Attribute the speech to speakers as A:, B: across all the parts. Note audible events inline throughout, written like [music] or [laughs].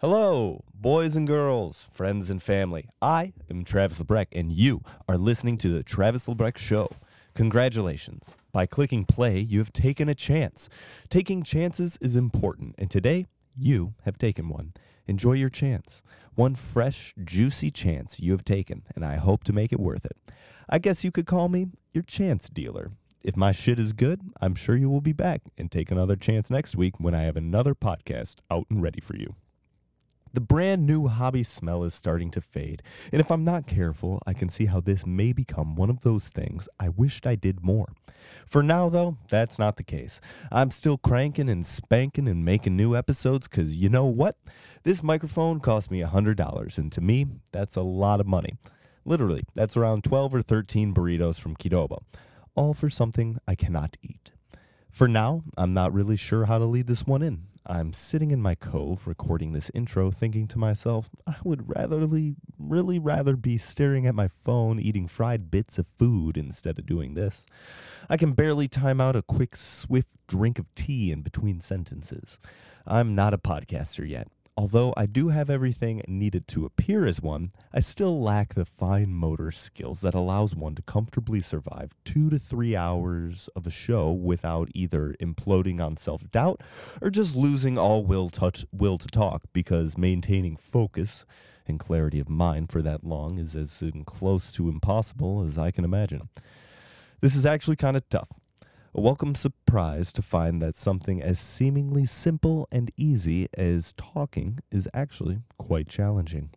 A: Hello, boys and girls, friends and family. I am Travis LeBrec, and you are listening to The Travis LeBrec Show. Congratulations. By clicking play, you have taken a chance. Taking chances is important, and today you have taken one. Enjoy your chance. One fresh, juicy chance you have taken, and I hope to make it worth it. I guess you could call me your chance dealer. If my shit is good, I'm sure you will be back and take another chance next week when I have another podcast out and ready for you. The brand new hobby smell is starting to fade, and if I'm not careful, I can see how this may become one of those things I wished I did more. For now, though, that's not the case. I'm still cranking and spanking and making new episodes because you know what? This microphone cost me $100, and to me, that's a lot of money. Literally, that's around 12 or 13 burritos from Kidoba, all for something I cannot eat. For now, I'm not really sure how to lead this one in. I'm sitting in my cove recording this intro, thinking to myself, I would ratherly, really rather be staring at my phone eating fried bits of food instead of doing this. I can barely time out a quick, swift drink of tea in between sentences. I'm not a podcaster yet. Although I do have everything needed to appear as one, I still lack the fine motor skills that allows one to comfortably survive two to three hours of a show without either imploding on self doubt or just losing all will, touch, will to talk because maintaining focus and clarity of mind for that long is as close to impossible as I can imagine. This is actually kind of tough. A welcome surprise to find that something as seemingly simple and easy as talking is actually quite challenging.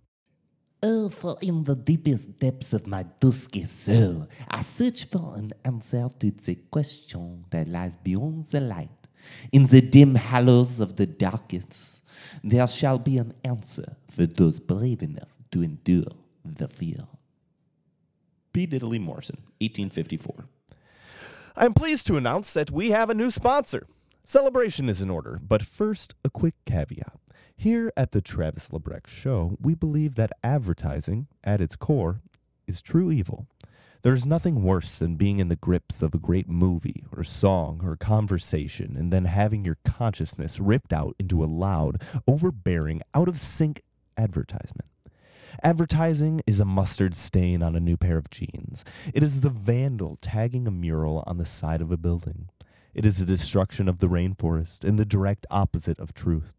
B: Oh, for in the deepest depths of my dusky soul, I search for an answer to the question that lies beyond the light. In the dim hollows of the darkest, there shall be an answer for those brave enough to endure the fear.
A: P. Diddley Morrison, 1854. I'm pleased to announce that we have a new sponsor. Celebration is in order, but first, a quick caveat. Here at the Travis LeBrec Show, we believe that advertising, at its core, is true evil. There is nothing worse than being in the grips of a great movie or song or conversation and then having your consciousness ripped out into a loud, overbearing, out of sync advertisement. Advertising is a mustard stain on a new pair of jeans. It is the vandal tagging a mural on the side of a building. It is the destruction of the rainforest and the direct opposite of truth.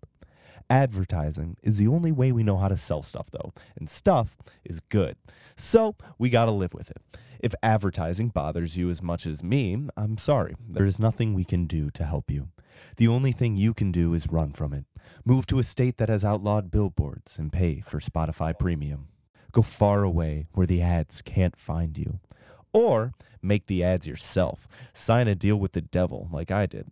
A: Advertising is the only way we know how to sell stuff, though, and stuff is good. So we gotta live with it. If advertising bothers you as much as me, I'm sorry. There is nothing we can do to help you. The only thing you can do is run from it. Move to a state that has outlawed billboards and pay for Spotify Premium. Go far away where the ads can't find you. Or make the ads yourself. Sign a deal with the devil, like I did.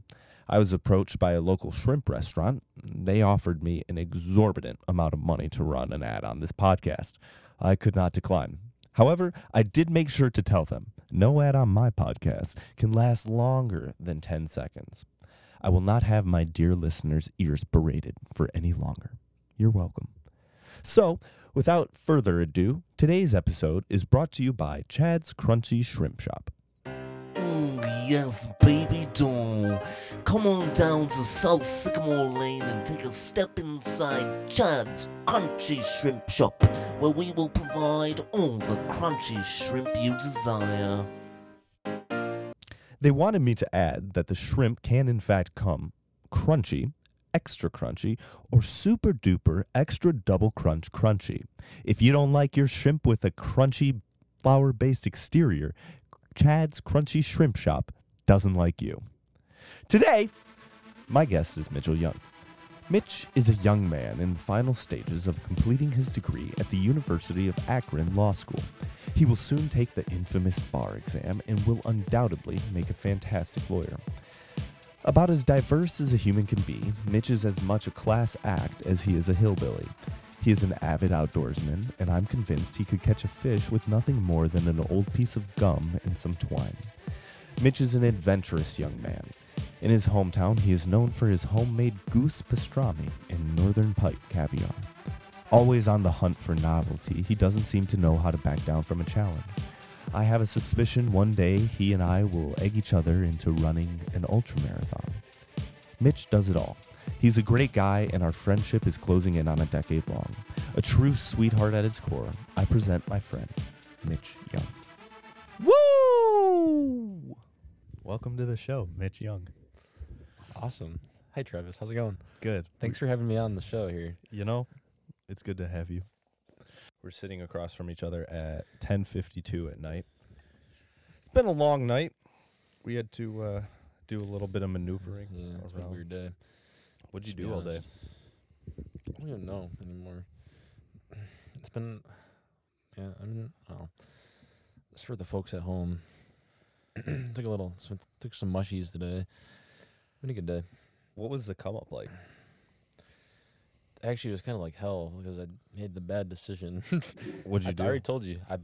A: I was approached by a local shrimp restaurant. They offered me an exorbitant amount of money to run an ad on this podcast. I could not decline. However, I did make sure to tell them no ad on my podcast can last longer than 10 seconds. I will not have my dear listeners' ears berated for any longer. You're welcome. So, without further ado, today's episode is brought to you by Chad's Crunchy Shrimp Shop.
B: Mm, yes, baby doll. Come on down to South Sycamore Lane and take a step inside Chad's Crunchy Shrimp Shop, where we will provide all the crunchy shrimp you desire.
A: They wanted me to add that the shrimp can in fact come crunchy, extra crunchy, or super duper extra double crunch crunchy. If you don't like your shrimp with a crunchy flour based exterior, Chad's Crunchy Shrimp Shop doesn't like you. Today, my guest is Mitchell Young. Mitch is a young man in the final stages of completing his degree at the University of Akron Law School. He will soon take the infamous bar exam and will undoubtedly make a fantastic lawyer. About as diverse as a human can be, Mitch is as much a class act as he is a hillbilly. He is an avid outdoorsman, and I'm convinced he could catch a fish with nothing more than an old piece of gum and some twine. Mitch is an adventurous young man. In his hometown, he is known for his homemade goose pastrami and northern pike caviar. Always on the hunt for novelty, he doesn't seem to know how to back down from a challenge. I have a suspicion one day he and I will egg each other into running an ultramarathon. Mitch does it all. He's a great guy, and our friendship is closing in on a decade long. A true sweetheart at its core, I present my friend, Mitch Young. Woo!
C: Welcome to the show, Mitch Young.
D: Awesome. Hi, Travis. How's it going?
A: Good.
D: Thanks for having me on the show here.
A: You know, it's good to have you. We're sitting across from each other at 10:52 at night. It's been a long night. We had to uh, do a little bit of maneuvering.
D: Yeah, it's been a
A: around.
D: weird day.
A: What'd you
D: to be
A: do all day?
D: honest. I don't even know anymore. It's been, yeah, I mean, well, it's for the folks at home. [clears throat] took a little, some, took some mushies today. Been a good day.
A: What was the come up like?
D: Actually, it was kind of like hell because I made the bad [laughs] decision.
A: What'd
D: I, I already told you. I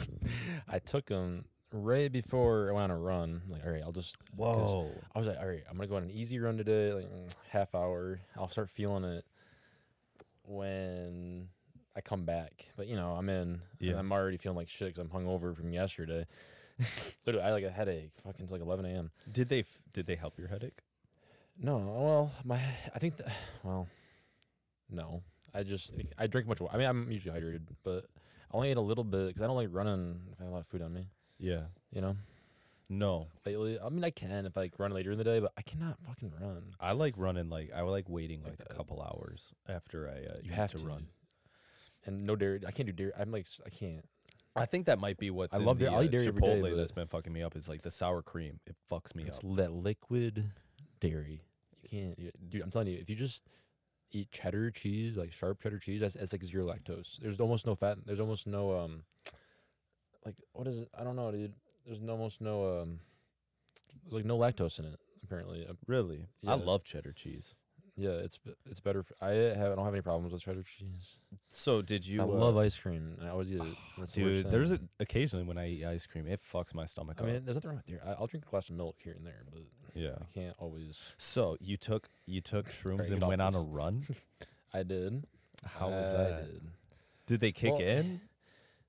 D: [laughs] I took them right before I went on a run. Like, all right, I'll just 'cause
A: Whoa!
D: I was like, all right, I'm gonna go on an easy run today, like mm, half hour. I'll start feeling it when I come back. But you know, I'm in.
A: Yeah.
D: And I'm already feeling like shit because I'm hungover from yesterday. [laughs] Literally, I had like a headache, fucking till like 11 a.m.
A: Did they f- did they help your headache?
D: No, well, my I think that [sighs] well, no, I just think I drink much water. I mean, I'm usually hydrated, but I only ate a little bit because I don't like running if I have a lot of food on me.
A: Yeah.
D: You know,
A: No,
D: lately, I mean, I can if I like, run later in the day, but I cannot fucking run.
A: I like running. Like I like waiting like, a
D: that.
A: couple hours after I uh,
D: You
A: eat
D: have
A: to, run.
D: and no dairy. I can't do dairy. I'm like, s- I can't.
A: I think that might be what's
D: I
A: in
D: love
A: the
D: dairy- I'll eat
A: uh,
D: dairy every day,
A: Chipotle
D: but-
A: that's been fucking me up. Is like the sour cream. It fucks me
D: It's
A: up.
D: that liquid dairy. You can't, you, dude. I'm telling you, if you just eat cheddar cheese, like sharp cheddar cheese, that's, that's like zero lactose. There's almost no fat. There's almost no um, like what is it? I don't know, dude. There's no- almost no um, there's like no lactose in it. Apparently, Uh,
A: Really,
D: Yeah.
A: I love cheddar cheese.
D: yeah. It's b- it's better. For, I uh, have I don't have any problems with cheddar cheese.
A: So did you?
D: I
A: uh,
D: love ice cream. And I always eat it. That's the worst
A: Dude, there's a,
D: thing.
A: occasionally when I eat ice cream, it fucks my stomach
D: I
A: up.
D: mean, there's nothing wrong with dairy. I, I'll drink a glass of milk here and there, but
A: yeah.
D: I can't always.
A: So you took you
D: [laughs]
A: took shrooms
D: Alright,
A: and
D: get off
A: went on a
D: this. [laughs]
A: run.
D: I did.
A: How was
D: I
A: that?
D: did.
A: Did they kick
D: Uh, Well,
A: in?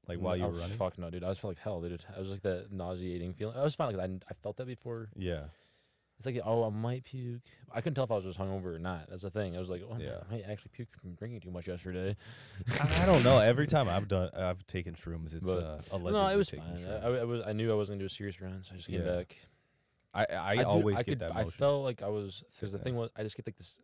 A: Like
D: Mm,
A: while you
D: I
A: were
D: was-
A: running?
D: Fuck no, dude. I was felt like hell, dude. I was like that nauseating feeling. I was fine because I, I felt that before. [laughs]
A: yeah.
D: It's like oh, I might puke. I couldn't tell if I was just hungover or not. That's the thing. I was like, oh,
A: Yeah.
D: I might actually puke from drinking too much yesterday.
A: I don't know. Every time I've done, I've taken shrooms. It's
D: But-
A: uh, allegedly
D: no, it was
A: taking
D: fine. I, I,
A: Shrooms.
D: I was. I knew I wasn't gonna do a serious run, so I just came
A: Yeah.
D: back.
A: I, I,
D: dude,
A: always
D: I
A: get
D: could,
A: that
D: I
A: motion.
D: felt like I was because the thing
A: Sickness.
D: was I just get like this.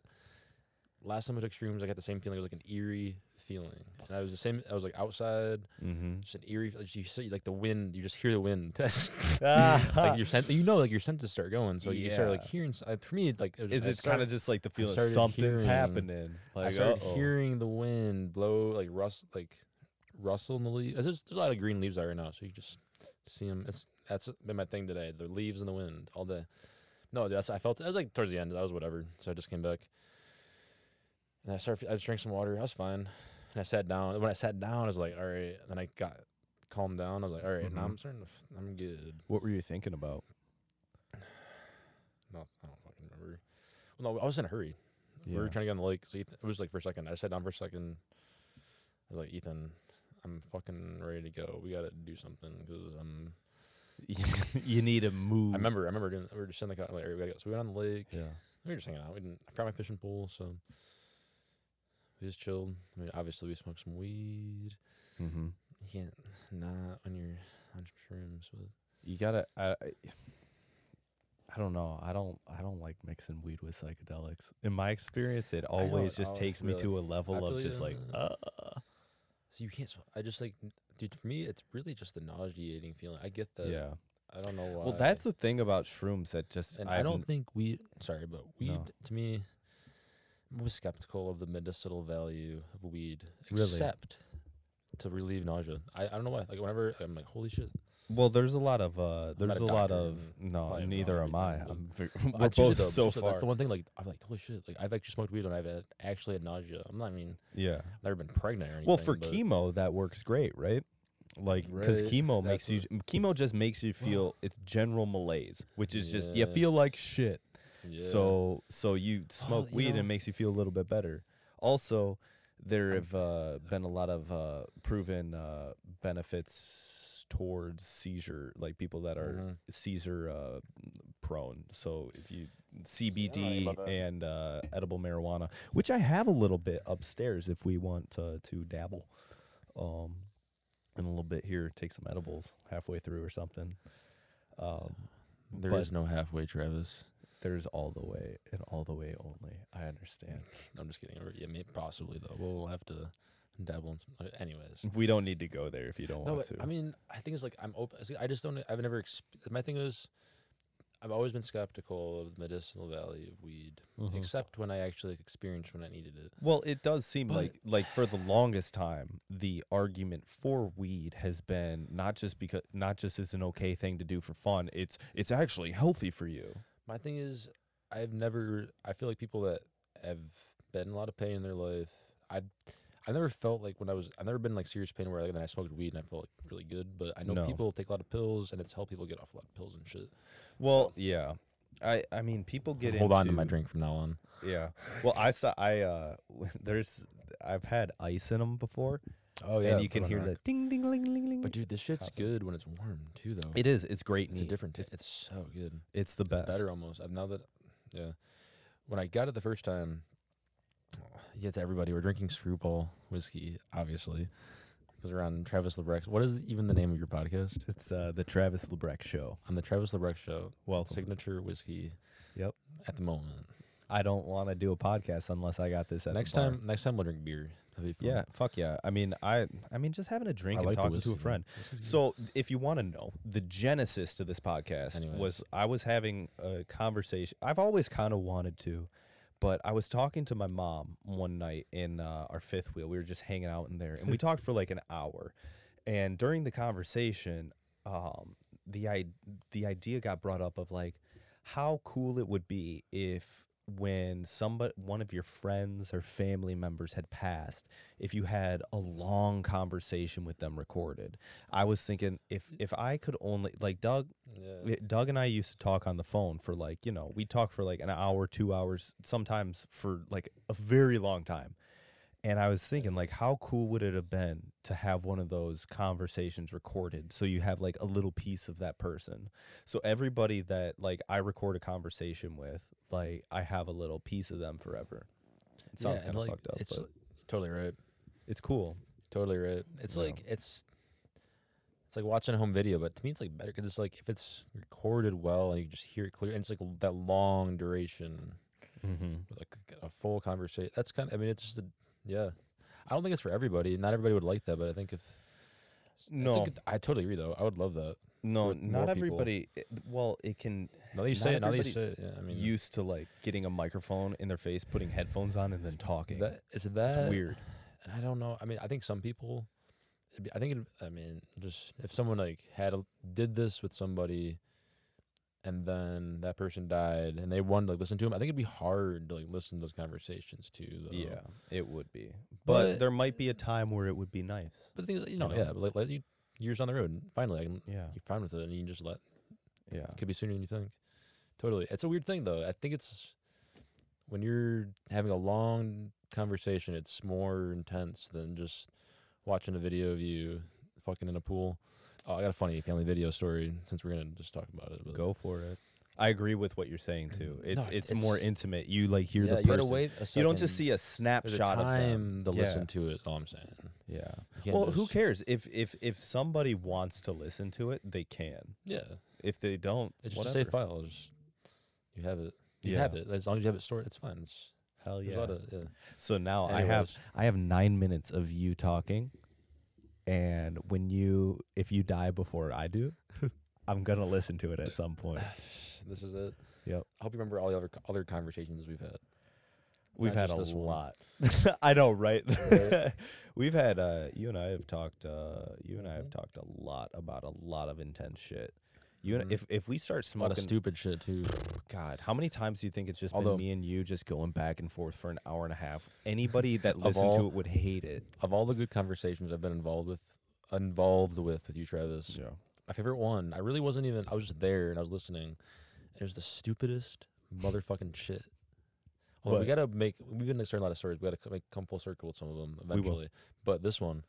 D: Last time I took shrooms, I got the same feeling. It was like an eerie feeling, and I was the same. I was like outside,
A: mm-hmm. [laughs]
D: just an eerie. Like you see, like the wind. You just hear the wind. [laughs] That's
A: Ah,
D: [laughs] like your sen- you know, like your senses start going, so you start like
A: Yeah.
D: hearing. s- I- For me, like it was
A: is
D: I
A: it kind
D: started-
A: of just like the feeling
D: started
A: something's
D: hearing-
A: happening? Like
D: I started
A: uh-oh.
D: hearing the wind blow, like rust, like rustle in the leaves. There's, there's a lot of green leaves out right now, so you just see them. It's that's been my thing today. The leaves and the wind all day. No, that's I felt. It was like towards the end. That was whatever. So I just came back, and I started. I just drank some water. I was fine. And I sat down. And when I sat down, I was like, all right. Then I got calmed down. I was like, all right, now
A: Mhm.
D: I'm starting to. f- I'm good.
A: What were you thinking about?
D: No, I don't fucking remember. Well, no, I was in a hurry. We were
A: Yeah.
D: trying to get on the lake. So Ethan, it was like for a second. I sat down for a second. I was like, Ethan, I'm fucking ready to go. We gotta do something because I'm.
A: [laughs] you need to move.
D: I remember. I remember doing. We were just in the car. Like, "All right, we gotta go. So we went on the lake.
A: Yeah.
D: We were just hanging out. We didn't. I forgot my fishing pole, so we just chilled. I mean, obviously, we smoked some weed.
A: Mm-hmm.
D: You can't not when you're on shrooms, but
A: You gotta. I, I- I don't know. I don't. I don't like mixing weed with psychedelics. In my experience, it
D: know,
A: always
D: it
A: just
D: always
A: takes me
D: really-
A: to a level
D: I
A: of
D: feel
A: just
D: you.
A: like, uh,
D: so you can't. sm- I just like, n- dude. For me, it's really just the nauseating feeling. I get that.
A: yeah.
D: I don't know uh, why.
A: Well, that's the thing about shrooms that just
D: And
A: I've
D: I
A: n-
D: don't think weed. Sorry, but weed
A: No.
D: to me, I'm always skeptical of the medicinal value of weed,
A: Really?
D: except to relieve nausea. I, I don't know why. Like whenever I'm like, holy shit.
A: Well, there's a lot of uh,
D: not
A: there's a,
D: a
A: lot
D: doctor
A: of
D: and
A: no,
D: probably
A: neither
D: not
A: am I.
D: everything,
A: I'm,
D: but-
A: ve- [laughs]
D: I
A: we're
D: choose it
A: both
D: though,
A: so
D: because
A: far.
D: That's the one thing. Like I'm like, holy shit. Like I've actually smoked weed and I've had, actually had nausea. I'm not. I mean,
A: yeah.
D: I've never been pregnant or anything.
A: Well, for
D: but
A: chemo that works great, right? Like because
D: Right,
A: chemo makes
D: that's
A: you chemo just makes you feel it's general malaise, which is just you
D: Yeah.
A: feel like shit.
D: yeah. Oh,
A: So so you smoke
D: you
A: weed and it
D: know-
A: makes you feel a little bit better. Also, there have uh, been a lot of uh, proven uh, benefits
D: Mm-hmm.
A: towards seizure, like people that are
D: Mhm.
A: seizure uh, prone. So if you CBD
D: about that.
A: and uh, edible marijuana, which I have a little bit upstairs if we want uh, to dabble. Um, in a little bit here, take some edibles halfway through or something. Um,
D: There is
A: but
D: no halfway, Travis. [laughs]
A: there's all the way and all the way only. I understand.
D: I'm just kidding. Or, yeah, may possibly though. We'll have to dabble in some. uh, Anyways.
A: We don't need to go there if you don't
D: No,
A: want
D: but
A: to.
D: I mean, I think it's like I'm open. I just don't. I've never. Exp- my thing is, I've always been skeptical of the medicinal value of weed,
A: Mm-hmm.
D: except when I actually experienced when I needed it.
A: Well, it does seem
D: But-
A: like like for the longest time, the argument for weed has been not just because not just it's an okay thing to do for fun. It's it's actually healthy for you.
D: My thing is, I've never. I feel like people that have been in a lot of pain in their life. I've. I never felt like when I was. I've never been like serious pain where like, then I smoked weed and I felt like really good. But I know
A: No.
D: people take a lot of pills and it's helped people get off a lot of pills and shit.
A: Well, yeah. I I mean, people get
D: Hold
A: into,
D: on to my drink from now on.
A: Yeah. Well, I saw I uh [laughs] there's I've had ice in them before,
D: Oh
A: and you can hear the ding ding ling ling ling.
D: But dude, this shit's good when it's warm too, though.
A: it is. It's great.
D: It's a
A: neat.
D: different. ta- it's so good.
A: It's the best.
D: It's better almost. I've now that, yeah. When I got it the first time, yeah, to everybody, we're drinking screwball whiskey, obviously, because we're on Travis LeBrex. What is even the name of your podcast?
A: It's uh the Travis LeBrec show.
D: On the Travis LeBrex show,
A: Well,
D: signature whiskey.
A: Yep.
D: At the moment,
A: I don't want to do a podcast unless I got this at the
D: next
A: bar.
D: time, next time we'll drink beer. That'd be fun.
A: Yeah, fuck yeah. I mean, I I mean, just having a drink
D: I
A: and
D: like the
A: talking
D: whiskey,
A: to a
D: man.
A: friend.
D: Whiskey's good.
A: So, if you want to know, the genesis to this podcast
D: Anyways.
A: was I was having a conversation. I've always kind of wanted to, but I was talking to my mom one night in uh, our fifth wheel. We were just hanging out in there, and we talked for like an hour. And during the conversation, um, the I- the idea got brought up of like how cool it would be if when somebody one of your friends or family members had passed if you had a long conversation with them recorded i was thinking if if i could only like doug
D: yeah.
A: we- Doug and I used to talk on the phone for like, you know, we talk for like an hour, two hours, sometimes for like a very long time. And I was thinking, like, how cool would it have been to have one of those conversations recorded? So you have like a little piece of that person. So everybody that like I record a conversation with, like, I have a little piece of them forever. It sounds
D: and,
A: kind of
D: like,
A: fucked up,
D: It's
A: but
D: totally right.
A: it's cool.
D: Totally right. It's
A: Yeah.
D: like it's it's like watching a home video, but to me it's like better because it's like if it's recorded well and you just hear it clear, and it's like l- that long duration,
A: Mm-hmm.
D: with like a a full conversation. That's kind. of, I mean, it's just a yeah. I don't think it's for everybody. Not everybody would like that, but I think if it's a
A: No.
D: good- I totally agree though. I would love that.
A: No,
D: with more
A: not
D: people.
A: everybody. it- well, it can
D: Now that you
A: Not
D: say it, now that you
A: everybody's
D: say it, yeah, I mean,
A: used to like getting a microphone in their face, putting headphones on, and then talking.
D: that is that
A: it's weird.
D: and I don't know. I mean, I think some people. it'd be- I think. It, I mean, just if someone like had a, did this with somebody, and then that person died, and they wanted to like, listen to him. I think it'd be hard to like listen to those conversations too. Though.
A: Yeah, it would be. But,
D: But-
A: there might be a time where it would be nice.
D: But the thing is, you know,
A: know.
D: yeah. But like, let you years on the road, and finally, I can,
A: Yeah.
D: you're fine with it, and you can just let.
A: Yeah.
D: It could be sooner than you think. Totally, it's a weird thing though. I think it's when you're having a long conversation, it's more intense than just watching a video of you fucking in a pool. Oh, I got a funny family video story since we're gonna just talk about it. but-
A: Go for it. I agree with what you're saying too. It's
D: No,
A: it's,
D: it's-
A: more intimate. You like hear
D: yeah,
A: the
D: you
A: person.
D: gotta wait a second.
A: you don't just see a
D: There's a
A: snapshot of them.
D: time to
A: Yeah.
D: listen to it. Is all I'm saying.
A: Yeah.
D: You can't
A: Well, who
D: just-
A: cares if if if somebody wants to listen to it, they can.
D: Yeah,
A: If they don't,
D: it's just
A: whatever.
D: a safe file. It's just you have it. You have
A: Yeah.
D: it as long as you have it stored. It's fine. It's,
A: Hell
D: there's
A: yeah.
D: a lot of yeah.
A: So now Oh, I have
D: Anyways.
A: I have nine minutes of you talking, and when you if you die before I
D: [laughs]
A: do, I'm gonna listen to it at some point.
D: This is it.
A: Yep.
D: I hope you remember all the other other conversations we've had.
A: We've
D: Not
A: had
D: just
A: a
D: this one.
A: lot. [laughs] I know, right?
D: Right.
A: [laughs] We've had uh, you and I have talked. Uh, you and I
D: Mm-hmm.
A: have talked a lot about a lot of intense shit. You and if if we start
D: A Mm-hmm. lot of
A: smoking,
D: stupid shit too.
A: God, how many times do you think it's just
D: Although-
A: been me and you just going back and forth for an hour and a half? Anybody
D: [laughs]
A: that listened to
D: all-
A: it would hate it.
D: Of all the good conversations I've been involved with, involved with with you, Travis. My favorite one. I really wasn't even. I was just there and I was listening. It was the stupidest motherfucking shit. Hold on, we
A: What?
D: gotta make. We've been sharing a lot of stories. We gotta co- make, come full circle with some of them
A: will.
D: eventually. But this one,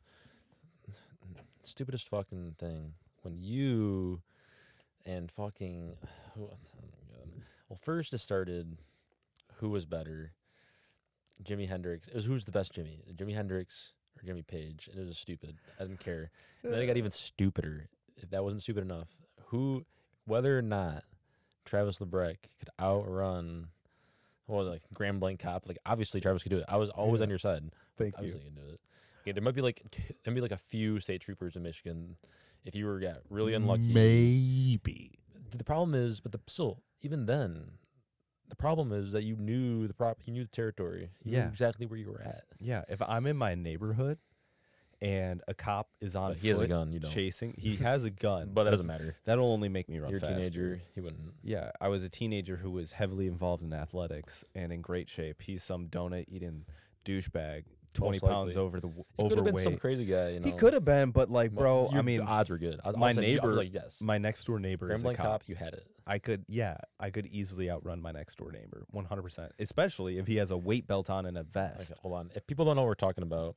D: stupidest fucking [sighs] thing. When you and fucking who, oh my God. Well, first it started who was better, Jimi Hendrix. It was who's the best Jimmy, Jimi Hendrix or Jimmy Page, and it was stupid. I didn't care. And then it got even stupider. If that wasn't stupid enough, who, whether or not Travis LeBrec could outrun, what was it, like Graham Blank Cop? Like obviously Travis could do it. I was always
C: Yeah.
D: on your side.
C: Thank you.
D: Obviously, you can do it. Okay, there might be like t- there might be like a few state troopers in Michigan if you were yeah, really unlucky.
C: Maybe.
D: Th- The problem is, but the, still, even then, the problem is that you knew the prop, you knew the territory, you
A: Yeah.
D: knew exactly where you were at.
A: Yeah, if I'm in my neighborhood and a cop is on
D: But he has a
A: foot
D: gun, you don't.
A: chasing, he has a gun,
D: [laughs] But that
A: that's-
D: doesn't matter.
A: That'll only make me run
D: You're a
A: faster.
D: teenager. He wouldn't.
A: Yeah, I was a teenager who was heavily involved in athletics and in great shape. He's some donut eating douchebag, twenty pounds
D: likely.
A: over the w-
D: He could have
A: overweight.
D: been some crazy guy. You know,
A: he could have been, but like,
D: Mo-
A: bro, I
D: your
A: mean,
D: odds were good. I, I
A: my
D: was like, you- I was
A: neighbor-
D: like, yes,
A: my next door neighbor is a
D: Gremlin
A: cop.
D: cop, you had it.
A: I could, yeah, I could easily outrun my next door neighbor, one hundred percent. Especially if he has a weight belt on and a vest.
D: Okay, hold on. If people don't know what we're talking about,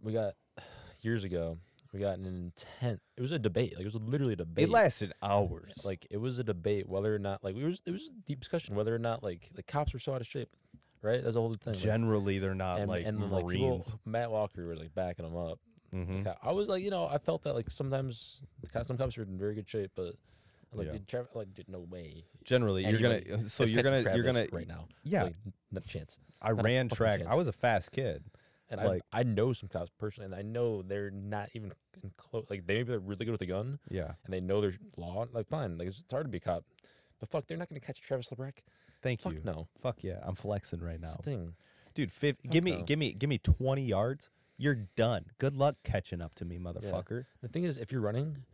D: we got [sighs] years ago. We got an intent. It was a debate. Like it was literally a debate.
A: It lasted hours.
D: Like it was a debate whether or not like we was it was a deep discussion whether or not like the cops were so out of shape, right? That's the whole thing. like,
A: generally, they're not
D: and,
A: uh, like
D: and then, like, people-
A: Marines.
D: Matt Walker was like backing them up.
A: Mhm.
D: Like, I I was like, you know, I felt that like sometimes the co- some cops are in very good shape, but like,
A: Yeah.
D: did Trevor like did no way.
A: Generally, you're gonna.
D: anybody
A: So
D: is
A: you're gonna.
D: catching
A: You're
D: Travis
A: gonna.
D: right now.
A: Yeah,
D: Like, n- not a chance.
A: I
D: not a
A: ran
D: fucking
A: track. I
D: chance.
A: was a fast kid.
D: And
A: Like-
D: I I know some cops personally, and I know they're not even in close. Like they maybe they're really good with a gun,
A: Yeah.
D: and they know there's law. Like fine, like it's it's hard to be a cop, but fuck, they're not gonna catch Travis LeBrec.
A: Thank
D: Fuck
A: you.
D: no,
A: Fuck yeah, I'm flexing right
D: It's
A: now,
D: the thing.
A: dude. Fif- give
D: Fuck
A: me,
D: no.
A: give me, give me 20 yards. You're done. Good luck catching up to me, motherfucker.
D: The thing is, if you're running,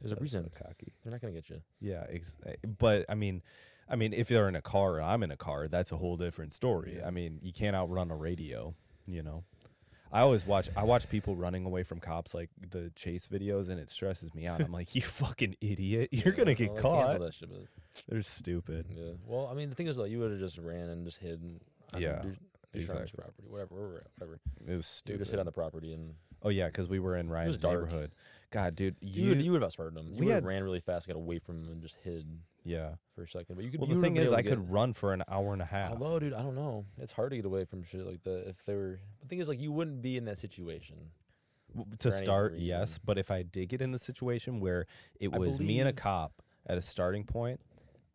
D: there's a
A: That's so
D: reason
A: cocky.
D: they're not gonna get you.
A: Yeah, ex- eh, but I mean, I mean, if they're in a car and I'm in a car, that's a whole different story. I mean, you can't outrun a radio, you know. I always watch. I watch people running away from cops, like the chase videos, and it stresses me out. I'm like, you fucking idiot! You're gonna
D: Yeah,
A: get
D: well, they canceled
A: caught.
D: That shit, but-
A: They're stupid.
D: Yeah. Well, I mean, the thing is, though, you would have just ran and just hid. and- I don't know,
A: Yeah,
D: Dude, dude shot on his
A: exactly.
D: property, whatever, where we're at, whatever.
A: It was
D: You
A: stupid.
D: just hit on the property, and
A: Oh yeah, because we were in Ryan's
D: dark.
A: neighborhood. God, dude,
D: you would- you would have outsmarted him.
A: we
D: You would
A: had-
D: have ran really fast, got away from him, and just hid
A: yeah.
D: for a second. But you could.
A: Well,
D: you
A: the
D: would've
A: thing
D: been
A: is,
D: able to
A: I
D: get-
A: could run for an hour and a half.
D: Although, dude, I don't know. It's hard to get away from shit like that if they were. The thing is, like, you wouldn't be in that situation.
A: W- to
D: for any
A: start,
D: reason.
A: yes, but if I did get in the situation where it
D: I
A: was me and a
D: believe-
A: cop at a starting point,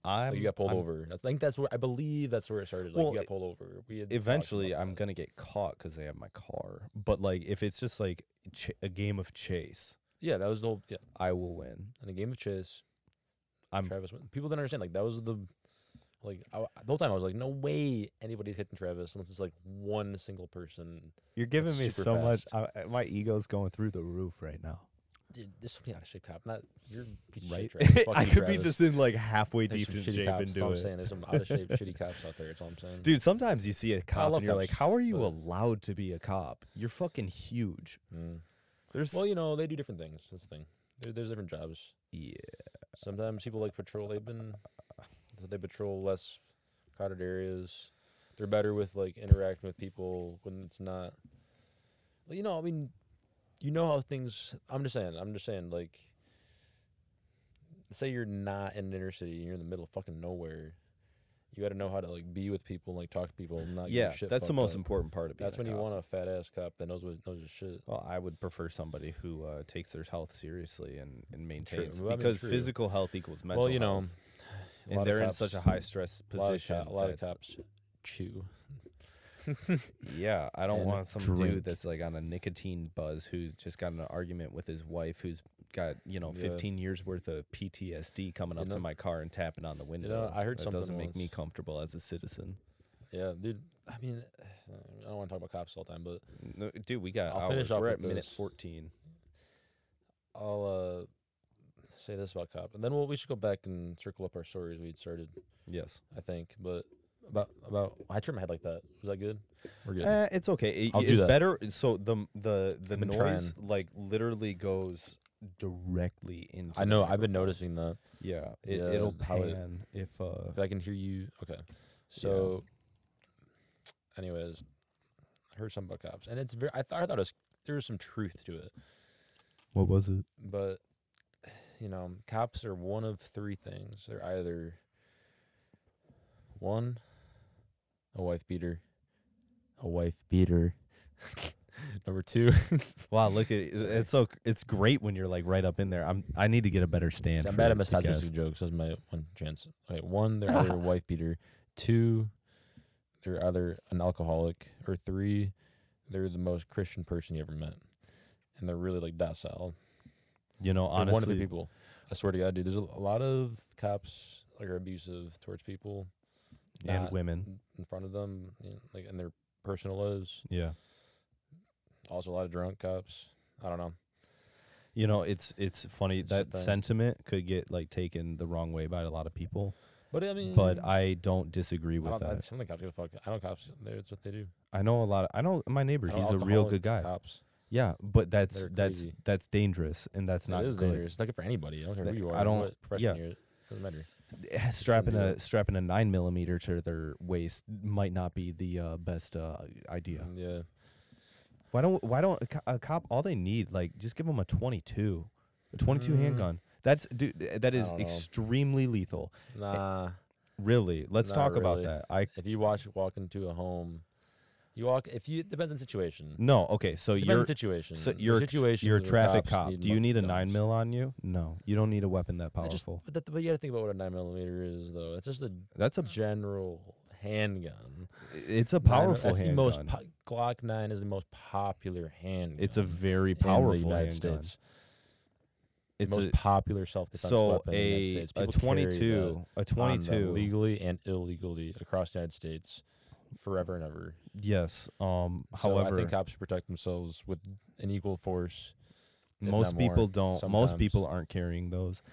A: I
D: Like, you got pulled over. I think that's where I believe that's where it started. Like,
A: Well,
D: you
A: it-
D: got pulled over. We had talked
A: Eventually,
D: about
A: I'm
D: that.
A: gonna get caught because they have my car. But like, if it's just like ch- a game of chase,
D: Yeah, that was the whole. Yeah,
A: I will win.
D: in a game of chess.
A: I'm
D: Travis. Went, people didn't understand. Like that was the like I, w- the whole time I was like, no way anybody's hitting Travis unless it's like one single person.
A: you're giving me
D: super
A: so much. I, I- my ego's going through the roof right now.
D: Dude, there's something out of shape, cop. Not you're piece
A: Right?
D: Of shit,
A: [laughs]
D: Travis. Fuck
A: I
D: you,
A: could be
D: Travis.
A: just in like halfway deep
D: There's some
A: in
D: shitty
A: shape
D: cops,
A: and
D: that's all
A: do
D: I'm
A: it.
D: saying. There's some out of shape shitty cops out there. That's all I'm
A: [laughs]
D: saying.
A: Dude, sometimes you see a cop
D: love
A: and you're like,
D: cops,
A: how are you
D: but-
A: allowed to be a cop? You're fucking huge.
D: Mm.
A: There's
D: Well, you know they do different things. That's the thing. There, there's different jobs.
A: yeah.
D: Sometimes people like patrol. They've been they patrol less crowded areas. They're better with like interacting with people when it's not. Well, you know, I mean, you know how things. I'm just saying. I'm just saying. Like, say you're not in an inner city. You're in the middle of fucking nowhere. You got to know how to like be with people and like talk to people. And not get your
A: yeah,
D: shit
A: that's the
D: fucked
A: most
D: up.
A: important part of being
D: That's
A: a
D: when you
A: cop.
D: want a fat ass cop that knows what knows his shit.
A: Well, I would prefer somebody who uh, takes their health seriously and, and maintains
D: Well, I mean,
A: because
D: true.
A: physical health equals mental.
D: well, you know,
A: health,
D: [sighs] a lot
A: and
D: of
A: they're
D: cops-
A: in such a high stress
D: a lot of
A: position.
D: co- A lot of
A: that's-
D: cops chew.
A: Yeah, I don't
D: and
A: want some
D: drink.
A: dude that's like on a nicotine buzz who's just got in an argument with his wife who's got you know
D: Yeah.
A: 15 years worth of PTSD coming
D: You
A: up to
D: know-
A: my car and tapping on the window.
D: I heard
A: that
D: something
A: doesn't make me
D: once.
A: comfortable as a citizen.
D: Yeah, dude. I mean, [sighs] I don't want to talk about cops all the time, but
A: No, dude, we got.
D: I'll finish
A: hours.
D: off
A: We're
D: with
A: at minute
D: this.
A: 14.
D: I'll uh, say this about cop, and then we'll, we should go back and circle up our stories we had started.
A: Yes.
D: I think, but about about I turned my head like that. Was that good? We're good.
A: Eh, it's okay. It-
D: I'll do
A: it's
D: that.
A: better. So the the the
D: I've been
A: noise
D: trying.
A: like literally goes directly into.
D: I
A: the
D: know. I've
A: microphone.
D: been noticing that.
A: Yeah, it,
D: Yeah,
A: it'll
D: how it-
A: pan if uh.
D: If I can hear you, okay. So, anyways, I heard something about cops, and it's very. I, th- I thought it was there was some truth to it.
A: What was it?
D: but you know cops are one of three things they're either One, a wife beater. A wife beater. [laughs] Number two,
A: Wow, look at it's so it's great when you're like right up in there. I'm I need to get a better stand.
D: See, I'm
A: for-
D: bad
A: to
D: at misogynistic
A: guess.
D: jokes. That's my one chance. Okay, one, they're either a wife beater. Two, they're either an alcoholic. Or three, they're the most Christian person you ever met. And they're really like docile.
A: You know,
D: They're
A: honestly,
D: one of the people. I swear to God, dude. There's a a lot of cops like are abusive towards people
A: and
D: not
A: women.
D: in- in front of them, you know, like in their personal lives.
A: Yeah.
D: Also, a lot of drunk cops. I don't know.
A: You know, it's it's funny
D: It's
A: that
D: bad.
A: sentiment could get like taken the wrong way by a lot of people,
D: But I mean,
A: but I don't disagree
D: I
A: with
D: don't, I
A: that.
D: don't think cops give a fuck. I know cops. they- That's what they do.
A: I know a lot. Of, I know my neighbor.
D: I know
A: He's a real
D: alcoholics
A: good guy.
D: Cops.
A: Yeah, but that's
D: They're
A: that's
D: crazy.
A: that's dangerous, and that's
D: Not
A: not
D: it is
A: good.
D: dangerous. It's not good for anybody. I don't care
A: Th-
D: who you
A: I
D: are.
A: don't-
D: What profession
A: yeah.
D: you're in. Doesn't matter.
A: Eh, Strapping
D: do
A: a
D: that.
A: strapping a nine millimeter to their waist might not be the uh, best uh, idea.
D: And, Yeah.
A: Why don't why don't a, co- a cop all they need like just give them a 22, a 22
D: Mm.
A: handgun. That's dude th- that
D: I
A: is
D: don't know.
A: extremely lethal.
D: Nah.
A: Really. Let's
D: Not
A: talk about
D: really.
A: that. I
D: If you watch walk into a home, you walk. If you it depends on situation.
A: No, okay. So
D: Depends
A: you're
D: on situation.
A: so
D: There's
A: you're a tr-
D: situations
A: you're a
D: where
A: traffic
D: cops
A: cop.
D: need
A: Do you
D: mu-
A: need a 9
D: guns.
A: mil on you? No. You don't need a weapon that
D: I just-
A: powerful.
D: but, that, but you got to think about what a nine millimeter is, though. It's just a
A: that's
D: [sighs]
A: a
D: general handgun.
A: it's a
D: Nine mil-
A: powerful
D: That's
A: handgun.
D: the most po- Glock nine is the most popular handgun.
A: it's a very
D: um, in the
A: powerful
D: United
A: handgun.
D: States.
A: It's
D: most
A: a,
D: popular self defense
A: so
D: weapon in the United
A: a
D: States.
A: a
D: People carry that
A: 22 a
D: on them
A: 22
D: legally and illegally across the United States forever and ever.
A: yes um
D: so I
A: however
D: think cops should protect themselves with an equal force. if
A: most
D: not
A: people
D: more,
A: don't most
D: sometimes.
A: people aren't carrying those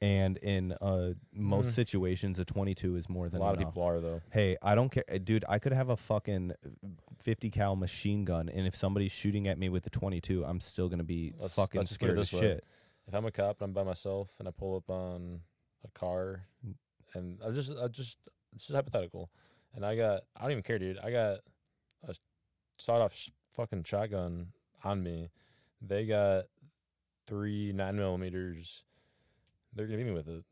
A: and in uh most
D: Mm.
A: situations a 22 is more
D: A
A: than
D: lot of
A: enough.
D: people are though.
A: hey i don't care uh, dude i could have a fucking 50 cal machine gun and if somebody's shooting at me with a 22 i'm still gonna be
D: Let's-
A: fucking
D: let's just put it
A: scared as
D: this way.
A: shit
D: If I'm a cop and I'm by myself and I pull up on a car,
A: Mm.
D: and I just I just this is hypothetical, and I got I don't even care, dude. I got a sawed off sh- fucking shotgun on me. They got three nine millimeters. They're gonna beat me with it.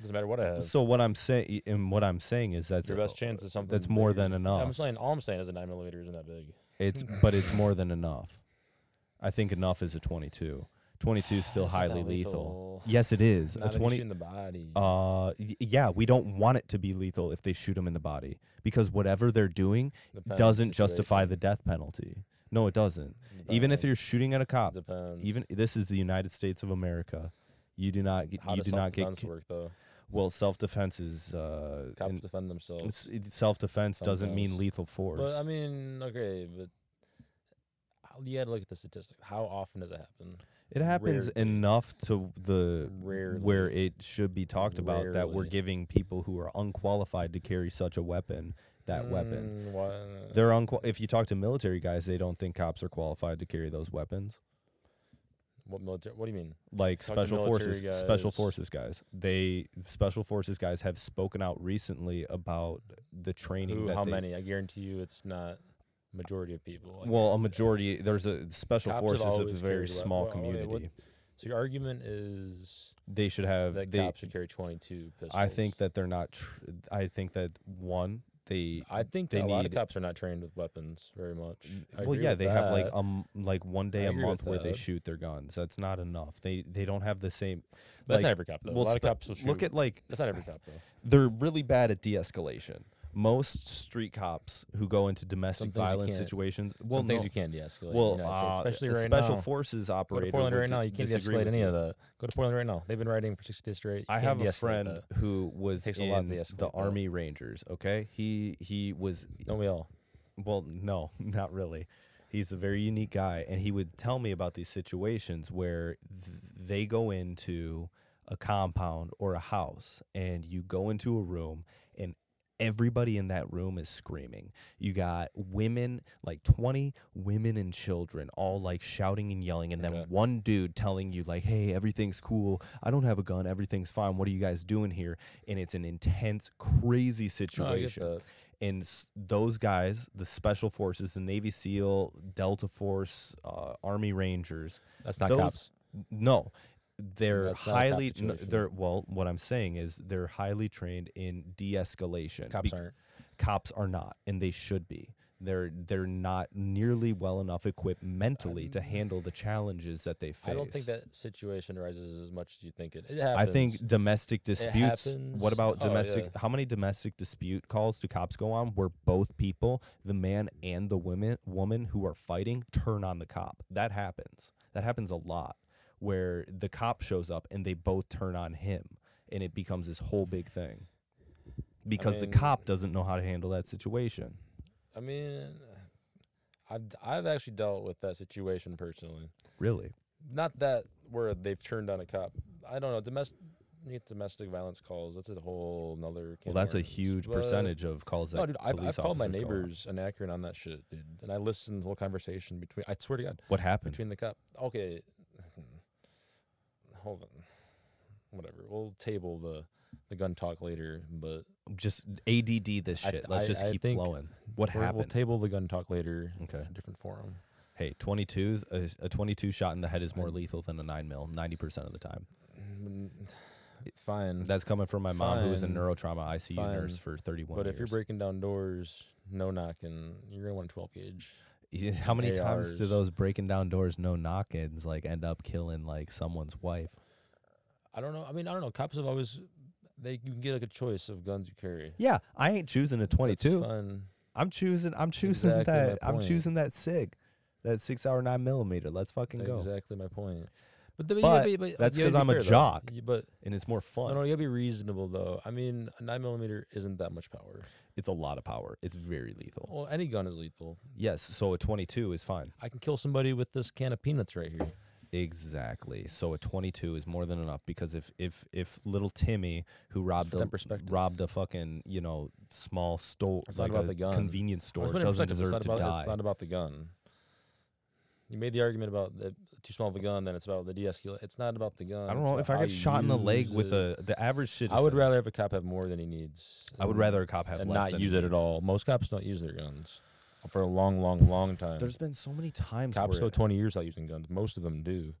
D: Doesn't matter what I have.
A: so what i'm saying and what i'm saying is that's
D: your
A: uh,
D: best chance is something
A: that's more
D: bigger.
A: than enough
D: I'm saying all I'm saying is a nine millimeter isn't that big.
A: It's but it's more than enough. I think enough is a 22. 22 is still
D: It's not that
A: highly lethal.
D: lethal.
A: Yes, it is.
D: Not
A: a
D: if you
A: 20
D: shoot in the body.
A: uh y- yeah, we don't want it to be lethal if they shoot him in the body because whatever they're doing
D: Depends
A: doesn't justify the
D: situation.
A: death penalty. No, it doesn't. Even if you're
D: Depends.
A: shooting at a cop,
D: depends.
A: even this is the United States of America. You do not get,
D: how
A: you
D: does
A: do not get
D: self-defense
A: ki-
D: work though.
A: well self-defense is uh
D: Cops
A: and
D: defend themselves.
A: it's, it's self-defense doesn't mean
D: sometimes.
A: lethal force.
D: But I mean, okay, but how- you got to look at the statistic. How often does it happen?
A: It happens
D: Rarely.
A: enough to the where
D: Rarely.
A: it should be talked about that we're
D: Rarely.
A: giving people who are unqualified to carry such a weapon that weapon.
D: Mm, wha-
A: They're unqual- if you talk to military guys, they don't think cops are qualified to carry those weapons.
D: what military? What do you mean?
A: Like
D: Talk to
A: special
D: military
A: forces, special
D: guys.
A: forces guys. They special forces guys have spoken out recently about the training
D: Who?
A: that
D: How
A: they-
D: many? I guarantee you, it's not majority of people. Like,
A: Well, a majority there's a special
D: Cops have
A: forces is
D: always
A: a very
D: carried wep-
A: small
D: well, okay, what-
A: community.
D: so your argument is
A: they should have
D: that
A: they,
D: cops should carry twenty-two pistols.
A: I think that they're not. Tr- I think that one, they.
D: I think
A: they
D: that a lot of
A: need- Mm,
D: cops are not trained with weapons very much. I
A: well,
D: agree
A: yeah,
D: with
A: they have like
D: that.
A: um like one day
D: I
A: a
D: agree with
A: month where they
D: that.
A: shoot their guns. That's not enough. They they don't have the same.
D: But that's
A: like,
D: not every cop though.
A: well,
D: a lot of
A: spe-
D: cops will shoot.
A: Look at like
D: that's not every cop though.
A: they're really bad at de-escalation. Most street cops who go into domestic
D: things you
A: violence
D: can't-
A: situations. Well,
D: Well, things
A: no.
D: you can de-escalate.
A: well,
D: in the United States,
A: uh,
D: especially
A: the
D: right
A: special
D: now.
A: forces
D: Go
A: operator.
D: to Portland
A: will
D: right
A: di-
D: now. You can't
A: disagree with
D: de-escalate any
A: you.
D: of that. Go to Portland right now. They've been riding for six days straight. You
A: I
D: can't
A: have a
D: de-escalate
A: friend
D: that.
A: who was
D: Takes a
A: in
D: lot to de-escalate
A: the
D: that.
A: Army Rangers. Okay, he he was
D: Don't we all?
A: Well, no, [laughs] not really. He's a very unique guy, and he would tell me about these situations where th- they go into a compound or a house, and you go into a room, and everybody in that room is screaming. You got women, like 20 women and children, all like shouting and yelling, and then
D: Okay.
A: one dude telling you, like, hey, everything's cool. I don't have a gun. Everything's fine. What are you guys doing here? And it's an intense, crazy situation
D: that.
A: and s- those guys, the special forces, the Navy SEAL, Delta Force, uh, Army Rangers,
D: That's not
A: Those-
D: cops.
A: no, they're
D: that's not a cop
A: highly n-
D: situation.
A: they're well what i'm saying is they're highly trained in de-escalation
D: Cops
A: bec-
D: aren't.
A: cops are not and they should be they're they're not nearly well enough equipped mentally to handle the challenges that they face
D: I don't think that situation arises as much as you think it. It
A: I
D: happens.
A: think domestic disputes. What
D: happens.
A: about
D: Oh,
A: domestic?
D: yeah.
A: How many domestic dispute calls do cops go on where both people, the man and the women, woman who are fighting, turn on the cop? That happens. That happens a lot, where the cop shows up and they both turn on him, and it becomes this whole big thing because
D: mean-
A: the cop doesn't know how to handle that situation.
D: I mean, I've I've actually dealt with that situation personally.
A: Really?
D: Not that where they've turned on a cop. I don't know domestic. Domestic violence calls. That's a whole another. can
A: Well,
D: of
A: that's a
D: worms,
A: huge
D: but-
A: percentage of calls that
D: No, dude, I've, I've
A: police
D: called my
A: officers go on.
D: neighbors an Akron on that shit, dude, and I listened to the whole conversation between. I swear to God,
A: What happened?
D: between the cop. Okay, Hmm. hold on. Whatever. We'll table the the gun talk later, but
A: Just ADD this
D: I-
A: shit. Let's
D: I-
A: just
D: I
A: keep
D: think
A: flowing. What
D: we're-
A: happened?
D: We'll table the gun talk later. in
A: Okay.
D: a different forum.
A: Hey, 22 a, a 22 shot in the head is more lethal than a 9 mil 90% of the time.
D: Mm, Fine.
A: That's coming from my mom who was a
D: Mm-hmm. Fine.
A: neurotrauma ICU nurse
D: Fine.
A: for 31
D: but if you're
A: years.
D: breaking down doors, no knocking, you're gonna want a 12 gauge.
A: how many times do
D: ARs.
A: those breaking down doors no knock-ins like end up killing like someone's wife?
D: I don't know. I mean, I don't know. Cops have always they you can get like a choice of guns you carry.
A: Yeah, I ain't choosing a
D: That's
A: 22.
D: fun.
A: I'm choosing I'm choosing
D: Exactly my
A: that I'm
D: point.
A: choosing that SIG. That 6 hour 9 millimeter. Let's fucking go.
D: Exactly my point. But, the,
A: But
D: yeah, but
A: that's
D: you gotta
A: 'cause
D: be
A: I'm a
D: fair, though.
A: jock.
D: You- But
A: And it's more fun.
D: No, no, you gotta be reasonable though. I mean, a nine millimeter isn't that much power.
A: It's a lot of power. It's very lethal.
D: e- Well, any gun is lethal.
A: Yes, so a 22 is fine.
D: I can kill somebody with this can of peanuts right here.
A: Exactly. So a 22 is more than enough because if if if little Timmy who robbed
D: put
A: a
D: that in perspective.
A: robbed a fucking you know small store
D: It's not
A: like
D: about
A: a
D: the gun.
A: convenience
D: I was
A: store
D: putting it in
A: doesn't
D: perspective,
A: deserve
D: it's
A: to
D: not about,
A: die.
D: It's not about the gun. You made the argument about the too small of a gun, then it's about the de-escalate. It's not about the gun.
A: I don't
D: it's
A: know
D: about
A: if I
D: how
A: get
D: you
A: shot in the leg
D: use
A: with
D: it.
A: a the average citizen.
D: I would rather have a cop have more than he needs.
A: I would
D: and-
A: rather a cop have
D: and
A: less
D: not
A: than
D: use
A: he
D: it at
A: needs.
D: all. Most cops don't use their guns for a long, long, long time.
A: There's been so many times
D: Cops
A: where
D: go 20 years without using guns. Most of
A: [sighs]
D: them do.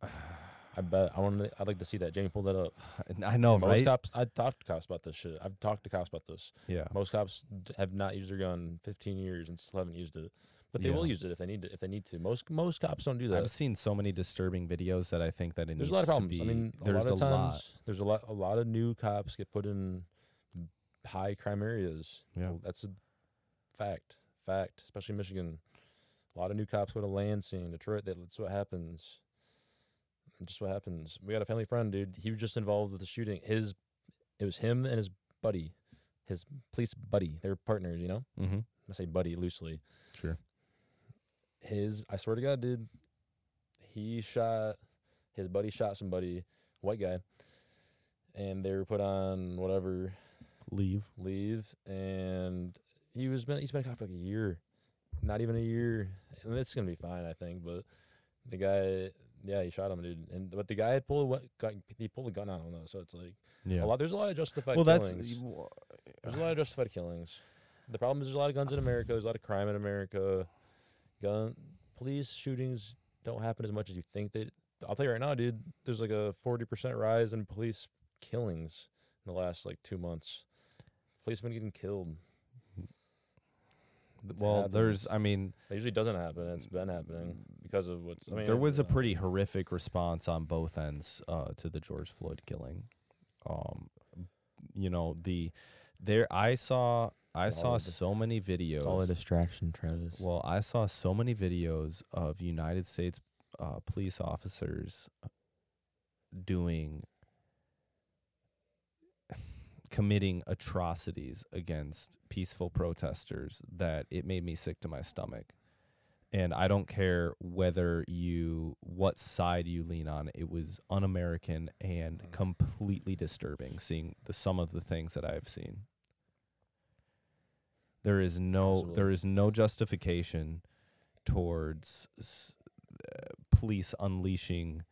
D: I bet. I want. to. I'd like to see that. Jamie, pull that up.
A: [laughs] I know
D: Most
A: Oh, right
D: cops. I talked to cops about this shit. I've talked to cops about this.
A: yeah
D: Most cops d- have not used their gun in 15 years and still haven't used it, but they will
A: Yeah.
D: use it if they need to. If they need to. Most most cops don't do that.
A: I've seen so many disturbing videos that I think that it
D: there's
A: needs
D: a lot of
A: to
D: problems.
A: be
D: I mean, a
A: there's
D: lot of
A: a
D: times
A: lot
D: there's a lot a lot of new cops get put in high crime areas.
A: Yeah.
D: Well, that's a fact. Fact, especially Michigan. A lot of new cops go to Lansing, Detroit. that- That's what happens. That's just what happens. We got a family friend, dude. He was just involved with the shooting. His, it was him and his buddy, his police buddy. They were partners, you know.
A: hmm
D: I say buddy loosely.
A: Sure.
D: His, I swear to God, dude, he shot his buddy shot somebody, white guy, and they were put on whatever
A: leave
D: leave, and he was been he's been caught for like a year, not even a year, and it's gonna be fine, I think. But the guy, yeah, he shot him, dude, and but the guy had pulled what got, he pulled a gun on him though, so it's like
A: yeah
D: a lot. There's a lot of justified.
A: well that's
D: killings. There's a lot of justified killings. The problem is there's a lot of guns in America. There's a lot of crime in America. Gun police shootings don't happen as much as you think they. I'll tell you right now, dude. There's like a forty percent rise in police killings in the last like two months. Policemen getting killed. It
A: well
D: happens.
A: there's I mean
D: That usually doesn't happen. It's been happening because of what's. I mean,
A: there was a
D: uh,
A: pretty horrific response on both ends uh, to the George Floyd killing. Um, you know the there I saw I
D: It's all
A: saw
D: a dis-
A: so many videos.
D: It's all a distraction, Travis.
A: Well, I saw so many videos of United States uh, police officers uh, doing committing atrocities against peaceful protesters that it made me sick to my stomach. And I don't care whether you what side you lean on, it was un-American and completely disturbing seeing the some of the things that I've seen. There is no
D: Absolutely.
A: there is no justification towards s- uh, police unleashing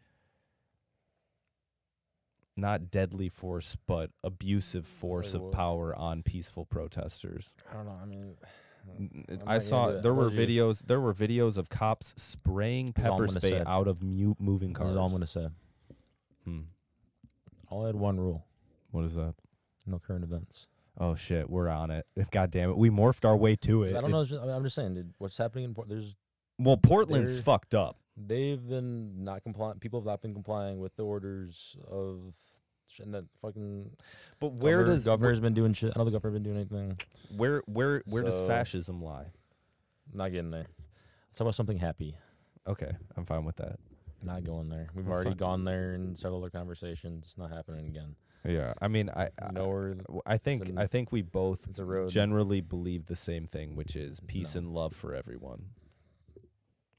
A: not deadly force but abusive force of
D: what-
A: power on peaceful protesters.
D: I don't know. I mean,
A: N-
D: I'm not
A: I
D: gonna
A: saw
D: do it.
A: there
D: I
A: were
D: told you.
A: videos there were videos of cops spraying
D: is all I'm
A: pepper
D: gonna
A: spray
D: say.
A: out of mute moving
D: this
A: cars.
D: is all I'm gonna say.
A: Hmm.
D: All had one rule:
A: What is that?
D: no current events.
A: Oh shit, we're on it. [laughs] God damn it, we morphed our way to
D: 'Cause
A: it.
D: I don't
A: It-
D: know. it's just- I mean, I'm just saying, dude. What's happening in Port? There's
A: Well, Portland's
D: They're-
A: fucked up.
D: they've been not complying. People have not been complying with the orders of. sh- And that fucking
A: But where
D: governor-
A: does
D: governor's been doing shit? I know the governor been doing anything.
A: where where where does
D: So-
A: fascism lie?
D: Not getting there. Let's talk about something happy.
A: Okay, I'm fine with that.
D: Not going there. We've
A: That's
D: already
A: fine.
D: gone there in several other conversations. It's not happening again.
A: Yeah, I mean, I I,
D: No, or
A: I think
D: an-
A: I think we both
D: it's a road.
A: generally believe the same thing, which is peace and love for everyone.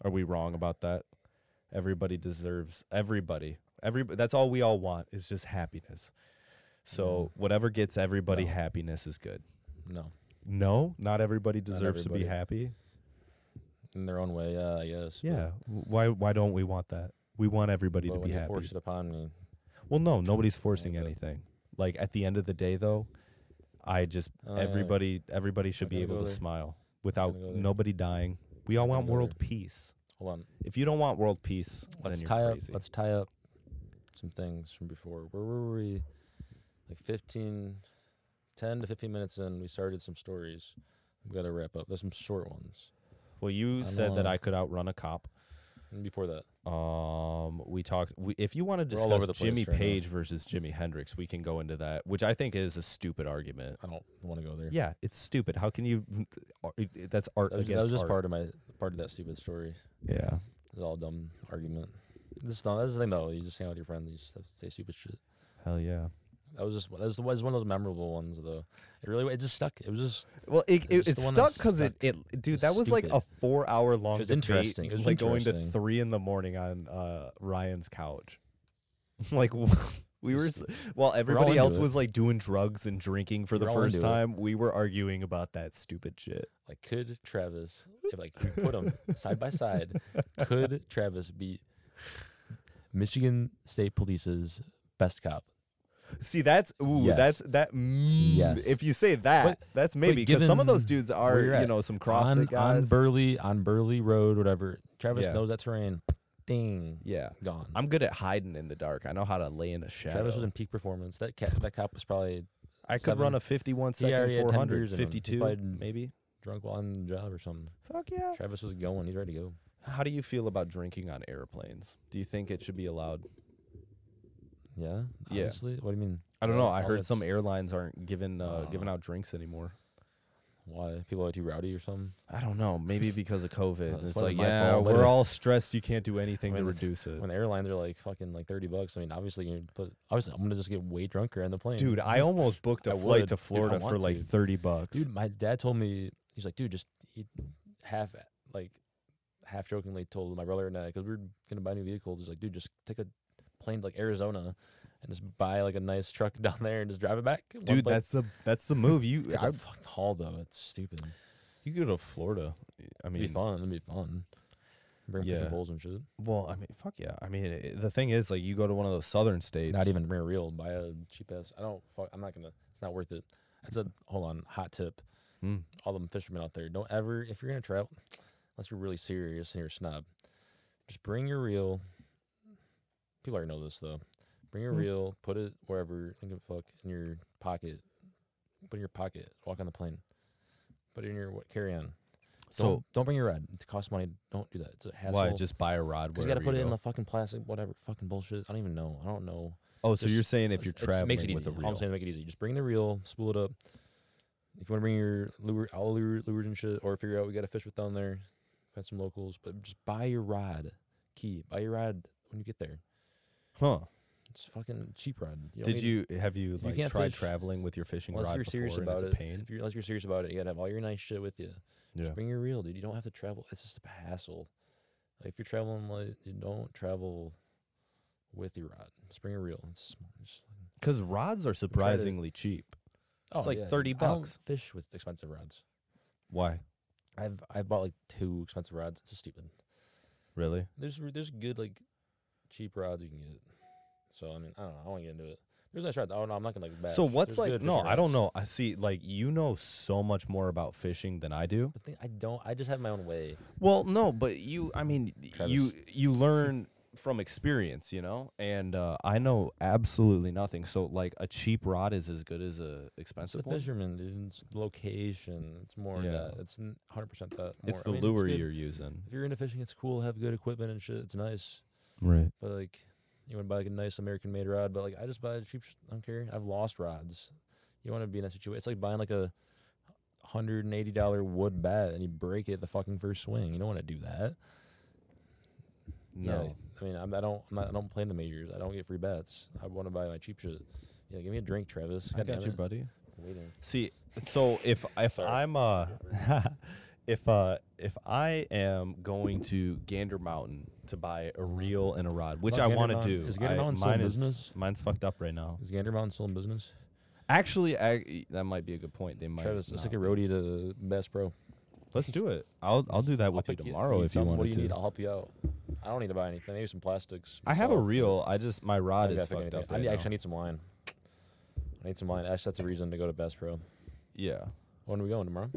A: Are we wrong about that? Everybody deserves everybody. Every that's all we all want is just happiness. So whatever gets everybody
D: No.
A: happiness is good.
D: no,
A: No, not everybody deserves to be
D: everybody.
A: happy.
D: in their own way. Yeah, I guess. but-
A: Yeah. w- Why why don't we want that? We want everybody
D: but
A: to
D: when
A: be
D: you
A: happy.
D: force it upon me,
A: Well, no,
D: [laughs]
A: nobody's forcing
D: but-
A: anything. Like at the end of the day, though, I just
D: Oh, yeah, yeah.
A: everybody everybody should
D: I'm
A: be
D: gonna
A: able
D: go
A: to
D: there.
A: smile without
D: go there.
A: nobody dying. We all
D: gonna
A: want
D: go
A: world peace.
D: hold on.
A: If you don't want world peace,
D: Let's
A: then you're
D: tie up.
A: crazy.
D: Let's tie up some things from before. Where were we? Like 15, 10 to 15 minutes in, we started some stories. We got to wrap up. There's some short ones.
A: well, you
D: I
A: said that
D: know.
A: I could outrun a cop.
D: And before that,
A: Um, we talked. We, if you want to
D: We're all over
A: discuss
D: the place
A: Jimmy
D: right now.
A: Page versus Jimi Hendrix, we can go into that, which I think is a stupid argument.
D: I don't want to go there.
A: Yeah, it's stupid. How can you? ar- That's art
D: that was, that
A: against
D: was just
A: art.
D: part of my part of that stupid story.
A: Yeah.
D: It's all dumb argument. This is dumb. That's the thing though. You just hang out with your friends. You just say stupid shit.
A: Hell yeah.
D: That was just that was, was one of those memorable ones though. It really it just stuck. It was just
A: Well, it,
D: It's
A: it,
D: the
A: it
D: one
A: stuck
D: that
A: because it, it, dude, that was like a
D: stupid.
A: four hour long
D: It was
A: debate,
D: interesting. It was
A: like going to
D: interesting.
A: three in the morning on uh, Ryan's couch. [laughs] like w- we were, s- while everybody
D: into
A: else
D: it.
A: was like doing drugs and drinking for the
D: We're all
A: first
D: into it.
A: time, we were arguing about that stupid shit.
D: like could Travis if like you put [laughs] them side by side, could Travis beat Michigan State Police's best cop?
A: See, that's ooh,
D: Yes.
A: that's that. Mm,
D: Yes.
A: If you say that, that's maybe because some of those dudes are,
D: you're
A: you
D: at,
A: know, some
D: on,
A: CrossFit
D: on
A: guys.
D: Burley on Burley Road, whatever. Travis
A: Yeah.
D: knows that terrain. Ding.
A: yeah,
D: Gone.
A: I'm good at hiding in the dark. I know how to lay in a shadow.
D: Travis was in peak performance. That cat, that cop was probably
A: I could run
D: seven.
A: a 51
D: He
A: second
D: already had 10
A: 400,
D: beers in him. He
A: 52
D: played-
A: maybe.
D: drunk while on the job or something.
A: Fuck yeah.
D: Travis was going. He's ready to go.
A: How do you feel about drinking on airplanes? Do you think it should be allowed?
D: Yeah.
A: Yeah.
D: Obviously. What do you mean?
A: I don't know.
D: Well,
A: I
D: all
A: heard some
D: that's-
A: airlines aren't giving Oh, uh, giving
D: Uh,
A: out drinks anymore.
D: Why people are too rowdy or something?
A: I don't know. Maybe because of COVID.
D: it's
A: it's
D: wasn't
A: like,
D: my
A: yeah,
D: fault,
A: [laughs] we're
D: literally.
A: all stressed. You can't do anything to
D: mean,
A: reduce it.
D: When the airlines are like fucking like thirty bucks, I mean, obviously you're. But obviously, I'm gonna just get way drunker on the plane,
A: Dude, I almost booked a
D: I
A: flight
D: would.
A: to
D: Dude, I
A: Florida for
D: want
A: like
D: to.
A: 30 bucks.
D: Dude, my dad told me he's like, dude, just eat half, like half jokingly told my brother and I because we were gonna buy new vehicles. He's like, dude, just take a plane to like Arizona and just buy like a nice truck [laughs] down there and just drive it back. One
A: Dude,
D: plane-
A: that's the that's the move. You
D: it's
A: I,
D: a fucking haul though. It's stupid. It'd
A: you go to Florida. I mean,
D: be fun. It'd be fun. Bring
A: Yeah.
D: fishing poles and shit.
A: well, I mean, fuck yeah. I mean, it, the thing is, like, you go to one of those southern states.
D: Not even bring a reel. Buy a cheap ass. I don't. Fuck, I'm not gonna. It's not worth it. That's a hold on. Hot tip.
A: Mm.
D: all them fishermen out there, don't ever, if you're gonna travel, unless you're really serious and you're a snob, just bring your reel. People already know this though. Bring your
A: Mm.
D: reel, put it wherever, don't give a fuck, in your pocket. Put it in your pocket. Walk on the plane. Put it in your carry on.
A: So
D: don't, don't bring your rod. It costs money. Don't do that. It's a hassle.
A: why just buy a rod?
D: because you gotta
A: wherever
D: put it in
A: go?
D: the fucking plastic, whatever, fucking bullshit. I don't even know. I don't know.
A: Oh, so
D: Just-
A: you're saying if you're
D: It's- it's-
A: traveling
D: it makes it
A: with
D: easy.
A: a
D: All
A: reel,
D: I'm saying, make it easy. Just bring the reel, spool it up. If you want to bring your lure, all lure, lures and shit, or figure out we got to fish with down there, find some locals. But just buy your rod, key. Buy your rod when you get there.
A: huh?
D: It's fucking cheap rod. don't
A: Did
D: need-
A: you have you
D: you
A: like
D: can't
A: tried
D: fish
A: traveling with your fishing
D: Unless
A: rod
D: you're serious
A: before
D: about
A: and
D: it,
A: it's a pain?
D: if you're, unless you're serious about it, you gotta have all your nice shit with you.
A: Yeah.
D: Just bring your reel, dude. You don't have to travel. It's just a hassle. Like if you're traveling, like you don't travel with your rod. Just bring a reel. It's, it's
A: Because rods are surprisingly cheap.
D: oh,
A: like
D: yeah,
A: 30
D: I don't
A: bucks.
D: fish with expensive rods.
A: Why?
D: I've I bought like two expensive rods. It's just stupid.
A: Really?
D: There's r- there's good like cheap rods you can get. So I mean I don't know. I want to get into it. There's nice rods. Oh no, I'm not gonna like. Bash.
A: So what's
D: There's
A: like?
D: good
A: No,
D: fishing
A: I don't
D: rods.
A: know. I see. Like you know so much more about fishing than I do.
D: But thing, I don't. I just have my own way.
A: Well, no, but you. I mean,
D: [laughs] Travis.
A: you you learn from experience, you know, and uh, I know absolutely nothing. So like a cheap rod is as good as a
D: It's the
A: expensive one.
D: fisherman, dude. It's location. It's more
A: Yeah.
D: that. It's n- 100% that. More.
A: It's
D: I
A: the
D: mean,
A: lure
D: good.
A: you're using,
D: If you're into fishing, it's cool. Have good equipment and shit. It's nice.
A: right?
D: But like, you want to buy like a nice American made rod. But like, I just buy a cheap. Sh- I don't care. I've lost rods. You want to be in that situation. It's like buying like a hundred and eighty dollar wood bat and you break it the fucking first swing. You don't want to do that. Yeah,
A: No,
D: I mean, I'm, I don't. I'm not, I don't play in the majors. I don't get free bets. I want to buy my cheap shit. Yeah, give me a drink, Travis.
A: I
D: God
A: got
D: damn
A: you,
D: it.
A: buddy.
D: Waiting.
A: See, so if if
D: Sorry.
A: I'm uh [laughs] if uh if I am going to Gander Mountain to buy a reel and a rod, which
D: Fuck
A: I
D: Gander
A: want to
D: Mountain.
A: do,
D: Is Gander
A: I-
D: Mountain still in
A: mine
D: business?
A: mine's fucked up right now.
D: Is Gander Mountain still in business?
A: Actually, I, that might be a good point. They might.
D: Travis, let's
A: not
D: take a
A: be.
D: roadie to Best Pro.
A: Let's do it. I'll I'll do that with you
D: pick
A: tomorrow
D: need
A: if you
D: something?
A: want
D: What do you
A: to.
D: need? I'll help you out. I don't need to buy anything. Maybe some plastics.
A: I have a
D: myself.
A: reel. I just my
D: I
A: rod
D: don't
A: is
D: gotta pick
A: fucked
D: anything.
A: up.
D: I
A: Right
D: need,
A: now.
D: actually need some line. I need some line. Ash, that's a reason to go to Best Pro.
A: yeah.
D: When are we going tomorrow?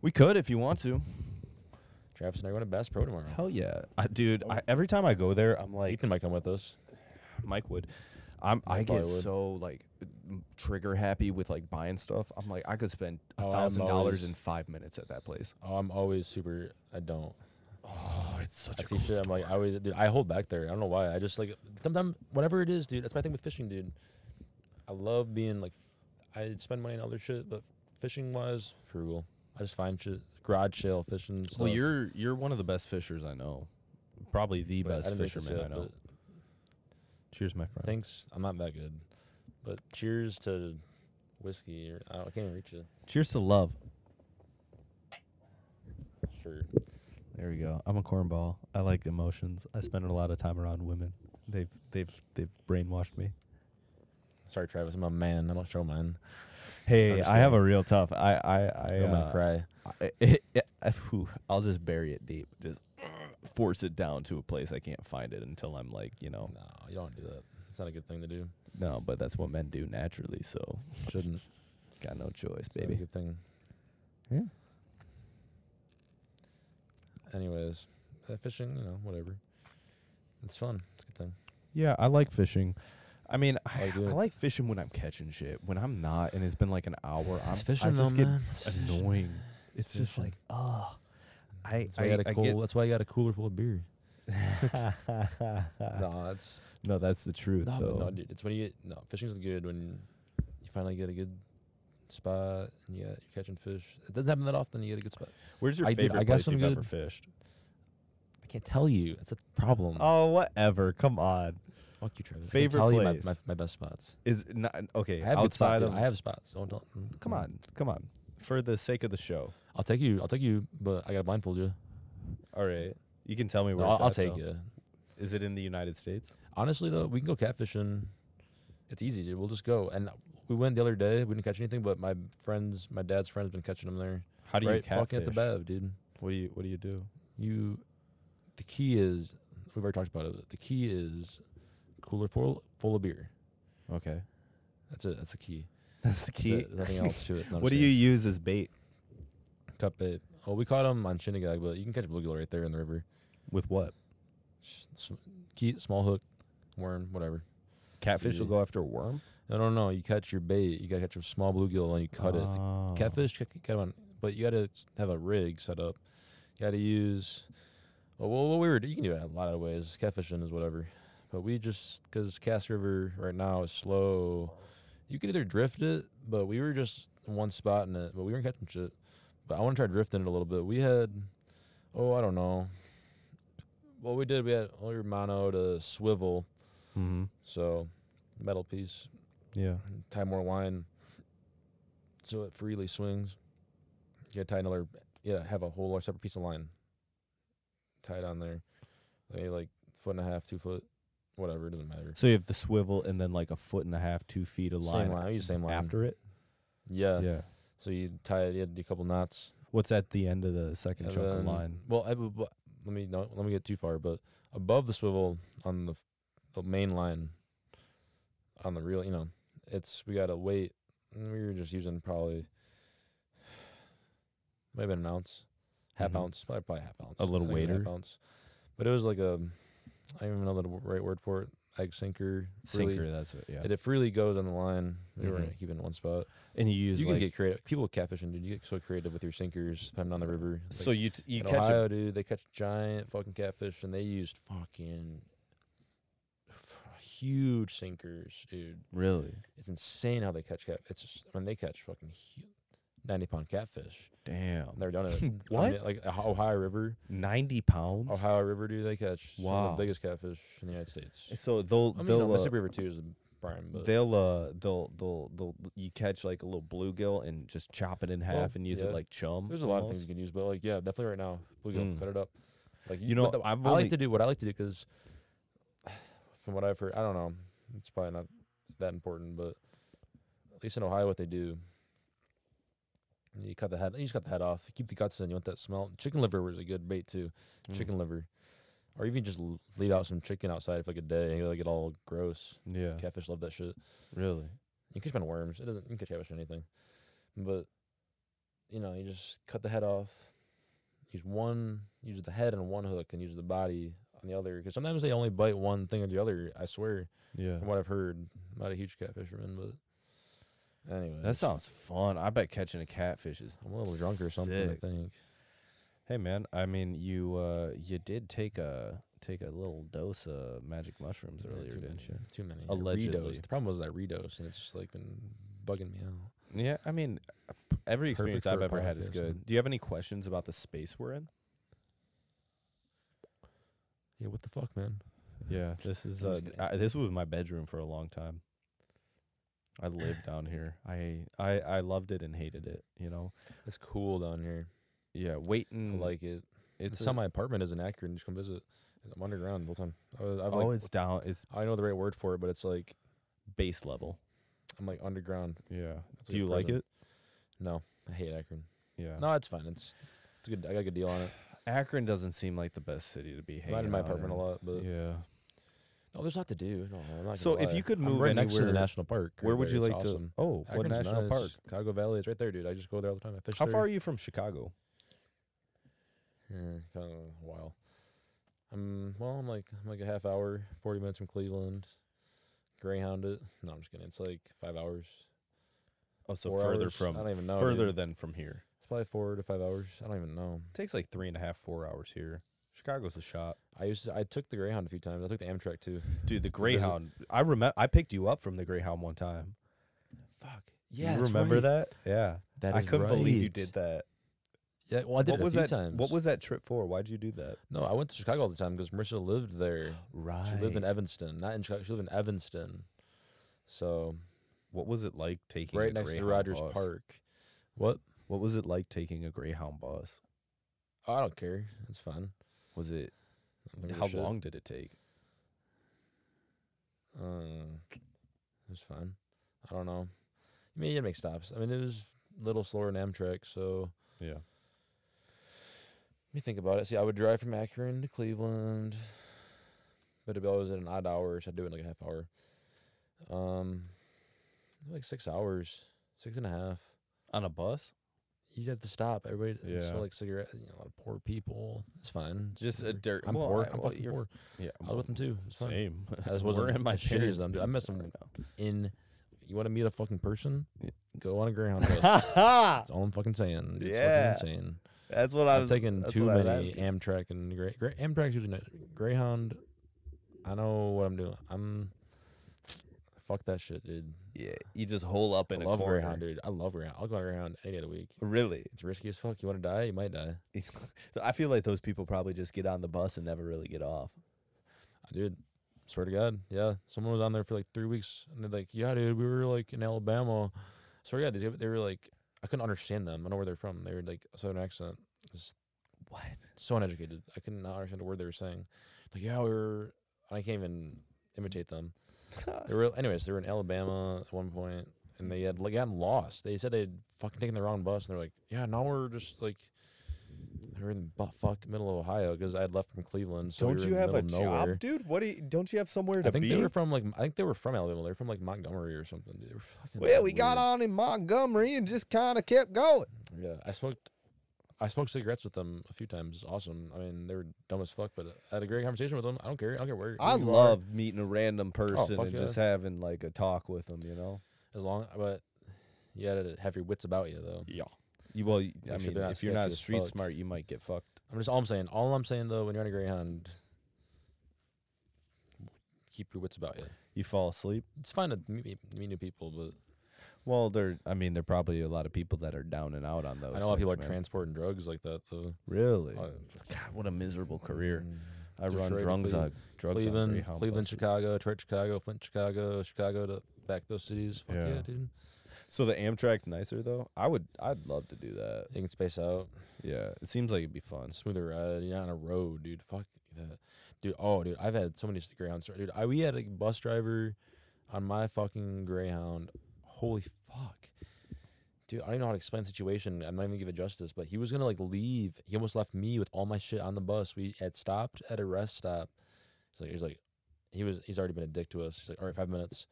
A: We could if you want to.
D: Travis and I are going to Best Pro tomorrow.
A: Hell yeah, I, dude! I, every time I go there, I'm like
D: Ethan might come with us.
A: Mike would. I'm, I
D: probably
A: get
D: would.
A: so like m- trigger happy with like buying stuff. I'm like I could spend
D: Oh,
A: a
D: I'm
A: thousand dollars
D: always-
A: in five minutes at that place.
D: Oh, I'm always super. I don't.
A: Oh, it's such
D: I
A: a
D: see
A: cool
D: shit. I'm like, I always, dude. I hold back there. I don't know why. I just like sometimes whatever it is, dude. That's my thing with fishing, dude. I love being like, I spend money on other shit, but fishing wise, frugal. I just find shit, garage sale fishing. Stuff.
A: Well, you're you're one of the best fishers I know. Probably the
D: Wait, I
A: best
D: didn't make this
A: fisherman I
D: up,
A: know.
D: but
A: Cheers, my friend.
D: Thanks. I'm not that good, but cheers to whiskey. Or, I, don't- I can't even reach it.
A: Cheers to love.
D: Sure.
A: There we go. I'm a cornball. I like emotions. I spend a lot of time around women. They've they've they've brainwashed me.
D: Sorry, Travis. I'm a man. I'm a showman.
A: Hey,
D: just
A: I have a
D: kidding.
A: real tough. I I I.
D: Yeah.
A: Uh,
D: cry.
A: I [laughs] it, it, I- whew, I'll just bury it deep. Just [clears throat] force it down to a place I can't find it until I'm like, you know,
D: No, you don't do that. It's not a good thing
A: [laughs]
D: to do.
A: no. But that's what men do naturally. So
D: Shouldn't.
A: got no choice,
D: It's not a
A: baby.
D: good thing.
A: Yeah.
D: Anyways, uh, fishing, you know, whatever. It's fun. It's a good thing.
A: Yeah, I like fishing. I mean, I,
D: like
A: [sighs] I
D: doing it.
A: like fishing when I'm catching shit. When I'm not, and it's been like an hour, I'm I just get annoying. It's, just
D: fishing.
A: like, oh, I
D: That's why,
A: I,
D: you got a
A: I
D: cool,
A: get.
D: that's why you got a cooler full of beer.
A: [laughs] no.
D: no, it's
A: that's the truth
D: no,
A: though.
D: but no, dude. It's when you get no fishing's good when you finally get a good spot and you got, you're catching fish. It doesn't happen that often. You get a good spot.
A: Where's your
D: I did-
A: favorite
D: I got
A: place
D: some
A: you've
D: good-
A: ever fished?
D: I can't tell you. It's a problem.
A: Oh, whatever. Come on.
D: Fuck you, Travis. I can't
A: favorite
D: tell You
A: place.
D: my, my, my best spots.
A: Is it not okay.
D: I have good spot,
A: outside
D: dude.
A: of
D: I have spots. Don't tell. mm,
A: Come on, come on. For the sake of the show.
D: I'll take you. I'll take you, but I gotta blindfold you.
A: All right. You can tell me
D: No,
A: where
D: I'll,
A: it's
D: I'll
A: at,
D: take
A: though.
D: you.
A: Is it in the United States?
D: Honestly though, we can go catfishing. It's easy, dude. We'll just go. And we went the other day. We didn't catch anything, but my friends, my dad's friends, been catching them there.
A: How do you
D: right,
A: catfish?
D: fucking at the Bev, dude.
A: What do you What do you do?
D: You, the key is we've already talked about it. The key is cooler full full of beer.
A: Okay,
D: That's it. That's the key.
A: [laughs] that's the
D: That's
A: key.
D: it. Nothing else to
A: [laughs]
D: it. No, I'm
A: what
D: just
A: do you use as bait?
D: kidding. cup bait? Oh, we caught them on Shinnecock, but you can catch bluegill right there in the river.
A: With what?
D: S- s- Key, small hook, worm, whatever.
A: Catfish will
D: Easy.
A: go after a worm.
D: No, no, no. You catch your bait. You gotta catch a small bluegill and you cut it.
A: Oh.
D: catfish ca- kind of on, but you gotta s- have a rig set up. You gotta use. Well, well, what we were you can do it a lot of ways. Catfishing is whatever, but we just because Cass River right now is slow. You could either drift it, but we were just in one spot in it, but we weren't catching shit. But I want to try drifting it a little bit. We had, oh, I don't know. What we did, we had only your mono to swivel,
A: Mm-hmm.
D: so metal piece,
A: Yeah.
D: tie more line so it freely swings. You gotta tie another, yeah, have a whole other separate piece of line tied on there. They like foot and a half, two foot, whatever, it doesn't matter.
A: So you have the swivel and then like a foot and a half, two feet of line,
D: Same line, I use same line.
A: after it.
D: Yeah.
A: yeah.
D: So you tie it, you had to do a couple knots.
A: What's at the end of the second
D: and
A: chunk of
D: then-
A: line?
D: Well, I, bu- bu- let me no, let me get too far, but above the swivel on the f- the main line on the reel, you know, it's we got to weight. and We were just using probably maybe an ounce, half
A: Mhm.
D: ounce, probably, probably half ounce,
A: A little
D: I think it was
A: weighter.
D: half ounce. But it was like a I don't even know the w- right word for it. Egg sinker. really-
A: Sinker, that's what, yeah.
D: And if really goes on the line, we were
A: Mhm.
D: gonna keep it in one spot.
A: And you use
D: You can
A: like
D: get creative. People catfishing, dude. You get so creative with your sinkers, depending on the river. Like,
A: so you t- you
D: in
A: catch
D: Ohio,
A: a,
D: dude. They catch giant fucking catfish, and they used fucking f- huge sinkers, dude.
A: really
D: It's insane how they catch cat. It's just when they catch fucking hu- ninety pound catfish. I've
A: damn [laughs]
D: never done it. I mean,
A: What?
D: like the Ho- Ohio River,
A: ninety pounds.
D: Ohio River, dude. They catch some
A: Wow.
D: of the biggest catfish in the United States.
A: So they'll
D: I mean, no,
A: they'll uh,
D: Mississippi River too is the prime, but
A: they'll uh they'll they'll they'll you catch like a little bluegill and just chop it in half
D: Well,
A: and use
D: yeah.
A: it like chum.
D: there's a lot of things
A: almost?
D: you can use. But like, yeah, definitely right now, bluegill,
A: Mm-hmm. Mm.
D: cut it up. Like
A: You know,
D: but the-
A: I've
D: I
A: only-
D: like to do what I like to do because, [sighs] from what I've heard, I don't know, it's probably not that important, but at least in Ohio, what they do, you cut the head, you just cut the head off, keep the guts in. You want that smell. Chicken liver was a good bait too,
A: Mm.
D: chicken liver, or even just l- leave out some chicken outside for like a day and like get all gross.
A: Mm-hmm. Yeah,
D: Catfish love that shit.
A: really.
D: You can catch 'em on worms. It doesn't. You can catch catfish on anything, but you know, you just cut the head off. Use one. Use the head on one hook and use the body on the other. Because sometimes they only bite one thing or the other. I swear,
A: Yeah,
D: from what I've heard, I'm not a huge catfisherman, but anyway,
A: that sounds fun. I bet catching a catfish is.
D: I'm a little drunk or something.
A: sick.
D: I think.
A: Hey man, I mean you uh you did take a take a little dose of magic mushrooms
D: Yeah,
A: earlier,
D: too many,
A: didn't you?
D: Too many. I
A: Allegedly.
D: Redosed. The problem was that I redosed, and it's just like been bugging me out.
A: Yeah, I mean every
D: Perfect
A: experience
D: for
A: I've
D: a
A: ever had is
D: podcast,
A: good.
D: man.
A: Do you have any questions about the space we're in?
D: Yeah, what the fuck, man?
A: Yeah, this is
D: I'm
A: uh,
D: just kidding.
A: I, this was my bedroom for a long time. I lived
D: [sighs]
A: down here. I I I loved it and hated it. You know.
D: It's cool down here.
A: Yeah,
D: I
A: waiting
D: like it.
A: it's
D: It's
A: a,
D: how my apartment is in Akron. Just come visit. I'm underground the whole time. I, was- I've
A: oh,
D: like,
A: it's down. It's
D: I know the right word for it, but it's like
A: base level.
D: I'm like underground.
A: Yeah.
D: It's
A: Do you like
D: prison.
A: it?
D: No, I hate Akron.
A: Yeah.
D: No, it's fine. It's it's good. I got a good deal on it.
A: Akron doesn't seem like the best city to be.
D: I'm not in
A: hanging
D: my
A: out
D: apartment a
A: in.
D: lot, but
A: Yeah.
D: no, there's a lot to do. No, I'm not gonna
A: So if
D: lie.
A: you could
D: I'm
A: move
D: right next to the
A: anywhere,
D: national park, right
A: Where would
D: there,
A: you
D: it's
A: like
D: awesome.
A: to? Oh, what
D: Akron's
A: national
D: nice.
A: park?
D: Chicago Valley. It's right there, dude. I just go there all the time. I fish.
A: How
D: there.
A: far are you from Chicago?
D: Yeah, kind of a while. I'm well. I'm like I'm like a half hour, forty minutes from Cleveland. Greyhound it. No, I'm just kidding. It's like five hours.
A: Oh, so
D: Four
A: further
D: hours? I
A: from.
D: don't even know,
A: Further
D: dude.
A: than from here.
D: It's probably four to five hours. I don't even know.
A: takes like three and a half, four hours here. Chicago's a shot,
D: I used to, I took the Greyhound a few times. I took the Amtrak too.
A: dude. The Greyhound. I remember. I picked you up from the Greyhound one time.
D: Fuck.
A: you remember that? Yeah.
D: That
A: I
D: is
A: couldn't believe you
D: right.
A: did that.
D: Yeah, well, I did
A: what
D: it a
A: was
D: few
A: that?
D: times.
A: What was that trip for? Why'd you do that?
D: No, I went to Chicago all the time because Marissa lived there.
A: Right.
D: She lived in Evanston, not in Chicago. She lived in Evanston, so
A: What was it like taking
D: right
A: a
D: next to
A: Greyhound
D: Rogers
A: bus?
D: Park. What?
A: What was it like taking a Greyhound bus?
D: Oh, I don't care. It's fun.
A: Was it
D: I don't give a
A: how
D: shit.
A: long did it take?
D: Um, it was fun. I don't know. I mean, you had to make stops. I mean, it was a little slower than Amtrak, so
A: Yeah.
D: let me think about it. See, I would drive from Akron to Cleveland, but it'd be always at an odd hour, so I'd do it in like a half hour. Um, like six hours, six and a half.
A: On a bus?
D: You have to stop. Everybody yeah.
A: Yeah.
D: smell like cigarette. You know, a lot of poor people. It's fine. It's
A: Just a
D: whatever.
A: dirt-
D: I'm
A: well,
D: poor.
A: I-
D: I, am
A: well,
D: fucking
A: you're
D: poor.
A: Yeah.
D: I was with them too. It's fine.
A: Same. [laughs]
D: I just
A: We're
D: wasn't
A: in my
D: as shitty
A: parents'
D: as them, dude. I met
A: basement
D: some in you want to meet a fucking person
A: Yeah.
D: go on
A: [laughs]
D: a greyhound
A: right
D: bus
A: now.
D: that's all i'm fucking saying it's
A: Yeah.
D: fucking insane
A: That's what
D: i
A: I
D: have
A: was
D: taken
A: that's
D: too
A: what I was
D: many
A: asking.
D: amtrak and Grey, Grey, amtrak's usually nice. greyhound i know what i'm doing i'm fuck that shit dude
A: Yeah, you just hole up in
D: i
A: a
D: love
A: corner.
D: greyhound dude i love greyhound i'll go on greyhound any day of the week
A: Really?
D: it's risky as fuck you want to die you might die
A: So I feel like those people probably just get on the bus and never really get off.
D: dude swear to god yeah someone was on there for like three weeks and they're like yeah dude we were like in alabama swear to god they, they were like i couldn't understand them i don't know where they're from they were like a southern accent just
A: What?
D: so uneducated i could not understand a word they were saying like yeah we were i can't even imitate them
A: [laughs]
D: they were anyways they were in alabama at one point and they had like gotten lost they said they'd fucking taken the wrong bus and they're like yeah now we're just like they were in the bu- fuck middle of ohio because i had left from cleveland so we
A: don't
D: were
A: you
D: in the
A: have a
D: middle of nowhere.
A: job, dude? What do you, don't you have somewhere to
D: I think
A: be?
D: they were from like I think they were from Alabama. They were from like Montgomery or something. Dude. They were fucking.
A: well, we got
D: weird.
A: on in Montgomery and just kind of kept going.
D: Yeah, I smoked I smoked cigarettes with them a few times. Awesome. I mean, they were dumb as fuck, but I had a great conversation with them. I don't care. I don't care where.
A: I
D: who you are,
A: love meeting a random person
D: fuck
A: and
D: yeah.
A: just having like a talk with them. You know,
D: as long, but you had to have your wits about you though.
A: yeah. You, well, y- I
D: Make sure
A: mean,
D: they're not
A: if you're
D: sketchy
A: not
D: as
A: street
D: fuck.
A: smart, you might get fucked.
D: I'm just all I'm saying. All I'm saying though, when you're on a Greyhound, keep your wits about you.
A: You fall asleep.
D: It's fine to meet, meet- meet new people, but
A: Well, there. I mean, there are probably a lot of people that are down and out on those.
D: I know a lot of people are
A: things, man.
D: transporting drugs like that though.
A: Really?
D: Uh,
A: Oh, God, what a miserable career.
D: Mm.
A: I run
D: Detroit to
A: drugs
D: Cleve-
A: on drugs on
D: Cleveland,
A: Greyhound
D: Cleveland,
A: buses.
D: Chicago, Detroit, Chicago, Flint, Chicago, Chicago to back those cities. Fuck yeah,
A: Yeah.
D: dude.
A: So the Amtrak's nicer though. I would. I'd love to do that.
D: You can space out,
A: Yeah, it seems like it'd be fun.
D: smoother ride. You're not on a road, dude. Fuck that, dude. Oh, dude, I've had so many s- Greyhounds. Dude, I we had a bus driver on my fucking Greyhound. Holy fuck. Dude, I don't even know how to explain the situation. I'm not even gonna give it justice, but he was gonna like leave. He almost left me with all my shit on the bus. We had stopped at a rest stop. He's like, he's like, he was, he's already been a dick to us. He's like, all right, five minutes.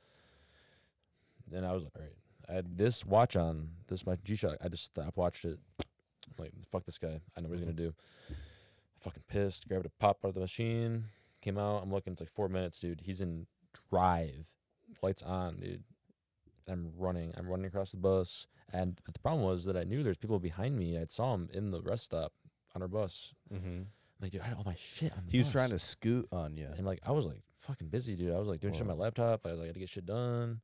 D: Then I was like, all right, I had this watch on, this my G Shock. I just stop watched it. I'm like, fuck this guy. I know what he's gonna do. Fucking pissed. Grabbed a pop out of the machine. Came out. I'm looking. It's like four minutes, dude. He's in drive. Lights on, dude. I'm running. I'm running across the bus. And but the problem was that I knew there's people behind me. I saw him in the rest stop on our bus.
A: Mm-hmm.
D: Like, dude, I had all my shit on the
A: He was
D: bus.
A: trying to scoot on you.
D: And like I was like fucking busy, dude. I was like doing shit on my laptop. I was like, I had to get shit done.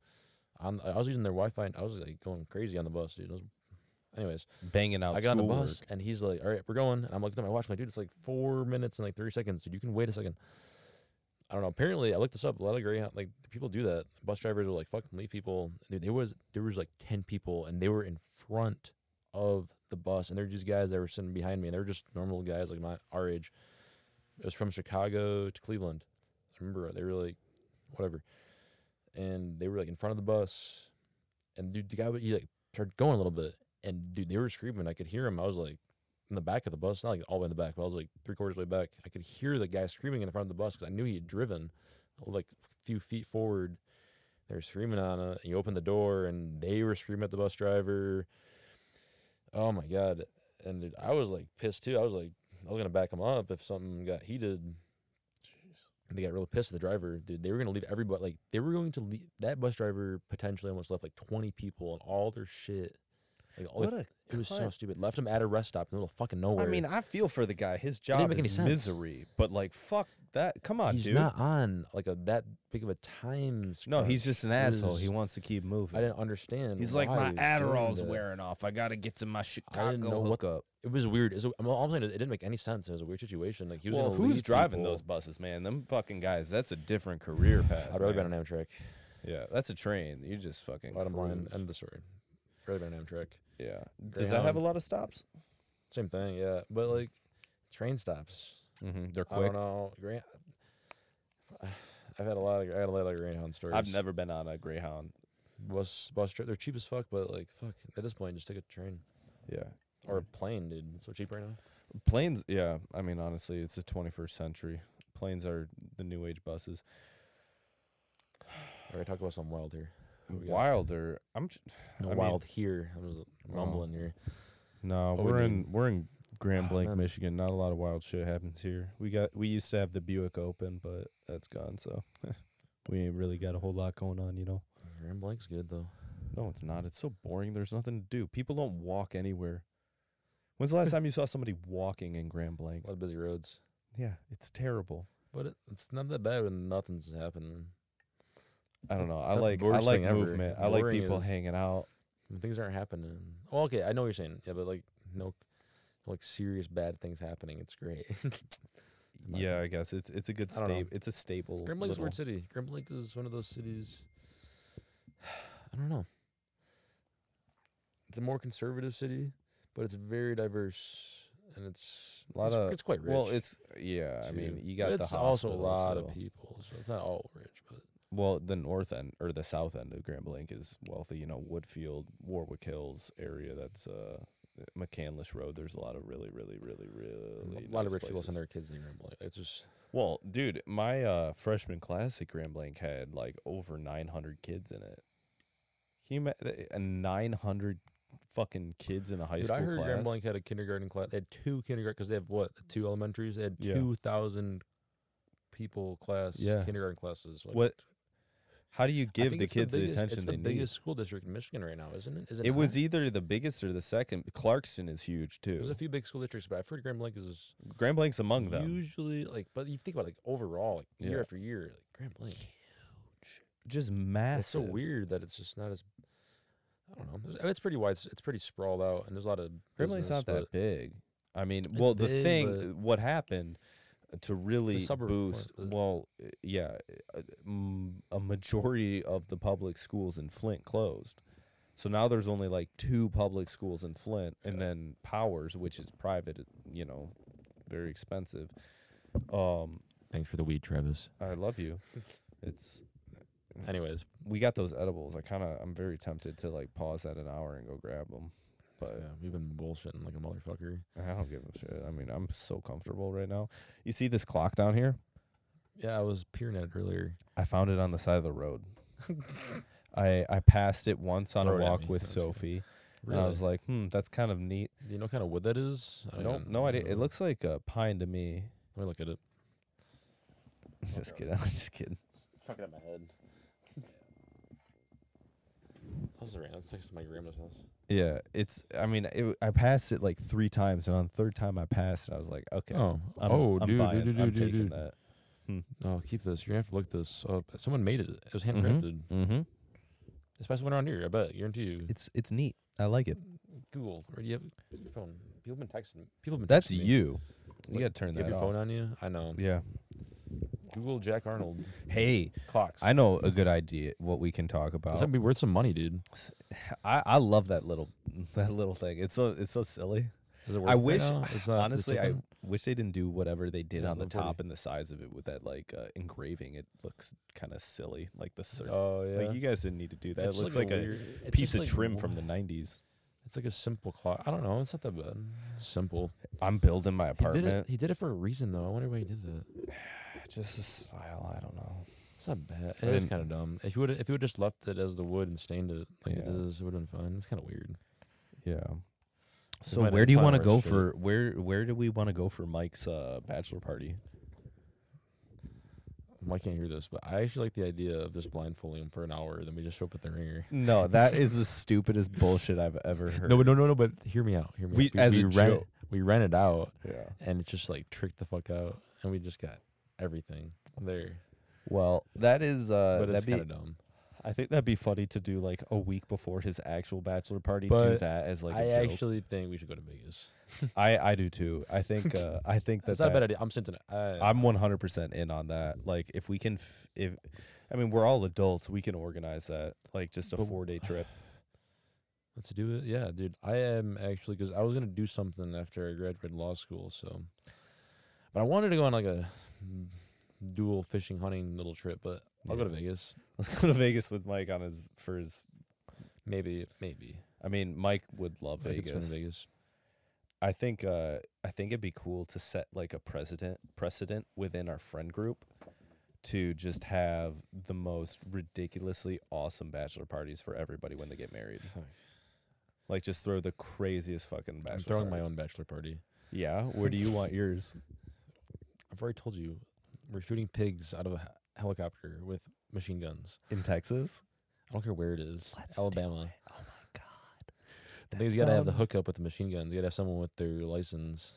D: I'm, I was using their Wi-Fi. And I was like going crazy on the bus, dude. It was- anyways,
A: banging out.
D: I got on the
A: schoolwork.
D: bus and he's like, "All right, we're going." And I'm looking at my watch. I'm like, dude, it's like four minutes and like thirty seconds. Dude, you can wait a second. I don't know. Apparently, I looked this up. A lot of Greyhound, like people do that. Bus drivers will like fucking leave people. Dude, there was there was like ten people and they were in front of the bus and they're just guys that were sitting behind me and they were just normal guys like my our age. It was from Chicago to Cleveland. I remember they were like, whatever, and they were like in front of the bus, and dude, the guy he like started going a little bit, and dude, they were screaming. I could hear him. I was like in the back of the bus, not like all the way in the back, but I was like three quarters way back. I could hear the guy screaming in the front of the bus because I knew he had driven oh, like a few feet forward. They were screaming on it. You opened the door, and they were screaming at the bus driver. Oh my god! And dude, I was like pissed too. I was like, I was gonna back him up if something got heated. They got really pissed at the driver. Dude, they were gonna leave everybody. Like they were going to leave that bus driver potentially almost left like twenty people and all their shit. Like all
A: What
D: their
A: a
D: it was so
A: Cut.
D: stupid. Left him at a rest stop in the middle of fucking nowhere.
A: I mean, I feel for the guy. His job
D: make any
A: is
D: sense.
A: misery, but like, fuck that. Come on,
D: he's
A: dude.
D: not on like a that big of a time.
A: no,
D: crunch.
A: he's just an asshole. He
D: is-
A: wants to keep moving.
D: I didn't understand.
A: He's like,
D: why
A: my
D: he was doing
A: Adderall's
D: that."
A: wearing off. I gotta get to my
D: I
A: Chicago
D: didn't know what
A: hookup.
D: It was weird. It's a- I'm all I'm saying is it didn't make any sense. It was a weird situation. Like he was.
A: well,
D: gonna
A: who's
D: leave
A: driving
D: people.
A: those buses, man? Them fucking guys. That's a different career path.
D: [sighs] I'd rather be
A: man.
D: on an Amtrak.
A: Yeah, that's a train. You just fucking.
D: Bottom line,
A: cruise.
D: end of the story. Rather be on an Amtrak.
A: yeah. Does that have
D: Greyhound.
A: a lot of stops?
D: Same thing, yeah. But like, train stops.
A: Mm-hmm. They're
D: I
A: quick.
D: don't know. Grant. I've had a lot of I had a lot of Greyhound stories.
A: I've never been on a Greyhound.
D: bus bus trip. They're cheap as fuck, but like fuck. At this point, just take a train
A: Yeah.
D: or a plane, dude. It's so cheap right now.
A: Planes, yeah. I mean, honestly, it's the 21st century. Planes are the new age buses.
D: All right, talk about something wild here. Who we got?
A: Wilder, I'm. j-
D: No,
A: I mean- oh.
D: wild here. I'm just mumbling here.
A: No,
D: What we
A: we're
D: do?
A: in we're in Grand
D: Ah,
A: Blanc,
D: man.
A: Michigan. Not a lot of wild shit happens here. We got we used to have the Buick Open, but that's gone. So [laughs] we ain't really got a whole lot going on, you know.
D: Grand Blank's good though.
A: No, it's not. It's so boring. There's nothing to do. People don't walk anywhere. When's the [laughs] last time you saw somebody walking in Grand Blanc?
D: A lot of busy roads,
A: Yeah, it's terrible.
D: but it, it's not that bad when nothing's happening.
A: I don't know.
D: It's
A: I
D: not the
A: like I
D: worst
A: like
D: thing ever.
A: movement. I like
D: Boring
A: people
D: is-
A: hanging out.
D: When things aren't happening. Well, okay, I know what you're saying. Yeah, but like no, like serious bad things happening. It's great. [laughs] In my
A: Yeah, I guess it's it's a good
D: I don't know.
A: staple. It's a staple.
D: Grand Blake's a weird
A: little-
D: city. Grand Lake is one of those cities. [sighs] I don't know. It's a more conservative city, but it's very diverse and it's
A: Lot
D: it's,
A: of-
D: it's quite rich.
A: Well, it's yeah. I mean,
D: too.
A: you
D: But
A: got the
D: it's also a
A: hospital,
D: lot
A: so-
D: of people, so it's not all rich, but
A: Well, the north end or the south end of Grand Blanc is wealthy. You know, Woodfield, Warwick Hills area. That's uh, McCandless Road. There's a lot of really, really, really, really
D: a lot
A: nice
D: of rich people
A: places.
D: send their kids to Grand Lake. It's just
A: Well, dude, my uh, freshman class at Grand Blanc had like over 900 kids in it. Can you ima- th- a 900 fucking kids in a high
D: Dude,
A: school
D: I heard
A: class.
D: Grand Blanc had a kindergarten class. They had two kindergarten because they have what two elementaries. They had
A: Yeah.
D: two thousand people class
A: Yeah.
D: kindergarten classes. Like,
A: What- How do you
D: I
A: give
D: think
A: the
D: it's
A: kids the,
D: biggest-
A: attention
D: It's
A: they
D: the
A: need?
D: biggest school district in Michigan right now, isn't it? Is it?
A: It
D: not?
A: was either the biggest or the second. Clarkson is huge
D: There's a
A: too.
D: few big school districts, but I've heard Grand Blanc is
A: Grand Blanc's among them.
D: usually like. But you think about like overall, like year
A: Yeah.
D: after year, like Grand Blanc.
A: Just massive.
D: It's so weird that it's just not as. I don't know. There's- I mean, It's pretty wide. It's, pretty sprawled out, and there's a lot of.
A: Grand Blanc's
D: business,
A: not
D: but-
A: that big. I mean, well, the
D: big,
A: thing,
D: but-
A: what happened to really
D: suburb for-
A: boost,
D: uh,
A: well, uh, yeah, uh, m- a majority of the public schools in Flint closed. So now there's only like two public schools in Flint, and then Powers, which is private, uh, you know, very expensive. Um,
D: Thanks for the weed, Travis.
A: I love you. It's
D: Anyways,
A: we got those edibles. I kind of I'm very tempted to like pause at an hour and go grab them, but
D: yeah, we've been bullshitting like a motherfucker.
A: I don't give a shit. I mean, I'm so comfortable right now. You see this clock down here?
D: Yeah, I was peering at it earlier.
A: I found it on the side of the road. I I passed it once on
D: Throw it
A: a
D: at
A: walk
D: me.
A: with
D: That's good.
A: Sophie,
D: Really?
A: and
D: Oh,
A: I was like, hmm, that's kind of neat.
D: Do you know what kind of wood that is? I
A: no,
D: don't-
A: no
D: I
A: idea.
D: don't
A: It
D: know.
A: looks like a pine to
D: [laughs]
A: me.
D: Let me look at it.
A: just kidding. I was just kidding.
D: Chuck it at my [laughs] head. How's the rain? That's next to my grandma's house.
A: Yeah, it's. I mean, it, I passed it like three times, and on the third time I passed, it, I was like, okay,
D: Oh,
A: I'm,
D: oh,
A: I'm
D: dude,
A: buying,
D: dude, dude,
A: I'm
D: dude,
A: taking
D: dude.
A: that.
D: Oh, keep this. You're gonna have to look this up. Someone made it. It was
A: Mhm.
D: handcrafted.
A: Mm-hmm.
D: It's by someone around here. I bet. Guarantee you.
A: It's it's neat. I like it.
D: Google. Or do you have your phone? People have been texting. People have been.
A: That's
D: texting me.
A: you. You
D: What-
A: gotta turn
D: Do
A: that
D: you have your
A: off.
D: phone on you? I know.
A: Yeah.
D: Google
A: [laughs]
D: Jack Arnold
A: Hey,
D: clocks.
A: I know a good idea. What we can talk
D: That's
A: about.
D: gonna be worth some money, dude.
A: I, I love that little [laughs] that little thing. It's so it's so silly.
D: Does it work
A: I
D: right
A: wish
D: now? Is that the
A: honestly I
D: token?
A: wish they didn't do whatever they did
D: Yeah,
A: on the
D: nobody-
A: top and the sides of it with that like uh, engraving. It looks kind of silly, like the circle.
D: Oh yeah.
A: Like you guys didn't need to do that.
D: It's
A: it looks
D: like
A: like,
D: a
A: a,
D: weird- it's just
A: piece of
D: like
A: trim
D: wo-
A: from the '90s.
D: It's like a simple clock. I don't know. It's not that bad. Simple.
A: I'm building my
D: He did it.
A: apartment. [sighs]
D: He did it for a reason, though. I wonder why he did that.
A: Just the style. I don't know.
D: It's not bad.
A: I
D: It is
A: didn't-
D: kind of dumb. If you would, if you would just left it as the wood and stained it like it
A: Yeah.
D: is, it would have been fine. It's kind of weird.
A: Yeah.
D: This
A: So
D: might
A: where
D: have
A: do you
D: fun
A: want to
D: or
A: go
D: shit.
A: for where where do we want to go for Mike's uh, bachelor party?
D: I can't hear this, but I actually like the idea of just blindfolding him for an hour, then we just show up at the ringer.
A: No, that is the stupidest bullshit I've ever heard.
D: No, but no, no, no. But hear me out. Hear me
A: We-
D: out.
A: as a
D: we rent,
A: joke.
D: we rent it out,
A: yeah.
D: and it's just like tricked the fuck out, and we just got everything there.
A: Well, that is uh
D: But
A: that'd
D: it's
A: be
D: kind of dumb.
A: I think that'd be funny to do like a week before his actual bachelor party do
D: But
A: that as like
D: I
A: a joke.
D: actually think we should go to Vegas.
A: I I do too. I think
D: [laughs]
A: uh I think that,
D: That's not a
A: that-
D: bad idea. I'm sending it. I-
A: I'm 100% in on that. Like if we can f- if I mean we're all adults, we can organize that like just a
D: But-
A: 4-day trip. [laughs]
D: Let's do it. Yeah, dude. I am actually because I was gonna do something after I graduated law school. So, but I wanted to go on like a mm, dual fishing hunting little trip. But I'll go to
A: Yeah.
D: Vegas.
A: Let's go to Vegas with Mike on his for his
D: Maybe, maybe
A: I mean Mike would love
D: I could swing
A: Vegas.
D: to Vegas.
A: I think uh, I think it'd be cool to set like a precedent precedent within our friend group to just have the most ridiculously awesome bachelor parties for everybody when they get married.
D: Fuck.
A: Like just throw the craziest fucking bachelor.
D: I'm throwing my
A: party.
D: own bachelor party.
A: Yeah, where do you
D: [laughs]
A: want yours?
D: I've already told you we're shooting pigs out of a h- helicopter with machine guns.
A: In Texas?
D: I don't care where it is. Alabama.
A: Oh my god.
D: I think you gotta have the hookup with the machine guns. You gotta have someone with their license.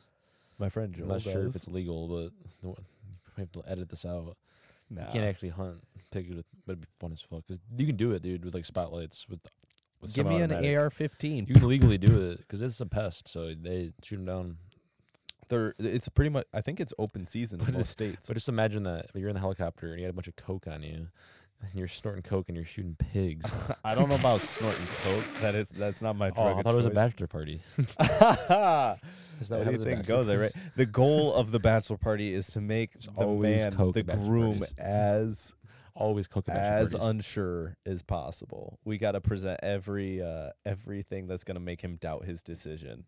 A: My friend Joel
D: I'm not
A: does.
D: sure if it's legal, but [laughs] no, we have to edit this out.
A: nah.
D: You can't actually hunt pigs with, but it'd be fun as fuck. 'cause you can do it, dude, with like spotlights. With, with
A: Give me an
D: semi-automatic. You
A: AR-15.
D: can legally do it because it's a pest, so they shoot them down.
A: They're, it's pretty much. I think it's open season
D: But
A: in most
D: it's-
A: states.
D: So just imagine that you're in the helicopter and you had a bunch of coke on you, [laughs] and you're snorting coke and you're shooting
A: [laughs]
D: pigs.
A: I don't know about snorting coke. That is. That's not my
D: oh,
A: drug.
D: I
A: of
D: thought it was a
A: choice.
D: bachelor party.
A: [laughs]
D: Is that what happens at
A: Anything
D: bachelor
A: goes, I right?
D: parties?
A: The goal of the bachelor party is to make the
D: always
A: man,
D: coke
A: the
D: at bachelor
A: groom,
D: parties. [laughs]
A: as
D: Always coke at
A: as
D: bachelor parties.
A: unsure as possible. We got to present every uh, everything that's gonna make him doubt his decision.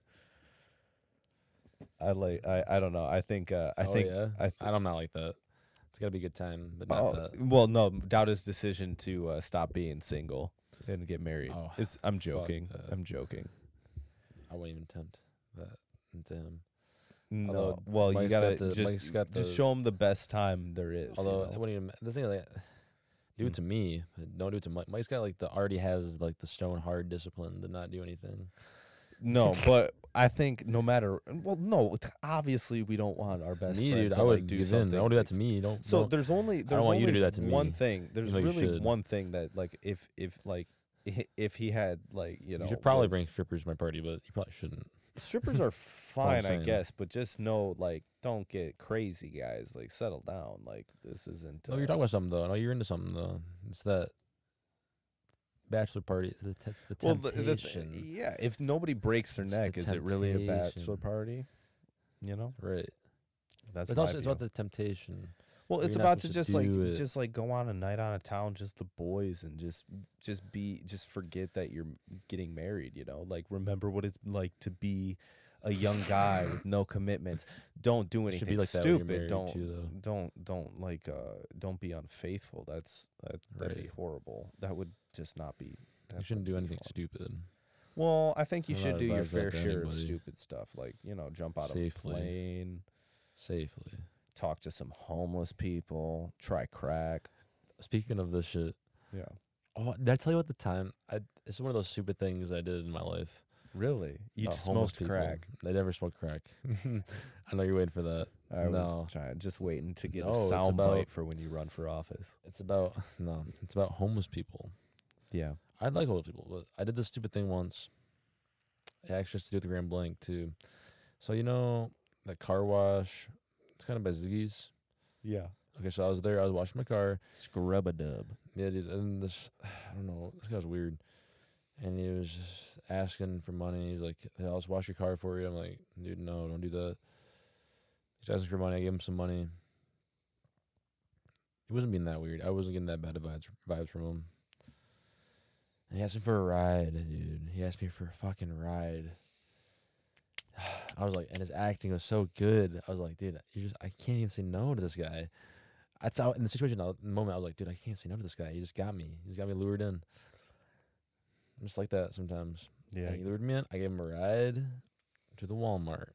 A: I like. I, I don't know. I think. Uh, I
D: oh,
A: think.
D: Yeah?
A: I. Th-
D: I don't not like that. It's gotta be a good time, but not
A: oh,
D: that.
A: well, no. Doubt his decision to uh, stop being single and get married.
D: Oh,
A: it's. I'm joking.
D: that.
A: I'm joking.
D: I wouldn't even tempt that into him.
A: No.
D: Although
A: well, you
D: Mike's
A: gotta
D: got the-
A: just
D: Mike's got
A: just
D: the-
A: show him the best time there is. you
D: Although
A: know?
D: I wouldn't even the thing is like do
A: Hmm.
D: it to me, but don't do it to Mike. Mike's got like the already has like the stone hard discipline to not do anything. [laughs]
A: no, but I think no matter. Well, no, t- obviously we don't want our best.
D: me,
A: friend
D: dude,
A: to,
D: I
A: like,
D: would
A: do
D: give in.
A: something.
D: Don't do that to me. Don't.
A: So
D: don't-
A: there's only there's
D: want
A: only
D: you to do that to
A: one
D: me.
A: thing. There's
D: know you
A: really
D: should.
A: one thing that like if if
D: [laughs]
A: like i- if he had like you know
D: should probably
A: was-
D: bring strippers to my party, but you probably shouldn't.
A: [laughs]
D: [laughs]
A: strippers are
D: all I'm
A: fine I
D: saying.
A: guess, but just know like don't get crazy guys like settle down like this isn't.
D: No, you're
A: uh,
D: talking about something though. No, you're into something though. It's that bachelor party. It's the, t- it's the
A: well, the,
D: temptation.
A: the th- yeah. If nobody breaks their
D: It's the
A: neck, is it really a bachelor
D: temptation.
A: party? You know,
D: right.
A: that's
D: It's
A: my
D: also it's about
A: view.
D: the temptation.
A: well,
D: what
A: it's
D: you're not
A: about to
D: supposed to
A: just like
D: do it.
A: just like go on a night on a town, just the boys, and just just be just forget that you're m- getting married. You know, like remember what it's like to be a young guy with no commitments. Don't do
D: It
A: anything
D: should be like that when you're
A: stupid.
D: married,
A: Don't
D: too, though.
A: don't don't like uh don't be unfaithful. That's that that'd be
D: Right.
A: horrible. That would just not be. That
D: You shouldn't do
A: wouldn't be
D: anything
A: fun.
D: stupid.
A: Well, I think you
D: I'm
A: should
D: not
A: do your
D: advised that
A: fair
D: to
A: share of
D: anybody.
A: stupid stuff, like you know, jump out
D: Safely.
A: of a plane,
D: Safely.
A: talk to some homeless people, try crack.
D: Speaking of this shit,
A: Yeah,
D: oh, did I tell you about the time? I it's one of those stupid things I did in my life.
A: really? You
D: Uh,
A: just
D: homeless
A: smoked
D: people.
A: crack?
D: I never
A: [laughs]
D: smoked crack. I know you're waiting for that.
A: I
D: No.
A: was trying, just waiting to get
D: No,
A: a
D: it's
A: sound bite
D: about-
A: for when you run for office.
D: It's about no. It's about homeless people.
A: Yeah.
D: I like homeless people, but I did this stupid thing once. It actually has to do with the Grand Blanc too. So you know the car wash. It's kind of by Ziggy's.
A: Yeah.
D: Okay, so I was there. I was washing my car.
A: Scrub a dub.
D: Yeah, dude. And this, I don't know. This guy was weird, and he was just asking for money. He's like, hey, "I'll just wash your car for you." I'm like, "Dude, no, don't do that." He's asking for money. I gave him some money. He wasn't being that weird. I wasn't getting that bad of vibes vibes from him. And he asked me for a ride, dude. He asked me for a fucking ride. [sighs] I was like, and his acting was so good. I was like, dude, you just I can't even say no to this guy. That's how in the situation I was- in the moment I was like, dude, I can't say no to this guy. He just got me. He's got me lured in. I'm just like that sometimes.
A: Yeah.
D: And he lured me in. I gave him a ride to the Walmart.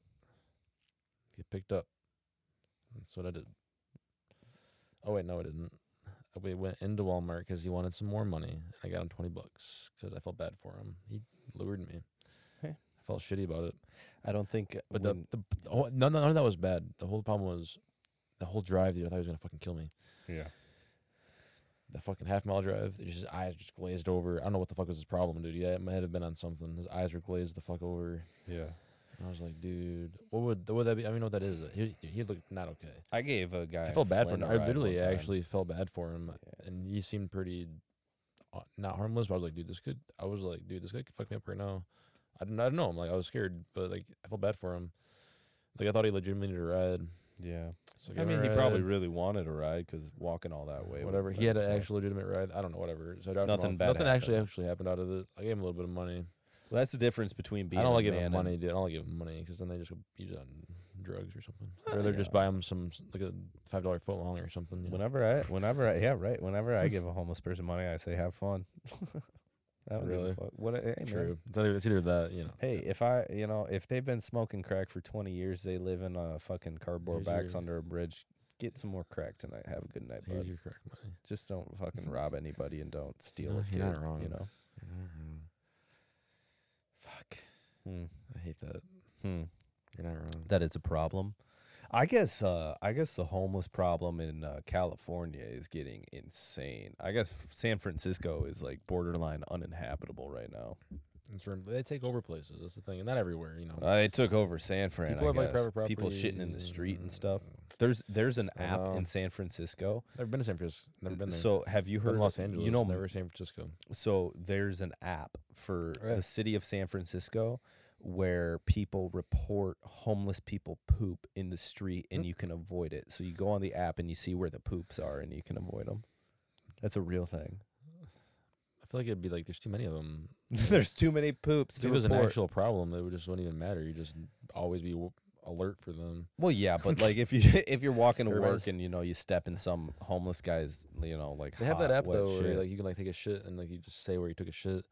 D: Get picked up. That's what I did. Oh wait, no, I didn't. Uh, We went into Walmart because he wanted some more money. I got him twenty bucks because I felt bad for him. He lured me.
A: Hey.
D: I felt shitty about it.
A: I don't think.
D: But
A: when-
D: the, the, the whole, none, none of that was bad. The whole problem was the whole drive, dude. I thought he was gonna fucking kill me.
A: yeah.
D: The fucking half mile drive, it just his eyes just glazed over. I don't know what the fuck was his problem, dude. Yeah, it might have been on something. His eyes were glazed the fuck over.
A: Yeah.
D: And I was like, dude, what would what would that be? I mean, know what that is. He, he looked not okay.
A: I gave a guy.
D: I
A: in
D: felt bad for him.
A: Flint a
D: I
A: ride one
D: literally
A: time.
D: actually felt bad for him,
A: Yeah.
D: and he seemed pretty uh, not harmless. But I was like, dude, this could. I was like, dude, this guy could fuck me up right now. I didn't. I don't know. I'm like, I was scared, but like, I felt bad for him. Like, I thought he legitimately needed a ride.
A: Yeah.
D: So
A: I
D: give him
A: mean,
D: a
A: he probably
D: ride.
A: really wanted a ride because walking all that way. would
D: whatever.
A: have
D: He had
A: been
D: an
A: tough.
D: actual legitimate ride. I don't know. Whatever. So I dropped him
A: Nothing
D: off.
A: bad
D: Nothing actually
A: happened.
D: actually happened out of it. I gave him a little bit of money.
A: Well, that's the difference between being.
D: I don't
A: a
D: like giving
A: man
D: him
A: and- [laughs]
D: money, dude. I don't like giving him money because then they just go use it on drugs or something.
A: Uh,
D: or they
A: yeah.
D: just buy him some s- like a five dollar foot long or something. you know?
A: Whenever I, whenever I, yeah, right. Whenever I give a homeless person money, I say, "Have fun." [laughs] I don't give a
D: Really?
A: fuck. What? Hey, man.
D: True. It's either, it's either that you know.
A: Hey, if I, you know, if they've been smoking crack for twenty years, they live in a fucking cardboard
D: Here's your-
A: box under a bridge. Get some more crack tonight. Have a good night,
D: Here's
A: bud.
D: your crack money.
A: Just don't
D: [laughs]
A: fucking rob anybody and don't steal.
D: No,
A: a
D: you're not
A: kid, You
D: wrong.
A: know. Mm-hmm.
D: Fuck.
A: Hmm.
D: I hate that.
A: Hmm.
D: You're not wrong.
A: that is a problem. I guess uh, I guess the homeless problem in uh, California is getting insane. I guess f- San Francisco is like borderline uninhabitable right now.
D: In terms, they take over places. That's the thing, and not everywhere. You know.
A: Uh, it took over San Fran.
D: People
A: I
D: have, like,
A: guess.
D: private
A: People shitting in the
D: property
A: street and
D: and-
A: stuff. There's there's an
D: I
A: app
D: know.
A: in San Francisco.
D: never been to San Francisco. Never been there.
A: So have you
D: Been
A: heard
D: in
A: of-
D: Los Angeles.
A: You know,
D: never San Francisco.
A: so there's an app for
D: Really?
A: the city of San Francisco where people report homeless people poop in the street
D: Hmm.
A: and you can avoid it. So you go on the app and you see where the poops are and you can avoid them. That's a real thing. [laughs]
D: I feel like it'd be like there's too many of them.
A: there's too many poops
D: If
A: to
D: it was an
A: report.
D: actual problem, it would just wouldn't even matter. You just always be w- alert for them.
A: well, yeah, but like if you [laughs] if you're walking to
D: Everybody's-
A: work and you know you step in some homeless guy's, you know, like
D: They have that
A: hot,
D: app
A: wet
D: though, where
A: shit.
D: like you can like take a shit and like you just say where you took a shit.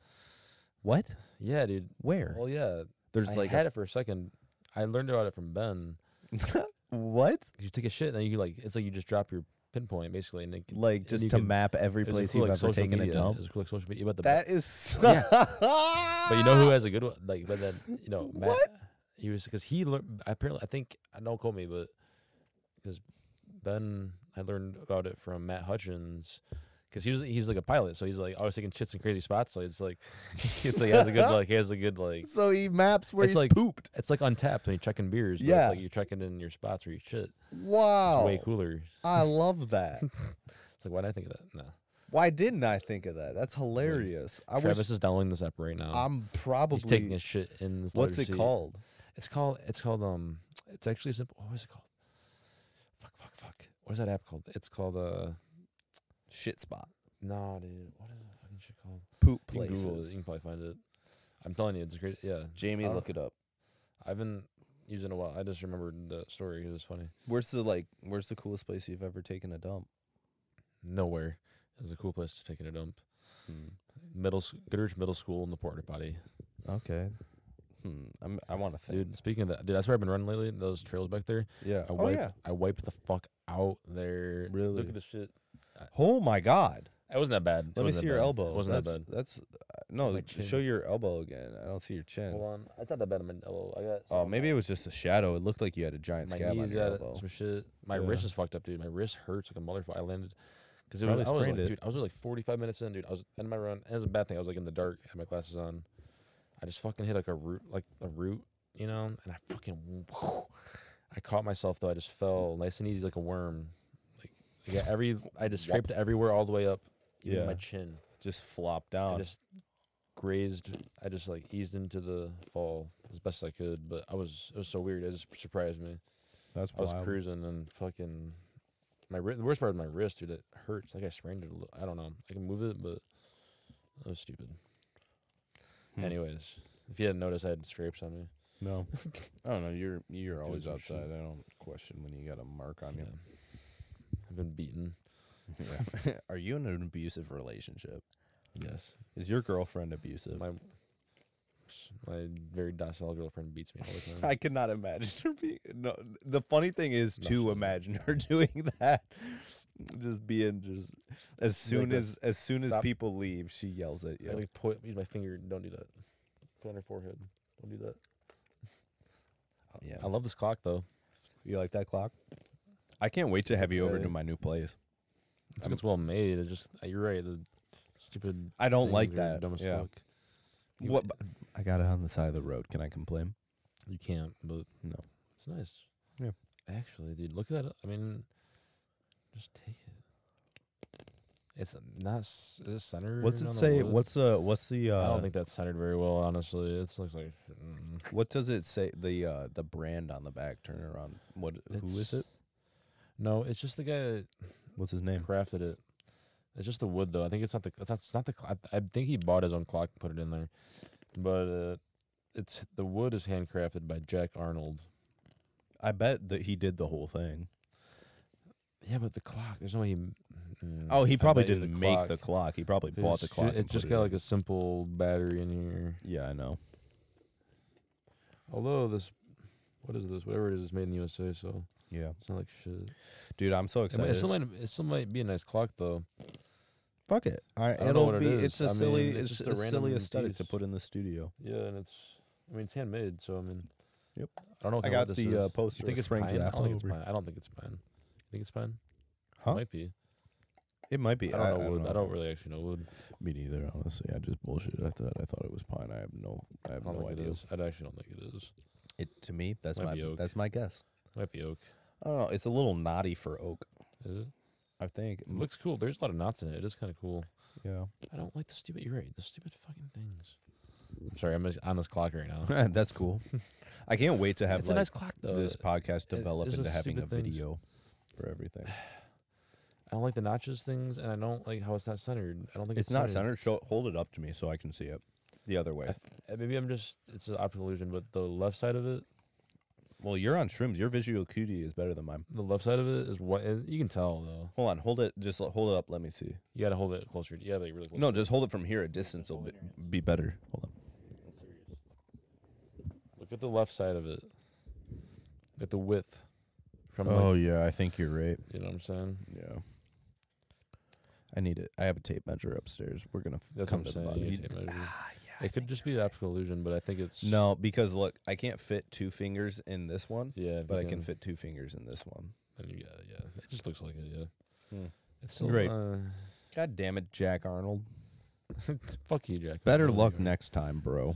A: what?
D: Yeah, dude.
A: Where?
D: Well, yeah.
A: There's
D: I
A: like
D: had it for a second. I learned about it from Ben.
A: a, what?
D: 'Cause You take a shit, and then you like it's like you just drop your pinpoint basically, and it, can-
A: Like
D: and
A: just
D: you
A: to
D: can-
A: map every
D: it's a
A: place
D: cool,
A: you've
D: like,
A: ever
D: social
A: taken
D: media.
A: a dump.
D: It's a cool, like social media, but the
A: That is so
D: Yeah.
A: [laughs]
D: but you know
A: Uh,
D: who has a good one? Like, but then you know Matt. He was because he learned. Apparently, I think I don't quote me, but because Ben, I learned about it from Matt Hutchins. Because he was he's like a pilot, so he's like always taking shits in crazy spots. So it's like [laughs] it's like he has a good like he has a good like
A: So he maps where
D: It's
A: he's
D: like-
A: pooped.
D: it's like untapped when you're checking beers. But
A: Yeah. Oh.
D: it's like you're checking in your spots where you shit. It's
A: Wow.
D: way cooler.
A: I love
D: [laughs]
A: that.
D: It's like why did I think of that? No,
A: Why didn't I think of that? That's hilarious. I
D: Travis
A: wish
D: is downloading this app right now.
A: I'm
D: he's taking
A: probably
D: his shit in this.
A: What's
D: leather
A: it
D: seat.
A: called?
D: It's called. It's called. Um. It's actually simple. What was it called? Fuck. Fuck. Fuck. What is that app called? It's called. Uh.
A: Shit spot.
D: No, dude. What is that fucking shit called?
A: Poop
D: You can Google it.
A: places.
D: You can Oh. probably find it. I'm telling you, it's great. Yeah.
A: Jamie,
D: Huh?
A: look it up.
D: I've been using it a while. I just remembered the story. It was funny.
A: Where's the like? Where's the coolest place you've ever taken a dump?
D: Nowhere is a cool place to take a dump.
A: Hmm.
D: Middle sch- Goodrich Middle School in the porta potty.
A: Okay. Hmm. I'm, I want to think.
D: Dude, speaking of that, dude, that's where I've been running lately. Those trails back there.
A: Yeah.
D: I
A: oh
D: wiped,
A: yeah.
D: I wiped the fuck out there.
A: Really?
D: Look at this shit.
A: Oh my God.
D: It wasn't that bad.
A: Let
D: It
A: me
D: wasn't
A: see
D: that
A: your
D: bad.
A: elbow.
D: It wasn't
A: that's,
D: that bad.
A: That's uh, no.
D: My
A: Show
D: chin.
A: your elbow again. I don't see your chin.
D: Hold on. It's not that bad on my elbow. I got.
A: Oh, maybe it was just a shadow. It looked like you had a giant
D: my
A: scab on
D: knees
A: your
D: got
A: elbow.
D: some shit. My
A: Yeah.
D: wrist is fucked up, dude. My wrist hurts like a motherfucker. I landed because it
A: Probably
D: was. I was like,
A: Oh, sprained it.
D: dude, I was like 45 minutes in, dude. I was in my run. And it was a bad thing. I was like in the dark, had my glasses on. I just fucking hit like a root, like a root, you know. And I fucking, I caught myself though. I just fell nice and easy like a worm. Like I got every, I just scraped everywhere all the way up, even my
A: Yeah.
D: chin.
A: Just flopped
D: I
A: down.
D: just grazed. I just like eased into the fall as best I could, but I was it was so weird. It just surprised me.
A: That's
D: I was
A: wild.
D: cruising and fucking my wrist. The worst part of my wrist, dude, it hurts. Like I sprained it a little. I don't know. I can move it, but that was stupid.
A: Hmm.
D: Anyways, if you hadn't noticed, I had scrapes on me. [laughs]
A: No, I don't know. You're you're always
D: some shit.
A: outside. I don't question when you got a mark on
D: Yeah. I've been beaten.
A: you. [laughs] Are you in an abusive relationship?
D: Yes,
A: Is your girlfriend abusive?
D: my s- my very docile girlfriend beats me all the time.
A: [laughs] I could not imagine her being. No, the funny thing is
D: No,
A: to
D: she-
A: imagine her [laughs] doing that. Just being just as soon
D: a
A: as as soon as
D: stop.
A: people leave, she yells at
D: I
A: you.
D: like point, use my finger. Don't do that. Put it on her forehead. Don't do that. I-
A: Yeah.
D: I love this clock though.
A: You like that clock? I can't wait to have you over
D: okay.
A: to my new place.
D: It's,
A: I'm-
D: it's well made. It just uh, you're right. The stupid.
A: I don't like
D: things are
A: that.
D: Dumb as
A: Yeah.
D: fuck. You-
A: What? b- I got it on the side of the road. Can I complain?
D: You can't, but
A: No.
D: it's nice.
A: Yeah.
D: Actually, dude, look at that. I mean, just take it. It's not. s- Is it centered?
A: What's
D: on
A: it
D: the
A: say?
D: wood?
A: What's uh? What's the?
D: I
A: Uh,
D: don't think that's centered very well. Honestly, it looks like. Mm,
A: What does it say? The uh, the brand on the back. Turn it around. What? who
D: It's-
A: is it?
D: no, it's just the guy that
A: What's his name?
D: crafted it. It's just the wood, though. I think it's not the. That's it's not the. cl- I, I think he bought his own clock and put it in there, but uh, it's the wood is handcrafted by Jack Arnold.
A: I bet that he did the whole thing.
D: Yeah, but the clock. There's no way he. m- mm,
A: Oh,
D: I
A: he probably
D: bet you the
A: didn't make the clock. He probably
D: It
A: bought the
D: just-
A: clock.
D: It
A: and
D: just
A: put
D: got
A: in.
D: like a simple battery in here.
A: Yeah, I know.
D: Although this, what is this? Whatever it is, it's made in the USA, so
A: Yeah,
D: it's not like shit.
A: dude, I'm so
D: It,
A: excited.
D: might, it still might. It still might be a nice clock though.
A: Fuck it. I,
D: don't know
A: it'll
D: what it
A: be.
D: is.
A: it's a
D: I
A: silly.
D: mean,
A: it's
D: it's just a
A: a silly
D: random
A: aesthetic to
D: piece.
A: put in the studio.
D: Yeah, and it's. I mean, it's handmade, so I mean.
A: Yep.
D: I don't know.
A: I
D: kinda what
A: got
D: this
A: the, uh,
D: is.
A: poster
D: You think
A: of
D: it's pine?
A: Frank
D: I don't
A: Zappa
D: think it's
A: over-
D: pine. I don't think it's pine. You think it's pine?
A: Huh?
D: It might be.
A: It might be.
D: I don't know wood. I don't really actually know wood.
A: Me neither. Honestly, I just bullshit. I thought. I thought it was pine. I have no. I
D: I
A: have
D: don't
A: no
D: think it
A: idea.
D: is. I actually don't think it is.
A: It to me. That's
D: Might
A: my.
D: be oak.
A: That's my guess.
D: It might be oak.
A: I don't know. It's a little knotty for oak.
D: Is it?
A: I think.
D: It looks cool. There's a lot of knots in it. It is kind of cool.
A: Yeah. [laughs]
D: I don't like the stupid. You're right. The stupid fucking things. I'm sorry. I'm just on this clock right now.
A: that's
D: [laughs]
A: cool. [laughs] I can't wait to have
D: it's
A: like
D: a nice clock though.
A: this podcast
D: it-
A: develop
D: it's
A: into
D: just
A: having a
D: stupid things.
A: video for everything.
D: I don't like the notches things, and I don't like how it's not centered. I don't think
A: It's,
D: it's,
A: not centered. Show, hold it up to me so I can see it the other way.
D: I Uh, Maybe I'm just. It's an optical illusion, but the left side of it,
A: well, you're on shrooms. Your visual acuity is better than mine.
D: the left side of it is what and you can tell though.
A: Hold on. Hold it. Just l- hold it up. Let me see.
D: You gotta hold it closer. You gotta be really close.
A: No, just hold it from here. A distance will be, be better. Hold on.
D: Look at the left side of it. At the width. From like,
A: Oh yeah, I think you're right.
D: you know what I'm saying?
A: Yeah. I need it. I have a tape measure upstairs. We're gonna f-
D: That's
A: come
D: what
A: to the
D: I'm saying.
A: bottom.
D: you
A: You-
D: need to take measures.
A: Ah, yeah, I
D: it could
A: think
D: just be an optical illusion, but I think it's
A: you're- no, because look, I can't fit two fingers in this one,
D: Yeah, if
A: but
D: you
A: I can fit two fingers in this one.
D: Then you got it. Yeah, it just looks like it. Yeah,
A: Hmm.
D: it's still,
A: Right.
D: Uh,
A: God damn it, Jack Arnold.
D: fuck you, Jack.
A: Better
D: There you
A: luck
D: go.
A: next time, bro.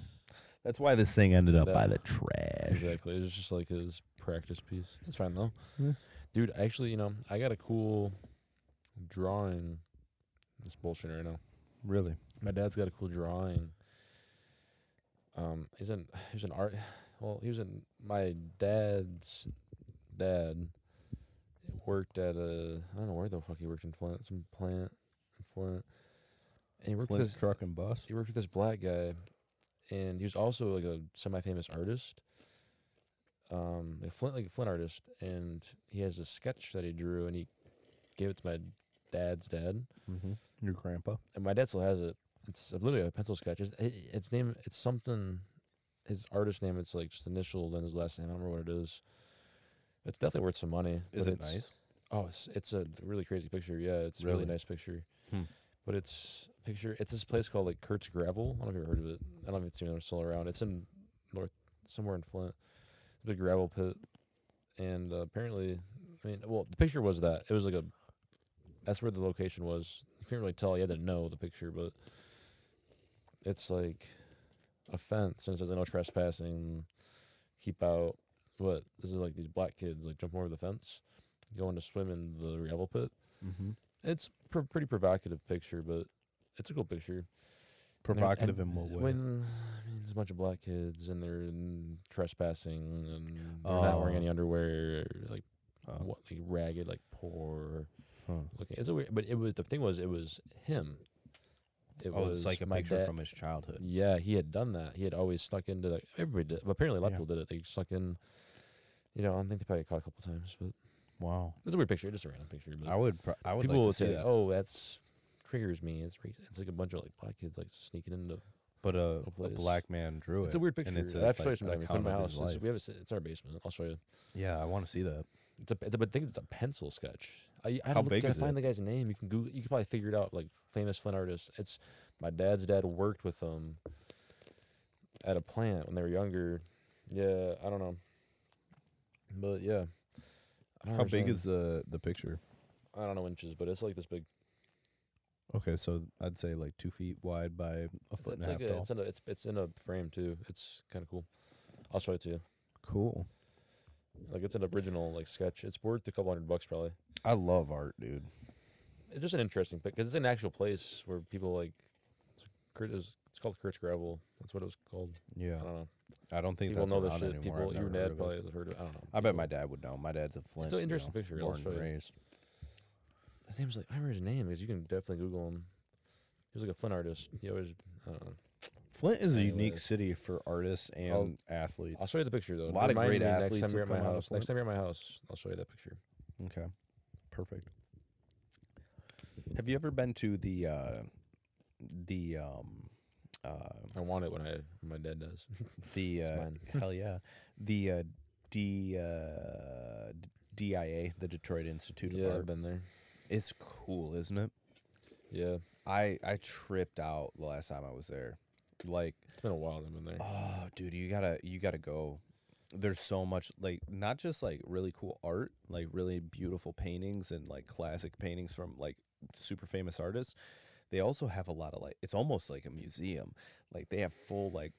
A: That's why this thing ended up
D: That-
A: by the trash.
D: [laughs] Exactly. It was just like his practice piece. It's fine though.
A: Yeah.
D: Dude, actually, you know, I got a cool drawing. It's bullshit right now.
A: Really?
D: My dad's got a cool drawing. Um, he's an he was an art. Well, he was in my dad's dad worked at a I don't know where the fuck he worked in Flint, some plant in Flint. And he worked with
A: Flint's
D: this
A: truck and bus.
D: he worked with this black guy, and he was also like a semi-famous artist, um, a Flint like a Flint artist, and he has a sketch that he drew, and he gave it to my dad's dad,
A: Mm-hmm. Your grandpa.
D: and my dad still has it. It's literally a pencil sketch. It's, it, it's name. It's something. His artist name. It's like just initial, then his last name. I don't remember what it is. It's definitely worth some money.
A: Is
D: but
A: it
D: it's-
A: nice?
D: Oh, it's it's a really crazy picture. Yeah, it's a
A: Really?
D: really nice picture.
A: Hmm.
D: But it's picture. It's this place called like Kurt's Gravel. I don't know if you've ever heard of it. I don't know if it's even still around. It's in north somewhere in Flint. It's a big gravel pit, and uh, apparently, I mean, well, the picture was that it was like a. That's where the location was. You couldn't really tell. You had to know the picture, but it's like a fence and it says no trespassing, keep out. What this is like these black kids like jumping over the fence, going to swim in the gravel pit.
A: Mm-hmm.
D: It's pr- pretty provocative picture, but it's a cool picture. And they're-
A: Provocative
D: and
A: in what way?
D: When I mean, there's a bunch of black kids and they're mm, trespassing and they're not wearing
A: Oh.
D: any underwear, like
A: Oh,
D: what, like ragged, like poor
A: huh.
D: looking. It's a weird, but it was the thing was it was him. It
A: Oh, it's like a
D: my
A: picture
D: dad-
A: from his childhood.
D: Yeah, he had done that. He had always snuck into the everybody did. But apparently, a lot
A: Yeah.
D: of people did it. They snuck in. You know, I think they probably got caught a couple times, but
A: Wow.
D: it's a weird picture. Just a random picture. But
A: I would. Pro- I would.
D: people
A: like
D: will
A: to see
D: say,
A: that.
D: "Oh, that's triggers me." It's re- it's like a bunch of like black kids like sneaking into.
A: but a,
D: a
A: a
D: oh, place.
A: black man drew it.
D: It's a weird picture.
A: And it's
D: I
A: a,
D: have to show you
A: like, an
D: sometime. We put it in my
A: account of
D: house.
A: his
D: It's,
A: life.
D: we have a, s- it's our basement. I'll show you.
A: Yeah, I want to see that.
D: It's a it's a but thing. It's a pencil sketch. I I
A: How
D: don't
A: big
D: gotta
A: is
D: find
A: it?
D: the guy's name. You can Google. You can probably figure it out. Like famous Flint artists. It's my dad's dad worked with them at a plant when they were younger. Yeah, I don't know, but yeah. I don't
A: How big
D: understand.
A: is the the picture?
D: I don't know inches, but it's like this big.
A: Okay, so I'd say like two feet wide by a
D: It's,
A: foot and
D: it's
A: a half
D: like a,
A: tall.
D: it's in a it's it's in a frame too. It's kind of cool. I'll show it to you.
A: Cool.
D: Like it's an original like sketch. It's worth a couple hundred bucks probably.
A: I love art, dude.
D: It's just an interesting pic because it's an actual place where people like. It's, Kurt is, it's called Kurt's Gravel. That's what it was called.
A: Yeah,
D: I don't know.
A: I don't think
D: People
A: that's
D: know this
A: around
D: shit.
A: anymore. I've
D: People, your
A: never heard
D: dad
A: of
D: probably
A: it.
D: has heard of. I don't know.
A: I bet
D: people-
A: my dad would know. My dad's a Flint.
D: an
A: you
D: interesting
A: know,
D: picture, I'll
A: Born
D: show
A: and
D: you.
A: raised.
D: His name's like I remember his name because you can definitely Google him. He was like a Flint artist. He always. I don't know.
A: Flint is a unique
D: Anyways.
A: city for artists and
D: I'll-
A: athletes.
D: I'll show you the picture though.
A: A lot of
D: Remind
A: great
D: me
A: athletes
D: Next time
A: have
D: you're at my
A: come out of
D: house.
A: Flint.
D: Next time you're at my house, I'll show you that picture.
A: Okay. Perfect. Have you ever been to the uh the um uh
D: I want it when I when my dad does.
A: the
D: It's
A: uh,
D: mine.
A: hell yeah. The uh D uh D- DIA, the Detroit Institute of
D: yeah, I've
A: Art.
D: been there.
A: It's cool, isn't it?
D: Yeah,
A: I I tripped out the last time I was there. Like,
D: it's been a while. that I've been there.
A: oh dude, you got to you got to go. There's so much like not just like really cool art, like really beautiful paintings and like classic paintings from like super famous artists. They also have a lot of like it's almost like a museum. Like they have full like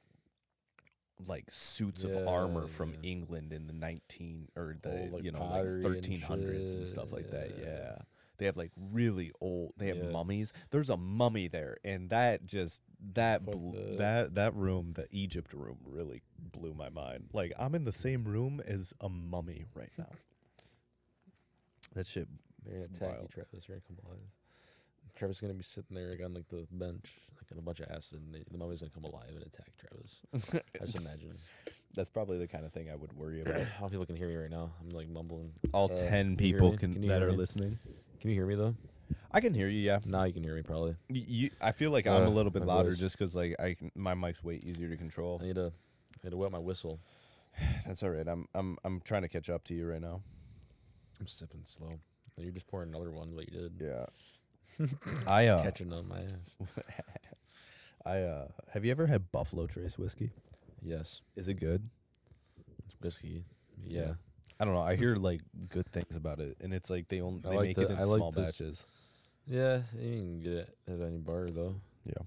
A: like suits of armor
D: Yeah,
A: from
D: yeah.
A: England in the 19 or the
D: Old, like,
A: you know like
D: pottery and
A: 1300s and, stuff like that.
D: shit, yeah.
A: Yeah. They have like really old. They have
D: Yeah.
A: mummies. There's a mummy there, and that just that
D: Fuck
A: blew, that
D: that.
A: that room, the Egypt room, really blew my mind. Like I'm in the same room as a mummy right now. that shit.
D: They're gonna
A: It's
D: attack you,
A: wild.
D: Travis. You're gonna come alive. Travis is gonna be sitting there like, on like the bench, like in a bunch of acid, and the, the mummy's gonna come alive and attack [laughs] Travis. I just [laughs] imagine.
A: That's probably the kind of thing I would worry about.
D: [coughs] How people can hear me right now? I'm like mumbling.
A: All
D: Uh, can
A: ten
D: you hear
A: people
D: me?
A: can,
D: Can you
A: that
D: hear
A: are
D: me?
A: listening.
D: Can you hear me though?
A: I can hear you. Yeah.
D: Now you can hear me probably.
A: Y- You, I feel like I'm a
D: Uh,
A: little bit
D: my
A: louder
D: voice.
A: just because like I can, my mic's way easier to control.
D: I need to. I need to wet my whistle.
A: [laughs] That's all right. I'm I'm I'm trying to catch up to you right now.
D: I'm sipping slow. And You're just pouring another one, what you did.
A: Yeah. I uh
D: Catching on my ass.
A: I uh have you ever had Buffalo Trace whiskey?
D: Yes.
A: Is it good?
D: It's whiskey. Yeah.
A: Yeah. I don't know. I hear like good things about it and it's like they only
D: I
A: they
D: like
A: make it
D: the-
A: in
D: I like
A: small
D: this-
A: batches.
D: Yeah, you can get it at any bar though.
A: Yeah.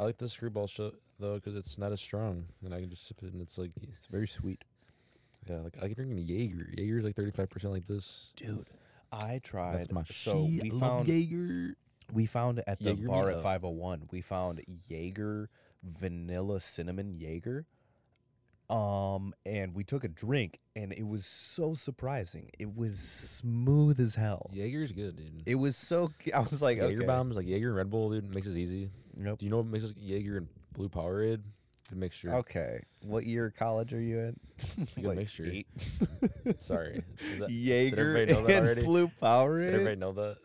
D: I like the screwball shit though because it's not as strong, and I can just sip it, and it's like,
A: It's very sweet.
D: yeah, like I can drink a Jaeger. Jaeger's like thirty five percent like this.
A: Dude, I tried
D: my
A: so
D: shit.
A: we
D: I love
A: found
D: Jaeger.
A: we found at the
D: Jaeger
A: bar
D: me
A: at
D: up.
A: 501. We found Jaeger vanilla cinnamon Jaeger. Um and we took a drink and it was so surprising. It was smooth as hell.
D: Jaeger's good, dude.
A: It was so c- I was like
D: Jaeger
A: okay.
D: bombs like Jaeger and Red Bull, dude, makes it easy.
A: Nope.
D: Do you know what makes us Jaeger and Blue Powerade? Good mixture.
A: Okay. What year of college are you in? [laughs]
D: a good mixture. [laughs] Sorry. Is
A: [laughs]
D: that- did
A: Jaeger
D: everybody know that
A: and
D: already?
A: Blue
D: Did
A: Powerade.
D: everybody know that?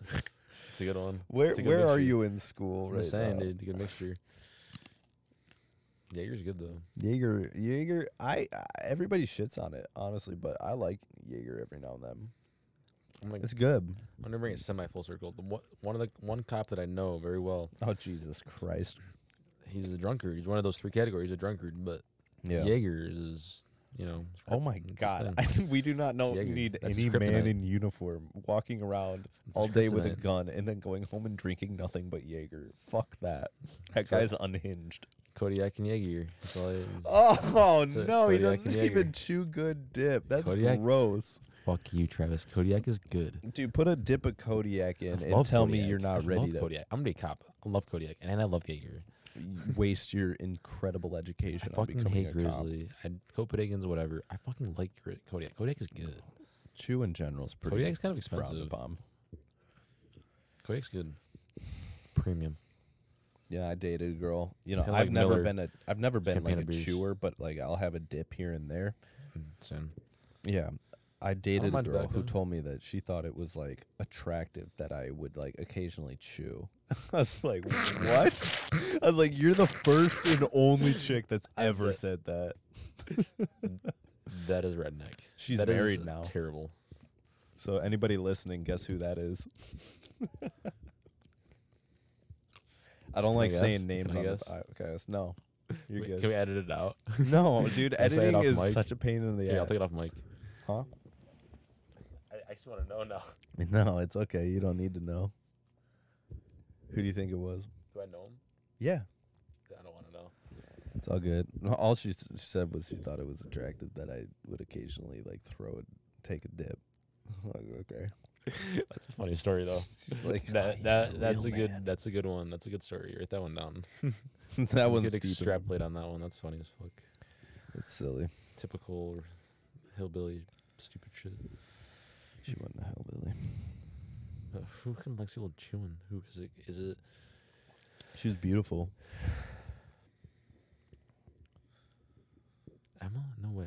D: It's a good one.
A: Where
D: It's a good
A: where are
D: mixture.
A: you in school
D: I'm
A: right
D: just saying,
A: now?
D: dude. Good mixture. Jaeger's good though.
A: Jaeger, Jaeger. I, I everybody shits on it honestly, but I like Jaeger every now and then.
D: I'm like,
A: It's good.
D: I'm gonna bring it semi full circle. The one, one of the one cop that I know very well,
A: Oh Jesus Christ!
D: he's a drunkard. He's one of those three categories, a drunkard. But Jaeger is, you know. it's
A: Oh
D: cri-
A: my
D: it's his
A: God! I,
D: thing.
A: [laughs] we do not know
D: Jaeger.
A: need
D: That's
A: any
D: his
A: man
D: kryptonite.
A: in uniform walking around
D: It's
A: all day with a
D: kryptonite.
A: gun and then going home and drinking nothing but Jaeger. Fuck that. That guy's unhinged.
D: Kodiak and Jaeger. That's all it is.
A: Oh [laughs]
D: It's a
A: no, he
D: Kodiak
A: doesn't
D: Jaeger.
A: even chew good dip. That's
D: Kodiak?
A: gross.
D: Fuck you, Travis. Kodiak is good.
A: Dude, put a dip of Kodiak in
D: I
A: and
D: love
A: tell me you're not
D: Kodiak. I
A: ready
D: love
A: to
D: Kodiak. I'm gonna be a cop. I love Kodiak, and I love Jaeger.
A: waste your incredible education
D: I
A: on
D: fucking
A: becoming
D: hate
A: a cop.
D: Grizzly. I Copenhagen's whatever. I fucking like Gri- Kodiak. Kodiak is good.
A: Chew in general is pretty
D: Kodiak's kind of
A: frowned
D: expensive.
A: upon.
D: Kodiak's good. Premium.
A: Yeah, I dated a girl. You know,
D: Kinda
A: I've
D: like
A: never
D: Miller
A: been a I've never been like
D: Champagne
A: a
D: and Breeze.
A: chewer, but like I'll have a dip here and there.
D: Soon.
A: Yeah. I dated a
D: mind
A: girl who
D: tobacco.
A: told me that she thought it was like attractive that I would like occasionally chew. [laughs] I was like, "What?" I was like, "You're the first and only chick that's ever
D: bet.
A: said that."
D: That is redneck.
A: She's
D: That is
A: married now.
D: Terrible.
A: So anybody listening, guess who that is? I don't
D: I
A: like
D: guess?
A: saying names
D: Can I
A: on the
D: guess?
A: podcast. No. You're
D: Wait,
A: good.
D: Can we edit it out? [laughs]
A: no, dude,
D: I say
A: editing
D: it off
A: is
D: mic?
A: such a pain in the
D: Yeah, I'll
A: ass.
D: take it off mic.
A: Huh?
D: I actually want to know now. [laughs]
A: No, it's okay. You don't need to know. Who do you think it was?
D: Do I know him?
A: Yeah.
D: I don't want to know.
A: It's all good. No, All she s- said was she thought it was attractive that I would occasionally like throw it, take a dip. [laughs] I'm like, okay.
D: That's a funny story though.
A: She's like
D: that that that's a good that's a good one. That's a good story. Write that one down.
A: [laughs] that
D: we
A: one's
D: could
A: deep. in-
D: extrapolate on that one. That's funny as fuck.
A: It's silly.
D: Typical hillbilly stupid shit.
A: She went to hellbilly.
D: But Uh, who can like people chewing? Who is it? Is it?
A: She was beautiful.
D: Emma? No way.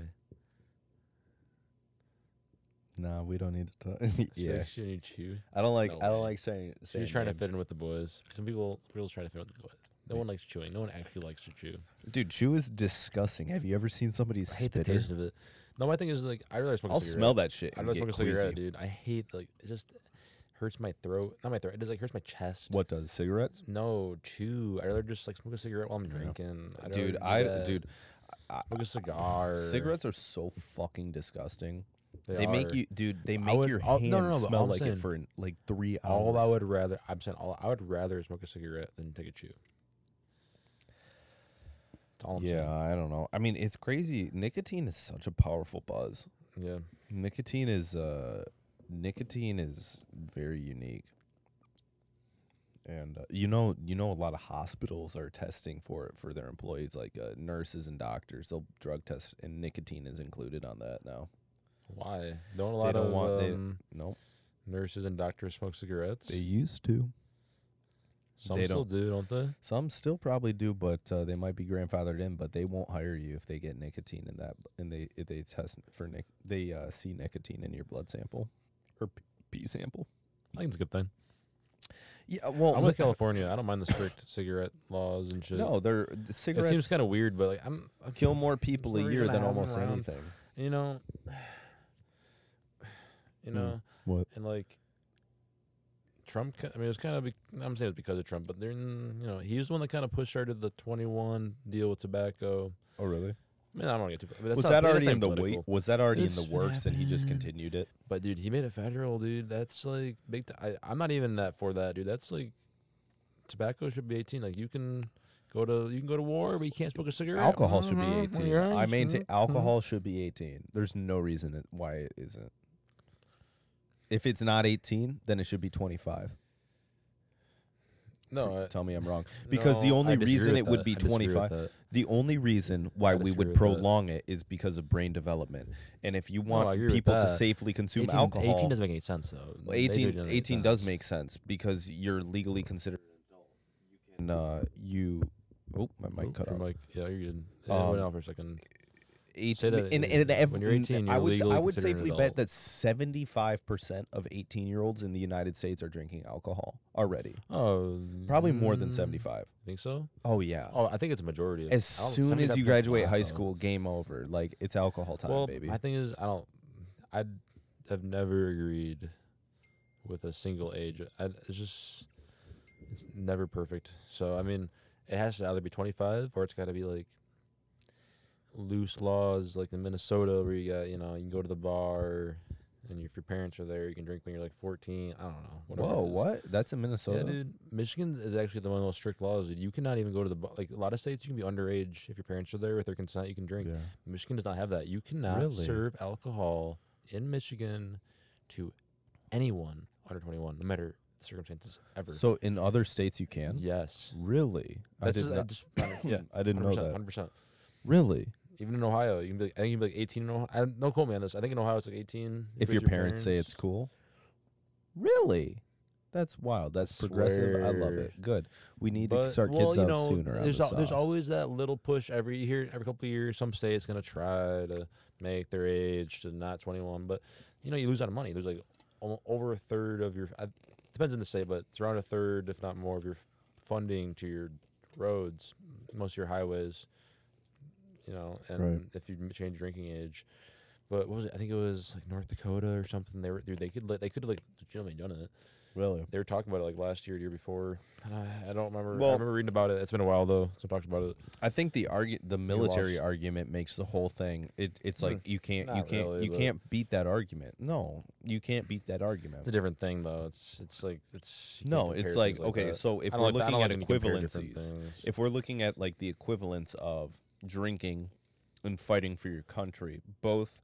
A: Nah, we don't need to talk. [laughs]
D: She yeah.
A: yeah,
D: Like she didn't chew.
A: I don't like.
D: No
A: I don't
D: way.
A: like saying.
D: She
A: saying
D: was trying to fit
A: names.
D: in with the boys. Some people people try to fit in with the boys. No one likes chewing. No one actually likes to chew.
A: Dude, chew is disgusting. Have you ever seen somebody
D: I hate
A: spitter?
D: the taste of it. No, my thing is like I'd rather smoke. a
A: I'll
D: cigarette.
A: smell that shit.
D: I'd
A: and
D: rather
A: get
D: smoke a
A: queasy.
D: cigarette, dude. I hate like it just hurts my throat. Not my throat. It just like hurts my chest.
A: What does cigarettes?
D: No, chew. I'd rather just like smoke a cigarette while I'm drinking. I'd rather
A: Dude,
D: do
A: I
D: that.
A: dude,
D: smoke a cigar.
A: cigarettes are so fucking disgusting.
D: They,
A: They make
D: are.
A: you, dude. They
D: I
A: make
D: would-
A: your
D: all-
A: hands
D: no, no, no, but all
A: smell
D: I'm
A: like
D: saying-
A: it for an- like three hours.
D: All I would rather. I'm saying all. I would rather smoke a cigarette than take a chew. That's all I'm
A: yeah,
D: saying.
A: I don't know. I mean, it's crazy. Nicotine is such a powerful buzz.
D: Yeah.
A: Nicotine is uh, nicotine is very unique. And uh, you know, you know, a lot of hospitals are testing for it for their employees, like uh, nurses and doctors. They'll drug test, and nicotine is included on that now.
D: Why don't a lot
A: don't
D: of
A: want- they-
D: um,
A: Nope,
D: nurses and doctors smoke cigarettes?
A: used to.
D: Some
A: they
D: still do, don't they?
A: Some still probably do, but uh, they might be grandfathered in. But they won't hire you if they get nicotine in that, and they if they test for nic, they uh, see nicotine in your blood sample or p- pee sample.
D: I think it's a good thing.
A: Yeah, well,
D: I'm with California. I don't mind the strict cigarette laws and shit.
A: no, they're the
D: it
A: cigarettes
D: seems kind of weird, but like I'm, I'm
A: kill more people
D: the
A: a year
D: reason I
A: than
D: have them
A: almost
D: around.
A: anything.
D: you know, [sighs] you
A: Hmm.
D: know,
A: What?
D: and like Trump. ki- I mean, it was kind of. Be- I'm saying it's because of Trump, but then you know, he's the one that kind of pushed started the 21 deal with tobacco.
A: Oh, really?
D: I mean, I don't want to get too. But that's
A: was
D: not-
A: that
D: that's
A: already
D: not
A: in the wait?
D: political.
A: Was that already
D: It's
A: in the
D: been
A: works, and he just
D: happening.
A: continued it?
D: But dude, he made it federal, dude. That's like big. T- I, I'm not even that for that, dude. That's like tobacco should be 18. Like you can go to you can go to war, but you can't smoke a cigarette.
A: Alcohol should
D: Mhm,
A: be 18.
D: yeah,
A: I
D: it's-
A: maintain
D: mhm,
A: alcohol should be 18. There's no reason it, why it isn't. If it's not 18, then it should be 25.
D: mhm. No, I,
A: Tell me I'm wrong. Because the
D: no, I
A: only
D: disagree
A: reason
D: with
A: it would
D: that.
A: be
D: I disagree with
A: 25
D: that.
A: The only reason why we
D: disagree
A: would
D: with that.
A: prolong it is because of brain development. And if you want
D: I agree with
A: people to
D: that.
A: safely consume
D: 18,
A: alcohol,
D: 18 doesn't make any sense though.
A: Well,
D: They do
A: 18,
D: doesn't
A: 18
D: sense.
A: does make sense because you're legally considered an adult. You can, uh, you, oh, my mic
D: Oop,
A: cut
D: your
A: off.
D: mic- yeah, you're good. It went
A: Um,
D: off for a second.
A: Eight-
D: say that
A: and,
D: it-
A: and ev-
D: when you're
A: and
D: 18,
A: I
D: you're
A: would, s- I
D: legally
A: would
D: considered an
A: safely bet
D: adult.
A: that 75% of 18 year olds in the United States are drinking alcohol already.
D: Oh,
A: Probably more than
D: mm,
A: 75.
D: Think so?
A: Oh, yeah.
D: Oh, I think it's a majority. Of,
A: as
D: I don't-
A: soon as
D: 75%
A: you
D: is
A: graduate
D: wild,
A: high
D: though.
A: school, game over. Like, it's alcohol time,
D: well,
A: baby.
D: My thing is, I don't. I have never agreed with a single age. I, it's just it's never perfect. So I mean, it has to either be 25 or it's got to be like loose laws, like in Minnesota, where you got you know you can go to the bar, and if your parents are there, you can drink when you're like 14. I don't know. whatever
A: Whoa,
D: it is.
A: what? That's in Minnesota?
D: Yeah, dude. Michigan is actually the one of the most strict laws. Dude. You cannot even go to the bar. Like a lot of states, you can be underage if your parents are there with their consent. You can drink.
A: Yeah.
D: Michigan does not have that. You cannot
A: Really?
D: serve alcohol in Michigan to anyone under 21, no matter the circumstances ever.
A: So, in other states, you can?
D: yes,
A: Really?
D: that's
A: I did
D: just, I
A: not, [coughs]
D: just yeah,
A: I didn't know
D: 100%,
A: that.
D: 100%.
A: Really?
D: Even in Ohio, you can be. Like, I think you can be like 18 in Ohio. I don't, don't quote me on this. I think in Ohio it's like 18.
A: if
D: it's
A: your parents, say it's cool. Really? That's wild. That's progressive. I love
D: Swear.
A: it. Good. We need to
D: But-
A: start
D: well,
A: kids
D: you
A: out
D: know,
A: sooner. on
D: There's
A: the
D: al- there's
A: sauce.
D: always that little push every year, every couple of years. Some state's gonna try to make their age to not 21, but you know you lose out of money. There's like o- over a third of your I, depends on the state, but it's around a third, if not more, of your funding to your roads, most of your highways. You know, and if you m- change drinking age. But what was it? I think it was like North Dakota or something. They were, dude, they could, li- they could have like legitimately done it
A: really.
D: they were talking about it like last year, year before. And I, I don't remember.
A: Well-
D: I remember reading about it. It's been a while though. So talks about it.
A: I think the argu- the military
D: lost. Hmm.
A: argument makes the whole thing. It, it's like you can't you
D: not
A: can't
D: really,
A: you
D: but-
A: can't beat that argument. No, you can't beat that argument.
D: It's a different thing though. It's it's like it's you can't
A: No,
D: compare
A: it's
D: things
A: like okay.
D: that.
A: So if
D: I
A: we're
D: don't like- I
A: looking at
D: don't like when you compare different
A: equivalencies,
D: things.
A: if we're looking at like the equivalence of drinking and fighting for your country, both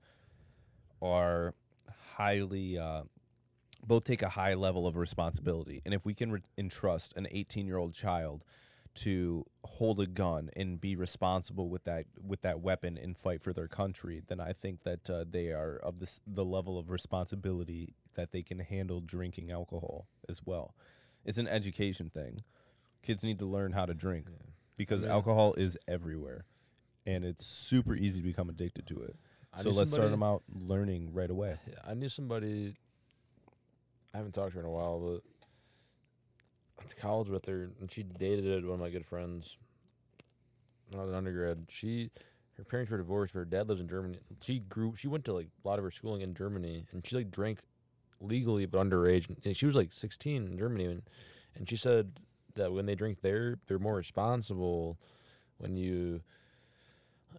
A: are highly, uh, both take a high level of responsibility. And if we can re- entrust an 18 year old child to hold a gun and be responsible with that with that weapon and fight for their country, then I think that uh, they are of this the level of responsibility that they can handle drinking alcohol as well. It's an education thing. Kids need to learn how to drink because
D: Yeah.
A: alcohol is everywhere and it's super easy to become addicted to it.
D: I
A: so
D: knew
A: let's start
D: somebody-
A: them out learning right away.
D: Yeah, I knew somebody. I haven't talked to her in a while, but I went to college with her, and she dated one of my good friends when I was an undergrad. She, her parents were divorced, but her dad lives in Germany. She grew. She went to like a lot of her schooling in Germany, and she like drank legally but underage. And- And she was like 16 in Germany, and, and she said that when they drink there, they're more responsible. When you,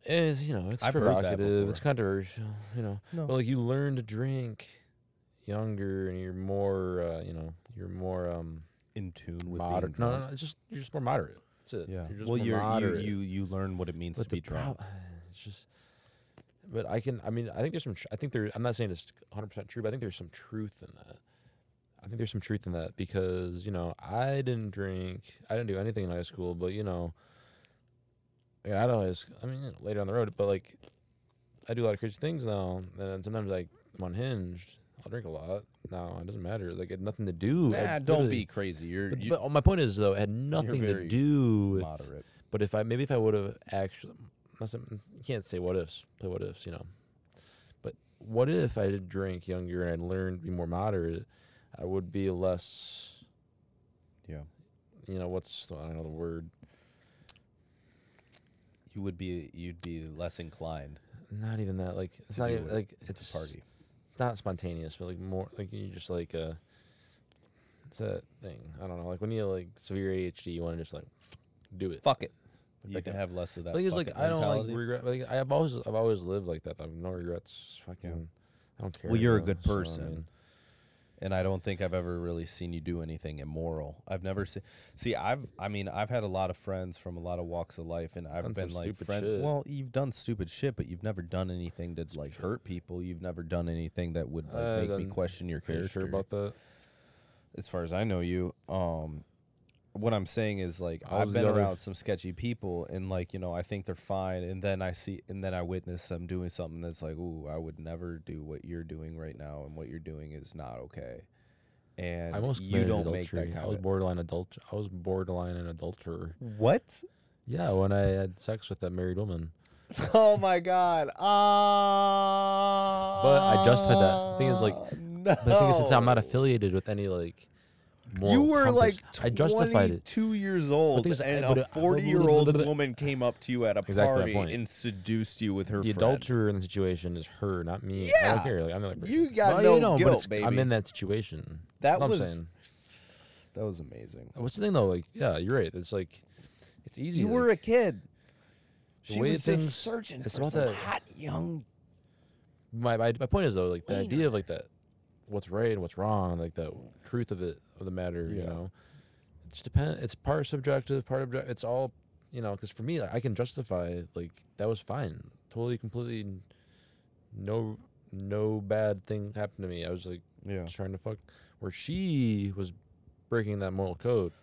D: is you know, it's
A: I've heard that
D: provocative, it's
A: before.
D: controversial, you know.
A: No.
D: Well, like you learn to drink younger, and you're more, uh, you know, you're more um
A: In tune with being
D: moderate. No, no,
A: drunk.
D: no, it's just you're just more moderate. That's it.
A: Yeah.
D: You're just
A: well,
D: more
A: you're,
D: moderate.
A: you you you learn what it means
D: But
A: to be
D: the
A: drunk.
D: prob- [sighs] It's just. But I can. I mean, I think there's some. Tr- I think there. I'm not saying it's 100 percent true, but I think there's some truth in that. I think there's some truth in that because you know I didn't drink. I didn't do anything in high school, but you know. Yeah, I'd always. I mean, you know, later on the road, but like, I do a lot of crazy things now, and sometimes like I'm unhinged. I'll drink a lot now. It doesn't matter. Like, it had nothing to do. I
A: Nah, don't
D: literally-
A: be crazy. You're,
D: But,
A: you-
D: but my point is though, it had nothing to
A: very
D: do with
A: moderate.
D: but if I maybe if I would have actually, not some- you can't say what ifs, play what ifs, you know. But what if I did drink younger and I learned to be more moderate? I would be less
A: Yeah.
D: You know what's I don't know the word.
A: You would be you'd be less inclined
D: Not even that. Like it's
A: To
D: not
A: do
D: even
A: what-
D: like
A: to
D: it's
A: party.
D: not spontaneous, but like more like you just like uh, it's a thing. I don't know. Like when you have, like severe ADHD, you want to just like do it.
A: Fuck it.
D: Like,
A: You
D: that
A: can
D: kind-
A: have less of that.
D: I think it's like
A: fuck it
D: I don't like
A: mentality.
D: regret. Like I've always I've always lived like that. I've no regrets. Fucking. I don't care.
A: Well, you're a
D: now,
A: good
D: so, I
A: person.
D: mean,
A: and I don't think I've ever really seen you do anything immoral. I've never seen. See, I've. I mean, I've had a lot of friends from a lot of walks of life, and I've
D: Done some
A: been like,
D: stupid
A: friend.
D: shit.
A: Well, you've done stupid shit, but you've never done anything to like hurt people. You've never done anything that would like
D: Uh,
A: make me
D: then
A: question your
D: are
A: character.
D: you sure about that?
A: as far as I know you. Um, what I'm saying is like
D: I
A: I've
D: was the
A: been
D: other-
A: around some sketchy people, and like you know, I think they're fine, and then I see, and then I witness them doing something that's like, ooh, I would never do what you're doing right now, and what you're doing is not okay. And
D: I almost
A: you
D: committed
A: don't make that
D: adultery. I
A: kind
D: was
A: of
D: borderline adult. I was borderline an adulterer.
A: what? [laughs]
D: Yeah, when I had sex with that married woman.
A: Oh my god! Ah.
D: But I justified that. The thing is, like,
A: no.
D: But the thing is, since I'm not
A: Ah,
D: affiliated with any like.
A: Oh. you
D: moral
A: were
D: compass,
A: like
D: I justified it.
A: Two years old,
D: thing is, I-
A: and
D: but
A: a
D: it- I-
A: forty-year-old woman came up to you at a
D: Exactly my
A: party
D: point.
A: and seduced you with her.
D: The
A: friend.
D: adulterer in the situation is her, not me. I
A: Yeah.
D: don't care. Like, I'm the other person.
A: You got
D: Well,
A: no
D: you know, but
A: guilt,
D: it's- I'm
A: baby.
D: in that situation.
A: That
D: That's what
A: was-
D: I'm saying.
A: That was amazing.
D: What's the thing though? Like, yeah, you're right. It's like, it's easy.
A: You
D: like,
A: were a kid.
D: the
A: She
D: way
A: was
D: things,
A: just searching
D: it's
A: for
D: about
A: some
D: that-
A: hot young.
D: my, my my point is though, like the idea of like that, what's right and what's wrong, like the truth of it of the matter. You
A: Yeah.
D: know, it's depend. It's part subjective, part objective. It's all you know. Because for me, like, I can justify like that was fine, totally, completely, n- no no bad thing happened to me. I was like
A: Yeah,
D: trying to fuck. Where she was breaking that moral code,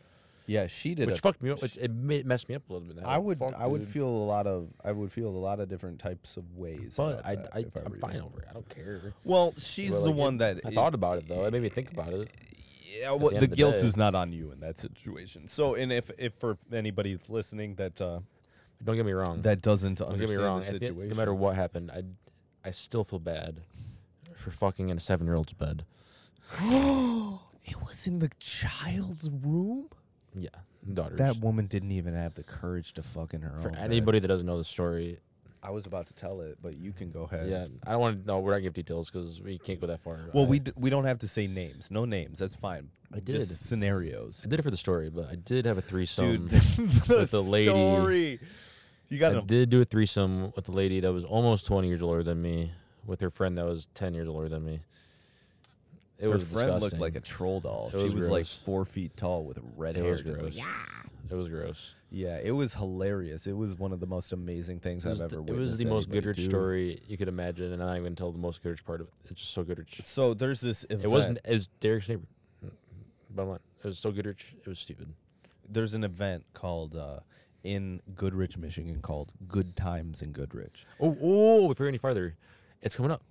A: yeah. She did.
D: which
A: a-
D: fucked me up. Which it ma- messed me up a little bit.
A: I
D: like,
A: would.
D: fuck,
A: I would
D: dude.
A: feel a lot of. I would feel a lot of different types of ways.
D: But
A: about
D: I,
A: that
D: I,
A: if were
D: I'm
A: you.
D: fine over it. I don't care.
A: Well, she's
D: But,
A: the
D: like, it-
A: one that
D: I
A: it-
D: thought about it though. It made me think about it.
A: Yeah,
D: the
A: well, the,
D: end of the
A: guilt
D: day.
A: is not on you in that situation. So, and if if for anybody listening that uh,
D: Don't get me wrong.
A: that doesn't
D: Don't get me
A: understand
D: wrong.
A: the
D: at the-
A: situation,
D: no matter what happened, I I still feel bad for fucking in a seven year old's bed.
A: [gasps] it was in the child's room.
D: Yeah, daughters.
A: That woman didn't even have the courage to fuck in her
D: for
A: own. bed.
D: anybody that doesn't know the story,
A: I was about to tell it, but you can go ahead.
D: yeah, I don't want to. No, we're not gonna give details because we can't go that far.
A: Well,
D: I,
A: we d- we don't have to say names. No names. That's fine.
D: I did.
A: Just scenarios.
D: I did it for the story, but I did have a threesome.
A: Dude, [laughs]
D: [laughs]
A: the,
D: with the lady-
A: story. You got
D: I
A: to
D: did do a threesome with a lady that was almost twenty years older than me, with her friend that was ten years older than me. It
A: Her
D: was
A: friend looked
D: disgusting.
A: like a troll doll.
D: It
A: she was
D: was
A: like
D: gross.
A: four feet tall with red
D: It
A: hair.
D: was
A: just like,
D: gross. It was gross.
A: Yeah, it was hilarious. It was one of the most amazing things
D: It was,
A: I've
D: the,
A: ever
D: it
A: witnessed.
D: was the most
A: anybody
D: Goodrich
A: do.
D: story you could imagine, and I even told the most Goodrich part of it. It's just so Goodrich.
A: So there's this event.
D: It wasn't. It was Derek's neighbor. Mm-hmm. Bottom line, it was so Goodrich. It was stupid.
A: There's an event called uh, in Goodrich, Michigan, called Good Times in Goodrich.
D: Oh, oh! If we're any farther, it's coming up.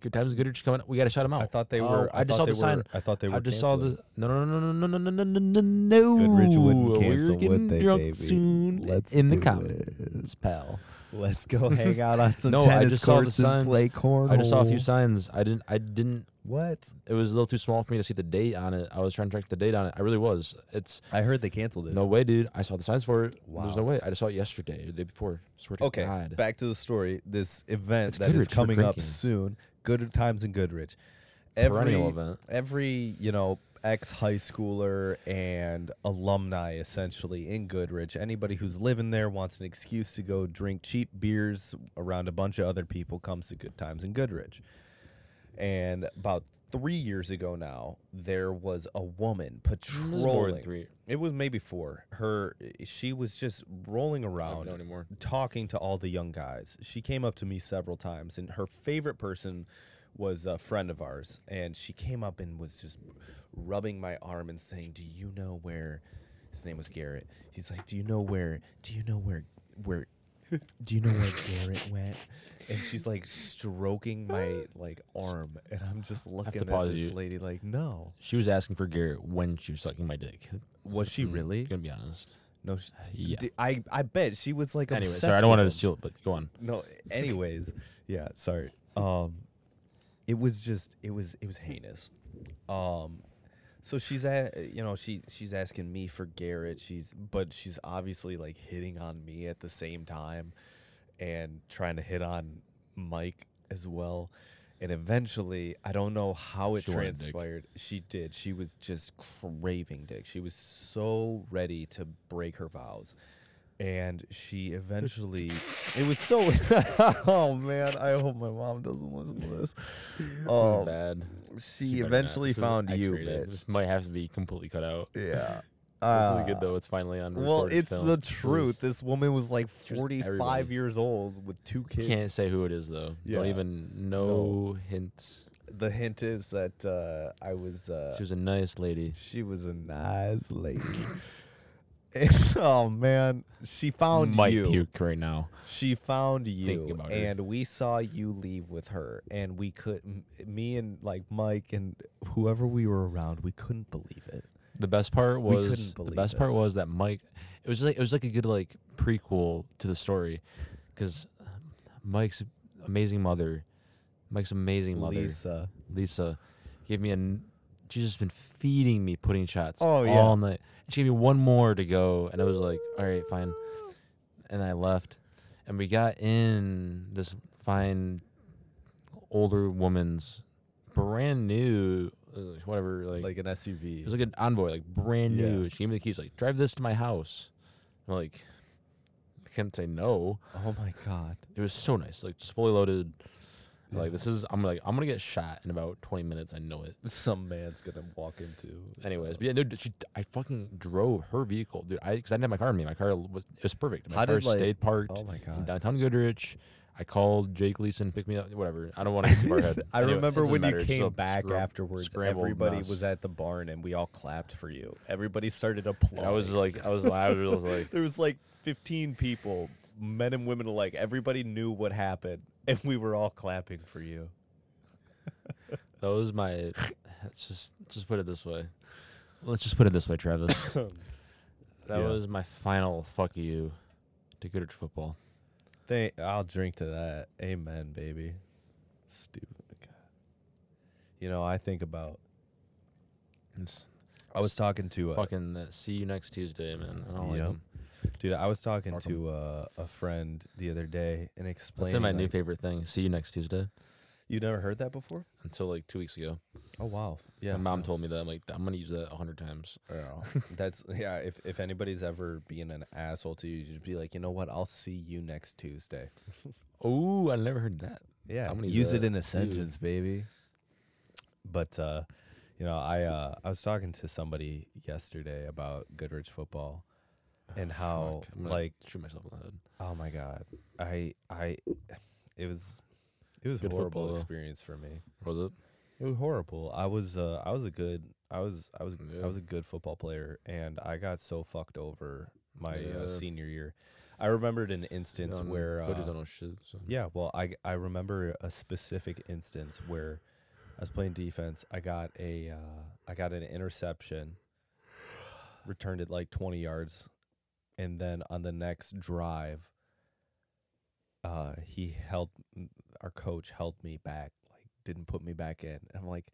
D: Good times, Goodrich coming up. We got to shout them out.
A: I thought they
D: Oh,
A: were.
D: I, just saw
A: thought
D: the
A: they
D: sign.
A: Were, I thought they were.
D: I just saw
A: canceling.
D: the. No, no, no, no, no, no, no, no, no, no.
A: Goodrich wouldn't
D: We're
A: cancel,
D: getting
A: would they,
D: drunk
A: baby?
D: soon.
A: Let's
D: in the
A: do
D: comments, pal.
A: Let's
D: [laughs]
A: go hang out on some
D: No, I
A: tennis
D: just saw the
A: courts and
D: signs.
A: play cornhole.
D: I just saw a few signs. I didn't. I didn't.
A: What?
D: It was a little too small for me to see the date on it. I was trying to track the date on it. I really was. It's
A: I heard they canceled it.
D: No way, dude. I saw the signs for it. There's no
A: Wow.
D: way. I just saw it yesterday, the day before. Swear to
A: Okay,
D: Oh God.
A: back to the story. This event
D: It's
A: that is
D: Goodrich for
A: coming up
D: drinking.
A: soon. Good times in Goodrich. Every
D: Perennial event.
A: every you know ex high schooler and alumni essentially in Goodrich. Anybody who's living there wants an excuse to go drink cheap beers around a bunch of other people comes to Good Times in Goodrich. And about three years ago now, there was a woman
D: It was more than
A: patrolling.
D: three.
A: It was maybe four. Her she was just rolling
D: I don't
A: around
D: know anymore.
A: talking to all the young guys. She came up to me several times, and her favorite person was a friend of ours. And she came up and was just rubbing my arm and saying, "Do you know where?" His name was Garrett. He's like, "Do you know where? Do you know where?
D: [laughs]
A: Where? Do you know where Garrett went?" And she's like stroking my like arm, and I'm just looking at
D: pause
A: this
D: you.
A: lady like, "No,
D: She was asking for Garrett when she was sucking my dick.
A: was she really?
D: gonna be honest.
A: Mm-hmm. No, sh-
D: Yeah.
A: d- I I bet she was like
D: Anyway,
A: obsessed
D: sorry, I don't
A: with
D: want
A: him.
D: to steal it, but go on.
A: No, anyways, yeah, sorry. Um, it was just, it was, it was heinous. Um, So she's at, you know, she she's asking me for Garrett. She's but she's obviously like hitting on me at the same time, and trying to hit on Mike as well. And eventually, I don't know how it
D: She wanted dick.
A: transpired. She did. She was just craving dick. She was so ready to break her vows. And she eventually, it was so. [laughs] oh man, I hope my mom doesn't listen to this.
D: This
A: Oh,
D: is bad.
A: she
D: better not.
A: eventually
D: This is
A: found you,
D: X-rated.
A: bitch.
D: This might have to be completely cut out.
A: Yeah.
D: [laughs] this is
A: Uh,
D: good though. It's finally on.
A: Well,
D: recorded
A: it's
D: film.
A: the
D: This is-
A: truth. This woman was like
D: just
A: 45
D: everybody.
A: years old with two kids.
D: Can't say who it is though. Don't
A: Yeah.
D: even no, hints.
A: The hint is that uh, I was. Uh,
D: She was a nice lady.
A: she was a nice lady.
D: [laughs]
A: [laughs] oh man, she found
D: Might
A: you.
D: puke right now.
A: She found
D: Thinking
A: you,
D: about her.
A: and we saw you leave with her, and we could, m- me and like Mike and whoever we were around, we couldn't believe it.
D: The best part
A: couldn't
D: was the
A: believe
D: best
A: it.
D: part was that Mike. It was like it was like a good like prequel to the story, because Mike's amazing mother, Mike's amazing mother,
A: Lisa,
D: Lisa, gave me a. n- She's just been feeding me pudding shots
A: Oh,
D: all
A: yeah.
D: night. And she gave me one more to go, and I was like, all right, fine. And I left, and we got in this fine older woman's brand new, uh, whatever, like,
A: like an SUV.
D: it was like an envoy, like brand
A: Yeah.
D: new. She gave me the keys, like drive this to my house. I'm like, I can't say no.
A: oh my god.
D: It was so nice, like just fully loaded. Like this is, I'm like, I'm gonna get shot in about 20 minutes. I know it.
A: some man's gonna walk into. uh,
D: Anyways, but yeah, no, she, I fucking drove her vehicle, dude. I because I didn't have my car in me. My car was it was perfect. My
A: How
D: car
A: did, like-
D: stayed parked
A: oh my
D: in
A: god.
D: downtown Goodrich. I called Jake Leeson, pick me up, whatever. I don't want to get too far ahead.
A: [laughs] I
D: Anyway, it
A: remember
D: doesn't
A: when
D: matter,
A: you
D: it's
A: came
D: a
A: back
D: scram-
A: afterwards.
D: scrambled
A: Everybody
D: mess.
A: was at the barn, and we all clapped for you. Everybody started applauding.
D: I was like, I was,
A: [laughs]
D: I was like,
A: there was like 15 people, men and women alike. Everybody knew what happened, [laughs] and we were all clapping for you.
D: That was my. Let's just just put it this way. Let's just put it this
A: [coughs]
D: way, Travis. that
A: Yeah.
D: was my final fuck you to Goodrich football.
A: They, I'll drink to that. Amen, baby. Stupid. God. You know, I think about.
D: It's
A: I was talking to a
D: fucking that. See you next Tuesday, man. I don't like
A: Yep.
D: 'em.
A: dude. I was talking
D: Fuck 'em.
A: to uh, a friend the other day and
D: That's
A: explaining.
D: been my new
A: like-
D: favorite thing. See you next Tuesday.
A: You never heard that before?
D: Until like two weeks ago,
A: Oh wow. Yeah.
D: my mom told me that. I'm like, I'm gonna use that a hundred times.
A: Girl, [laughs] that's yeah. If if anybody's ever being an asshole to you, you just be like, you know what? I'll see you next Tuesday.
D: Oh, I never heard that.
A: Yeah,
D: I'm gonna use
A: use it
D: that.
A: in a
D: Dude.
A: sentence, baby. But uh, you know, I uh, I was talking to somebody yesterday about Goodrich football and how
D: Fuck, I'm gonna
A: like
D: shoot myself in the head.
A: oh my god, I I it was it was a
D: Good
A: horrible
D: football, though.
A: experience for me.
D: What was it?
A: It was horrible. I was uh, I was a good I was I was
D: Yeah.
A: I was a good football player, and I got so fucked over my
D: Yeah.
A: uh, senior year. I remembered an instance
D: Um,
A: where
D: coaches
A: uh,
D: don't know shit. So.
A: yeah, well, I g- I remember a specific instance where I was playing defense. I got a uh, I got an interception, returned it like twenty yards, and then on the next drive, uh, he held m- our coach held me back, like didn't put me back in. I'm like,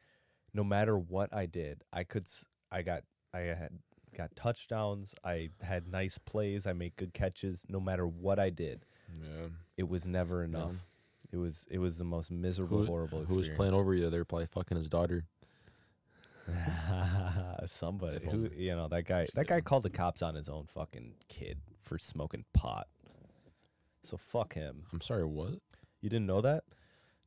A: no matter what I did, I could s- I got I had got touchdowns. I had nice plays. I made good catches. No matter what I did
D: yeah.
A: it was never enough. It was it was the most miserable,
D: Who-
A: horrible
D: Who was
A: experience.
D: playing over you? They're probably fucking his daughter.
A: [laughs] Somebody
D: If
A: who
D: only.
A: you know that guy. That guy called the cops on his own fucking kid for smoking pot. So fuck him.
D: I'm sorry. What?
A: You didn't know that?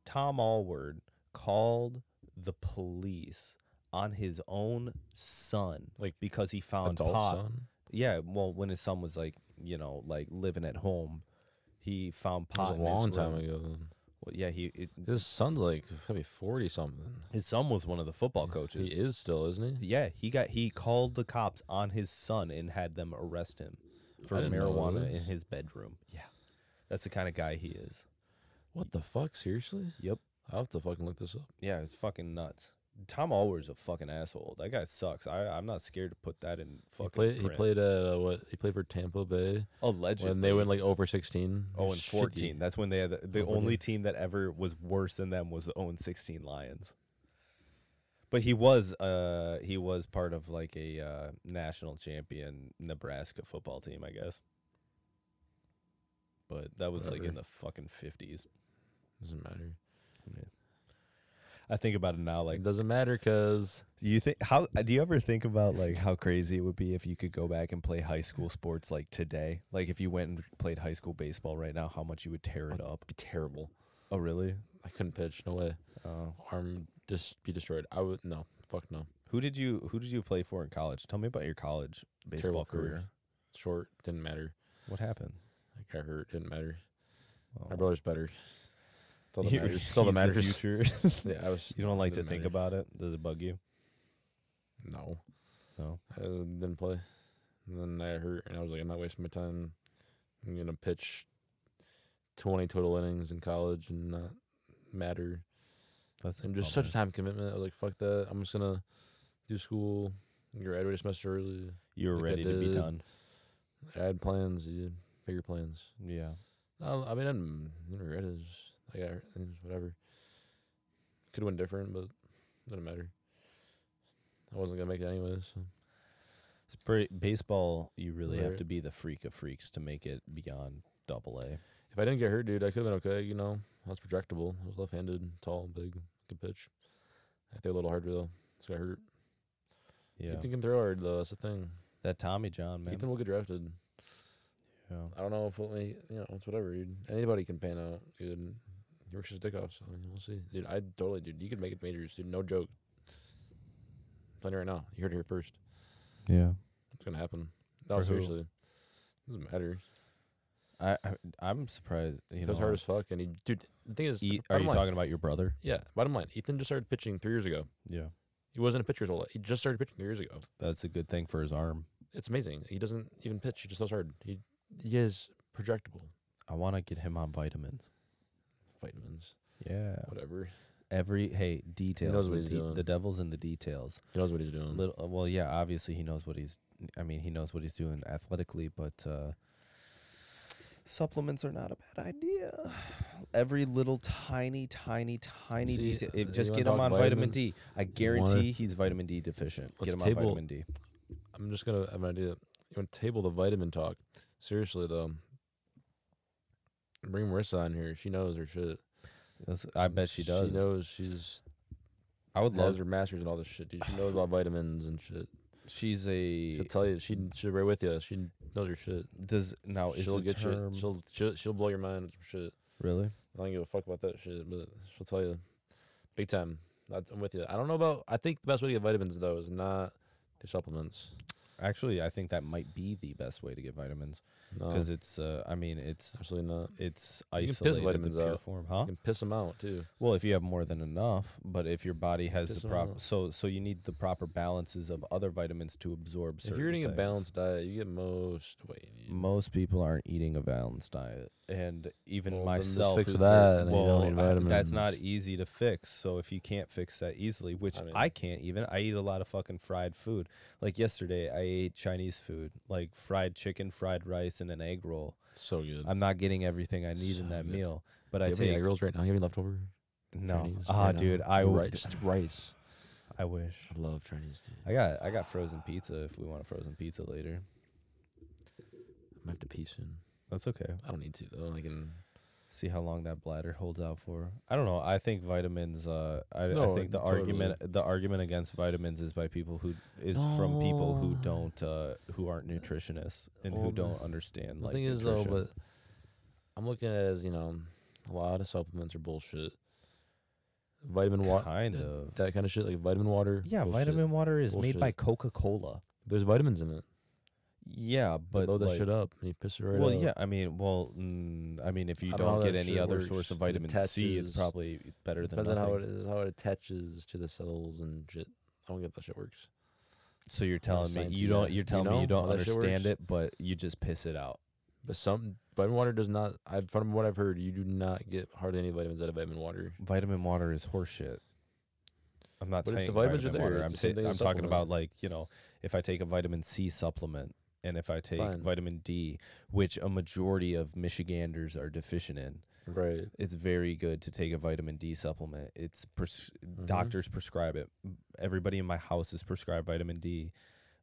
A: Tom Allward called the police on his own son,
D: Like,
A: because he found
D: Adult
A: pot.
D: son.
A: Yeah, well, when his son was like, you know, like living at home, he found pot.
D: That was a
A: in his
D: long time
A: room.
D: ago. Then.
A: Well, yeah, he it,
D: His son's like probably forty something.
A: his son was one of the football coaches.
D: He is still, isn't he?
A: Yeah, he got he called the cops on his son and had them arrest him for
D: I didn't know
A: marijuana in
D: this.
A: his bedroom. Yeah. That's the kind of guy he is.
D: What the fuck? Seriously?
A: Yep.
D: I have to fucking look this up.
A: Yeah, it's fucking nuts. Tom Allward's a fucking asshole. That guy sucks. I, I'm not scared to put that in
D: He
A: fucking.
D: played. He
A: print.
D: played. Uh, what? He played for Tampa Bay
A: allegedly.
D: when they went like over sixteen. They
A: oh
D: were
A: and
D: shitty.
A: 14. That's when they had the, the
D: Oh, were
A: oh only team that ever was worse than them was the 0 16 Lions. But he was uh he was part of like a uh, national champion Nebraska football team, I guess. But that was like in
D: Whatever.
A: the fucking fifties.
D: Doesn't matter.
A: I think about it now, like
D: Like doesn't matter because
A: Do you think how do you ever think about like how crazy it would be if you could go back and play high school sports like today? Like if you went and played high school baseball right now, how much you would tear it up?
D: be terrible.
A: Oh, really?
D: I couldn't pitch. No way.
A: Oh.
D: Arm just be destroyed. I would no. Fuck no.
A: Who did you who did you play for in college? Tell me about your college baseball
D: Terrible
A: career.
D: career. Short didn't matter.
A: What happened?
D: I got hurt. Didn't matter. My
A: Oh.
D: brother's better. [laughs] That's all that
A: You're-
D: matters. That's all that
A: he's the
D: matters.
A: future.
D: Yeah, I was.
A: [laughs] you don't like to
D: didn't
A: think
D: matter.
A: about it. Does it bug you?
D: No.
A: No.
D: I just didn't play. And then I hurt, and I was like, I'm not wasting my time. I'm gonna pitch 20 total innings in college and not matter.
A: That's
D: And just such a time commitment. I was like, fuck that. I'm just gonna do school, and graduate a semester early.
A: you were
D: like I
A: ready to be
D: did.
A: done.
D: I had plans, dude. Bigger plans.
A: Yeah.
D: I, I mean, I'm, I didn't regret it. It's just- I got hurt, and it's whatever. Could have went different, but didn't matter. I wasn't gonna make it anyway. So
A: It's pretty baseball, you really have
D: Right.
A: to be the freak of freaks to make it beyond double A.
D: if I didn't get hurt, dude, I could have been okay. You know, I was projectable. I was left-handed, tall, big, could pitch. I threw a little harder though. So I hurt.
A: Yeah.
D: Ethan can throw hard though. That's the thing.
A: That Tommy John, man.
D: Ethan will get drafted.
A: Yeah.
D: I don't know if we'll make. You know, it's whatever, dude. Anybody can pan out, dude. He works his dick off, so we'll see, dude. I totally, dude. You could make it majors, dude. No joke. Playing right now. You heard it here first.
A: Yeah.
D: It's gonna happen. No,
A: For who?
D: seriously. Doesn't matter.
A: I, I I'm surprised. You
D: It
A: know,
D: was hard as fuck, and he, dude. The thing is,
A: E- are
D: bottom
A: you
D: line,
A: talking about your brother?
D: Yeah, bottom line, Ethan just started pitching three years ago.
A: Yeah,
D: He wasn't a pitcher his whole life. He just started pitching three years ago.
A: that's a good thing for his arm.
D: It's amazing. He doesn't even pitch. He just throws hard. He, he is projectable.
A: I want to get him on vitamins.
D: Vitamins,
A: Yeah.
D: whatever.
A: Every hey details.
D: knows what
A: the,
D: he's
A: de-
D: doing. Mm.
A: the devil's in the details.
D: He knows what he's doing.
A: Little. uh, Well, yeah. Obviously, he knows what he's. I mean, he knows what he's doing athletically, but uh, supplements are not a bad idea. Every little tiny, tiny, tiny
D: See,
A: detail.
D: uh,
A: If,
D: you
A: just
D: wanna
A: get him
D: talk
A: on vitamin
D: vitamins?
A: D. I guarantee he's vitamin D deficient. get
D: Let's
A: him
D: table-
A: on vitamin D.
D: I'm just gonna have an idea. You want to table the vitamin talk? Seriously though, bring Marissa on here. She knows her shit.
A: That's, I bet she does.
D: She knows she's
A: I would love
D: loves her masters and all this shit. Dude, she knows about vitamins and shit.
A: She's a
D: She'll tell you. She she'll right with you. She knows her shit.
A: does now is
D: she'll
A: the
D: get
A: term
D: you. She'll, she'll she'll blow your mind with some shit.
A: really?
D: I don't give a fuck about that shit, but she'll tell you, big time. I- I'm with you. I don't know about. I think the best way to get vitamins though is not through supplements.
A: Actually, I think that might be the best way to get vitamins
D: No,
A: because it's. Uh, I mean, it's
D: absolutely not.
A: it's
D: can piss
A: isolated in
D: vitamins
A: pure
D: out.
A: form, huh?
D: You can piss them out too.
A: Well, if you have more than enough, but if your body has
D: Piss
A: the
D: them
A: proper,
D: out.
A: so so you need the proper balances of other vitamins to absorb.
D: if
A: certain
D: you're eating
A: things.
D: a balanced diet, you get most weight.
A: most people aren't eating a balanced diet, and even
D: Well, then just
A: myself.
D: fix
A: is
D: that
A: very-
D: and then you don't
A: well,
D: need
A: I- that's not
D: vitamins.
A: easy to fix. So if you can't fix that easily, which I,
D: I mean-
A: can't even, I eat a lot of fucking fried food. Like yesterday, I ate Chinese food, like fried chicken, fried rice, and an egg roll.
D: So good.
A: I'm not getting everything I need in
D: So
A: that
D: good.
A: meal, but
D: Do
A: I
D: you have any
A: take
D: egg rolls right now? You have any leftover?
A: no.
D: Chinese
A: Ah,
D: right now?
A: dude, I would.
D: rice. rice.
A: I wish.
D: [laughs] I love Chinese. Dude. I
A: I got I got frozen pizza if we want a frozen pizza later.
D: might have to pee soon.
A: That's okay.
D: I don't need to though. I can.
A: see how long that bladder holds out for. I don't know. I think vitamins. Uh, I, I
D: No,
A: think the
D: totally.
A: argument the argument against vitamins is by people who is from people who don't uh, who aren't nutritionists and who
D: Well,
A: don't understand.
D: Oh, The
A: like
D: thing is though,
A: nutrition.
D: but I'm looking at it as you know, a lot of supplements are bullshit. Vitamin water,
A: kind of.
D: that kind of shit, like vitamin water.
A: Yeah,
D: bullshit.
A: vitamin water is made by
D: Bullshit.
A: Coca Cola.
D: There's vitamins in it.
A: Yeah, but
D: But blow that
A: like,
D: shit up and you piss it right
A: well,
D: out.
A: yeah. I mean, well, mm, I mean, if you
D: I don't know
A: don't
D: how
A: get
D: that
A: any
D: shit
A: other
D: works.
A: source of
D: It
A: vitamin C, it's
D: attaches-
A: probably better than
D: Depends on
A: nothing.
D: how it is, how it attaches to the cells and shit. I don't get that shit works.
A: so you're telling me
D: science
A: you
D: in
A: don't
D: that.
A: you're
D: You
A: telling me
D: know
A: you don't
D: how that shit
A: understand
D: works?
A: it, but you just piss it out.
D: But some vitamin water does not. I from what I've heard, you do not get hardly any vitamins out of vitamin water.
A: vitamin water is horseshit. I'm not
D: But if the
A: saying
D: vitamins are
A: vitamin
D: there,
A: water.
D: it's
A: I'm,
D: the same
A: saying
D: thing
A: I'm
D: as
A: talking
D: supplement.
A: about like you know, if I take a vitamin C supplement and if I take
D: Fine.
A: vitamin D, which a majority of Michiganders are deficient in,
D: Right.
A: It's very good to take a vitamin D supplement. It's pres-
D: Mhm.
A: doctors prescribe it. M- Everybody in my house is prescribed vitamin D.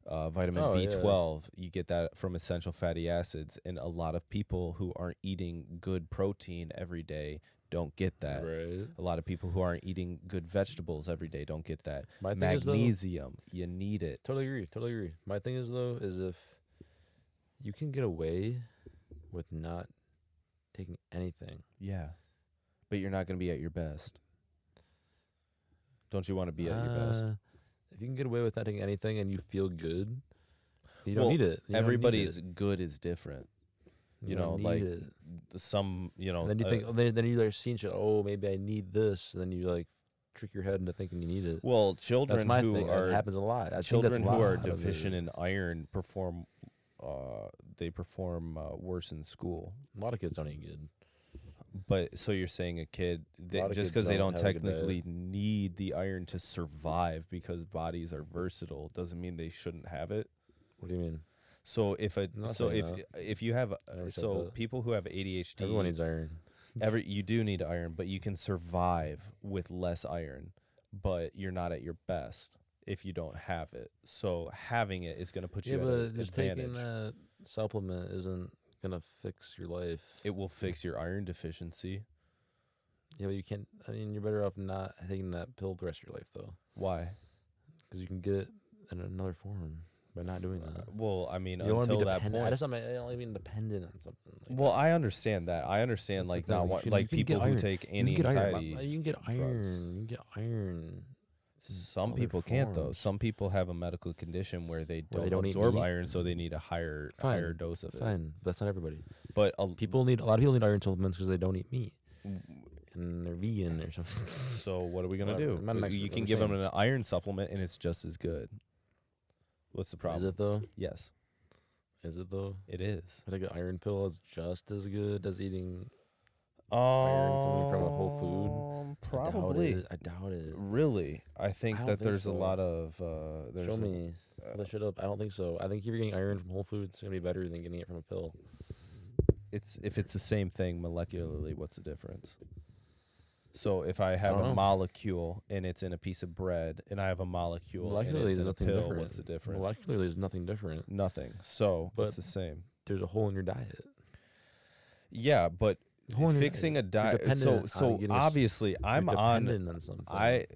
A: Uh, vitamin
D: Oh, yeah.
A: B12, you get that from essential fatty acids, and a lot of people who aren't eating good protein every day don't get that.
D: Right.
A: A lot of people who aren't eating good vegetables every day don't get that.
D: My thing is, though-
A: Magnesium, you need it.
D: Totally agree. Totally agree. My thing is though, is if you can get away with not taking anything,
A: Yeah. But you're not going to be at your best. Don't you want to be at your best?
D: Uh, If you can get away with not taking anything and you feel good, you don't
A: Well,
D: need it. You don't need
A: Everybody's
D: it.
A: good is different. you
D: don't
A: know,
D: need
A: like,
D: it.
A: Some, you know,
D: And then you
A: uh,
D: think, oh, then, then you like seeing shit. Oh, maybe I need this. And then you like trick your head into thinking you need it.
A: well,
D: That's
A: children
D: my
A: who
D: thing. it
A: are
D: happens a lot. I think
A: children
D: that's
A: who
D: a
A: are
D: lot of it
A: deficient in
D: is.
A: iron perform uh they perform uh, worse in school.
D: a lot of kids don't eat good.
A: But so you're saying a kid they,
D: lot of
A: just
D: kids
A: because they
D: don't
A: don't
D: have a good diet.
A: technically need the iron to survive because bodies are versatile doesn't mean they shouldn't have it.
D: What do you mean?
A: So if a
D: not
A: so
D: saying
A: if if you have uh,
D: never said
A: so
D: that.
A: people who have ADHD,
D: Everyone needs iron.
A: every you do need iron, but you can survive with less iron, but you're not at your best if you don't have it. So having it is going to put
D: Yeah,
A: you at
D: but
A: an
D: just
A: advantage.
D: taking that supplement isn't gonna fix your life.
A: it will fix your iron deficiency.
D: yeah, but you can't. I mean, you're better off not taking that pill the rest of your life though,
A: Why?
D: because you can get it in another form by not doing
A: Uh,
D: that.
A: well, I mean,
D: You don't want to
A: until
D: be
A: that
D: dependent. I
A: point.
D: just don't, mean- I don't mean dependent on something. Like
A: Well, I understand that. I
D: That's
A: understand
D: the
A: like
D: thing,
A: not
D: you
A: want
D: should- you
A: like
D: can get
A: people who
D: iron.
A: take
D: you can
A: anti
D: get iron.
A: anxiety.
D: mama. You can get
A: drugs.
D: iron. You can get iron.
A: Some
D: other
A: people can't though.
D: forms.
A: Some people have a medical condition where they don't,
D: Where they don't eat
A: absorb
D: meat?
A: iron, so they need a higher higher
D: Fine,
A: dose of it.
D: Fine, but that's not everybody.
A: But a,
D: People need a lot of people need iron supplements because they don't eat meat and they're vegan or something.
A: so what are we gonna
D: Whatever.
A: do?
D: I'm not an
A: Uh,
D: expert,
A: you
D: I'm
A: can
D: just
A: give them
D: saying.
A: an iron supplement, and it's just as good. What's the
D: Is
A: problem?
D: it though?
A: yes,
D: Is it though?
A: it is.
D: I think an iron pill is just as good as eating
A: Um,
D: coming from a Whole Food?
A: probably.
D: I doubt it. I doubt it.
A: Really, I think
D: don't
A: that
D: think
A: there's
D: so.
A: a lot of uh, there's
D: Show
A: a-
D: me. Pull that shit up. I don't think so. I think if you're getting iron from Whole Foods, it's gonna be better than getting it from a pill.
A: it's if it's the same thing molecularly, what's the difference? So if I have
D: don't
A: a
D: know.
A: molecule and it's in a piece of bread, and I have a molecule and
D: Molecularly,
A: it's
D: there's
A: in a
D: nothing
A: pill,
D: different.
A: what's the difference?
D: Molecularly, there's nothing different.
A: Nothing. So
D: But-
A: it's the same.
D: There's a hole in your diet.
A: Yeah, but
D: Whole in your
A: fixing a diet.
D: dependent
A: So
D: on
A: so
D: getting a s-
A: obviously, I'm
D: you're
A: on.
D: dependent on something.
A: I,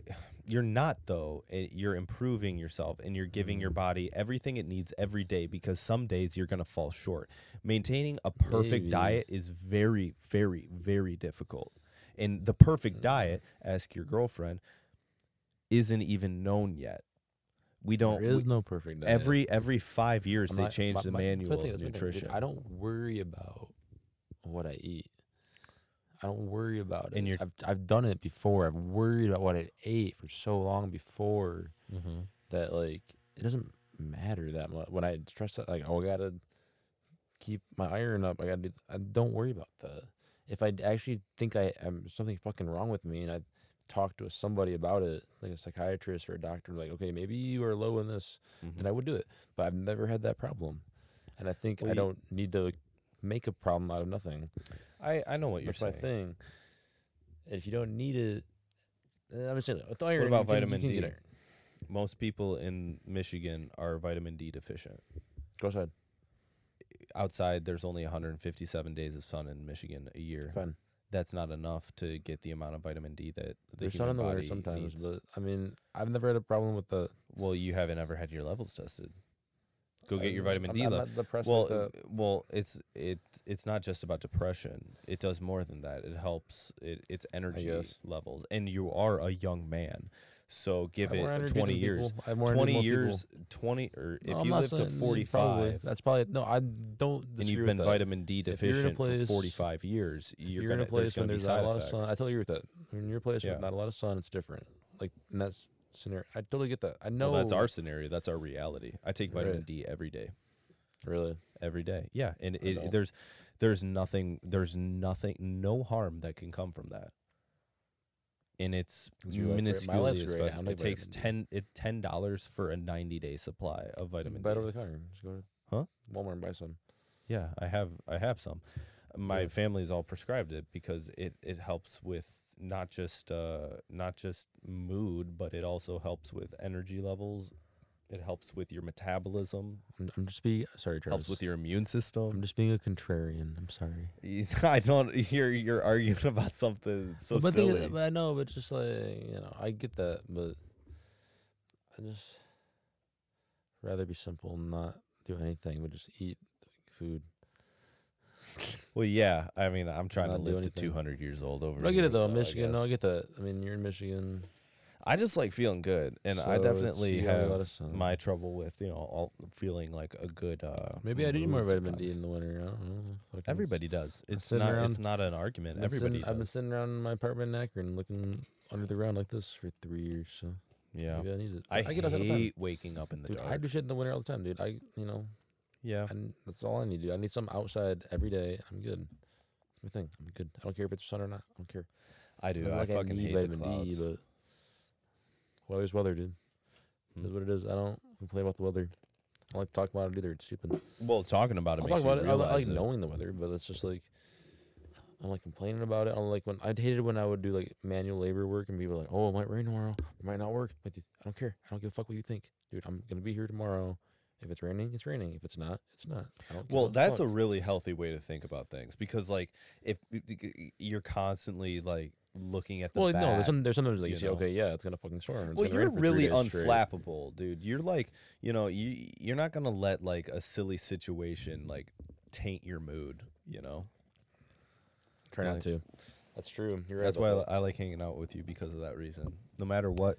A: you're not though. eh, You're improving yourself, and you're giving
D: Mm.
A: your body everything it needs every day because some days you're gonna fall short. Maintaining a perfect
D: Maybe.
A: diet is very, very, very difficult. And the
D: Mm.
A: perfect diet, ask your girlfriend, isn't even known yet. We don't.
D: there is
A: we-
D: no perfect diet.
A: every every five years
D: I'm
A: they
D: not-
A: change
D: my-
A: the
D: my- that's
A: manual
D: my thing,
A: of
D: that's my thing, dude.
A: nutrition.
D: I don't worry about what I eat. I don't worry about it.
A: And you're-
D: I've I've done it before. I've worried about what I ate for so long before that like it doesn't matter that much. When I stress out, like oh, I gotta keep my iron up. I gotta do. I don't worry about that. If I d- actually think I am something fucking wrong with me, and I talk to somebody about it, like a psychiatrist or a doctor, like okay, maybe you are low in this,
A: Mm-hmm.
D: then I would do it. But I've never had that problem, and I think
A: Well,
D: I
A: you-
D: don't need to make a problem out of nothing.
A: I, I know what you're
D: That's
A: saying.
D: my thing. And if you don't need it, eh, I'm just saying. With iron,
A: about
D: you can- you
A: vitamin
D: can get
A: D?
D: iron.
A: Most people in Michigan are vitamin D deficient.
D: Go ahead.
A: Outside, there's only 157 days of sun in Michigan a year.
D: Fine.
A: That's not enough to get the amount of vitamin D that the
D: There's sun
A: human
D: in the winter
A: body
D: sometimes,
A: needs.
D: but I mean, I've never had a problem with the.
A: well, you haven't ever had your levels tested. Go get
D: I'm-
A: your vitamin
D: I'm,
A: D
D: I'm
A: level.
D: not depressed
A: Well,
D: like that.
A: uh, well, it's it it's not just about depression. It does more than that. It helps it, its energy
D: guess.
A: levels, and you are a young man, so give
D: I have more
A: it
D: energy than
A: 20 years.
D: people. I have more energy than
A: 20
D: most
A: years,
D: people.
A: 20 or
D: No,
A: if
D: I'm
A: you
D: not
A: live to
D: saying- probably.
A: 45
D: that's probably no. I don't.
A: and
D: Disagree
A: you've
D: with
A: been
D: that.
A: vitamin D
D: If you're in a
A: deficient for
D: place-
A: 45 years,
D: If
A: you're,
D: in
A: gonna,
D: a place
A: there's gonna
D: when
A: be
D: there's
A: side
D: not a lot
A: effects.
D: of sun. I totally agree with that. When you're in your place
A: Yeah.
D: with not a lot of sun, it's different. Like and that's scenario. I totally get that. I know
A: Well, that's our scenario. That's our reality. I take vitamin
D: Right.
A: D every day.
D: really.
A: every day. Yeah, and it,
D: know.
A: there's there's nothing there's nothing no harm that can come from that. And it's
D: Is your life great? My life's
A: minusculely
D: great. I
A: special.
D: don't
A: It
D: need
A: takes ten
D: vitamin
A: it ten dollars for a ninety day supply of vitamin
D: Buy it
A: D.
D: over the counter. Just go to
A: Huh?
D: Walmart and buy some.
A: Yeah, I have I have some. my family's all prescribed it because it it helps with not just uh not just mood but it also helps with energy levels it helps with your metabolism
D: I'm, I'm just being sorry, Travis.
A: helps with your immune
D: I'm
A: system
D: just being a contrarian. I'm sorry. Mm-hmm.
A: [laughs] i don't hear you're arguing about something so
D: but,
A: silly
D: The, uh, but I know, but just like you know, I get that, but I just rather be simple and not do anything, but just eat food.
A: well yeah i mean i'm trying to
D: not do
A: live to
D: anything.
A: 200 years old over
D: But I get
A: here,
D: it though,
A: so I
D: Michigan. no, I
A: guess.
D: get that. I mean, you're in Michigan.
A: I just like feeling good, and
D: So
A: I
D: it's-
A: definitely
D: you gotta let
A: have
D: us know.
A: my trouble with you know all feeling like a good. uh
D: Maybe I do need
A: mood
D: more vitamin D
A: sometimes.
D: in the winter. I don't know. Fucking s-
A: Everybody does. It's
D: sitting
A: not.
D: around-
A: It's not an argument.
D: I've been sitting-
A: Everybody
D: I've been
A: does.
D: sitting around in my apartment in Akron looking under the ground like this for three years, so
A: Yeah.
D: maybe I need it.
A: I,
D: But
A: get
D: outside all the time.
A: hate waking up in the
D: Dude,
A: dark.
D: I do shit in the winter all the time, dude. I, you know,
A: yeah.
D: I n that's all I need, dude. I need some outside every day. I'm good. That's my thing. I'm good. I don't care if it's sun or not. I don't care.
A: I do.
D: Not
A: I
D: like
A: fucking
D: need
A: hate the
D: vitamin D,
A: clouds.
D: but weather's weather, dude.
A: Hmm.
D: That's what it is. I don't complain about the weather. I don't like to talk about it either. It's stupid.
A: well, talking about it
D: I'll
A: makes
D: talk about
A: you
D: it. I, li- I
A: realize
D: like
A: it.
D: knowing the weather, but it's just like I don't like complaining about it. I don't like when I hated when I would do like manual labor work and people were like, "Oh, it might rain tomorrow. It might not work." Like, dude, I don't care. I don't give a fuck what you think, dude. I'm gonna be here tomorrow. If it's raining, it's raining. If it's not, it's not. I don't give
A: Well,
D: a
A: that's a
D: fuck.
A: really healthy way to think about things because, like, if you're constantly like looking at the
D: well, no.
A: bad-
D: There's some, there's sometimes like you,
A: you
D: see,
A: know.
D: okay, yeah, it's gonna fucking storm. It's
A: [laughs] well,
D: gonna rain
A: you're
D: for three
A: really
D: days straight.
A: unflappable, dude. You're like, you know, you you're not gonna let like a silly situation like taint your mood. You know,
D: Try not
A: Like-
D: to. That's true. You're right.
A: that's why
D: about that.
A: I, I like hanging out with you because of that reason. No matter what,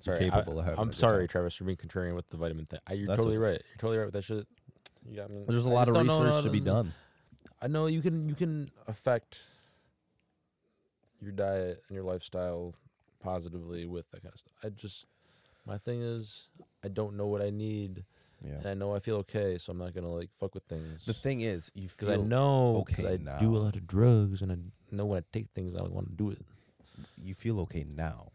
D: Sorry,
A: capable of
D: I,
A: having a
D: I'm
A: good
D: sorry,
A: time.
D: Travis, for being contrarian with the vitamin thing. I, you're
A: That's
D: totally
A: okay.
D: right. You're totally right with that shit. You got me.
E: There's a
D: I
E: lot
D: just
E: of
D: don't know
E: research
D: how
E: to be
D: to-
E: done.
D: I know you can you can affect your diet and your lifestyle positively with that kind of stuff. I just my thing is I don't know what I need,
A: yeah.
D: and I know I feel okay, so I'm not gonna like fuck with things.
A: The thing is, you feel
D: because I know 'cause
A: okay
D: I
A: now.
D: do a lot of drugs and I know when I take things I don't want to do it.
A: you feel okay now.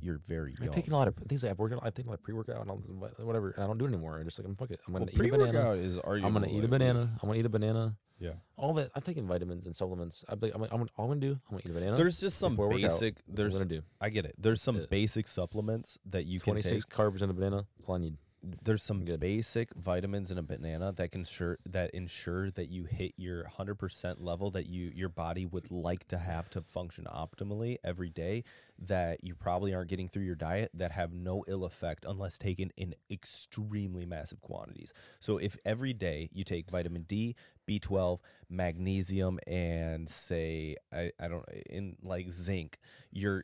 A: You're very
D: I'm
A: young.
D: taking a lot of things like I've worked out. I take like pre workout and all this, but whatever. And I don't do it anymore. I'm just like I'm fuck it. I'm gonna
A: well,
D: eat a banana.
A: pre-workout is arguable.
D: I'm gonna eat a
A: like,
D: banana. I'm gonna eat a banana.
A: Yeah.
D: All that I'm taking vitamins and supplements. I'm like I'm, like, I'm gonna, all I'm gonna do. I'm gonna eat a banana.
A: There's just some
D: before I work out,
A: basic.
D: that's what I'm
A: There's
D: gonna do.
A: I get it. There's some
D: Yeah.
A: basic supplements that you can take.
D: 26 carbs in a banana. That's all I need.
A: There's some
D: good.
A: basic vitamins in a banana that can sure that ensure that you hit your 100% level that you your body would like to have to function optimally every day that you probably aren't getting through your diet that have no ill effect unless taken in extremely massive quantities. So if every day you take vitamin D, B12, magnesium and say I, I don't in like zinc, you're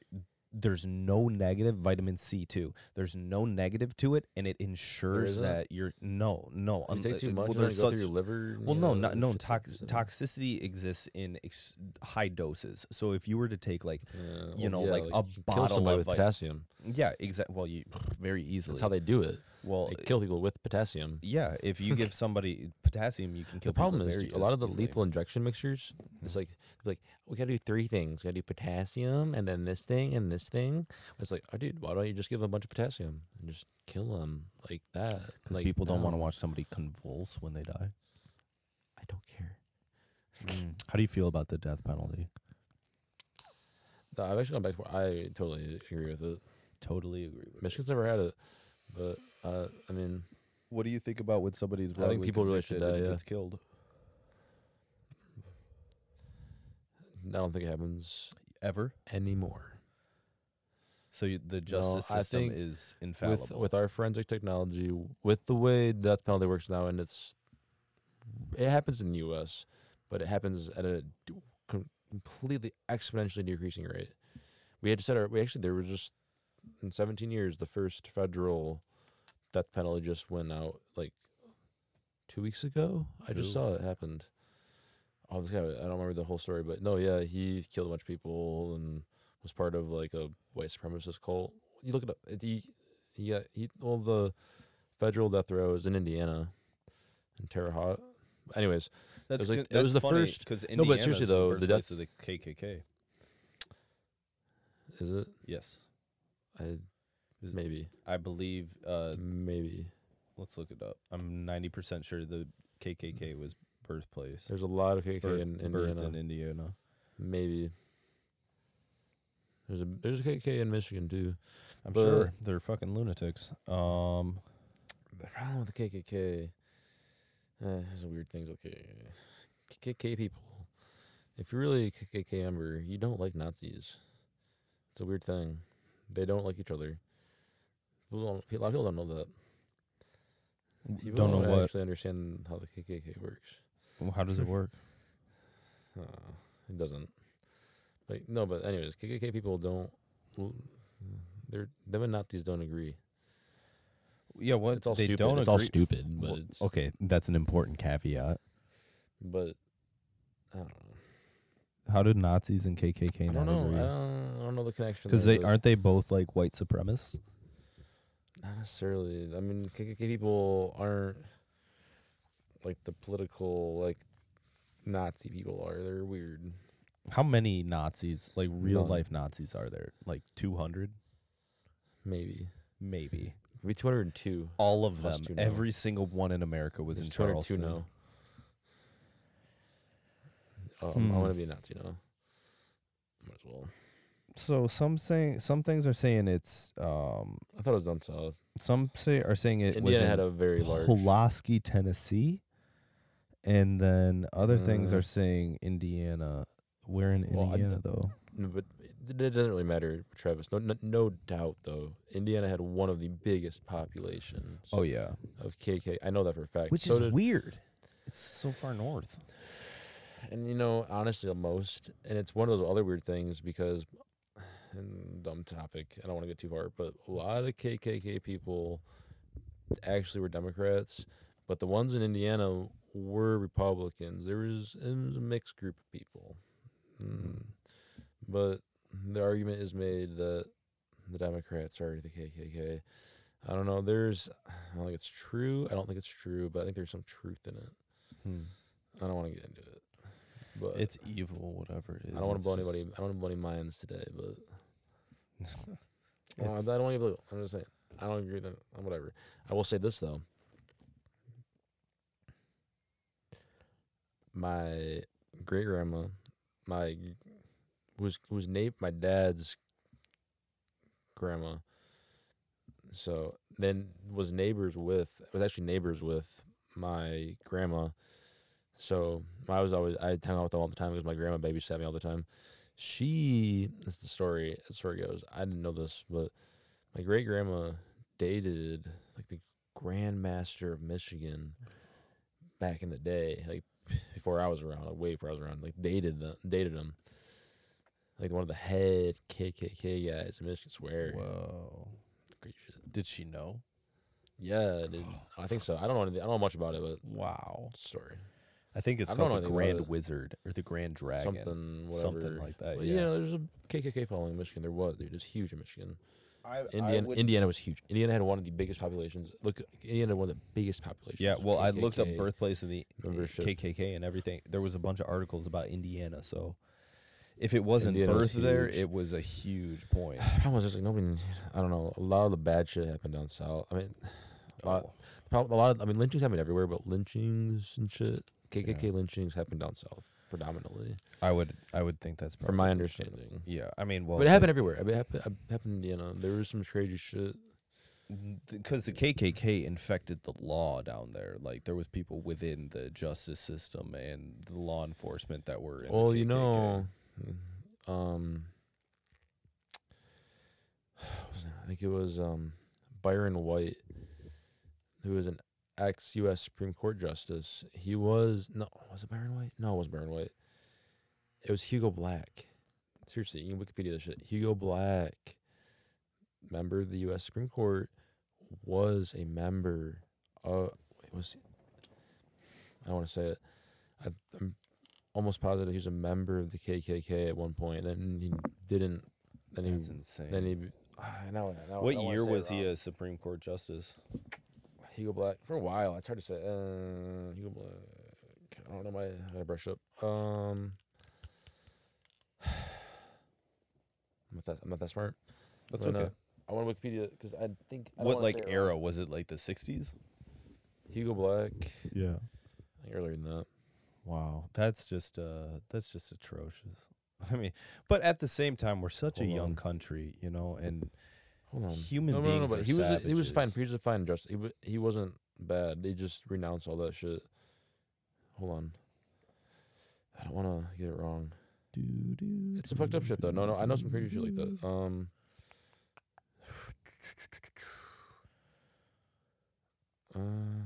A: there's no negative vitamin C too. There's no negative to it, and it ensures
D: isn't?
A: that you're no, no.
D: You
A: un-
D: take
A: uh,
D: too much,
A: well,
D: and then
A: there's
D: it go through
A: such-
D: your liver. and
A: well,
D: you
A: no,
D: know,
A: not
D: and
A: no.
D: shit
A: Tox,
D: like that.
A: toxicity exists in ex- high doses. So if you were to take like,
D: Yeah, well,
A: you know,
D: yeah,
A: like,
D: you
A: a
D: can kill
A: bottle
D: somebody
A: of
D: with
A: like,
D: potassium.
A: yeah, exactly. Well, you very easily.
D: That's how they do it.
A: well,
D: They kill people with potassium.
A: yeah. If you give somebody potassium, you can kill.
D: The problem
A: people
D: is
A: very
D: dude, a lot of the
A: easily.
D: lethal injection mixtures. It's like like we gotta do three things. We gotta do potassium, and then this thing, and this thing. It's like, oh, dude, why don't you just give 'em a bunch of potassium and just kill them like that?
A: because
D: Like, um,
A: people don't want to
D: no,
A: watch somebody convulse when they die.
D: I don't care.
A: How do you feel about the death penalty?
D: No, I've actually gone back to. I totally agree with it.
A: Totally agree. With
D: Michigan's never had it, but uh, I mean,
A: What do you think about when somebody's
D: I think
A: wrongly
D: people really should
A: convicted and
D: die, yeah.
A: gets killed?
D: I don't think it happens
A: Ever.
D: anymore.
A: So you, the justice
D: I
A: system
D: think
A: is infallible.
D: With, with our forensic technology, with the way death penalty works now, and it's it happens in the U.S., but it happens at a d- com- completely exponentially decreasing rate. We had to set our we actually there was just in 17 years the first federal death penalty just went out like two weeks ago. I just
A: Ooh.
D: saw it happened. Oh, this guy! I don't remember the whole story, but no, yeah, he killed a bunch of people and was part of like a white supremacist cult. You look it up. It, he, he got he. Well, the federal death row is in Indiana, in Terre Haute. Anyways,
A: that's
D: was like- it was the first-
A: because
D: no, but seriously
A: the
D: though, the
A: birthplace
D: death-
A: of the KKK.
D: is it?
A: Yes,
D: I,
A: Is-
D: maybe,
A: I believe. Uh,
D: maybe.
A: let's look it up. I'm 90 percent sure the KKK was birthplace.
D: There's a lot of KK
A: Birth-
D: in
A: birth
D: Indiana.
A: in Indiana.
D: Maybe. There's a there's a KK in Michigan too.
A: I'm
D: But-
A: sure they're fucking lunatics. Um,
D: The problem with the KKK, uh, there's weird things with KKK. KKK people. If you're really a KKK member, you don't like Nazis. It's a weird thing. They don't like each other. People don't, a lot of people don't know that.
A: w-
D: People
A: don't know what.
D: actually understand how the KKK works.
A: w- How does it
D: [laughs]
A: work?
D: Uh, it doesn't. Like no, but anyways, KKK people don't. l- They're them and Nazis don't agree.
A: Yeah, what?
D: It's all
A: they
D: stupid.
A: don't
D: it's all
A: agree-
D: stupid, but
A: Well,
D: it's
A: okay, that's an important caveat.
D: but I don't know.
A: How did Nazis and KKK
D: I
A: not
D: don't know. I
A: agree?
D: don't, I don't know the connection.
A: Because
D: there,
A: they
D: but
A: aren't they both like white supremacists?
D: not necessarily. I mean, KKK people aren't like the political like Nazi people are. They're weird.
A: How many Nazis, like real
D: None.
A: life Nazis, are there? Like two hundred,
D: Maybe
A: maybe.
D: maybe two hundred and two.
A: All of
D: Plus
A: them,
D: two now.
A: every single one in America was
D: There's
A: in Charleston.
D: now. Oh, I
A: Hmm.
D: want to be a Nazi now. Might as well.
A: So some saying some things are saying it's um
D: I thought it was down south.
A: some say are saying it was
D: Indiana
A: in
D: had a very large.
A: Pulaski, Tennessee, and then other things
D: Uh.
A: are saying Indiana. Where in
D: Well, I-
A: Indiana though?
D: No, but it it doesn't really matter, Travis. No, no, no doubt though. Indiana had one of the biggest populations
A: Oh yeah,
D: of KK. I know that for a fact.
A: which
D: so
A: is
D: did,
A: weird. It's so far north.
D: and you know, honestly, the most. And it's one of those other weird things because, and dumb topic. I don't want to get too far, but a lot of KKK people actually were Democrats, but the ones in Indiana were Republicans. There was, it was a mixed group of people, mm. but the argument is made that the Democrats are the KKK. I don't know. There's, I don't think it's true. I don't think it's true, but I think there's some truth in it. Hmm. I don't want to get into it. But
A: It's evil, whatever it is.
D: I don't want to
A: it's
D: blow
A: just-
D: anybody. I don't want to blow any minds today,
A: [laughs]
D: but I don't- I don't want to blow. I'm just saying. I don't agree with that. uh, Whatever. I will say this though. My great grandma, my g- was was Nate my dad's grandma. So then was neighbors with was actually neighbors with my grandma. So I was always I hung out with them all the time because my grandma babysat me all the time. She that's the story as story goes. I didn't know this, but my great grandma dated like the Grand Master of Michigan back in the day, like before I was around, like way before I was around, like dated the dated him. Like one of the head KKK guys in Michigan swear.
A: Whoa.
D: Crazy shit.
A: Did she know?
D: Yeah, dude. I think so. I don't know anything. I don't know much about it, but
A: Wow.
D: story.
A: I think it's
D: I don't know
A: called the
D: anything about
A: Grand
D: it.
A: Wizard or the Grand Dragon.
D: Something whatever.
A: Something like that.
D: Well,
A: yeah.
D: You know, there's a KKK following in Michigan. There was, dude. It's huge in Michigan.
A: I,
D: Indiana, Indiana was huge. Indiana had one of the biggest populations. Look, Indiana had one of the biggest populations.
A: yeah,
D: of
A: well, I looked up
D: KKK.
A: birthplace of the
D: membership.
A: KKK and everything. There was a bunch of articles about Indiana, so if it wasn't
D: Indiana was
A: birth there,
D: huge.
A: it was a huge
D: [sighs]
A: point.
D: [sighs] The problem was just like nobody. I don't know. A lot of the bad shit happened down south. I mean, a
A: Oh.
D: lot. the problem- a lot of. I mean, lynchings happened everywhere, but lynchings and shit. KKK lynchings happened down south predominantly,
A: I would, I would think that's
D: from my
A: probably-
D: understanding.
A: Yeah, I mean, well,
D: But it happened everywhere. I mean, it happened, it happened in Indiana. There was some crazy shit.
A: because the KKK infected the law down there. Like there was people within the justice system and the law enforcement that were. In the
D: Well, you
A: KKK.
D: know, um, what was it? I think it was um, Byron White, who was an ex-U.S. Supreme Court justice. He was no, was it Byron White? No, it was Byron White. It was Hugo Black. Seriously, you can Wikipedia this shit. Hugo Black, member of the U.S. Supreme Court, was a member of was. I don't want to say it. I, I'm almost positive he was a member of the KKK at one point. Then he didn't. Then
A: that's
D: he.
A: insane.
D: Then he. [sighs] I know. I know- I
A: what
D: wanna
A: year
D: say it
A: was he
D: wrong.
A: a Supreme Court justice?
D: Hugo Black for a while. It's hard to say. Uh, Hugo Black. I don't know. My I gotta brush up. Um. [sighs] I'm not that. I'm not that smart.
A: That's
D: But, uh,
A: okay.
D: I want Wikipedia because I think. I don't
A: What
D: wanna
A: like
D: say it wrong.
A: era was it? Like the sixties?
D: Hugo Black.
A: Yeah.
D: I think earlier than that.
F: Wow, that's just uh that's just atrocious. [laughs] I mean, but at the same time, we're such a
D: Hold
F: young
D: on.
F: country, you know, and
D: Hold on.
F: human
D: no, no,
F: beings
D: no, no,
F: are
D: but he was he was fine.
F: savages.
D: He was fine. Just he, wa- he wasn't bad. They just renounced all that shit. Hold on. I don't want to get it wrong. It's some fucked up shit though. No, no, I know some crazy shit like
A: Mm.
D: that. Um. [sighs] Uh,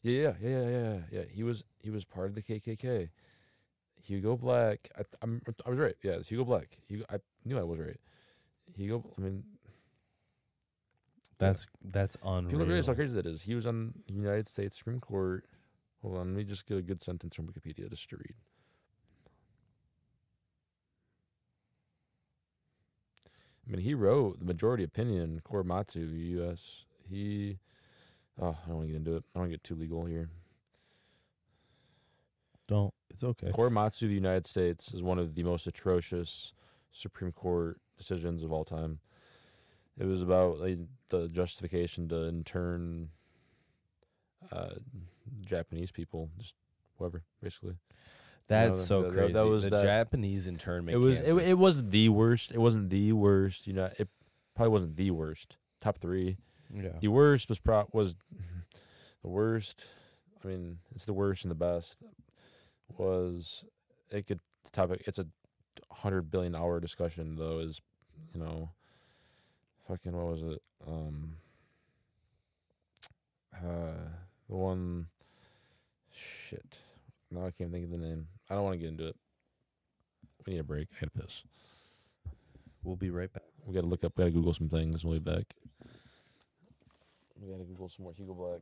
D: yeah, yeah, yeah, yeah, yeah, yeah. He was he was part of the KKK. Hugo Black. I, th- I'm, I was right. Yeah, it's Hugo Black. Hugo, I knew I was right. Hugo. I mean,
F: that's that's unreal.
D: People don't realize how crazy that is. He was on the United States Supreme Court. Hold on, let me just get a good sentence from Wikipedia just to read. I mean, he wrote the majority opinion, Korematsu, U.S. He, oh, I don't want to get into it. I don't want to get too legal here.
F: Don't. It's okay.
D: Korematsu of the United States is one of the most atrocious Supreme Court decisions of all time. It was about like, the justification to intern uh, Japanese people, just whatever, basically.
F: That's
D: that-
F: so
D: that- that
F: crazy.
D: was
F: the
D: that-
F: Japanese internment.
D: It was it,
F: camps are
D: it was the worst. It wasn't the worst. You know, it probably wasn't the worst. Top three.
F: Yeah.
D: The worst was pro was [laughs] the worst. I mean, it's the worst and the best. Was it could topic? It's a hundred billion hour discussion though. Is you know, fucking what was it? Um, uh, the one shit. Now I can't think of the name. I don't want to get into it. We need a break. I gotta piss.
F: We'll be right back.
D: We gotta look up. We gotta Google some things. We'll be back. We gotta Google some more Hugo Black.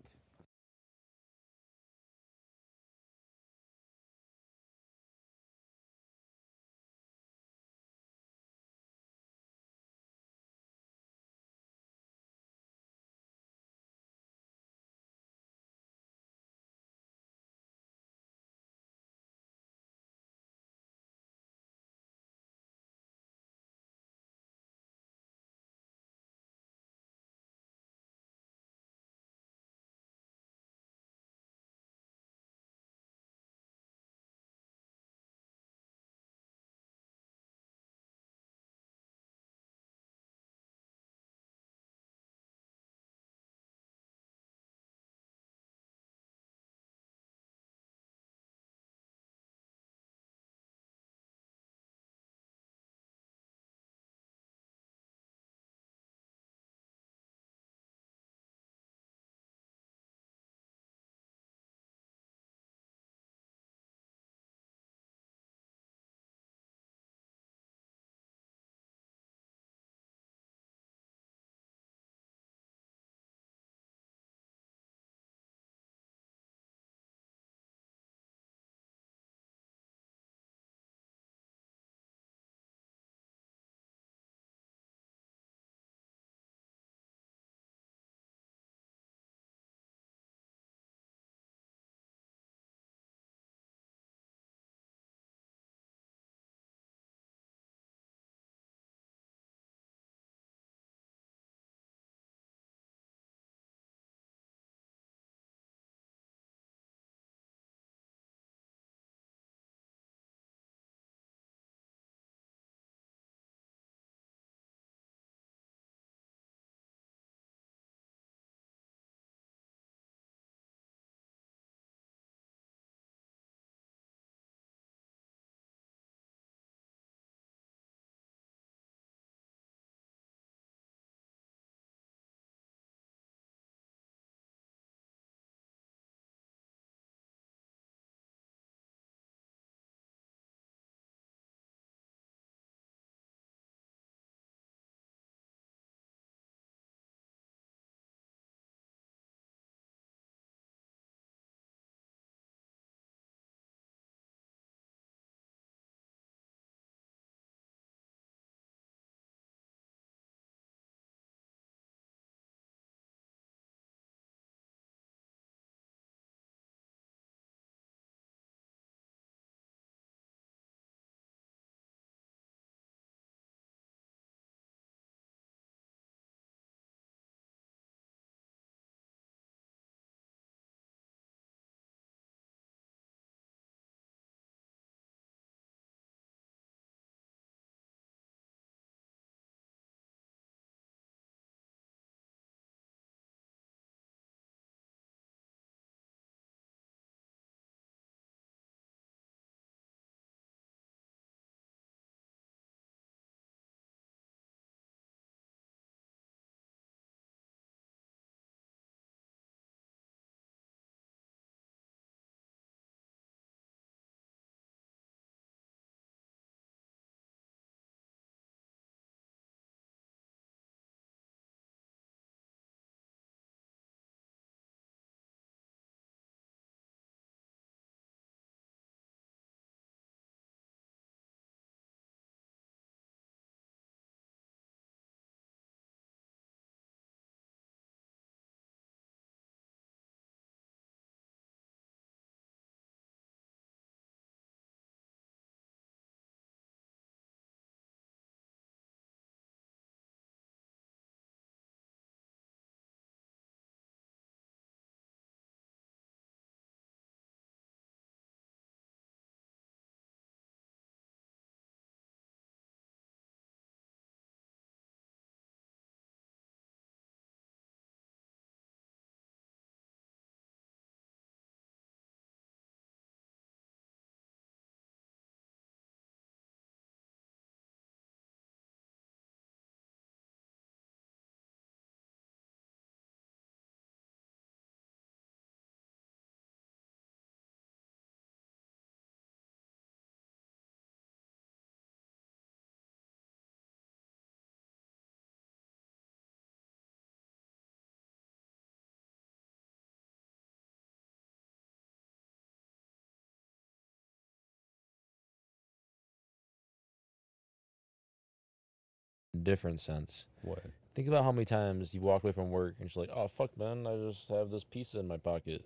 D: different sense.
A: What?
D: Think about how many times you walked away from work and she's like, "Oh fuck, man, I just have this pizza in my pocket."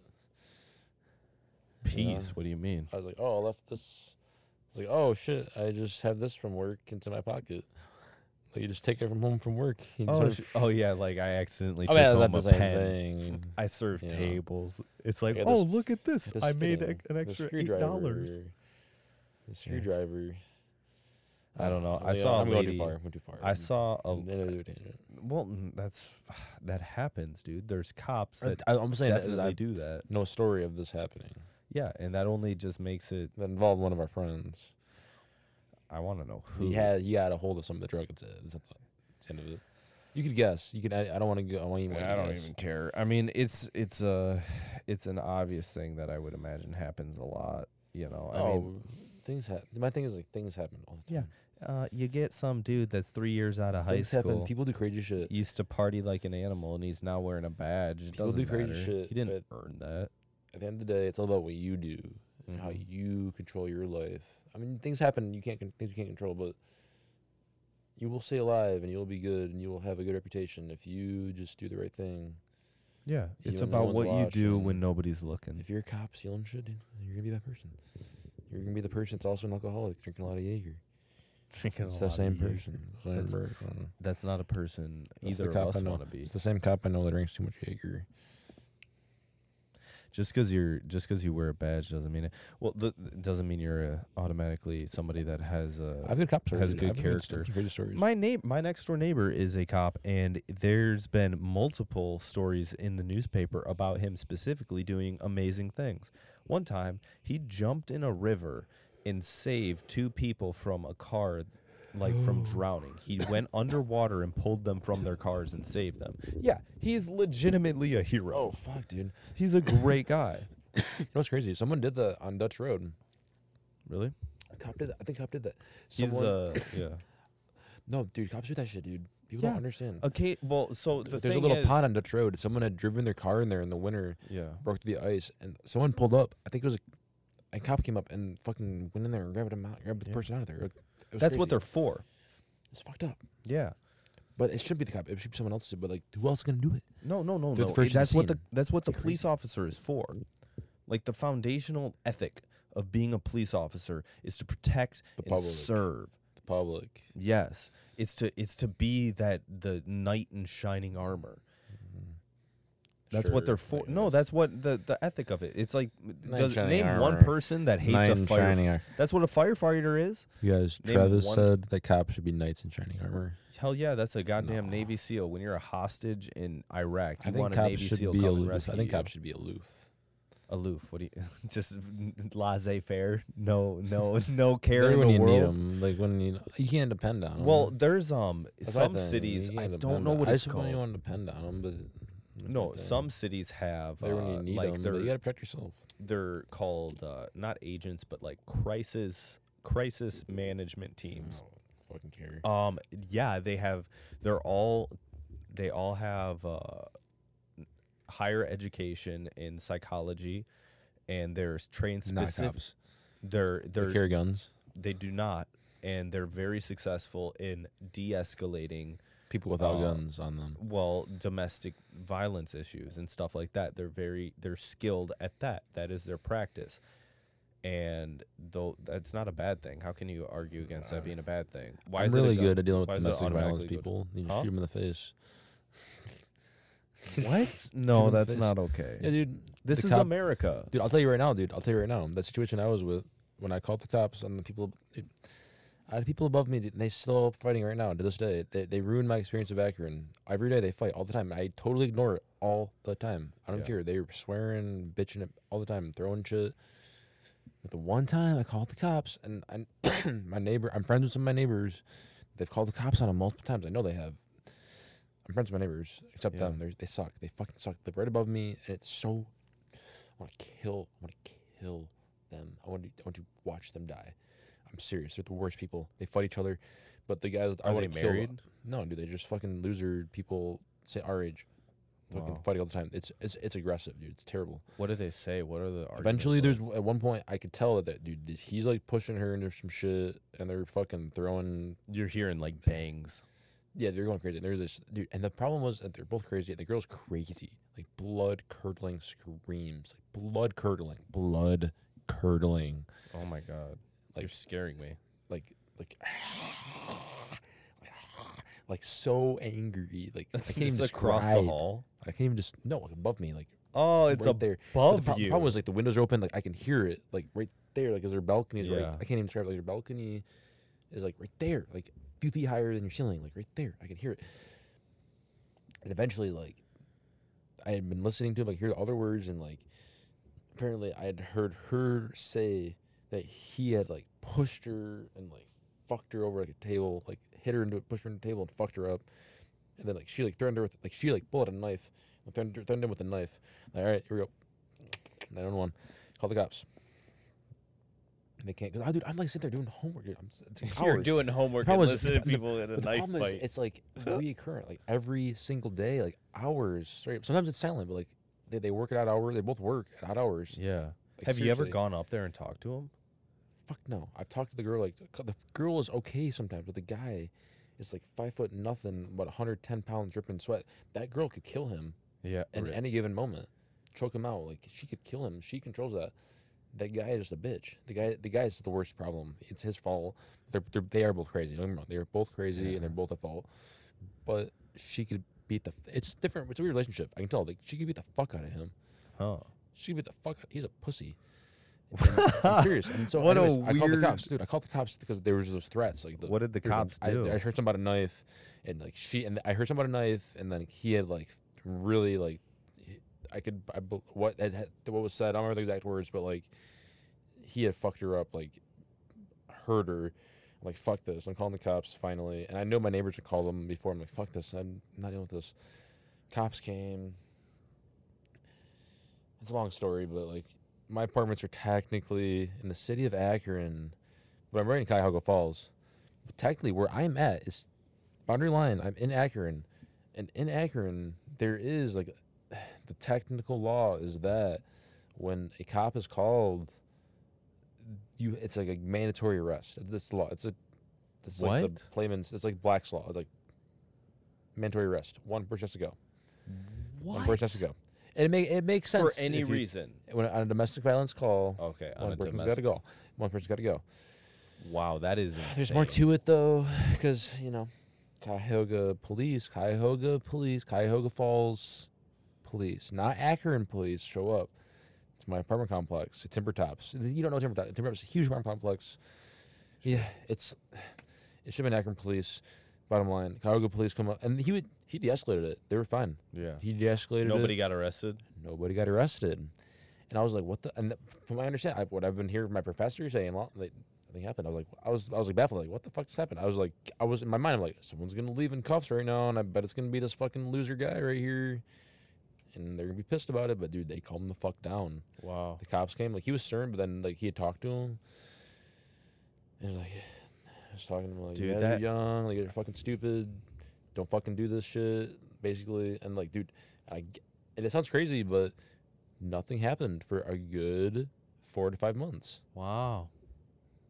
A: Peace. What do you mean?
D: I was like, "Oh, I left this." It's like, "Oh shit, I just have this from work into my pocket." Like you just take it from home from work. You
A: Oh,
D: sort of-
A: sh- oh yeah, like I accidentally
D: I
A: took
D: mean, that's
A: home
D: Oh, not
A: a
D: the same
A: pen.
D: thing.
A: I serve
D: you know.
A: tables. It's like,
D: I got
A: oh,
D: this-
A: look at this!
D: This
A: I made
D: thing,
A: ex- an
D: the
A: extra eight
D: screwdriver,
A: dollars.
D: The screwdriver.
A: I don't know. I
D: yeah,
A: saw a
D: I'm going
A: lady.
D: too far. I went too far.
A: I saw a.
D: Then I do a tangent.
A: [sighs] Well, mm, that's [sighs] that happens, dude. There's cops
D: I-
A: that
D: I- I'm saying that uh, is
A: definitely
D: I
A: do that.
D: no story of this happening
A: Yeah, and that only just makes it.
D: that involved one of our friends.
A: I want to know who.
D: He had he had a hold of some of the drug. It's, it's at the end of it. You could guess. You could. I, I don't want to go. I want you.
A: I don't even care. I mean, it's it's a it's an obvious thing that I would imagine happens a lot. You know, I
D: oh,
A: mean,
D: things happen. My thing is like things happen all the
A: Yeah,
D: time.
A: uh, you get some dude that's three years out of high
D: Oh. things
A: school.
D: happen. People do crazy shit.
A: used to party like an animal and he's now wearing a badge. It
D: People
A: doesn't
D: do crazy
A: matter.
D: shit,
A: He didn't earn that.
D: At the end of the day, it's all about what you do and how
A: Mm-hmm.
D: you control your life. I mean, things happen. You can't con- things you can't control, but you will stay alive and you will be good and you will have a good reputation if you just do the right thing.
A: Yeah,
D: You
A: it's
D: and no
A: about
D: one's
A: what you do
D: watching.
A: when nobody's looking.
D: If you're a cop stealing shit, dude, you're gonna be that person. You're gonna be the person that's also an alcoholic drinking a lot of Jaeger.
A: Drinking
D: It's
A: a
D: the
A: lot of
D: same
A: beer.
D: person. Same
A: That's-
D: bird, I don't know.
A: That's not a person
D: That's the
A: either of
D: cop I
A: us
D: know.
A: want to be.
D: It's the same cop I know that drinks too much Jaeger.
A: Just because you're just because you wear a badge doesn't mean it. Well, th- th- doesn't mean you're uh, automatically somebody that has a.
D: I've got cop stories.
A: has
D: dude.
A: good
D: I've heard some
A: character.
D: Crazy stories.
A: My name, my next door neighbor is a cop, and there's been multiple stories in the newspaper about him specifically doing amazing things. One time, he jumped in a river and saved two people from a car, like [gasps] from drowning. He [laughs] went underwater and pulled them from their cars and saved them. Yeah, he's legitimately a hero.
D: oh fuck, dude.
A: He's a great guy.
D: You know what's crazy? Someone did that on Dutch Road.
A: [laughs] Really?
D: A cop did that. I think a cop did that.
A: He's
D: Someone,
A: uh yeah.
D: no, dude, cops do that shit, dude. People
A: Yeah.
D: don't understand.
A: Okay, well, so the
D: There's a
A: thing
D: little
A: is,
D: pond on Dutch Road. Someone had driven their car in there in the winter,
A: Yeah.
D: broke through the ice, and someone pulled up. I think it was a, a cop came up and fucking went in there and grabbed him out, grabbed the person out of there. It was
A: That's what
D: crazy.
A: they're for.
D: It's fucked up.
A: Yeah.
D: But it should be the cop. It should be someone else. But like, who else is gonna do it?
A: No, no, no,
D: They're the
A: no.
D: first to
A: that's
D: see
A: what the
D: him.
A: that's what the police officer is for. Like the foundational ethic of being a police officer is to protect
D: The
A: and
D: public.
A: serve.
D: The public.
A: Yes, it's to it's to be that the knight in shining armor. That's
D: Mm-hmm. Sure,
A: what they're
D: I
A: for. No,
D: guess.
A: that's what the, the ethic of it. It's like
D: Knight in
A: does,
D: shining
A: name one
D: armor.
A: person that hates
D: Knight
A: a
D: in
A: fire.
D: shining ar-
A: That's what a firefighter is.
D: You guys,
A: Name
D: Travis
A: one-
D: said that cops should be knights in shining armor.
A: Hell yeah, that's a goddamn Navy SEAL. When you're a hostage in Iraq,
D: I
A: you
D: think
A: want a
D: cops
A: Navy
D: should
A: SEAL
D: be
A: come and
D: aloof.
A: rescue
D: I think
A: you.
D: cops should be aloof.
A: aloof. What do you [laughs] just laissez faire? No, no, no
D: [laughs]
A: care
D: They're
A: in
D: when
A: the
D: you need
A: world.
D: 'em, like when you you can't depend on 'em.
A: Well, there's um
D: That's my
A: some
D: thing,
A: cities.
D: you can't
A: I don't
D: depend
A: know
D: on-
A: what
D: I
A: it's
D: just don't
A: called.
D: really want to depend on 'em, but that's
A: No,
D: my thing.
A: some cities have
D: They're when
A: uh,
D: you need
A: like
D: 'em, but
A: they're
D: you gotta protect yourself.
A: they're called uh, not agents, but like crisis crisis management teams.
D: Oh. Fucking care.
A: Um, yeah, they have. They're all. They all have uh, higher education in psychology, and they're trained
D: Not
A: specific.
D: cops.
A: They're
D: They
A: they're
D: carry guns.
A: they do not and they're very successful in de-escalating
D: People without
A: Uh,
D: guns on them.
A: well domestic violence issues and stuff like that they're very they're skilled at that that is their practice and though that's not a bad thing how can you argue against that being a bad thing why
D: I'm
A: is
D: really
A: it a gun?
D: good at dealing with
A: Why does it
D: domestic
A: automatically
D: violence
A: go to- [laughs]
D: people. You just
A: Huh?
D: shoot 'em in the face.
A: what no
D: in the
A: that's
D: face.
A: not okay
D: Yeah, dude.
A: this
D: the
A: is
D: cop-
A: america
D: Dude, I'll tell you right now, dude. I'll tell you right now. That situation I was with when I called the cops and the people, ab- dude, I had people above me. dude, and They still fighting right now to this day. They, they ruined my experience of Akron. Every day they fight all the time. I totally ignore it all the time. I don't
A: Yeah.
D: care. They were swearing, bitching it all the time, throwing shit. But the one time I called the cops and I, [clears throat] my neighbor, I'm friends with some of my neighbors. They've called the cops on them multiple times. I know they have. I'm friends with my neighbors, except
A: Yeah.
D: them. They're, they suck. They fucking suck. They're right above me, and it's so. I want to kill. I want to kill them. I want to. I want to watch them die. I'm serious. They're the worst people. They fight each other, but the guys I
A: Are
D: wanna
A: they
D: kill-
A: married?
D: No, dude. They're just fucking loser people. Say our age, fucking
A: Wow.
D: fighting all the time. It's it's it's aggressive, dude. It's terrible.
A: what do they say what are the arguments
D: Eventually,
A: like?
D: there's at one point I could tell that, that dude that he's like pushing her into some shit, and they're fucking throwing
A: you're hearing like bangs
D: yeah, they're going crazy. They're this dude, and the problem was that they're both crazy. The girl's crazy, like blood curdling screams, like blood curdling, blood curdling,
F: Oh my god,
D: Like-
F: you're scaring
D: [laughs]
F: me.
D: like like [sighs] like so angry, like
F: [laughs]
D: I can't even
F: Just
D: describe.
F: across the hall.
D: I can't even just no like above me, like
F: Oh,
D: it's
F: it's
D: right
F: above
D: there. the pro-
F: you. [laughs]
D: problem was like the windows are open, like I can hear it, like right there, like as their balconies, right?
F: Yeah.
D: I can't even describe it, like your balcony is like right there, like a few feet higher than your ceiling, like right there. I can hear it. And eventually, like I had been listening to him, like hear all their words, and like apparently I had heard her say that he had like pushed her and like fucked her over like a table, like hit her into pushed her into a table and fucked her up. And then like she like threatened her with like she like pulled out a knife, like, threatened, her- threatened him with a knife. Like, all right, here we go. 911. Call the cops. And They can't because I dude I'm like sitting there doing homework. Dude. I'm s- it's like
F: You're
D: hours.
F: doing homework and
D: Problem is-
F: listening to
D: the-
F: people in a
D: But the
F: knife
D: problem is,
F: fight. [laughs]
D: it's like recurrent, like every single day, like hours straight. Sometimes it's silent, but like they, they work it out hour. They both work at odd hours.
F: yeah.
D: Like,
F: Have you ever
D: seriously.
F: gone up there and talked to him?
D: Fuck no. I've talked to the girl. Like c- the girl is okay sometimes, but the guy is like five foot nothing, but 110 pounds, dripping sweat. That girl could kill him
F: [laughs] Yeah.
D: at any given moment, choke him out. Like she could kill him. She controls that. That guy is just a bitch. The guy, the guy is the worst problem. It's his fault. They're, they're they are both crazy. Don't get me wrong. They are both crazy and they're both at fault. But she could beat the. f- It's different. It's a weird relationship. I can tell. Like she could beat the fuck out of him. [laughs]
F: Huh.
D: She beat the fuck out. He's a pussy. And
A: [laughs]
D: I'm serious. And so
F: What a
D: anyways, I called the
F: weird-
D: cops, dude. I called the cops because there was those threats. Like, the,
A: What did the
D: there was
A: cops
D: an-
A: do?
D: I, I heard something about a knife, and like she and I heard something about a knife, and then he had like really like, he- I could I, bel- what had, had- what was said. I don't remember the exact words, but like, he had fucked her up, like, hurt her. Like fuck this! I'm calling the cops finally, and I know my neighbors would call them before. I'm like, fuck this! I'm not dealing with this. Cops came. It's a long story, but like my apartments are technically in the city of Akron, but I'm right in Cuyahoga Falls. But technically, where I'm at is boundary line. I'm in Akron, and in Akron there is like [sighs] the technical law is that when a cop is called, you it's like a mandatory arrest. This law, it's a it's like the
F: What?
D: layman's. It's like Black's law, like mandatory arrest. One person has to go. One person
A: [coughs]
D: has to go. And it make it makes sense
F: For any
D: if you-
F: reason.
D: when on a domestic violence call,
F: Okay. On
D: one
F: a
D: person's got to
F: domestic-
D: go. One person's got to go.
F: Wow, that is insane.
D: There's more to it though, because you know, Cuyahoga police, Cuyahoga police, Cuyahoga Falls police, not Akron police show up. It's my apartment complex. It's Timber Tops. You don't know Timber Tops. Timber Tops is a huge apartment complex. Yeah, it's it should have been Akron police. Bottom line, Cuyahoga police come up, and he would he de-escalated it. They were fine.
F: Yeah.
D: He de-escalated it
F: Nobody got arrested.
D: nobody got arrested. And I was like, what the? And th- from my understanding, I, what I've been hearing my professor saying, lo- like, nothing happened. I was like, I was, I was like baffled, like, what the fuck just happened? I was like, I was in my mind, I'm like, someone's gonna leave in cuffs right now, and I bet it's gonna be this fucking loser guy right here, and they're gonna be pissed about it. But dude, they calmed the fuck down.
F: Wow.
D: The cops came, like he was stern, but then like he had talked to him, and he was like, I was talking to him like,
F: Dude,
D: you guys
F: that-
D: are young, like you're fucking stupid, don't fucking do this shit, basically. And like, dude, I g- and it sounds crazy, but nothing happened for a good four to five months.
F: Wow.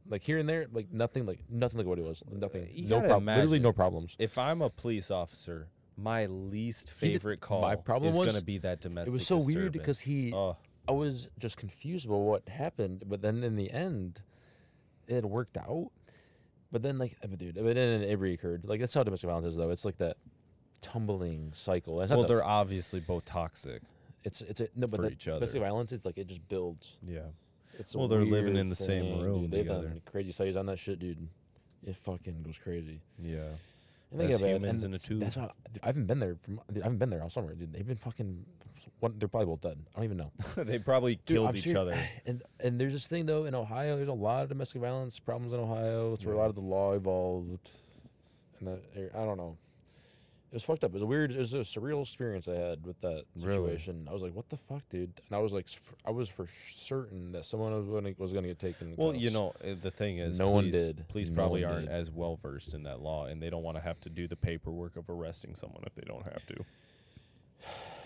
D: Like here and there, like nothing, like nothing like what it was, nothing,
F: you
D: no
F: gotta
D: problem, literally no
F: imagine.
D: problems.
F: If I'm a police officer, my least
D: He did-
F: favorite call
D: my problem
F: is
D: was-
F: gonna be that
D: It
F: domestic.
D: was so weird because
F: disturbance.
D: he,
F: Oh,
D: I was just confused about what happened, but then in the end, it had worked out. But then, like, but dude, but then it reoccurred. Like, that's how domestic violence is, though. It's like that tumbling cycle. It's not
F: well,
D: the-
F: they're obviously both toxic.
D: it's it's a, no, but
F: for
D: that
F: each other.
D: domestic violence, it's like it just builds.
F: Yeah.
D: It's a
F: Well, they're living
D: weird
F: in the same
D: thing,
F: room
D: Dude. They've
F: together.
D: done crazy studies on that shit, dude. It fucking goes crazy.
F: Yeah.
D: And they
F: That's
D: get bad,
F: humans in a
D: and it's- That's why dude, I haven't been there from. Dude, I haven't been there all summer, dude. They've been fucking. One, they're probably both dead. I don't even know.
F: [laughs] they probably
D: Dude,
F: killed
D: I'm
F: each
D: seri-
F: other.
D: [sighs] And and there's this thing though in Ohio, there's a lot of domestic violence problems in Ohio. It's where a lot of the law evolved, and that, er, I don't know. It was fucked up. It was a weird. It was a surreal experience I had with that
F: Really?
D: situation. I was like, "What the fuck, dude?" And I was like, s- f- I was for certain that someone was going was going to get taken.
F: Well, you
D: cuffs.
F: know,
A: eh,
F: uh, the thing is,
D: No one
F: police-
D: did.
F: Police
D: No
F: probably
D: one
F: aren't
D: did.
F: as well versed in that law, and they don't want to have to do the paperwork of arresting someone if they don't have
A: [sighs]
F: to.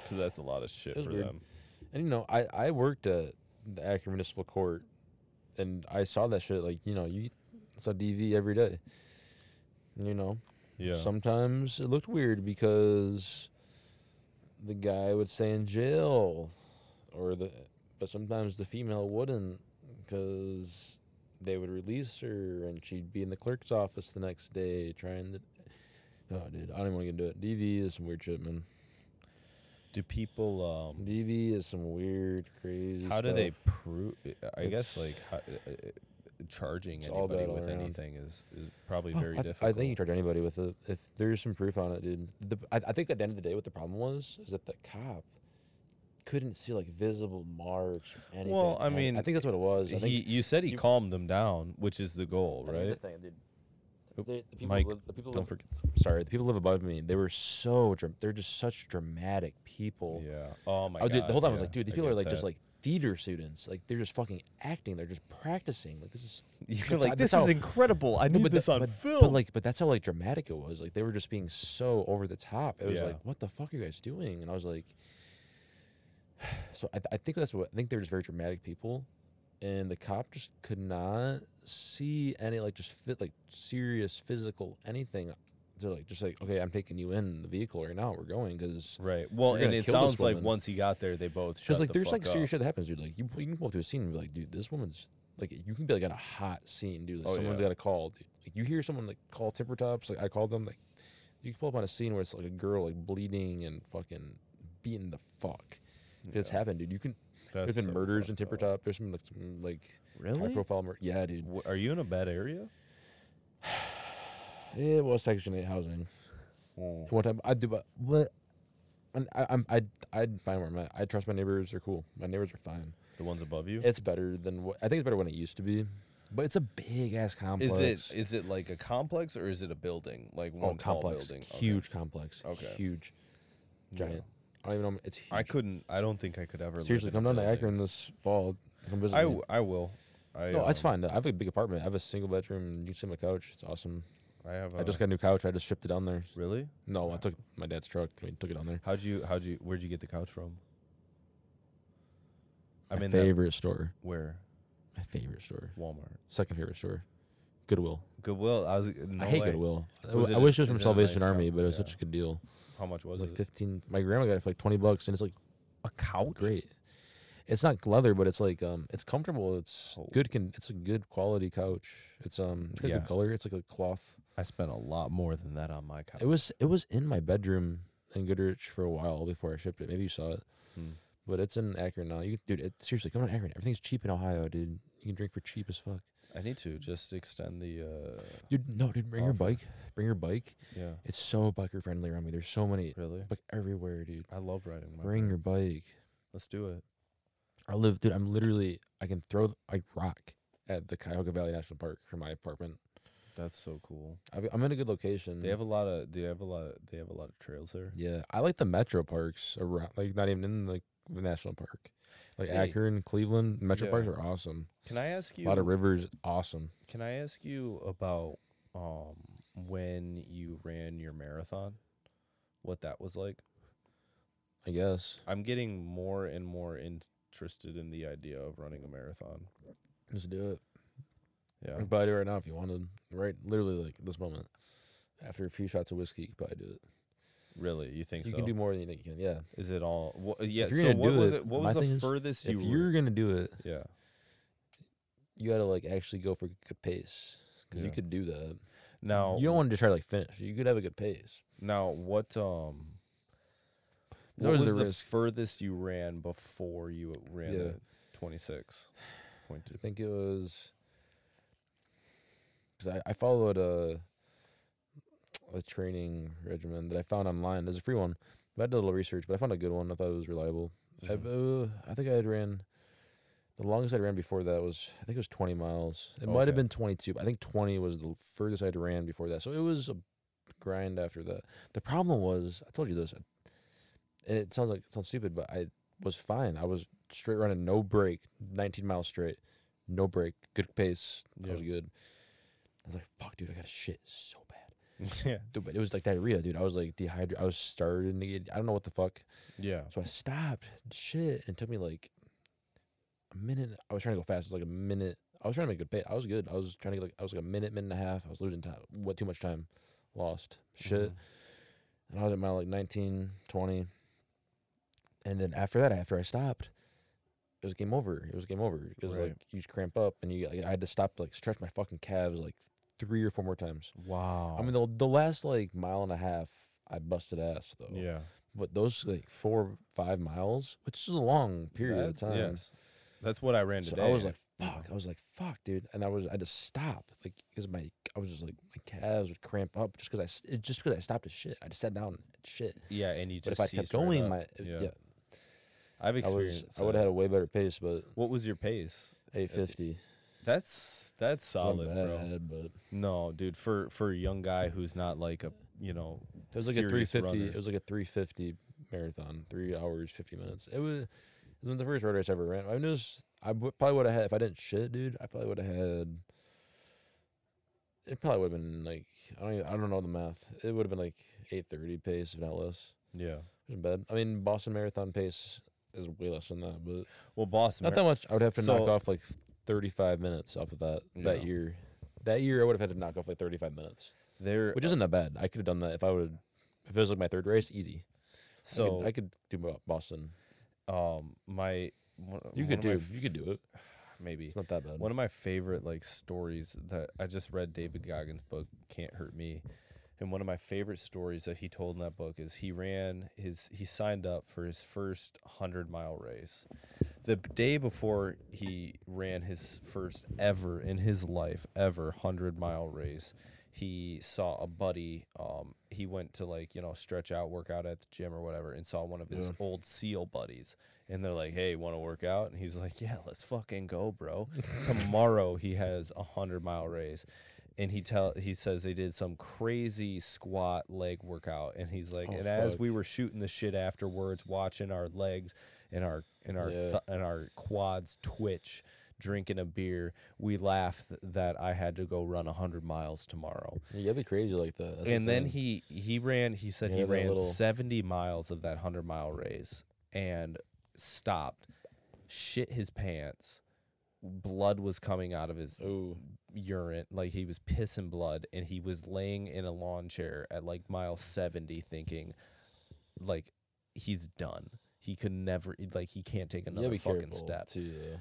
F: Because that's a lot of shit
D: It was
F: for
D: weird.
F: them.
D: And you know, I I worked at the Akron Municipal Court, and I saw that shit. Like you know, you saw DV every day. You know,
A: Yeah.
D: Sometimes it looked weird because the guy would stay in jail, or the but sometimes the female wouldn't because they would release her and she'd be in the clerk's office the next day trying to. Oh, dude, I don't even want to get into it. DV is some weird shit, man.
A: do people um
D: DV is some weird, crazy.
A: how do they
D: stuff.
A: prove eh, I guess
D: It's-
A: like how, uh, uh, charging
D: It's all
A: anybody
D: bad all
A: with
D: around.
A: anything is, is probably
D: Oh,
A: very
D: I, th- I
A: difficult.
D: think you charge anybody with it if there's some proof on it, dude. The, I, I think at the end of the day, what the problem was is that the cop couldn't see like visible marks. Or anything
A: Well, I
D: on it. I
A: mean,
D: think that's what it was. I think
A: he, you said he
D: you-
A: calmed them down, which is the goal,
D: I think
A: right?
D: that's The thing, dude.
A: Oop,
D: They- the people
A: Mike,
D: live, the people
A: Don't
D: live-
A: forget.
D: sorry, the people live above me. They were so dra- they're just such dramatic people.
A: Yeah. Oh my
D: oh,
A: god.
D: dude, the whole time I was
A: yeah,
D: like, dude, these
A: I
D: people are
A: get
D: like just
A: that.
D: like theater students. Like they're just fucking acting. They're just practicing. Like this is
A: [laughs] You're
D: that's
A: like
D: how-
A: this
D: that's
A: is
D: how-
A: incredible. I
D: No,
A: need
D: but the-
A: this on
D: but,
A: film.
D: But like, but that's how like dramatic it was. Like they were just being so over the top. It was
A: Yeah.
D: like, what the fuck are you guys doing? And I was like, [sighs] so I, th- I think that's what I think they're just very dramatic people, and the cop just could not see any like just fit like serious physical anything. They're like just like okay, I'm taking you in the vehicle right now. We're going because.
A: Right. Well, and
D: You're gonna
A: it
D: kill this
A: sounds like
D: woman.
A: once he got there, they both shut
D: Because like
A: the
D: there's
A: fuck
D: like serious
A: up.
D: shit that happens, dude. Like you, you can walk to a scene and be like, dude, this woman's like you can be like on a hot scene, dude. Like
A: Oh,
D: someone's
A: yeah.
D: got a call, dude. Like you hear someone like call Tipper Tops, like I called them, like you can pull up on a scene where it's like a girl like bleeding and fucking beaten the fuck. It's happened, dude. You can
A: That's
D: there's been
A: so
D: murders in
A: fucked
D: Tipper
A: up.
D: Top. There's some like some like high
A: Really?
D: profile murder. Yeah, dude.
A: W- Are you in a bad area?
D: It was Section Eight housing. One time I do, but what? And I, I'm I I'd find where I'm at. I trust my neighbors. They're cool. My neighbors are fine.
A: The ones above you.
D: It's better than what I think it's better when it used to be, but it's a big ass complex.
A: Is it is it like a complex or is it a building? Like
D: oh
A: one tall
D: complex?
A: building. Okay.
D: Huge complex.
A: Okay.
D: Huge. Giant. I don't even know. It's huge.
A: I couldn't. I don't think I could ever. live
D: seriously
A: in a
D: come down to
A: building.
D: Akron this fall. Come visit.
A: I,
D: me.
A: w- I will. I,
D: no, that's
A: um,
D: fine. I have a big apartment. I have a single bedroom. You can sit on my couch. It's awesome.
A: I have.
D: I
A: a-
D: just got a new couch. I just shipped it down there.
A: Really?
D: No, I took my dad's truck. I mean, took it down there.
A: How'd you? How'd you? Where'd you get the couch from? I
D: My
A: mean, that-
D: favorite store.
A: where?
D: My favorite store.
A: Walmart.
D: Second favorite store. Goodwill.
A: Goodwill. I was. No
D: I hate
A: way.
D: Goodwill. I,
A: Was
D: w-
A: it
D: I
A: a-
D: wish it was from
A: is it a nice
D: Salvation Army,
A: couch?
D: but it was
A: Yeah.
D: such a good deal.
A: How much
D: It
A: was
D: was like
A: it?
D: fifteen. My grandma got it for like twenty bucks, and it's like
A: A couch.
D: great. It's not leather, but it's like um, it's comfortable. It's
A: Oh.
D: good. Can it's a good quality couch. It's um, it's got
A: Yeah.
D: good color. It's like a cloth.
A: I spent a lot more than that on my couch.
D: It was it was in my bedroom in Goodrich for a while before I shipped it. Maybe you saw it,
A: Hmm.
D: but it's in Akron now. You dude, it, seriously, come on Akron. Everything's cheap in Ohio, dude. You can drink for cheap as fuck.
A: I need to just extend the. uh
D: Dude, no, dude, bring your
A: Offer.
D: bike. Bring your bike.
A: Yeah.
D: It's so biker friendly around me. There's so many
A: Really.
D: like everywhere, dude.
A: I love riding my.
D: Bring
A: bike.
D: your bike.
A: Let's do it.
D: I live, dude. I'm literally, I can throw th- a rock at the Cuyahoga Valley National Park from my apartment.
A: That's so cool.
D: I've, I'm in a good location.
A: They have a lot of. They have a lot. Of, they have a lot of trails there.
D: Mm. yeah. I like the metro parks around, like not even in like the national park, like
A: Hey.
D: Akron, Cleveland. Metro
A: Yeah.
D: parks are awesome.
A: Can I ask you?
D: A lot of rivers, awesome.
A: Can I ask you about um when you ran your marathon? What that was like?
D: I guess
A: I'm getting more and more interested in the idea of running a marathon.
D: just do it. I
A: Yeah.
D: could probably do it right now if you wanted. Right, literally like this moment. After a few shots of whiskey, you could probably do it.
A: Really? You think
D: You
A: so?
D: can do more than you think you can. Yeah.
A: Is it all wha- yeah,
D: If you're
A: so
D: gonna
A: what
D: do
A: was
D: it,
A: it what
D: my
A: was
D: thing
A: the
D: is,
A: furthest you
D: if
A: were-
D: you're gonna do it,
A: Yeah.
D: you gotta like actually go for good pace because you
A: Yeah.
D: could do that.
A: Now
D: You don't want to try to like finish. You could have a good pace.
A: now what um
D: There's
A: what was
D: always
A: the,
D: the risk.
A: furthest you ran before you ran
D: Yeah.
A: the twenty six point
D: I [laughs]
A: two?
D: think it was because I, I followed a a training regimen that I found online. There's a free one. I did a little research, but I found a good one. I thought it was reliable. I, uh, I think I had ran the longest I ran before that was I think it was 20 miles. It might have
A: Okay.
D: been 22, but I think 20 was the furthest I'd ran before that. So it was a grind after that. The problem was I told you this, and it sounds like it sounds stupid, but I was fine. I was straight running, no break, 19 miles straight, no break, good pace. That
A: Yeah.
D: was good. I was like, fuck, dude, I got to shit so bad.
A: yeah.
D: Dude, but it was like diarrhea, dude. I was like dehydrated. I was starting to get, I don't know what the fuck.
A: Yeah.
D: So I stopped, shit, and it took me like a minute. I was trying to go fast. It was like a minute. I was trying to make good pace. I was good. I was trying to get like, I was like a minute, minute and a half. I was losing time. What, too much time. lost shit.
A: Mm-hmm.
D: And I was at my like 19, 20. And then after that, after I stopped, it was game over. It was game over because
A: Right.
D: like you just cramp up and you. I had to stop like stretch my fucking calves like three or four more times.
A: Wow.
D: I mean the the last like mile and a half, I busted ass though.
A: yeah.
D: But those like four five miles, which is a long period of
A: That-
D: time.
A: Yes. That's what I ran
D: So
A: today.
D: I was like,
A: you
D: fuck. I was like, fuck, dude. And I was, I just stopped, like, because my, I was just like, my calves would cramp up just because I, s- it, just because I stopped to shit. I just sat down and shit.
A: yeah, and you
D: But
A: just
D: if I kept
A: seized right
D: going,
A: up.
D: my, yeah,
A: yeah. uh, I've
D: I was,
A: experienced.
D: I would
A: that.
D: have had a way better pace, but
A: What was your pace?
D: eight fifty,
A: That's that's uh, solid, bro.
D: bad, but
A: No, dude, for for a young guy who's not like a you know,
D: it was like a three
A: serious
D: fifty.
A: runner.
D: It was like a three fifty marathon, three hours fifty minutes. It was, it was one of the first road race I ever ran. I noticed I w- probably would have had if I didn't shit, dude. I probably would have had. It probably would have been like I don't even, I don't know the math. It would have been like eight thirty pace if not less.
A: yeah.
D: It wasn't bad. I mean Boston Marathon pace is way less than that, but
A: Well, Boston.
D: not that much. I would have to knock
A: So-
D: off like thirty five minutes off of that
A: Yeah.
D: that year. That year I would have had to knock off like thirty five minutes,
A: there.
D: which isn't that bad. I could have done that if I would. If it was like my third race, easy. I could-
A: So
D: I could, do Bo- Boston.
A: um, my one-
D: You
A: one
D: could
A: of my
D: do
A: f-
D: you could do it.
A: maybe
D: It's not that bad.
A: One of my favorite like stories that I just read David Goggins' book Can't Hurt Me. And one of my favorite stories that he told in that book is he ran his he signed up for his first 100 mile race. The b- day before he ran his first ever in his life ever 100 mile race, he saw a buddy um he went to like, you know, stretch out, work out at the gym or whatever and saw one of his old seal buddies and they're like, "Hey, want to work out?" And he's like, "Yeah, let's fucking go,
D: [laughs]
A: bro." Tomorrow he has a hundred mile race, and he tell he says they did some crazy squat leg workout, and he's like,
D: Oh,
A: and as we
D: fuck.
A: were shooting the shit afterwards, watching our legs and our and our
D: Yeah.
A: th- and our quads twitch. Drinking a beer, we laughed that I had to go run hundred miles tomorrow
D: yeah, that'd be crazy like that. That's the
A: and then
D: thing.
A: he he ran he said
D: Yeah,
A: he
D: that
A: ran
D: little-
A: 70 miles of that 100 mile race and stopped shit his pants blood was coming out of his
D: Ooh,
A: urine like he was pissing blood and he was laying in a lawn chair at like mile 70 thinking like he's done he could never like he can't take
D: yeah,
A: another
D: be
A: fucking
D: careful
A: step
D: too, though.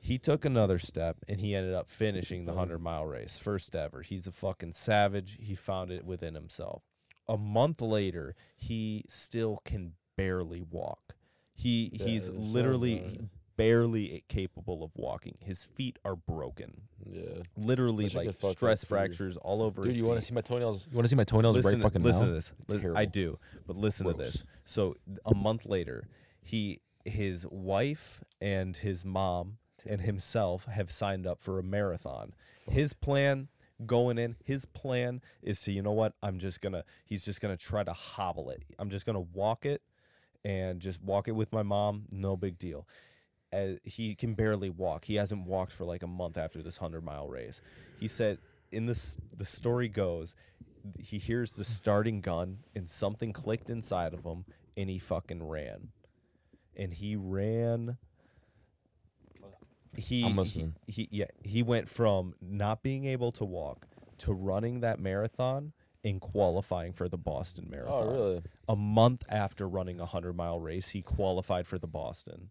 A: he took another step and he ended up finishing the 100 mile race, first ever. He's a fucking savage. He found it within himself. A month later, he still can barely walk. He
D: Yeah,
A: he's
D: that sounds
A: literally
D: about
A: he-
D: right.
A: barely i- capable of walking. His feet are broken.
D: Yeah,
A: Literally
D: That shit could
A: like
D: fuck up
A: stress
D: for you.
A: fractures all over
D: dude,
A: his
D: you want to
A: feet.
D: see my toenails? You want to see my toenails
A: listen
D: right fucking
A: to, listen
D: now?
A: to this.
D: It's
A: Lis- I
D: terrible.
A: do, but listen to this.
D: Gross.
A: So th- a month later, he his wife and his mom and himself have signed up for a marathon. His plan going in, his plan is to you know what? I'm just gonna he's just gonna try to hobble it. I'm just gonna walk it and just walk it with my mom. No big deal. As he can barely walk. He hasn't walked for like a month after this hundred mile race. He said, "In this, the story goes, he hears the starting gun and something clicked inside of him, and he fucking ran, and he ran." He,
D: I'm
A: he,
D: listening.
A: he yeah he went from not being able to walk to running that marathon and qualifying for the Boston Marathon.
D: Oh, really?
A: A month after running a hundred mile race, he qualified for the Boston.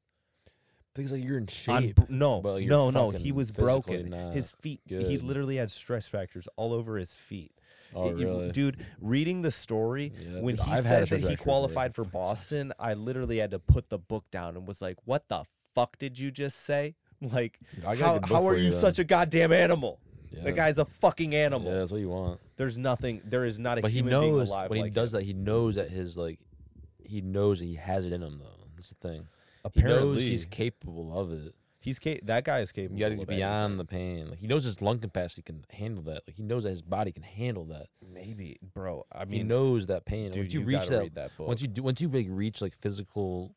D: Things like you're in
A: On
D: shape.
A: br- no,
D: but you're
A: no, no. He
D: fucking
A: was
D: physically
A: broken.
D: not
A: His feet. He
D: good.
A: literally had stress fractures all over his feet.
D: Oh,
A: It- you-
D: really?
A: dude, reading the story
D: Yeah,
A: when
D: dude,
A: he
D: I've had
A: said
D: a stress
A: that he
D: fracture before.
A: qualified for
D: Fucking sucks.
A: Boston, I literally had to put the book down and was like, "What the fuck did you just say? [laughs] Like,
D: I got
A: how,
D: the book
A: how are
D: for
A: you
D: you then.
A: such a goddamn animal?
D: yeah.
A: The guy's a fucking animal.
D: Yeah, that's what you want.
A: There's nothing. There is not a
D: But he
A: human being
D: knows
A: alive
D: when he
A: like him.
D: does that, he knows that his like, he knows that he has it in him though. That's the thing. He knows
A: Apparently,
D: he's capable of it.
A: he's ca- that guy is capable.
D: You got to
A: of
D: be
A: anything.
D: beyond the pain. Like he knows his lung capacity can handle that. Like he knows that his body can handle that.
A: Maybe, bro. I
D: he
A: mean,
D: knows that pain.
A: dude,
D: once you,
A: you
D: reach
A: gotta
D: that,
A: read that
D: once you do, once you like reach like physical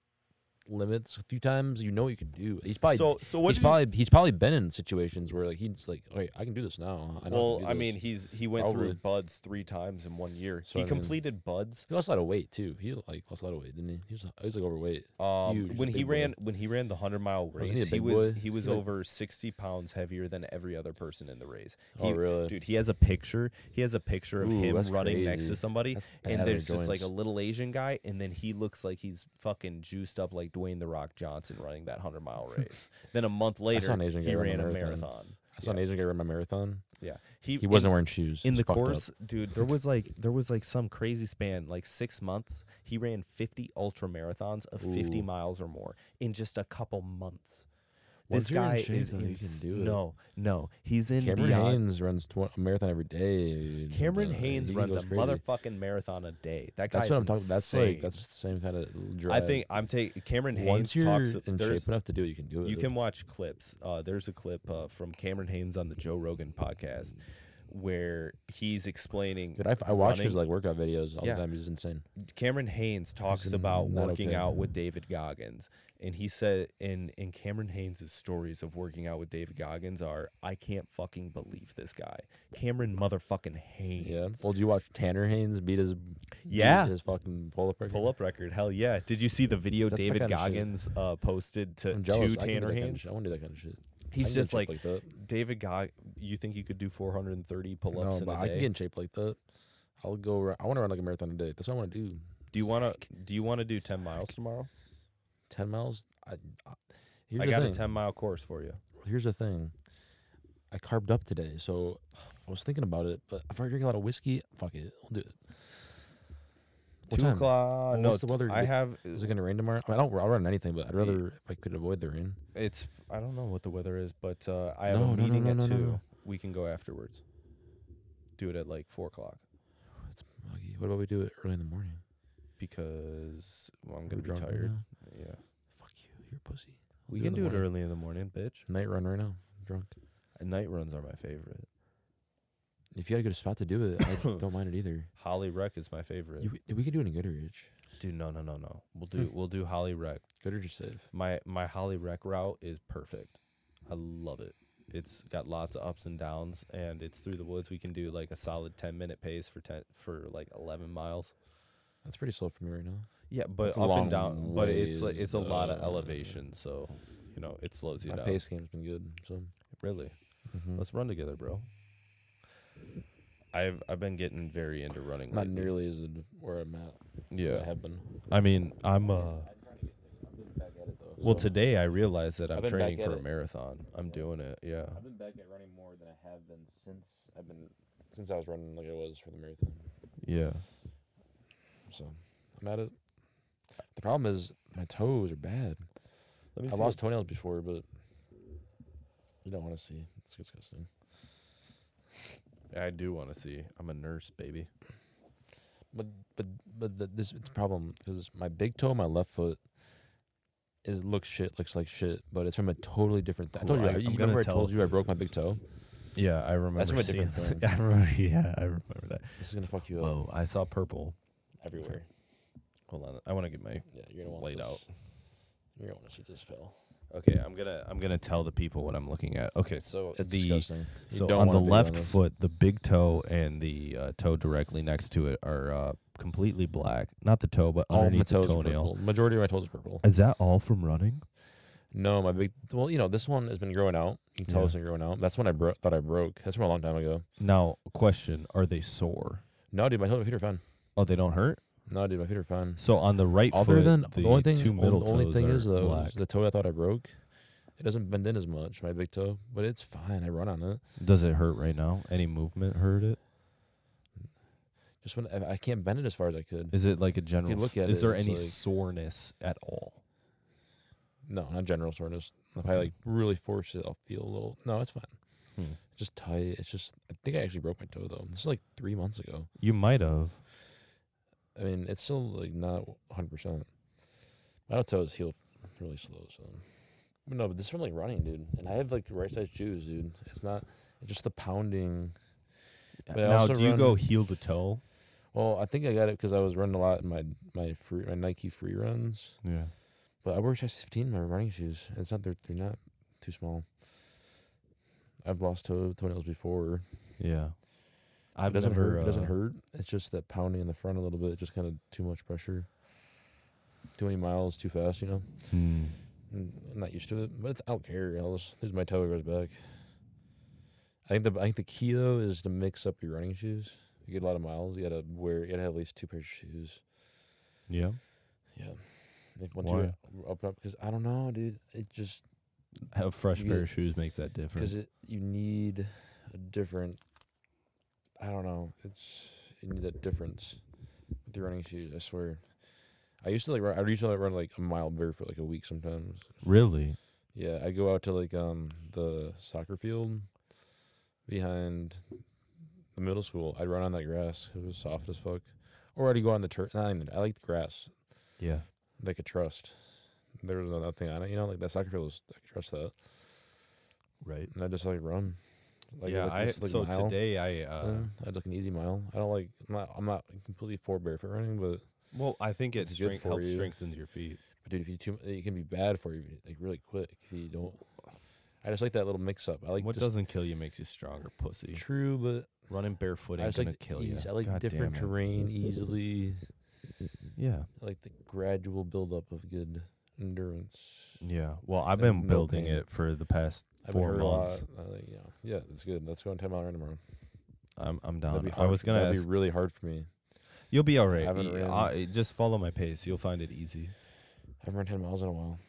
D: limits a few times, you know what you can do. He's probably
A: So- so what
D: he's
A: did you-
D: probably he's probably been in situations where like he's like, okay, I can do this now. I know
A: well,
D: I, can do
A: I
D: this."
A: mean, he's he went
D: Probably.
A: through buds three times in one year. he
D: So, I mean-
A: completed buds.
D: he lost a lot of weight too. He like lost a lot of weight, didn't he? He was, he was like overweight.
A: Um,
D: Huge,
A: when
D: big
A: he
D: boy.
A: ran when he ran the hundred mile race,
D: Wasn't he a
A: he,
D: big
A: was
D: boy?
A: he was
D: He looked-
A: over sixty pounds heavier than every other person in the race.
D: Oh,
A: He-
D: really?
A: Dude, he has a picture. He has a picture of
D: Ooh,
A: him
D: that's
A: running next to
D: crazy.
A: somebody,
D: That's bad
A: and
D: on your
A: there's just like a
D: joints.
A: little Asian guy, and then he looks like he's fucking juiced up like Dwayne the Rock Johnson running that hundred
D: [laughs]
A: mile race. then a month later,
D: an Asian guy
A: he
D: run a
A: ran a
D: marathon.
A: marathon.
D: I saw an Asian guy run my marathon.
A: Yeah,
D: He
A: in-
D: wasn't wearing shoes.
A: in
D: It's
A: the
D: fucked up.
A: course, dude, there was like there was like some crazy span, like six months. He ran fifty ultra marathons of fifty
D: Ooh.
A: miles or more in just a couple months.
D: Once
A: this
D: you're in
A: guy
D: shape,
A: is
D: though, you can
A: ins-
D: do it.
A: no, no, he's in
D: Cameron
A: beyond.
D: Haynes runs tw- a marathon every day.
A: Cameron
D: Uh,
A: Haynes
D: he
A: runs a
D: goes crazy.
A: motherfucking marathon a day. That guy
D: That's
A: is
D: what I'm talking. That's like
A: insane.
D: that's the same kind of
A: I
D: drive.
A: think I'm taking Cameron Haynes
D: once you're
A: talks.
D: in
A: there's-
D: shape enough to do it, you can do it.
A: You can watch clips. Uh, there's a clip uh, from Cameron Haynes on the Joe Rogan podcast
D: Mm.
A: where he's explaining.
D: Dude, I, f- I watch
A: running.
D: his like workout videos all
A: Yeah.
D: the time. He's insane.
A: Cameron Haynes talks about
D: not
A: working
D: okay.
A: out with David Goggins, and he said, and and Cameron Haynes' stories of working out with David Goggins are, I can't fucking believe this guy, Cameron motherfucking Haynes.
D: Yeah. Well, did you watch Tanner Haynes beat his
A: Yeah.
D: beat his fucking pull up record?
A: Pull up record, hell yeah! Did you see the video
D: That's my
A: David
D: kinda shit.
A: Goggins uh, posted to to
D: I'm jealous. I can do
A: Tanner
D: that kinda
A: Haynes?
D: shit. I want to do that kind of shit. I
A: He's
D: can get in
A: just
D: shape
A: like,
D: that.
A: David Gog. You think you could do 430 pull-ups
D: No,
A: in
D: but
A: a
D: I can
A: day?
D: get in shape like that. I'll go. ra- I want to run like a marathon a day. That's what I want to do.
A: do you want to? Do you want to do 10 miles tomorrow?
D: Ten miles. I, I, here's
A: I
D: the
A: got
D: thing.
A: a 10 mile course for you.
D: here's the thing. I carved up today, so I was thinking about it. But if I drink a lot of whiskey, fuck it, we'll do it. What
A: Two
D: time?
A: o'clock.
D: Well,
A: no,
D: what's the
A: t-
D: weather?
A: I have.
D: Is it gonna rain tomorrow? I, mean, I don't. I'll run anything, but I'd rather if I could avoid the rain.
A: It's I don't know what the weather is, but uh, I have
D: No,
A: a
D: no, no,
A: meeting
D: no,
A: at
D: no, no,
A: two.
D: no.
A: We can go afterwards. Do it at like four o'clock
D: Okay, what about we do it early in the morning?
A: because well, I'm
D: We're
A: gonna be
D: drunk right
A: tired.
D: now.
A: Yeah,
D: Fuck you, you're a pussy.
A: we
D: do
A: can
D: it in the
A: do it
D: morning.
A: early in the morning, bitch. Uh,
D: Night run right now. I'm drunk.
A: Night runs are my favorite.
D: If you had a good spot to do it, [coughs] I don't mind it either.
A: Holly Rec is my favorite.
D: You, we could do it in Goodrich.
A: Dude, no, no, no, no.
D: [laughs]
A: We'll do we'll do Holly Rec.
D: Goodrich is safe.
A: My my Holly Rec route is perfect. I love it. It's got lots of ups and downs, and it's through the woods. We can do like a solid ten minute pace for ten for like eleven miles.
D: That's pretty slow for me right now.
A: Yeah, but
D: It's a
A: up
D: long
A: and down. But it's like
D: ways,
A: it's a lot of
D: uh,
A: elevation, so you know it slows you
D: My
A: down.
D: pace game's been good. So
A: Really,
D: Mhm.
A: let's run together, bro. I've I've been getting very into running.
D: not
A: lately.
D: nearly as in where I'm at. as I
A: Yeah,
D: have been.
A: I mean I'm. uh
D: Back at it though.
A: Well, today I realized that I'm
D: been back
A: training
D: at
A: for a
D: it.
A: marathon. I'm doing it. Yeah.
D: I've been back at running more than I have been since I've been since I was running like I was for the marathon.
A: Yeah.
D: So I'm at it. The problem is my toes are bad.
A: Let me
D: I lost toenails before, but you don't want to see. It's disgusting.
A: I do want to see. I'm a nurse, baby.
D: But but but the, this it's a problem because my big toe, my left foot, is looks shit, looks like shit, but it's from a totally different. Th- I told
A: Cool,
D: you.
A: I-
D: I,
A: I'm
D: you
A: gonna
D: remember I
A: tell-
D: told you I broke my big toe.
A: Yeah, I remember.
D: That's from a
A: seeing-
D: different [laughs] thing.
G: I remember. Yeah, I remember that.
D: This is gonna fuck you up
G: Whoa, I saw purple.
D: everywhere.
A: Hold on. I want to get my.
D: Yeah, you're gonna want
A: Laid
D: this.
A: out.
D: You're gonna want to see this pill.
A: Okay, I'm gonna I'm gonna tell the people what I'm looking at. Okay, so
D: It's
A: the
D: disgusting. You
A: so
D: don't
A: on
D: wanna
A: the
D: be
A: left
D: doing this.
A: foot, the big toe and the uh, toe directly next to it are uh, completely black. Not the toe, but
D: all my
A: underneath the
D: toes are
A: toenail.
D: purple. Majority of my toes are purple.
A: Is that all from running?
D: No, my big. Well, you know, this one has been growing out. You can tell
A: Yeah.
D: it's been growing out. That's when I bro- thought I broke. That's from a long time ago.
A: Now, question: Are they sore?
D: No, dude, my, toe- my feet are fine.
A: Oh, they don't hurt.
D: No, dude, my feet are fine.
A: So on the right
D: Other
A: foot,
D: than
A: the,
D: the, only thing,
A: two
D: the
A: middle
D: only
A: toes
D: thing
A: are
D: is though,
A: black.
D: is the toe I thought I broke, it doesn't bend in as much. My big toe, but it's fine. I run on it.
A: Does it hurt right now? Any movement hurt it?
D: Just when I, I can't bend it as far as I could.
A: Is it like a general?
D: look
A: s-
D: at
A: is
D: it,
A: there
D: it's
A: any
D: like-
A: soreness at all?
D: No, not general soreness. If I
A: Okay.
D: like really force it, I'll feel a little. No, it's fine.
A: Hmm.
D: It's just tight. It's just. I think I actually broke my toe though. This is like three months ago.
A: You might have.
D: I mean, it's still like not 100. percent My left toes heal really slow, so. But no, but this is from like running, dude. And I have like right size shoes, dude. It's not it's just the pounding. But I
A: now,
D: also
A: do you
D: run-
A: go heel to toe?
D: Well, I think I got it because I was running a lot in my my free my Nike free runs.
A: Yeah.
D: But I wear size 15 in my running shoes. It's not they're, they're not too small. I've lost toe toenails before.
A: Yeah.
D: It
A: I've
D: doesn't
A: never,
D: hurt. It doesn't
A: uh,
D: hurt. It's just that pounding in the front a little bit. Just kind of too much pressure. Too many miles, too fast. You know.
A: hmm.
D: Mm, I'm not used to it, but it's I don't care. I'll just lose my toe it goes back. I think the I think the key though is to mix up your running shoes. You get a lot of miles. You gotta wear. You gotta have at least two pairs of shoes.
A: Yeah.
D: Yeah. If once you o- open up, because I don't know, dude. It just
A: A fresh
D: You-
A: pair of shoes makes that difference.
D: because it you need a different. I don't know. It's you need that difference with your running shoes. I swear. I used to like run. I used to like run like a mile barefoot like a week sometimes.
A: really?
D: Yeah, I go out to like um the soccer field behind the middle school. I'd run on that grass. It was soft as fuck. Or I'd go on the turf. Not even. I like the grass.
A: Yeah.
D: Like a trust. There was nothing on it. You know, like that soccer field was. I could trust that.
A: Right.
D: And I just like run.
A: yeah. I,
D: just,
A: so
D: mile.
A: today I. Uh,
D: Yeah, I'd like an easy mile. I don't like. I'm not. I'm not completely for barefoot running, but
A: Well, I think it
D: It's good
A: strength,
D: for
A: helps
D: you.
A: strengthens your feet.
D: But dude, if you too, it can be bad for you, like really quick if you don't. I just like that little mix up. I like
A: what
D: just
A: doesn't kill you makes you stronger, pussy.
D: true, but
A: Running barefoot
D: I
A: ain't
D: just
A: gonna
D: like the
A: kill you.
D: ease. I like
A: God damn
D: different
A: it. [laughs]
D: terrain easily.
A: Yeah.
D: I like the gradual buildup of good endurance.
A: Yeah. Well, I've
D: There's
A: been
D: no
A: building
D: pain.
A: it for the past
D: I've been
A: four
D: hurt a
A: months.
D: lot. I like, yeah, yeah, that's good. Let's go on ten mile run tomorrow.
A: I'm I'm
D: That'd
A: down.
D: be
A: I
D: hard
A: was
D: for-
A: gonna
D: That'd
A: ask.
D: be really hard for me.
A: you'll be all right.
D: haven't
A: Y-
D: ran.
A: I- just follow my pace. You'll find it easy.
D: I haven't run ten miles in a while.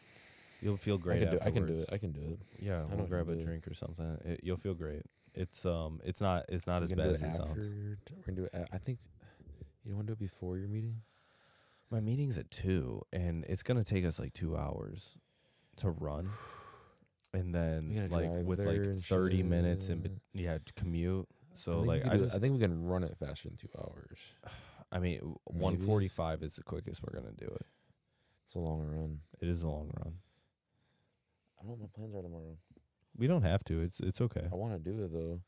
A: You'll feel great.
D: I can do. I can do
A: afterwards.
D: it. I can do it.
A: Yeah,
D: know
A: we'll
D: you
A: grab a
D: do.
A: drink or something. It, you'll feel great. It's um, it's not it's not
D: We're
A: as
D: gonna
A: bad
D: do
A: as it sounds.
D: after t- We're gonna do it. a- I think you want to do it before your meeting.
A: My meeting's at two, and it's gonna take us like two hours to run, and then
D: gotta
A: like
D: drive
A: with
D: there
A: like
D: and
A: thirty minutes and
D: shit.
A: yeah to commute. So
D: I think we
A: like
D: could
A: I
D: do it-
A: just
D: I think we can run it faster than two hours.
A: I mean one forty five is the quickest we're gonna do it.
D: It's a long run.
A: It is a long run.
D: I don't know what my plans are tomorrow.
A: We don't have to. It's it's okay.
D: I want to do it though.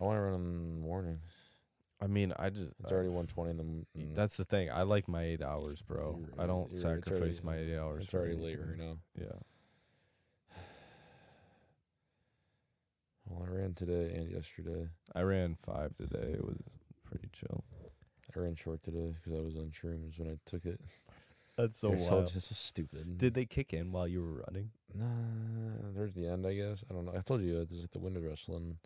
D: I want to run in the morning.
A: I mean I just
D: It's already 120 in the m- mm,
A: that's the thing. I like my eight hours, bro.
D: You're-
A: I don't
D: you're right, it's already-
A: sacrifice my eight hours.
D: it's
A: for
D: already late
A: anything.
D: right now.
A: Yeah.
D: Well, I ran today and yesterday.
A: I ran five today. It was pretty chill.
D: I ran short today because I was on shrooms when I took it.
F: That's so
D: They're
F: wild.
D: This was stupid.
A: they kick in while you were running?
D: Nah, there's the end, I guess. I don't know. I told you uh, there's like the window wrestling.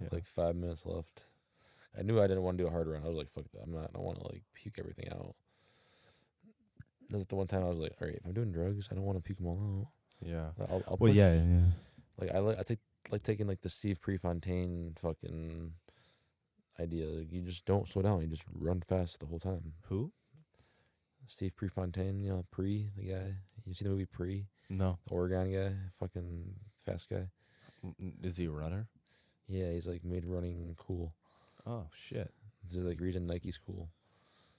A: Yeah.
D: Like five minutes left. I knew I didn't want to do a hard run. I was like, fuck that. I'm not. I want to like puke everything out. That's the one time I was like, all right, if I'm doing drugs, I don't want to puke them all
A: yeah.
D: out. I'll, I'll
A: Well,
D: push-
A: yeah, yeah.
D: Like I like I take like taking like the Steve Prefontaine fucking idea. Like, you just don't slow down. You just run fast the whole time.
A: Who?
D: Steve Prefontaine, you know, Pre the guy. You see the movie Pre,
A: No.
D: the Oregon guy, fucking fast guy.
A: N- n- Is he a runner?
D: Yeah, he's like made running cool.
A: Oh shit.
D: This is like reason Nike's cool.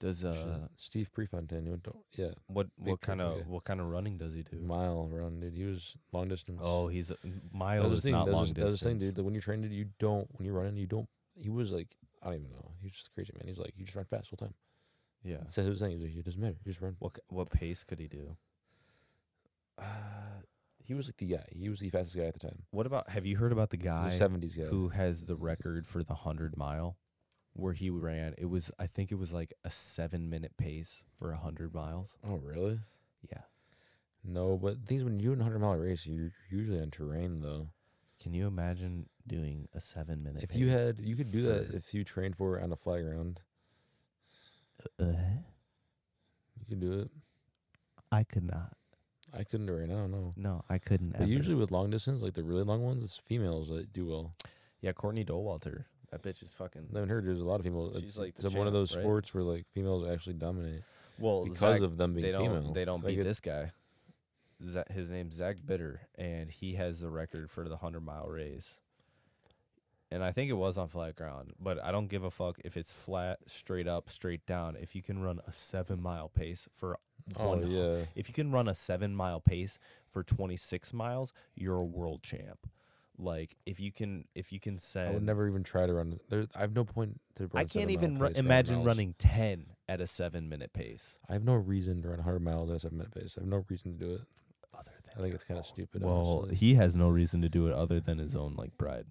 A: Does
D: Shit.
A: uh
D: Steve Prefontaine, you don't, yeah,
A: what
D: big
A: what
D: trick
A: kind
D: guy.
A: of what kind of running does he do?
D: mile run, dude. He was long distance.
A: Oh, he's a,
D: That
A: mile
D: was the
A: is not
D: that
A: long
D: was- that was
A: distance.
D: the thing, dude. That when you're training, you don't when you're running, you don't. He was like, I don't even know. He was just crazy man. He's like, you just run fast all the time.
A: Yeah.
D: So he was saying, he was like, it doesn't matter. You just run.
A: What c- what pace could he do?
D: Uh, he was like the guy. He was the fastest guy at the time.
A: What about have you heard about the
D: He was
A: guy
D: a 70s guy.
A: who has the record for the 100 mile where he ran? It was I think it was like a 7 minute pace for a 100 miles.
D: Oh, really?
A: Yeah.
D: No, but the thing is, when you're doing a 100 mile race, you're usually on terrain, though.
A: Can you imagine doing a 7 minute
D: If you
A: pace?
D: had, you could do that
A: for-
D: if you trained for it on a flat ground.
A: Uh,
D: You could do it.
A: I could not.
D: I couldn't do it right now, no.
A: No, I couldn't.
D: But usually with long distance, like the really long ones, it's females that do well.
A: yeah, Courtney Dolwalter. That bitch is fucking.
D: I haven't heard there's a lot of females.
A: She's
D: It's,
A: like
D: it's
A: the
D: one of
A: champ,
D: those
A: right?
D: sports where like females actually dominate
A: Well,
D: because
A: Zach-
D: of them being
A: they don't.
D: female.
A: They don't
D: Like,
A: beat
D: it-
A: this guy. Za- his name's Zach Bitter, and he has the record for the hundred mile race. And I think it was on flat ground, but I don't give a fuck if it's flat, straight up, straight down. If you can run a seven mile pace for
D: Oh
A: one, hu-
D: yeah,
A: if you can run a seven mile pace for twenty six miles, you're a world champ. Like if you can, if you can
D: I would
A: send
D: never even try to run. There, I have no point to. Run
A: I
D: a
A: can't
D: seven-mile
A: even ru-
D: pace for 100
A: imagine
D: miles.
A: running 10
F: at a seven minute pace.
D: I have no reason to run 100 miles at a seven minute pace. I have no reason to do it. Other than I think it's kind of stupid.
A: Well,
D: honestly.
A: he has no reason to do it other than his own like pride.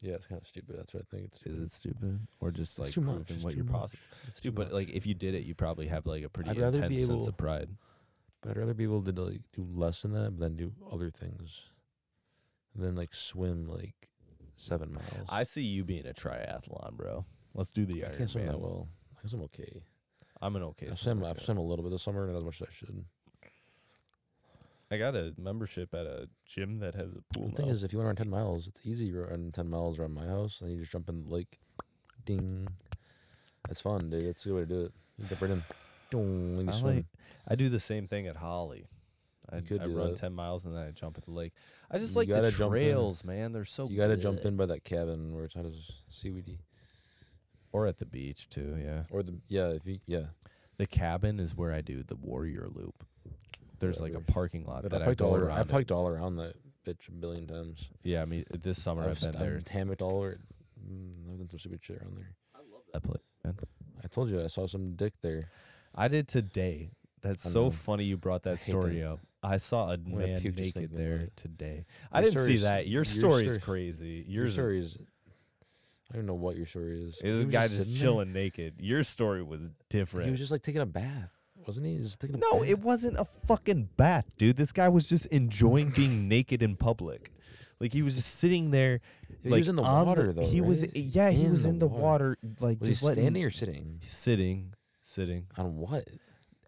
D: yeah, it's kind of stupid. That's what I think. It's
A: Is it stupid or just like
D: too much,
A: proving
D: it's
A: what
D: too
A: you're
D: much,
A: possible?
D: it's too
A: Dude, but
D: much.
A: like if you did it, you probably have like a pretty
D: I'd rather be
A: intense sense
D: able-
A: of pride.
D: But I'd rather be able to like do less than that, but then do other things, and then like swim like seven miles.
A: I see you being a triathlon, bro. Let's do the
D: I can't swim that
A: Ironman.
D: well. I guess I'm okay.
A: I'm an okay.
D: I swim.
A: swimmer,
D: I've
A: too.
D: swim a little bit this summer, not as much as I should.
A: I got a membership at a gym that has a pool.
D: the thing
A: now.
D: is, if you want to run ten miles, it's easy. You run ten miles around my house, and you just jump in the lake. Ding. That's fun, dude. That's a good way to do it. You jump right in. Dong. And you
A: I,
D: swim.
A: like- I do the same thing at Holly. I,
D: You could
A: I
D: do
A: run
D: that.
A: ten miles and then I jump at the lake. I just
D: You
A: like
D: gotta
A: the
D: jump in.
A: trails, man. They're so
D: you got to jump
A: good.
D: in by that cabin where it's not as seaweedy.
A: or at the beach too. Yeah,
D: Or the yeah, if you yeah.
A: the cabin is where I do the warrior loop. There's like a
D: Whatever.
A: parking lot
D: But
A: that
D: I've
A: I
D: hiked all
A: go
D: around.
A: around.
D: I've
A: it.
D: hiked all around that bitch a billion times.
A: yeah, I mean this summer I've,
D: I've,
A: been
D: st-
A: there.
D: I've hammocked all over. Mm, I've done some stupid shit around there.
A: That place, man.
D: I told you I saw some dick there.
A: I did today. That's
D: I
A: so
D: know.
A: funny you brought
D: I
A: that
D: hate
A: story
D: that.
A: up. I saw a
D: gonna
A: man
D: puke just
A: naked
D: thinking about
A: there
D: it.
A: today. I
D: Your
A: didn't see
D: story's-
A: that. Your
D: your
A: story's
D: story-
A: crazy.
D: Your
A: Yours
D: story is. I don't know what your story is.
A: is
D: He
A: a
D: was
A: guy just,
D: sitting there.
A: chilling naked. Your story was different.
D: He was just like taking a bath, wasn't he? Just taking a
A: no,
D: bath.
A: it wasn't a fucking bat, dude. This guy was just enjoying being [laughs] naked in public. Like he was just sitting there.
D: He
A: like,
D: was in the
A: on
D: water, though,
A: He was
D: right?
A: yeah, he
D: In
A: was
D: the
A: in the water,
D: water.
A: like
D: was
A: just
D: he
A: letting
D: standing or sitting?
A: sitting, sitting
D: On what?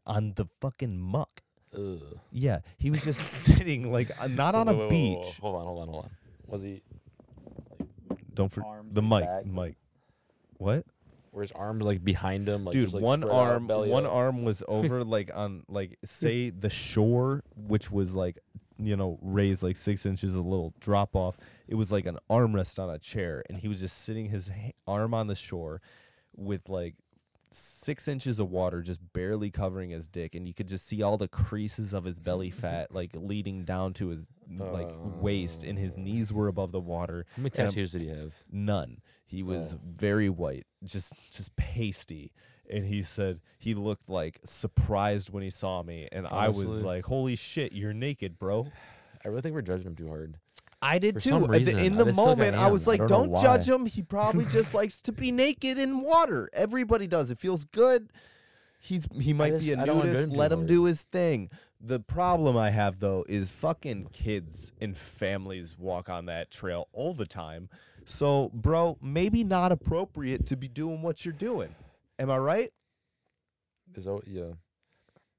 A: on the fucking muck.
D: Ugh.
A: Yeah, he was just [laughs] sitting like uh, not on a beach.
D: Hold on, hold on, hold on. Was he?
A: Don't for
D: arms
A: the mic,
D: like back.
A: mic. What?
D: Were his arms like behind him? Like,
A: Dude,
D: just, like,
A: one
D: spread out,
A: arm,
D: belly
A: one
D: up?
A: arm
D: [laughs]
A: was over like on like say the shore, which was like you know raised like six inches, a little drop off. It was like an armrest on a chair, and he was just sitting his ha- arm on the shore with like six inches of water just barely covering his dick and you could just see all the creases of his
D: [laughs]
A: belly fat like leading down to his like waist and his knees were above the water
D: How many
A: and I'm-
D: tattoos did he have?
A: None. He was very white, just just pasty. And he said he looked like surprised when he saw me, and I was
D: Honestly.
A: like, "Holy shit, you're naked, bro!"
D: I really think we're judging him too hard.
A: I did
D: For
A: too.
D: some
A: At the-
D: reason,
A: in
D: I
A: the
D: just feel like I
A: moment, I,
D: am.
A: was
D: I
A: like,
D: don't know
A: "Don't judge
D: why."
A: him. He
D: [laughs]
A: probably just likes to be naked in water. Everybody does. It feels good. He's he might
D: just-
A: be a
D: I don't wanna judge
A: nudist.
D: him too
A: Let him
D: hard.
A: do his thing." The problem I have though is fucking kids and families walk on that trail all the time. So, bro, maybe not appropriate to be doing what you're doing. Am I right?
D: There's always yeah.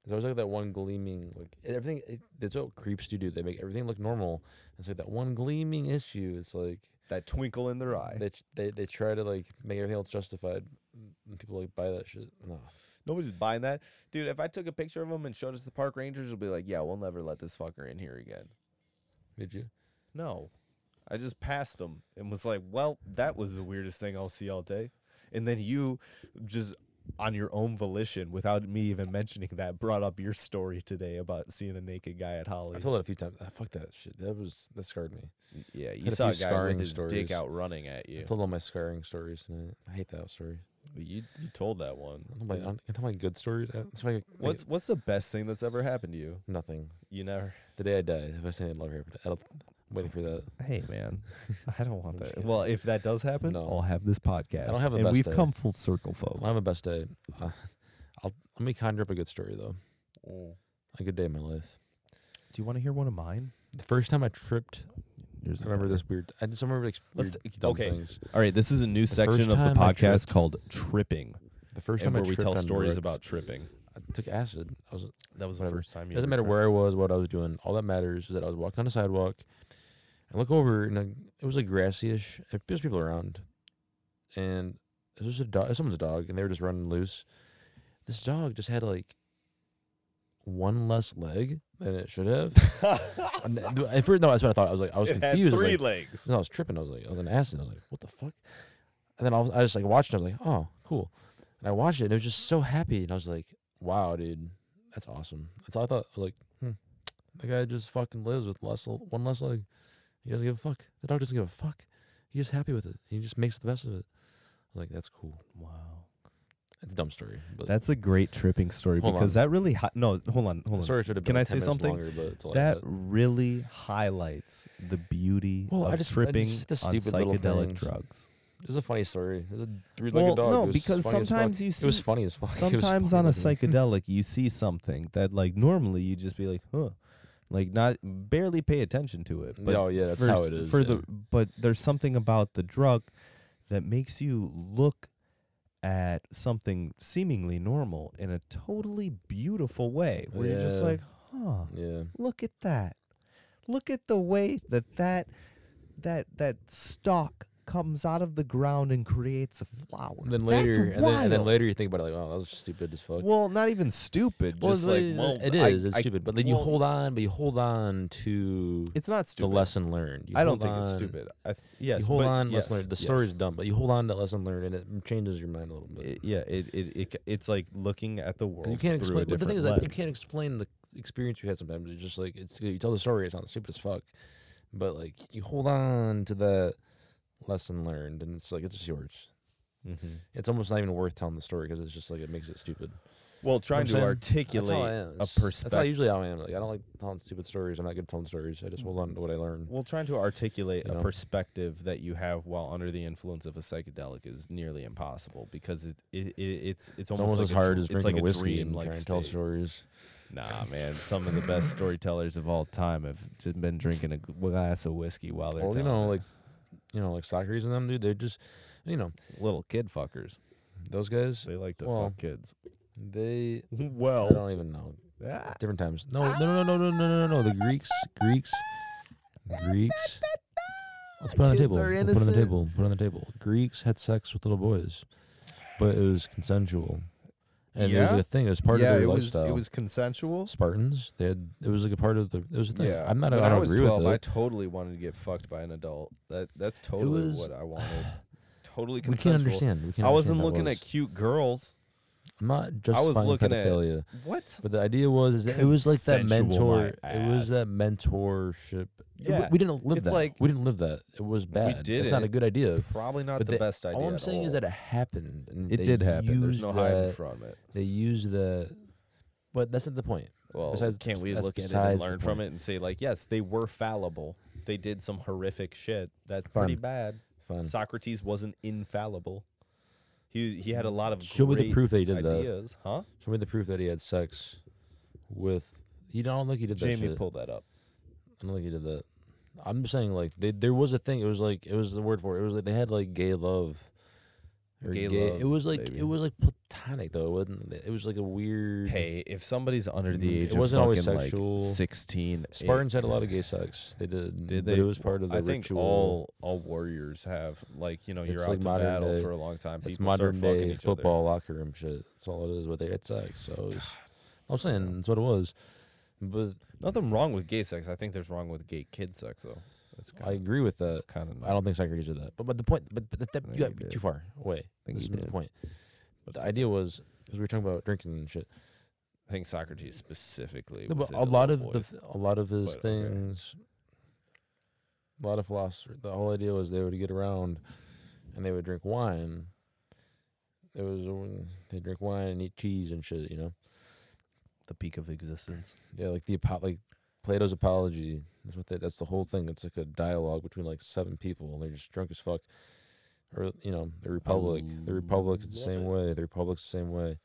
D: There's always like that one gleaming like everything. It, that's what creeps do. do. They make everything look normal. It's like that one gleaming issue. It's like
A: That twinkle in their eye.
D: they tr- they they try to like make everything else justified, and- and people like buy that shit. No,
A: Nobody's buying that, dude. If I took a picture of him and showed it to the park rangers, it'll be like, "Yeah, we'll never let this fucker in here again."
D: did you?
A: No. I just passed him and was like, well, that was the weirdest thing I'll see all day. And then you just on your own volition, without me even mentioning that, brought up your story today about seeing a naked guy at
D: I
A: Holly.
D: told it a few times. Ah, fuck that shit. That was that scarred me.
A: yeah, you
D: had a
A: saw a
D: few
A: guy with
D: scarring
A: his dick
D: stories.
A: out running at
D: I
A: you.
D: told all my scarring stories tonight. I hate that story.
A: You, you told that one.
D: I don't like,
A: Is-
D: I don't- I don't like good stories. I- That's why I like
A: What's what's the best thing that's ever happened to you?
D: nothing.
A: You never.
D: The day I die, the best thing I love here. But I don't, I'm waiting for that.
A: Hey man, [laughs] I don't want
D: I'm just
A: that.
D: kidding.
A: Well, if that does happen,
D: No.
A: I'll have this podcast.
D: have a
A: and
D: best
A: we've
D: day.
A: come full circle, folks.
D: I'll have a best day. Uh, I'll let me conjure up a good story though. A good day in my life.
A: Do you want to hear one of mine?
D: The first time I tripped,
A: Here's a
D: I remember
A: better-
D: this weird. I just remember like
A: Let's
D: weird
A: t-
D: dumb
A: okay.
D: things.
A: All right, this is a new section
D: first
A: of the
D: time I
A: podcast
D: tripped-
A: called tripping,
D: The first
A: and
D: time I
A: where we
D: tripped
A: tell
D: on
A: stories
D: drugs,
A: about tripping.
D: I took acid. I was
A: That was
D: the Whatever.
A: first time.
D: doesn't matter where I was, what I was doing. All that matters is that I was walking on a sidewalk. I look over and like, it was like grassy-ish. and There's people around, and it was just a dog, someone's dog, and they were just running loose. This dog just had like one less leg than it should have. [laughs] And th- At first, no, that's what I thought. I was like, I was confused. I was like,
A: legs.
D: no, I was tripping. I was like, I was an acid. I was like, what the fuck? And then I, was, I just like watched. it. I was like, oh, cool. And I watched it, and it was just so happy. And I was like, wow, dude, that's awesome. That's all I thought. I was like, hmm, the guy just fucking lives with less l- one less leg. He doesn't give a fuck. The dog doesn't give a fuck. He's just happy with it. He just makes the best of it. I was like, that's cool.
A: Wow.
D: It's a dumb story, but
A: That's a great tripping story
D: Hold
A: because that really hi- no hold on
D: the
A: hold on
D: story should have been.
A: Can I
D: like 10
A: say
D: minutes
A: something?
D: Longer, but it's all
A: that
D: like that.
A: really highlights the beauty
D: Well, I
A: of
D: just- I
A: tripping
D: just- the
A: on
D: stupid little
A: psychedelic
D: things.
A: drugs.
D: It was a funny story. It was a three-legged
A: Well,
D: dog.
A: no,
D: it was
A: because
D: funny as fuck.
A: sometimes you
D: it was
A: see-
D: funny as fuck. [laughs] It was
A: Sometimes
D: funny [laughs]
A: on a
D: looking.
A: psychedelic you see something that like normally you just be like huh, like not barely pay attention to it. But
D: No, Oh, yeah, that's
A: for
D: how
A: s-
D: it is.
A: For
D: yeah.
A: the but there's something about the drug that makes you look at something seemingly normal in a totally beautiful way, where you're just
D: Yeah.
A: like, huh,
D: yeah,
A: look at that, look at the way that that that that stalk comes out of the ground and creates a flower.
D: and then
A: That's
D: later, and then, and then
A: wild."
D: later you think about it like, oh, that was stupid as fuck.
A: Well, not even stupid.
D: Well,
A: just
D: it's
A: like
D: like-
A: well,
D: it
A: I-
D: is. It's
A: I-
D: stupid, but then you
A: well,
D: hold on, but you hold on to
A: It's not
D: the
A: stupid.
D: lesson learned. You
A: I don't
D: hold
A: think it's
D: on-
A: stupid. I, th- yes,
D: you hold
A: but
D: on,
A: yes,
D: lesson learned. The
A: yes.
D: story's dumb, but you hold on to that lesson learned, and it m- changes your mind a little bit.
A: It- yeah, it, it it it's like looking at the world
D: And you can't
A: through
D: explain.
A: a
D: But the thing
A: different
D: is,
A: lens.
D: that you can't explain the experience you had. Sometimes it's just like it's you tell the story. It sounds stupid as fuck, but like you hold on to the lesson learned, and it's like it's just yours.
A: Mhm.
D: It's almost not even worth telling the story because it's just like it makes it stupid.
A: Well,
D: You know what I'm
A: trying to
D: saying? That's how I
A: articulate
D: am.
A: a
D: It's- That's how
A: perspective.
D: usually how I am. Like I don't like telling stupid stories. I'm not good at telling stories. I just hold on to what I learned.
F: Well, trying to articulate
D: You
F: a
D: know?
F: perspective that you have while under the influence of a psychedelic is nearly impossible because it, it, it it's it's
D: It's
F: almost,
D: almost
F: like
D: as
F: a
D: hard
F: dr-
D: as
F: it's
D: drinking
F: like
D: a whiskey and
F: dream, like
D: trying to tell
F: state.
D: stories.
F: Nah, man, some of the best storytellers of all time have just been drinking a glass of whiskey while they're
D: Well, you
F: telling
D: know,
F: it.
D: like you know, like Socrates and them, dude. They're just, you know,
F: little kid fuckers.
D: those guys.
F: They like to
D: Well,
F: fuck
D: [laughs]
F: kids.
D: They I [laughs]
F: Well,
D: don't even know.
F: ah,
D: Different times. No, no, no, no, no, no, no, no. no. The Greeks, Greeks, Greeks. Let's put it on the
A: Kids
D: table.
A: are
D: Let's put it on the
A: innocent.
D: table. Put it on the table. Greeks had sex with little boys, but it was consensual, and it was
F: Yeah?
D: like a thing. It was part
F: yeah,
D: of their
F: it
D: lifestyle.
F: was it was consensual.
D: Spartans. They had. It was like a part of the. It was a thing.
F: Yeah,
D: I'm not.
F: When I,
D: I don't
F: was
D: agree
F: twelve,
D: with
F: I
D: it.
F: totally wanted to get fucked by an adult. That that's totally
D: was-
F: what
D: [sighs]
F: I wanted. Totally
D: we can't
F: consensual.
D: understand. We can't
F: I wasn't
D: understand that
F: looking
D: was.
F: at cute girls.
D: I'm not
F: I was
D: justifying
F: looking at-
D: pedophilia,
F: What?
D: but the idea was is that it was like that
F: Consensual my
D: mentor. It was
F: ass.
D: that mentorship. It- we-
F: Yeah,
D: we didn't live
F: it's
D: that.
F: like-
D: we didn't live that. It was bad.
F: did
D: it's not a
F: it,
D: good idea.
F: Probably not
D: but
F: the,
D: they-
F: best idea.
D: All I'm
F: at
D: saying is
F: all.
D: that it happened. And
F: it
D: they
F: did happen. There's
D: used
F: no hiding
D: that-
F: from it.
D: They used the, but that's not the point.
F: Well,
D: besides-
F: can't we
D: that's
F: look at it
D: besides
F: and
D: the
F: learn from it
D: point.
F: and say like, yes, they were fallible. They did some horrific shit. That's
D: Fine.
F: pretty bad.
D: Fine.
F: Socrates wasn't infallible. He he had a lot of
D: Show me the
F: great
D: proof that he did that.
F: ideas, huh?
D: Show me the proof that he had sex with. You don't think he did that
F: Jamie,
D: shit.
F: pull that up.
D: I don't think he did that. I'm just saying, like, they, there was a thing. It was like it was the word for it. It was like they had like gay love, or
F: Gay
D: It
F: love,
D: was like
F: baby.
D: it was like platonic though. It wasn't. It was like a weird.
F: Hey, if somebody's under the
D: Mm,
F: age
D: it
F: of
D: wasn't always
F: fucking,
D: sexual.
F: like sixteen, it-
D: Spartans had a lot of gay sex. They did.
F: did
D: but
F: they?
D: It was part of the
F: I think
D: ritual.
F: all all warriors have like you know you're
D: It's
F: out
D: like
F: to
D: modern
F: battle
D: day-
F: for a long time.
D: it's
F: People start
D: modern
F: fucking
D: day
F: each other.
D: football locker room shit. That's all it is. What they had sex. So it was, I'm saying that's what it was. But
F: Nothing wrong with gay sex. I think there's wrong with gay kid sex though. That's
D: I
F: kind
D: agree with that.
F: of kind of
D: I don't think Socrates did that. But but the point, but, but that, that
F: think
D: you
F: he
D: got
F: did.
D: too far away.
F: think
D: This
F: he
D: is the
F: did.
D: point. But the idea was because we were talking about drinking and shit.
F: I think Socrates specifically.
D: No,
F: was
D: but a
F: into
D: lot of
F: little
D: the
F: boys.
D: th- a lot of his
F: But, okay.
D: things, a lot of philosophers. The whole idea was they would get around, and they would drink wine. It was they drink wine and eat cheese and shit. You know,
F: the peak of existence.
D: yeah, like the apo- like Plato's Apology. That's what they, that's the whole thing. It's like a dialogue between like seven people, and they're just drunk as fuck. Or you know, the Republic. The Republic is the
F: love
D: same
F: it.
D: way. The Republic's the same way.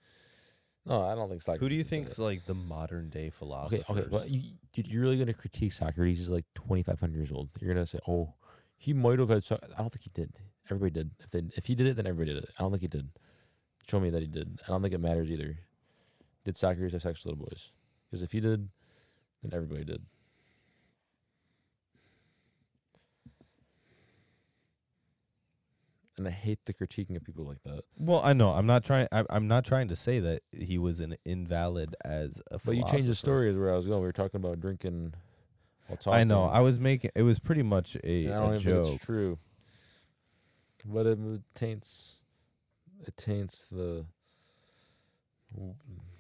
D: No, I don't think Socrates.
F: Who do you
D: did that.
F: think's like the modern day
D: Okay,
F: philosophers?
D: okay. Well, you, dude, you're really gonna critique Socrates? He's like 2,500 years old. You're gonna say, oh, he might have had. So- I don't think he did. Everybody did. If they, if he did it, then everybody did it. I don't think he did. Show me that he did. I don't think it matters either. Did Socrates have sex with little boys? Because if he did, then everybody did. And I hate the critiquing of people like that.
F: Well, I know. I'm not trying. I, I'm not trying to say that he was an invalid as a.
D: But you changed
F: philosopher.
D: the story is where I was going. We were talking about drinking. While talking.
F: I know. I was making. It was pretty much a,
D: And I don't
F: a
D: even think
F: joke.
D: it's true. But it mo- taints, it taints the w-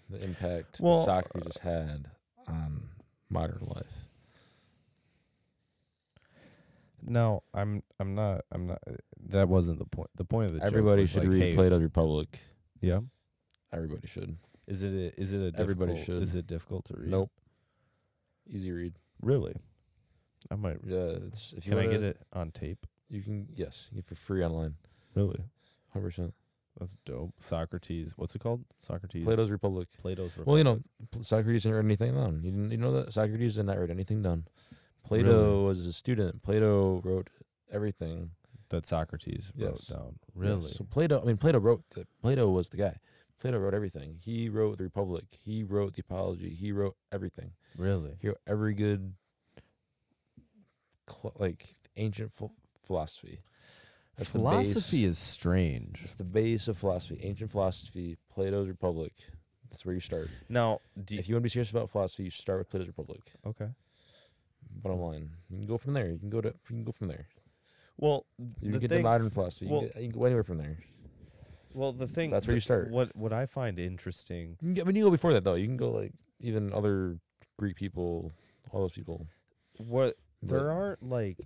D: the impact that
F: Well,
D: Socrates had on modern life.
F: No, I'm. I'm not. I'm not. That wasn't the point. The point of the joke
D: Everybody
F: was
D: should
F: like,
D: read
F: hey,
D: Plato's Republic.
F: Yeah.
D: Everybody should.
A: Is it a, is it a
D: Everybody
A: difficult-
D: should.
A: Is it difficult to read?
D: Nope. Easy read.
H: Really? I might.
D: Yeah, it's, if you
H: Can I
D: wanna-
H: get it on tape?
D: You can yes, you get it for free online.
H: Really?
D: Hundred percent.
H: That's dope. Socrates. What's it called? Socrates.
D: Plato's Republic.
H: Plato's.
D: Well, you know, Pl- Socrates didn't write anything down. You didn't you know that Socrates did not write anything down. Plato was a student. Plato wrote everything.
H: that Socrates
D: Yes.
H: wrote down.
D: Yeah,
H: Really?
D: So Plato, I mean, Plato wrote the Plato was the guy. Plato wrote everything. He wrote the Republic. He wrote the Apology. He wrote everything.
H: Really?
D: He wrote every good, cl- like ancient ph- philosophy. That's the base-
H: Philosophy is strange.
D: It's the base of philosophy. Ancient philosophy, Plato's Republic. That's where you start.
A: Now, do
D: If you want to be serious about philosophy, you start with Plato's Republic.
H: Okay.
D: Bottom line, you can go from there. You can go to. You can go from there.
A: well, the
D: You can get
A: thing,
D: to modern philosophy. You,
A: well-
D: can get, you can go anywhere from there.
A: well, the thing
D: that's where
A: the-
D: you start.
A: What what I find interesting
D: You can get, I mean, you can go before that though. You can go like even other Greek people, all those people.
A: what
D: but-
A: there aren't like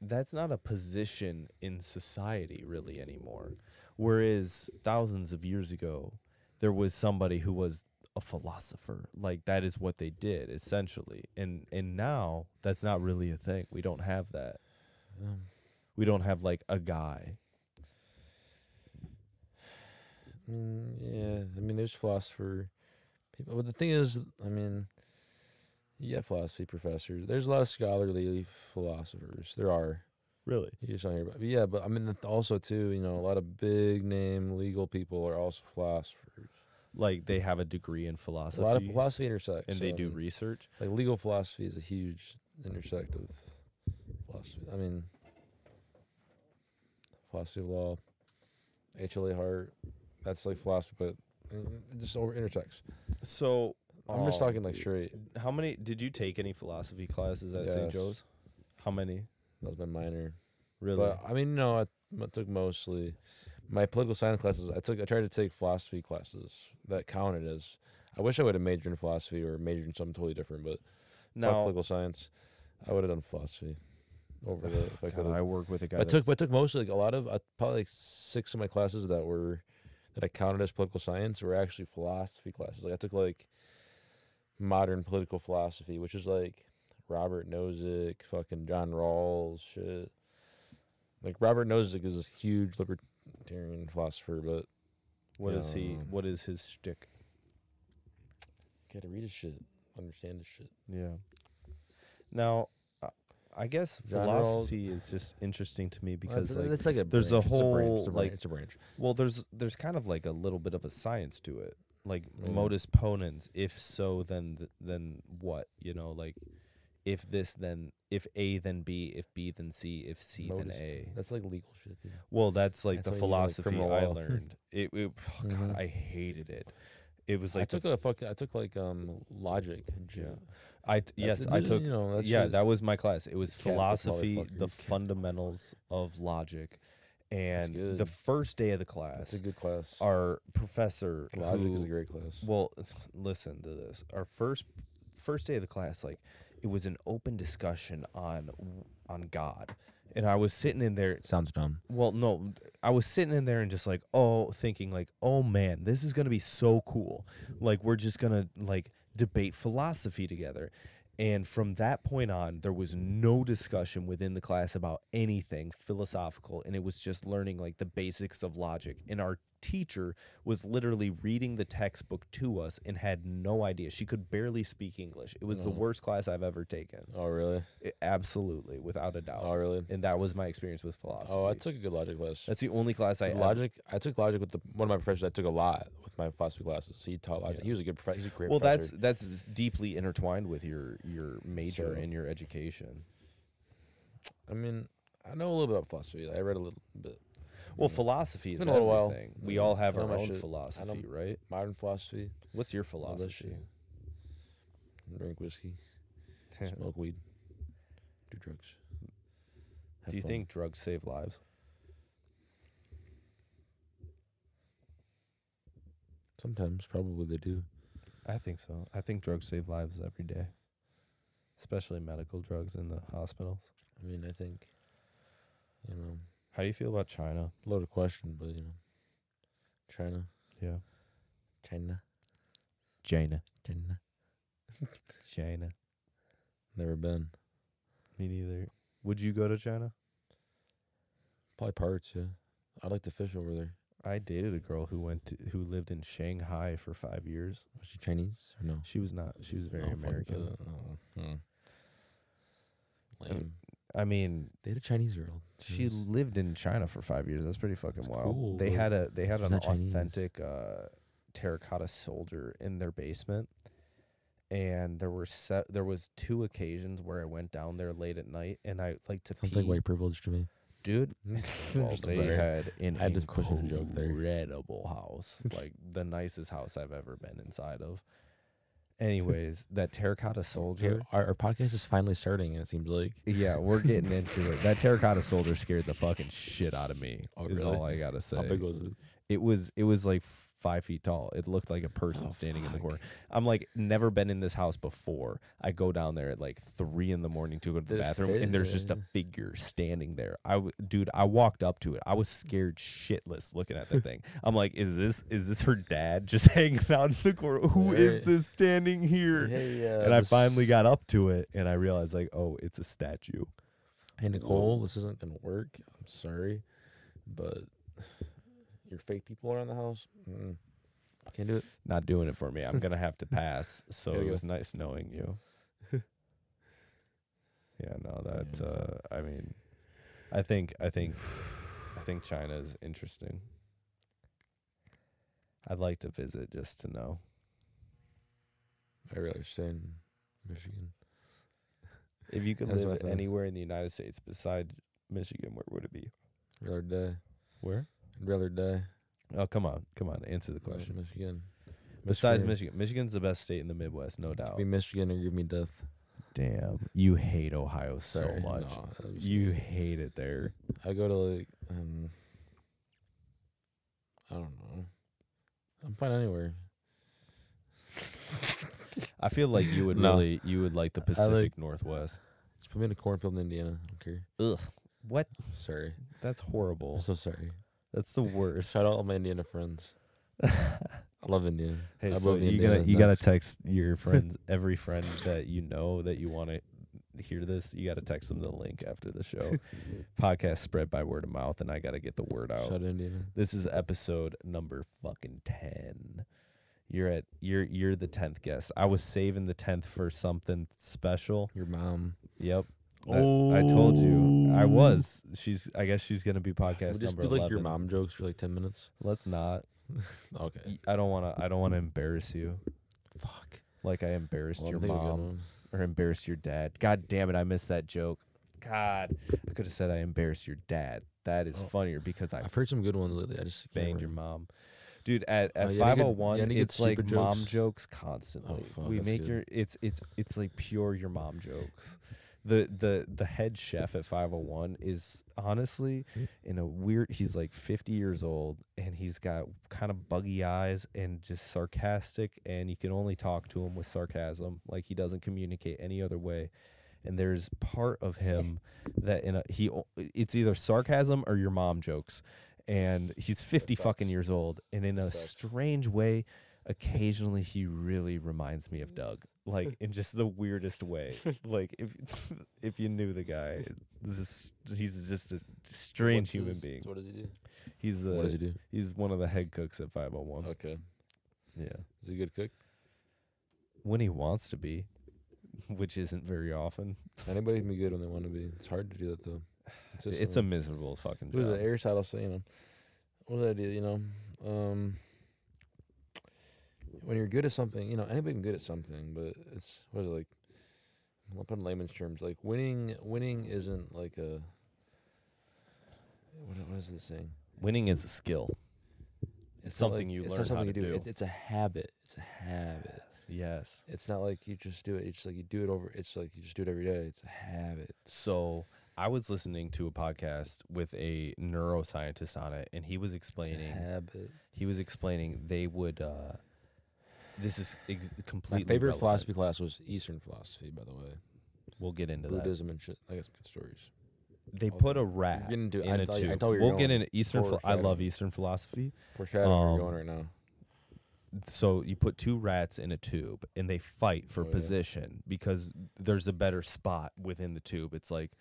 A: that's not a position in society really anymore. Whereas thousands of years ago, there was somebody who was a philosopher. Like that is what they did essentially. And and now that's not really a thing. We don't have that.
D: Um,
A: We don't have like a guy.
D: I mean, yeah. I mean, there's philosopher people, but the thing is, I mean, you get philosophy professors. There's a lot of scholarly philosophers. There are.
A: Really?
D: You just don't hear about. But yeah, but I mean, th- also too, you know, a lot of big name legal people are also philosophers.
A: Like they have a degree in
D: A
A: philosophy
D: lot of philosophy intersects,
A: and they do
D: um,
A: research.
D: like legal philosophy is a huge intersect of philosophy. I mean, philosophy of law, HLA Hart, that's like philosophy, but uh, it just over intersects.
A: So
D: I'm just
A: Oh,
D: talking like
A: dude.
D: straight.
A: How many did you take any philosophy classes at St.
D: Yes.
A: Joe's? How many?
D: That was my minor.
A: Really?
D: But I mean, no, I, I took mostly my political science classes. I took, I tried to take philosophy classes that counted as. I wish I would have majored in philosophy or majored in something totally different, but fuck
A: now,
D: political science, I would have done philosophy over the. if I
A: God,
D: could've.
A: I work with a guy.
D: I took I took mostly like a lot of uh, probably like six of my classes that were that I counted as political science were actually philosophy classes. Like I took like modern political philosophy, which is like Robert Nozick, fucking John Rawls, shit. Like Robert Nozick is this huge libertarian philosopher, but
A: What is he?
D: um,
A: What is his shtick?
D: gotta read his shit, understand his shit.
A: Yeah. Now, I- I guess
D: John Rawls-
A: philosophy is just interesting to me because
D: it's,
A: like,
D: like a
A: there's a branch, it's a branch, whole,
D: it's a branch,
A: like-
D: it's a branch.
A: well, there's there's kind of like a little bit of a science to it, like
D: Oh, Yeah.
A: modus ponens. If so, then th- then what? You know, like if this, then if A, then B, if B, then C, if C,
D: Modus-
A: then A.
D: That's like legal shit. dude.
A: Well, that's like
D: That's
A: the
D: what you mean, like
A: philosophy
D: criminal
A: I
D: law.
A: learned. it, it oh God,
D: Mhm.
A: I hated it. It was
D: I
A: like the
D: took a fucking I took like um logic. and shit.
A: Yeah. f- I t-
D: That's-
A: yes, I
D: you
A: took
D: know, that
A: yeah,
D: shit-
A: that was my class. It was
D: Catholic
A: philosophy,
D: motherfucker, you
A: the
D: Catholic
A: fundamentals of logic, and the
D: good.
A: first day of the class,
D: That's a good class.
A: our professor
D: Logic is
A: who-
D: a great class.
A: well, listen to this. Our first first day of the class, like it was an open discussion on w- on God, and I was sitting in there
D: Sounds dumb.
A: Well, no, I was sitting in there and just like, oh, thinking like, oh man, this is gonna be so cool. Like we're just gonna like debate philosophy together. And from that point on, there was no discussion within the class about anything philosophical, and it was just learning like the basics of logic. And our teacher was literally reading the textbook to us and had no idea. She could barely speak English. It was the
D: Mhm.
A: worst class I've ever taken,
D: Oh really?
A: I- absolutely, without a doubt.
D: Oh really?
A: And that was my experience with philosophy.
D: Oh, I took a good logic class.
A: That's the only class I
D: So
A: ever-
D: logic. I took logic with the, one of my professors. I took a lot with my philosophy classes. He taught logic. He was a good professor. He's a great
A: Well, that's
D: professor.
A: that's s- deeply intertwined with your your major
D: So-
A: and your education.
D: I mean, I know a little bit about philosophy. I read a little bit.
A: Well, philosophy is
D: Been a little while.
A: everything. We
D: Yeah,
A: all have
D: I know
A: our
D: my
A: own
D: shit. I
A: philosophy,
D: know-
A: right?
D: Modern philosophy.
A: What's your
D: all that
A: philosophy?
D: shit.
A: [laughs]
D: Drink whiskey. smoke weed. Do drugs. have
A: Do you
D: fun.
A: think drugs save lives?
D: sometimes probably they do?
A: I think so. I think drugs save lives every day, especially medical drugs in the hospitals.
D: I mean, I think. You know,
A: How do you feel about China?
D: loaded question, but you know, China.
A: Yeah.
D: China.
A: China.
D: China.
A: China.
D: Never been.
A: Me neither. Would you go to China?
D: Probably pirates, yeah. I'd like to fish over there.
A: I dated a girl who went to, who lived in Shanghai for five years.
D: Was she Chinese or no?
A: She was not. She was very
D: Oh, fuck
A: American.
D: that. Oh, hmm. Lame.
A: I mean,
D: They had a Chinese girl.
A: she
D: Jeez.
A: lived in China for five years. That's pretty fucking
D: That's
A: wild.
D: cool,
A: they
D: though.
A: had a they had
D: She's
A: an
D: not Chinese.
A: authentic uh, terracotta soldier in their basement, and there were se- there was two occasions where I went down there late at night, and I like to
D: sounds
A: pee.
D: like white privilege to me. [laughs]
A: dude. [laughs] Well,
D: Just
A: they
D: there.
A: had an
D: I had to push in a joke there.
A: incredible
D: [laughs]
A: house, like the nicest house I've ever been inside of. Anyways, that terracotta
D: Okay,
A: soldier.
D: our, our podcast is finally starting. It seems like
A: Yeah, we're
D: [laughs]
A: getting into it. That terracotta soldier scared the fucking shit out of me.
D: Oh,
A: is
D: really?
A: all I gotta say.
D: how big was it?
A: It was it was like five feet tall. It looked like a person
D: Oh,
A: standing in the
D: fuck.
A: corner. I'm like, never been in this house before. I go down there at like three in the morning to go to the
D: Did it
A: bathroom,
D: fit?
A: and there's just a
D: Yeah.
A: figure standing there. I w- dude, I walked up to it. I was scared shitless looking
D: [laughs]
A: at that thing. I'm like, is this is this her dad just [laughs] hanging out in the corner? Who is
D: Right.
A: this standing here?
D: Hey, uh,
A: And I
D: this-
A: finally got up to it, and I realized like, oh, it's a statue.
D: Hey Nicole, this isn't gonna work. I'm sorry, but [sighs] your fake people around the house. Mm, I can't do it.
A: Not doing it for me. I'm gonna have to
D: [laughs]
A: pass. So
D: There
A: it
D: you go.
A: was nice knowing
D: [laughs]
A: you. Yeah, no, that.
D: Yeah,
A: Uh, I mean, I think I think I think China is interesting. I'd like to visit just to know.
D: I really stay in Michigan.
A: If you could
D: That's my
A: live
D: thing.
A: anywhere in the United States besides Michigan, where would it be?
D: I'd rather die.
A: Where?
D: I'd rather die.
A: Oh, come on, come on, answer the
D: than
A: question.
D: Michigan.
A: Besides
D: Michigan,
A: Michigan, Michigan's the best state in the Midwest, no
D: give
A: doubt.
D: me Michigan or give me death.
A: Damn, you hate Ohio
D: Sorry,
A: so much.
D: no, I'm just
A: you
D: kidding.
A: hate it there.
D: I go to like um I don't know. I'm fine anywhere. [laughs]
A: I feel like you [laughs] would
D: No.
A: really, you would like the
D: I like-
A: Pacific Northwest.
D: Just put me in a cornfield in Indiana. I don't care.
A: Ugh, what?
D: Sorry.
A: That's
D: I'm
A: horrible.
D: so sorry.
A: That's the worst.
D: Shout out all my
A: [laughs]
D: Indiana friends. I love Indiana.
A: Hey,
D: I
A: so
D: love
A: you
D: Indiana
A: gotta you gotta
D: nuts.
A: text [laughs] your friends, every friend that you know that you want to hear this. You gotta text them the link after the [laughs] show. Podcast spread by word of mouth, and I gotta get the word out.
D: Shout out Indiana.
A: This is episode number fucking ten. You're at you're you're the tenth guest. I was saving the tenth for something special.
D: Your mom.
A: Yep. I, I told you I was. She's. I guess she's gonna be
D: Can
A: podcast
D: we just
A: number
D: do like
A: 11.
D: your mom jokes for like ten minutes.
A: Let's not.
D: Okay.
A: Y- I don't wanna. I don't wanna embarrass you.
D: Fuck.
A: Like I embarrassed
D: Well,
A: your
D: I'm thinking of a good
A: mom.
D: one.
A: or embarrass your dad. God damn it, I missed that joke. God, I could have said I embarrassed your dad. That is
D: Oh.
A: funnier because I
D: I've heard some good ones lately. I just can't
A: banged your
D: remember.
A: mom. Dude, at,
D: Oh,
A: at
D: you
A: five
D: had to get-
A: oh
D: you had
A: one,
D: to get
A: it's like
D: stupid
A: mom
D: jokes. Oh,
A: jokes constantly.
D: fuck,
A: we
D: that's
A: make
D: good.
A: your it's it's it's like pure your mom jokes. The the the head chef at five oh one is honestly in a weird he's like fifty years old and he's got kind of buggy eyes and just sarcastic and you can only talk to him with sarcasm. Like he doesn't communicate any other way. And there's part of him that in a, he o- it's either sarcasm or your mom jokes. And he's 50 fucking years old and in a strange way occasionally he really reminds me of Doug. Like in just the weirdest way. Like if [laughs] if you knew the
D: [laughs]
A: guy, it's just he's just a strange
D: What's
A: human
D: his-
A: being.
D: What does he do?
A: He's
D: What does
A: uh
D: he do?
A: he's one of the head cooks at 501.
D: Okay.
A: Yeah.
D: Is he a good cook?
A: When he wants to be, [laughs] which isn't very often.
D: Anybody can be good when they want to be. It's hard to do that though.
A: It's a miserable fucking
D: it was an
A: job.
D: air side. I'll say you know. What did I do? You know, um, when you're good at something, you know anybody can good at something, but it's what is it like? I'll put in layman's terms. Like winning, winning isn't like a. What, what is this thing?
A: Winning is a skill.
D: It's not
A: something
D: like-
A: you
D: it's
A: learn how
D: not something
A: to
D: you do.
A: do.
D: It's, it's a habit. It's a habit.
A: Yes.
D: It's not like you just do it. It's like you do it over. It's like you just do it every day. It's a habit.
A: So I was listening to a podcast with a neuroscientist on it, and he was
D: It's a
A: explaining.
D: habit.
A: He was explaining they would. Uh, this is ex-
D: My
A: completely.
D: favorite
A: relevant.
D: philosophy class was Eastern philosophy, by the way.
A: We'll get into that.
D: Buddhism and shit. I got some good stories.
A: They
D: all
A: put
D: the-
A: a rat
D: getting into- I
A: in a
D: thought you- I
A: tube.
D: thought you were
A: we'll get
D: going
A: into Eastern. phil- I love
D: foreshadowing.
A: Eastern philosophy.
D: Foreshadowing where
A: Um,
D: we're going right now.
A: so you put two rats in a tube and they fight for
D: Oh, yeah.
A: position because there's a better spot within the tube. It's like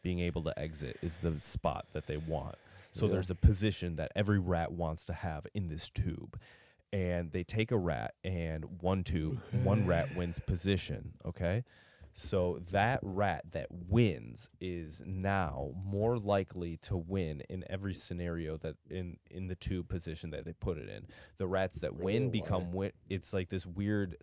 A: being able to exit is the spot that they want. So
D: Yeah.
A: there's a position that every rat wants to have in this tube. And they take a rat and one tube, one
D: [sighs]
A: rat wins position, okay? So that rat that wins is now more likely to win in every scenario that in in the tube position that they put it in. The rats that
D: Really?
A: win become win. It's like this weird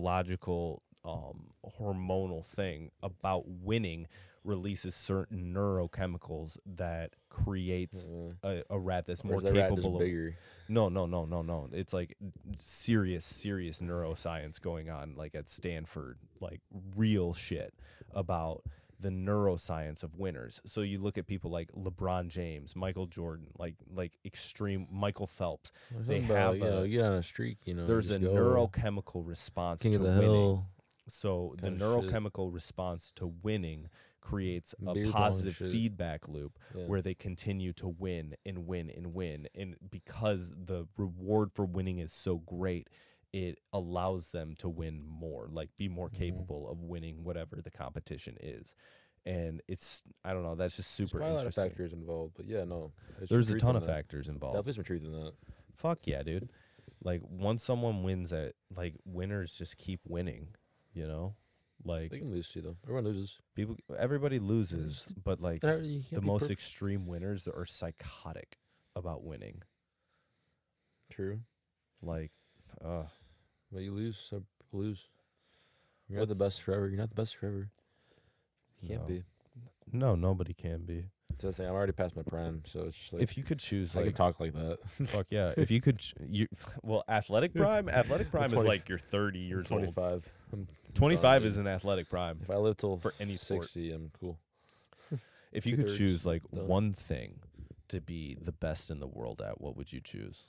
A: psychological um, hormonal thing about winning releases certain neurochemicals that creates
D: Mm.
A: a, a rat that's
D: Or
A: more
D: is that rat just
A: capable of
D: bigger?
A: no, no, no, no, no. It's like serious, serious neuroscience going on, like at Stanford, like real shit about the neuroscience of winners. So you look at people like LeBron James, Michael Jordan, like like extreme Michael Phelps.
D: There's
A: They
D: something about,
A: have
D: you know,
A: a-
D: you get on a streak, you know.
A: There's
D: just
A: a
D: go.
A: neurochemical response
D: King
A: to
D: of the
A: winning.
D: Hill.
A: So the
D: kinda shit.
A: neurochemical response to winning creates a
D: Beer bong
A: positive
D: shit.
A: feedback loop
D: Yeah.
A: where they continue to win and win and win. And because the reward for winning is so great, it allows them to win more, like be more
D: Mm-hmm.
A: capable of winning whatever the competition is. And it's, I don't know, that's just
D: There's
A: super
D: probably a lot of
A: interesting.
D: factors involved, but yeah, no. there's some
A: There's a
D: truth
A: ton
D: in
A: of
D: that.
A: factors involved.
D: Definitely some truth in that.
A: Fuck yeah, dude. Like once someone wins at like winners just keep winning, you know? Like
D: They can lose too, though. Everyone loses.
A: people everybody loses but like
D: They're- you can't
A: the
D: be
A: most
D: perfect.
A: extreme winners are psychotic about winning
D: true.
A: like uh
D: But you lose, so people lose. You're not the best forever. You're not the best forever. You can't
A: No.
D: be.
A: no nobody can be
D: That's the thing. I'm already past my prime, so it's just like
A: if you could choose
D: I
A: like
D: can talk like that.
A: fuck yeah if you could ch- [laughs] you well
D: [laughs]
A: athletic prime athletic prime is
D: 20
A: like you're
D: [laughs]
A: 30 years old
D: 25. I'm
A: 25
D: done,
A: is
D: dude.
A: an athletic prime
D: If I live till
A: for any sport.
D: 60, I'm cool.
A: if you could
D: two-thirds
A: choose like
D: done.
A: one thing to be the best in the world at what would you choose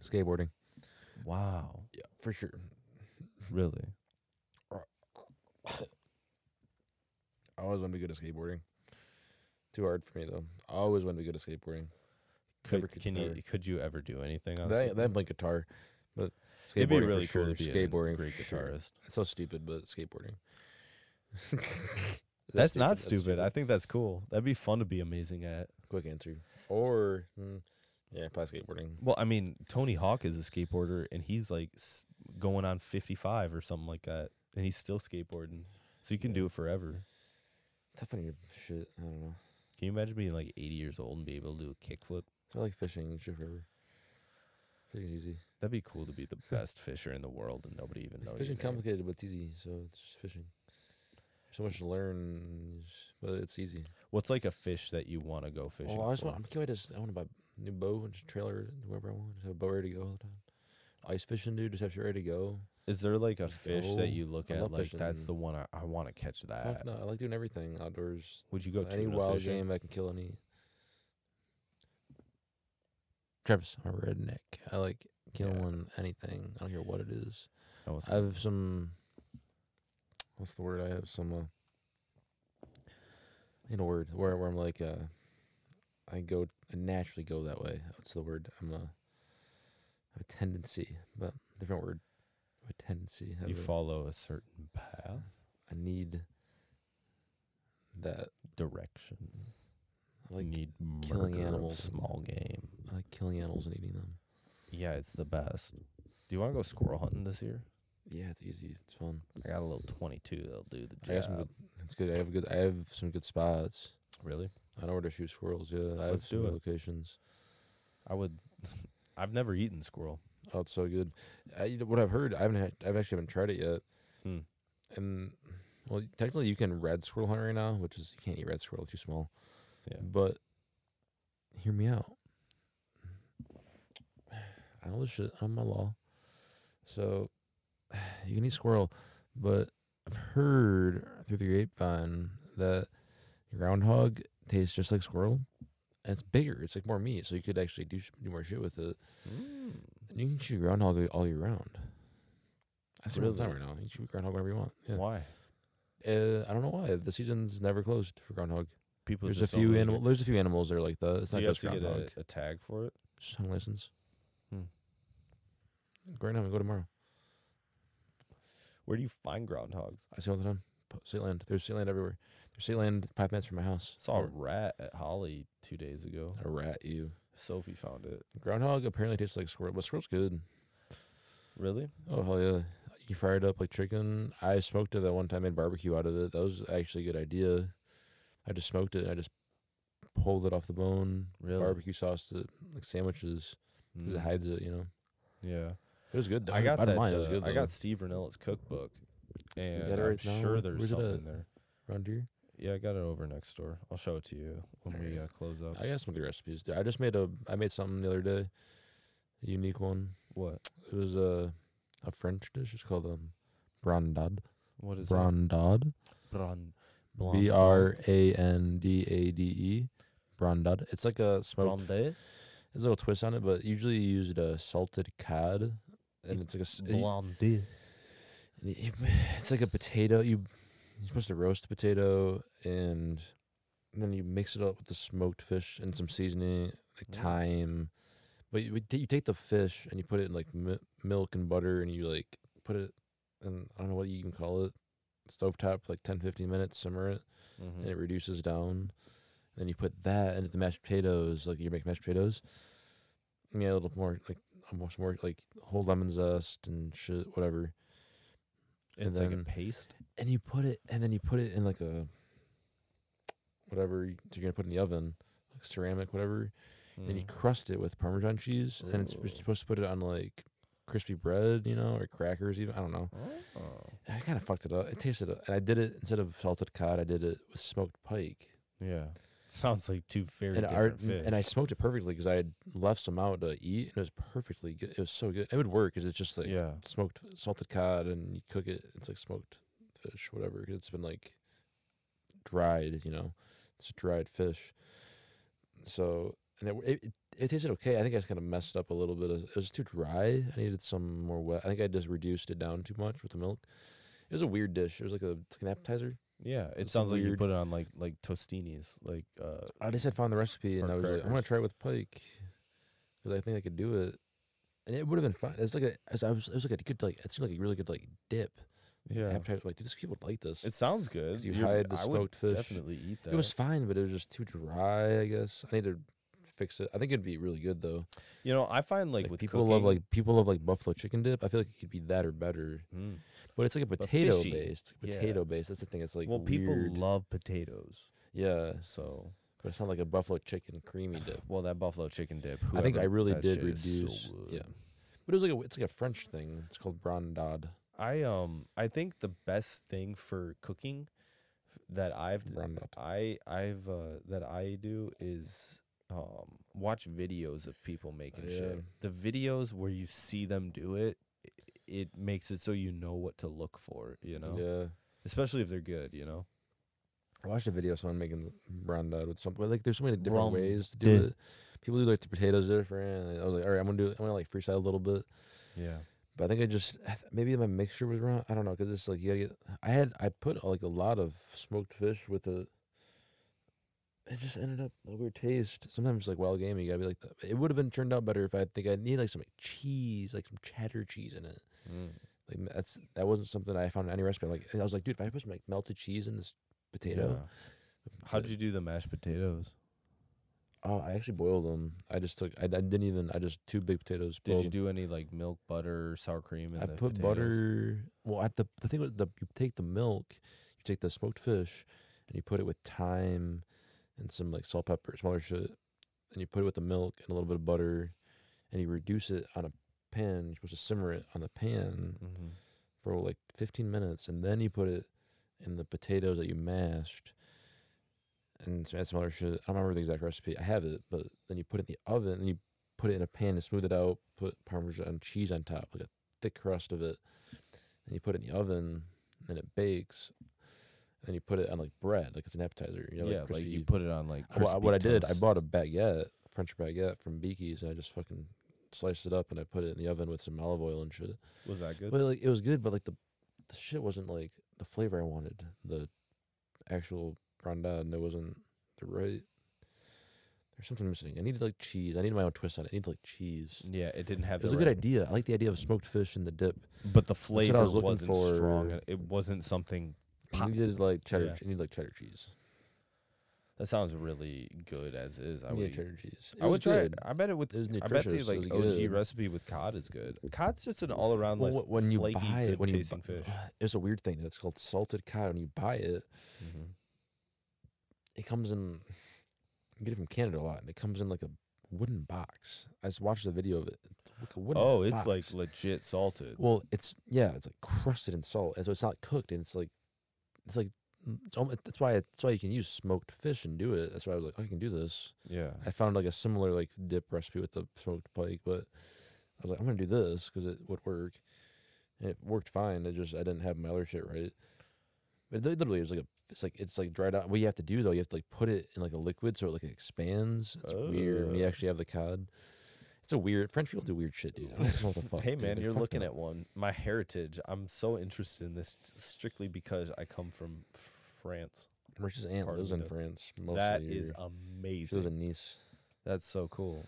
D: Skateboarding.
A: wow
D: Yeah, for sure.
A: really
D: I always want to be good at skateboarding. Too hard for me though. I always want to be good at skateboarding. Never
A: could,
D: could-
A: can
D: never.
A: you could you ever do anything on
D: Then
A: skateboard?
D: then play guitar, but skateboarding
A: it'd be really
D: for sure.
A: cool to be
D: skateboarding,
A: a great
D: for sure.
A: guitarist
D: It's so stupid, but skateboarding. [laughs]
A: That's, not stupid. I think that's cool. That'd be fun to be amazing at.
D: Quick answer. Or mm, yeah, probably skateboarding.
A: Well, I mean, Tony Hawk is a skateboarder, and he's like s- going on fifty-five or something like that, and he's still skateboarding. So you can do it forever.
D: Definitely shit. I don't know.
A: Can you imagine being like eighty years old and be able to do a kickflip?
D: It's not like fishing. It's just forever. Fishing's easy.
A: That'd be cool to
D: [laughs]
A: be the best fisher in the world, and nobody even knows.
D: Fishing's complicated, but it's easy. So it's just fishing. So much to learn, but it's easy.
A: What's like a fish that you want to go fishing
D: Oh, I just
A: for?
D: want. I'm curious. I just- I want to buy a new bow and just trailer it wherever I want. Just have a bow ready to go all the time. Ice fishing, dude. Just have shit ready to go.
A: Is there like a
D: Just
A: fish
D: go.
A: that you look
D: I
A: at
D: love
A: like
D: fishing.
A: that's the one I, I want to catch that?
D: Fuck no, I like doing everything outdoors.
A: Would you go
D: any
A: tuna
D: wild
A: fishing?
D: game I can kill any. Travis, I'm a redneck. I like killing anything. I don't care what it is.
A: I was
D: I have some. What's the word? I have some. Uh, in a word, where where I'm like, uh, I go I naturally go that way. That's the word. I'm a, I have a tendency, but different word. I have a tendency. I
A: you
D: have a-
A: follow a certain path,
D: I need. That
A: direction.
D: I like
A: need
D: killing
A: murder of
D: animals and-
A: small game.
D: I like killing animals and eating them.
A: Yeah, it's the best. Do you want to go squirrel hunting this year?
D: Yeah, it's easy. It's fun.
A: I got a little twenty-two that'll do the
D: I got some
A: job.
D: good. It's good. I have good. I have some good [laughs] spots.
A: Really?
D: I know where to shoot squirrels. Yeah, I have
A: Let's
D: some
A: do
D: good
A: it.
D: locations.
A: I would. [laughs] I've never eaten squirrel.
D: Oh, it's so good. I, you know, what I've heard, I haven't, had, I've actually haven't tried it yet.
A: Hmm.
D: And well, technically, you can red squirrel hunt right now, which is you can't eat red squirrel too small.
A: Yeah.
D: But hear me out. I know this shit. I'm my law, so [sighs] you can eat squirrel, but I've heard through the grapevine that groundhog tastes just like squirrel. And it's bigger. It's like more meat, so you could actually do sh- do more shit with it. Mm. You can shoot groundhog all- all year round. I see it all the time right
A: Really?
D: now. You can shoot groundhog whenever you want. Yeah.
A: Why?
D: Uh, I don't know why the season's never closed for groundhog.
A: People.
D: There's a
A: just don't
D: few
A: really
D: animal.
A: get-
D: There's a few animals that are like that. It's
A: Do
D: not
A: you have
D: just
A: to get
D: groundhog.
A: a, a tag for it?
D: Just hunting license.
A: Hmm.
D: Right now, we go tomorrow.
A: Where do you find groundhogs?
D: I see all the time. Po- Sea land. There's sea land everywhere. There's sea land five minutes from my house.
A: Saw a
D: Or-
A: rat at Holly two days ago.
D: a rat. You
A: Sophie found it.
D: groundhog apparently tastes like squirrel, but squirrel's good.
A: Really?
D: Oh hell yeah! You fry it up like chicken. I smoked it that one time. Made barbecue out of it. That was actually a good idea. I just smoked it. and I just pulled it off the bone.
A: Really?
D: Barbecue sauce it like sandwiches. 'cause It hides it. You know.
A: Yeah.
D: It was good. Though.
A: I got that.
D: Mind. It was
A: uh,
D: good.
A: I
D: though.
A: got Steve Renella's cookbook, and
D: got it
A: I'm
D: right now?
A: sure there's
D: Where's it
A: something
D: at?
A: there.
D: round deer.
A: Yeah, I got it over next door. I'll show it to you when we uh,
D: Alright.
A: close up.
D: I got some good recipes. Dude. I just made a. I made something the other day. A unique one.
A: what?
D: It was a a French dish. It's called um, brandade.
A: What is that?
D: Brandade.
A: Bron-
D: B R A N D A D E. Brandade. It's like a smoked.
A: Blonde?
D: There's a little twist on it, but usually you use a salted cod, and it's like a. s- you-
A: Blonde.
D: you- you- [sighs] It's like a potato. You you're supposed to roast the potato, and then you mix it up with the smoked fish and some seasoning, like
A: Mm.
D: thyme. But you, would ta- you take the fish and you put it in like mi- milk and butter, and you like put it, in I don't know what you even call it, stovetop like 10, 15 minutes, simmer it
A: Mm-hmm.
D: and it reduces down. Then you put that into the mashed potatoes, like you make mashed potatoes. And yeah, a little more like almost more like whole lemon zest and shit, whatever. And
A: It's
D: then
A: like a paste.
D: and you put it and then you put it in like a whatever you- you're gonna put in the oven, like ceramic, whatever. And
A: Mm.
D: you crust it with Parmesan cheese, and it's
A: Ooh.
D: supposed supposed to put it on like crispy bread, you know, or crackers, even I don't know.
A: Oh.
D: And I kind of fucked it up. It tasted, and I did it instead of salted cod. I did it with smoked pike.
A: Yeah.
I: Sounds like two very
D: and our,
I: different fish.
D: and I smoked it perfectly because I had left some out to eat, and it was perfectly good. It was so good. It would work because it's just like
A: yeah.
D: smoked salted cod, and you cook it. It's like smoked fish, whatever. 'cause it's been like dried, you know. It's dried fish. So and it it, it, it tasted okay. I think I just kind of messed up a little bit. It was too dry. I needed some more wet. I think I just reduced it down too much with the milk. It was a weird dish. It was like a it's like an appetizer.
A: Yeah. It
D: It's
A: sounds like you
D: weird.
A: put it on like like tostinis, like uh,
D: I just had found the recipe and
A: Or
D: I was like, I'm gonna
A: crackers.
D: try it with Pike because I think I could do it, and it would have been fun. It's like a, as I was, it was like a good like it seemed like a really good like dip.
A: yeah.
D: appetizer. Like dude, these people would like this.
A: It sounds good.
D: 'Cause you
A: You're-
D: hide the
A: I would
D: smoked fish.
A: Definitely eat that.
D: it was fine, but it was just too dry. I guess I need to fix it. I think it'd be really good though.
A: you know, I find like,
D: Like,
A: with
D: people love
A: cooking,
D: like people love like buffalo chicken dip. I feel like it could be that or better.
A: Mm.
D: But it's like a
A: But
D: potato
A: fishy.
D: based.
A: Yeah.
D: Potato based. That's the thing. It's like
A: well, people
D: weird.
A: love potatoes,
D: yeah,
A: so
D: but it's not like a buffalo chicken
A: [sighs]
D: creamy dip.
A: well that buffalo chicken dip.
D: I think I
A: whoever-
D: really
A: that
D: did
A: shit is so
D: reduce.
A: good.
D: yeah, but it was like a, it's like a French thing. It's called brandade.
A: I um I think the best thing for cooking that I've d-
D: Brandade.
A: I I've uh, that I do is um watch videos of people making
D: yeah.
A: shit. The videos where you see them do it, i- it makes it so you know what to look for. You know,
D: Yeah,
A: especially if they're good. You know,
D: I watched a video of someone making brandade with something. Like, there's so many different
A: Brandade.
D: ways to do it. People do like the potatoes different. and I was like, all right, I'm gonna do. I'm gonna like freestyle a little bit.
A: yeah.
D: But I think I just I th- maybe my mixture was wrong. I don't know because it's like you gotta get. I had I put like a lot of smoked fish with a. It just ended up a weird taste. Sometimes like wild game, you gotta be like that. It would have been turned out better if I think I need like some like, cheese, like some cheddar cheese in it.
A: Mm,
D: Like m- that's that wasn't something I found in any recipe. Like I was like, dude, if I put some like melted cheese in this potato,
A: Yeah. How'd
D: the-
A: you do the mashed potatoes?
D: Oh, I actually boiled them. I just took. I, I didn't even. I just two big potatoes.
A: Did
D: boiled
A: you
D: 'em.
A: do any like milk, butter, sour cream? In
D: I
A: the
D: put
A: potatoes?
D: butter. Well, at the the thing was the you take the milk, you take the smoked fish, and you put it with thyme, and some like salt, pepper, some other shit, and you put it with the milk and a little bit of butter, and you reduce it on a pan. You're supposed to simmer it on the pan
A: Mhm.
D: for like 15 minutes, and then you put it in the potatoes that you mashed, and some, add some other shit. I don't remember the exact recipe. I have it, but then you put it in the oven, and you put it in a pan to smooth it out. Put Parmesan cheese on top, like a thick crust of it, and you put it in the oven, and it bakes. And you put it on like bread, like it's an appetizer. You know,
A: yeah,
D: like,
A: like you
D: crispy-
A: put it on like
D: well, I-
A: crispy
D: what I did, I
A: toast.
D: bought a baguette, French baguette from Beaky's, and I just fucking sliced it up and I put it in the oven with some olive oil and shit.
A: Was that good?
D: But like it was good, but like the the shit wasn't like the flavor I wanted. The actual rondade, and it wasn't the right. There's something missing. I needed like cheese. I needed my own twist on it. I needed like cheese.
A: Yeah, it didn't have.
D: It was
A: the
D: a good
A: right-
D: idea. I like the idea of smoked fish in the dip.
A: but the
D: what I
A: flavor
D: was looking
A: was not strong.
D: for.
A: and It wasn't something.
D: I needed like cheddar.
A: Yeah.
D: I needed like cheddar cheese.
A: That sounds really good as is. I
D: I
A: would.
D: needed
A: eat-
D: cheddar cheese. It
A: I
D: was
A: would try. It.
D: good.
A: I bet it with.
D: It was
A: I bet the
D: nutritious. it
A: like
D: was
A: OG
D: good.
A: recipe with cod is good. Cod's just an all around
D: Well,
A: list.
D: wh- when you
A: flaky,
D: buy it,
A: good
D: when you
A: tasting
D: bu- [laughs]
A: fish.
D: It's a weird thing that's called salted cod. When you buy it,
A: Mm-hmm.
D: it comes in. You get it from Canada a lot, and it comes in like a wooden box. I just watched the video of it. It's like a wooden
A: Oh, it's
D: box.
A: like legit salted.
D: Well, it's yeah, it's like crusted in salt, and so it's not cooked, and it's like, it's like mm, it's almost, that's why that's why you can use smoked fish and do it. That's why I was like, "Oh, I can do this.
A: Yeah.
D: I found like a similar like dip recipe with the smoked pike, but I was like, I'm gonna do this because it would work, and it worked fine. It just I didn't have my other shit right. But li- literally, it was like a it's like it's like dried out. What you have to do though, you have to like put it in like a liquid so it like expands. It's weird when you
A: Oh.
D: actually have the cod. It's a weird French people do weird shit, dude. I don't know
A: [laughs]
D: what the fuck.
A: Hey
D: dude.
A: man,
D: They're
A: you're
D: fucked
A: looking
D: up.
A: at one. My heritage. I'm so interested in this t- strictly because I come from France.
D: Merch's aunt
A: Part of
D: lives
A: me
D: in
A: does.
D: France. Most
A: that
D: of the
A: is
D: year. she lives
A: amazing.
D: in Nice.
A: That's so cool.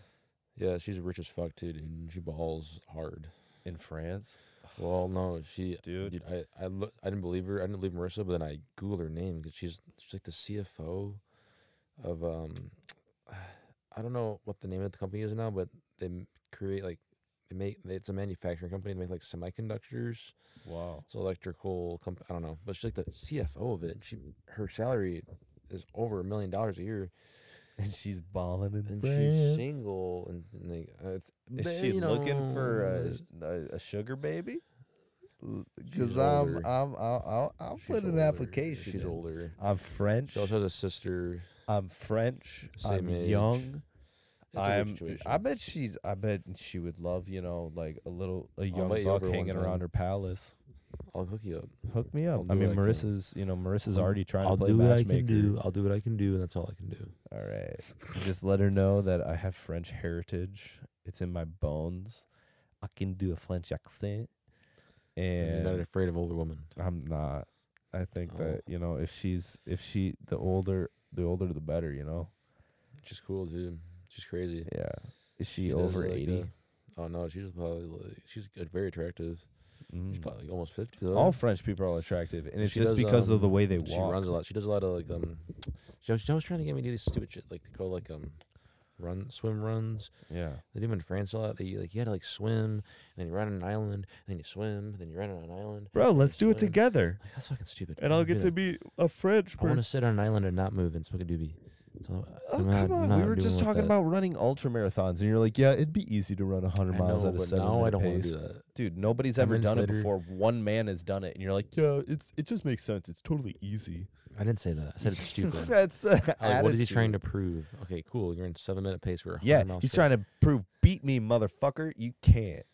D: Yeah, she's rich as fuck too, dude. and She balls hard.
A: In France,
D: Well, no, she
A: dude.
D: dude. I I, look, I didn't believe her. I didn't believe Marissa, but then I Googled her name because she's she's like the CFO of um, [sighs] I don't know what the name of the company is now, but they m- create like they make it's a manufacturing company. They make like semiconductors.
A: Wow.
D: It's an electrical company. I don't know, but she's like the CFO of it. She her salary is over a million dollars a year.
A: [laughs] And she's balling in
D: and she's
A: France.
D: single and, and they, uh, it's,
A: Is
D: but,
A: she
D: you
A: looking for
D: know,
A: a, sh- a, a sugar baby? Because
D: She's
A: I'm,
D: older.
A: I'm, I'll, I'll, I'll
D: she's
A: put an
D: older.
A: application.
D: She's
A: in.
D: older.
A: I'm French.
D: She also has a sister.
A: I'm French.
D: Same
A: I'm
D: age.
A: young.
D: It's a weird
A: I'm.
D: situation.
A: I bet she's. I bet she would love. You know, like a little a young
D: invite you
A: buck
D: over one
A: hanging around
D: time.
A: her palace.
D: I'll hook you up.
A: Hook me up.
D: I'll
A: I
D: do
A: mean,
D: what I can.
A: Marissa's. You know, Marissa's
D: I'll-
A: already trying
D: I'll
A: to play
D: do what I
A: matchmaker.
D: can do. I'll do what I can do, and that's all I can do.
A: All right. Just let her know that I have French heritage. It's in my bones. I can do a French accent.
D: You're not
A: And
D: afraid of older women.
A: I'm not. I think
D: Oh.
A: that, you know, if she's if she the older the older the better, you know.
D: She's cool, dude. She's crazy.
A: Yeah. Is she,
D: does,
A: over
D: like, uh,
A: 80?
D: Oh no, she's probably like, she's uh, very attractive. She's
A: Mm.
D: probably like, almost fifty. Though.
A: All French people are attractive and it's
D: She
A: just
D: does,
A: because of the
D: um,
A: way they
D: she
A: walk.
D: runs a lot. She does a lot of like um. She was, she was trying to get me to do these stupid shit, like to go like um, run swim runs.
A: Yeah.
D: They do them in France a lot. They like you had to like swim, and then you run on an island, and then you swim, and then you run on an island.
J: Bro, let's do it
D: Swim.
J: together.
D: Like, that's fucking stupid.
J: And I'll get to be a French
D: I want to
J: person.
D: sit on an island and not move and smoke a doobie. So,
A: Oh come on! we were just talking about running ultra marathons, and you're like, "Yeah, it'd be easy to run 100
D: I
A: miles
D: know,
A: at a
D: but
A: seven
D: now I
A: minute
D: don't wanna do
A: pace."
D: that.
A: Dude, nobody's
D: Ten
A: ever
D: minutes
A: done
D: later-
A: it before. One man has done it, and you're like, "Yeah, it's it just makes sense. It's totally easy."
D: I didn't say that. I said
A: [laughs]
D: it's stupid.
A: That's uh,
D: Like, what is he trying to prove? Okay, cool. You're in seven minute pace for a
A: Yeah,
D: miles
A: he's trying to prove, "Beat me, motherfucker! You can't."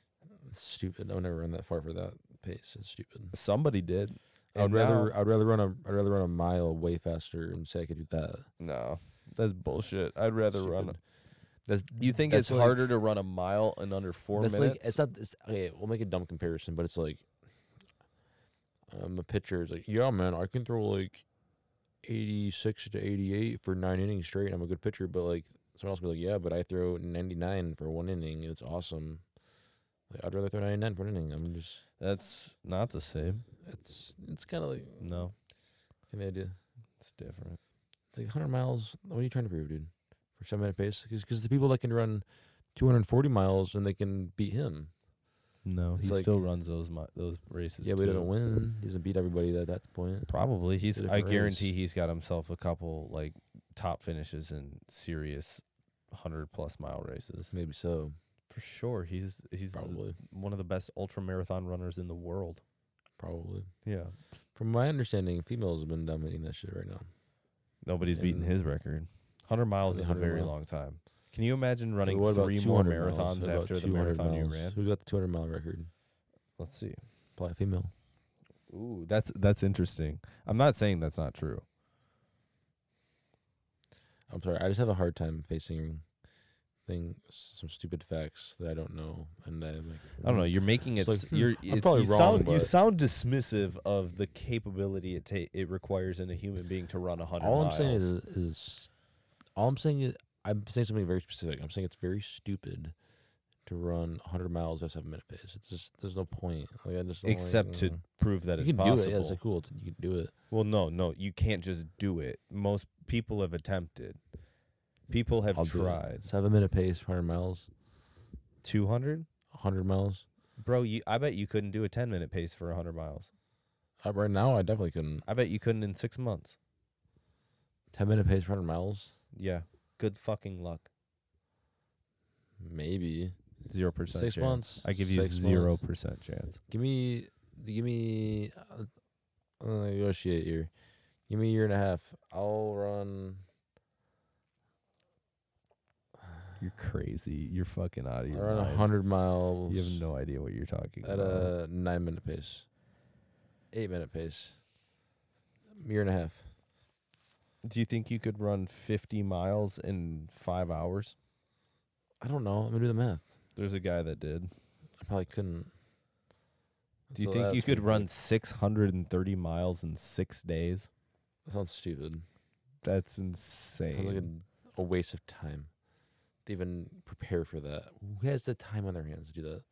D: It's stupid. I would never run that far for that pace. It's stupid.
A: Somebody did.
D: I'd
A: And
D: rather
A: now-
D: I'd rather run a I'd rather run a mile way faster and say I could do that.
A: no, that's bullshit. I'd rather run.
D: Stupid. That's,
A: You think
D: that's
A: it's
D: like-
A: harder to run a mile in under four
D: that's
A: minutes?
D: like it's not. It's, okay, we'll make a dumb comparison, but it's like um, a pitcher is like, yeah, man, I can throw like eighty six to eighty eight for nine innings straight. and I'm a good pitcher, but like someone else will be like, yeah, but I throw ninety nine for one inning. and It's awesome. Like, I'd rather throw ninety nine for an inning. I'm just
A: that's not the same.
D: it's it's kind of like
A: No,
D: kind of idea.
A: it's different.
D: It's like 100 miles. What are you trying to prove, dude? For seven minute pace? Because the people that can run 240 miles and they can beat him.
A: No,
D: It's
A: he
D: like-
A: still runs those mi- those races.
D: yeah, but he
A: too.
D: doesn't win. He doesn't beat everybody at that point.
A: Probably he's.
D: a
A: I
D: different race.
A: guarantee he's got himself a couple like top finishes in serious hundred plus mile races
D: Maybe so.
A: for sure. He's he's the-
D: Probably.
A: one of the best ultra marathon runners in the world.
D: Probably.
A: Yeah,
D: From my understanding, females have been dominating that shit right now.
A: nobody's beaten
D: And-
A: his record. Hundred miles
D: Is it
A: is a
D: 100
A: very
D: mile?
A: long time. Can you imagine
D: But
A: running
D: what about
A: three more
D: 200 miles?
A: marathons
D: What about
A: after the
D: 200
A: marathon you
D: miles?
A: ran?
D: Who's got the 200 mile record?
A: Let's see.
D: Probably a female.
A: Ooh, that's that's interesting. I'm not saying that's not true.
D: I'm sorry. I just have a hard time facing thing some stupid facts that I don't know and that I'm like
A: I don't know. You're making it.
D: It's like,
A: s-
D: hmm,
A: you're
D: I'm
A: it's-
D: probably
A: you
D: wrong,
A: Sound, you
D: but-
A: sound dismissive of the capability it ta- it requires in a human being to run a hundred.
D: all I'm saying
A: miles.
D: is, is all I'm saying is I'm saying something very specific. I'm saying it's very stupid to run 100 miles at a seven minute pace. It's just there's no point. Like I just don't like,
A: Except to
D: mm.
A: prove that
D: you
A: it's
D: can
A: possible.
D: do it. Yeah, it's like, cool. It's- You can do it.
A: Well, no, no, you can't just do it. Most people have attempted. People have
D: I'll do it.
A: tried.
D: Seven minute pace, 100 miles,
A: Two hundred,
D: 100 miles.
A: bro. You, I bet you couldn't do a ten minute pace for hundred miles.
D: Uh, right now, I definitely couldn't.
A: I bet you couldn't in six months.
D: 10 minute pace, 100 miles,
A: Yeah, good fucking luck.
D: maybe.
A: Zero percent.
D: Six
A: chance.
D: months.
A: I give you
D: six
A: zero
D: months.
A: percent chance.
D: Give me, give me, uh, uh, negotiate here. Give me a year and a half. I'll run.
A: You're crazy. You're fucking out of
D: I'll
A: your
D: run a
A: mind.
D: hundred miles
A: You have no idea what you're talking
D: at uh,
A: about.
D: a nine minute pace, eight minute pace, year and a half.
A: Do you think you could run 50 miles in five hours?
D: I don't know. I'm gonna do the math.
A: There's a guy that did.
D: I probably couldn't.
A: Do you
D: So
A: think you
D: that's
A: could
D: gonna be-
A: run 630 miles in six days?
D: That sounds stupid.
A: That's
D: It
A: insane.
D: sounds like a, a waste of time. To even prepare for that. Who has the time on their hands to do that?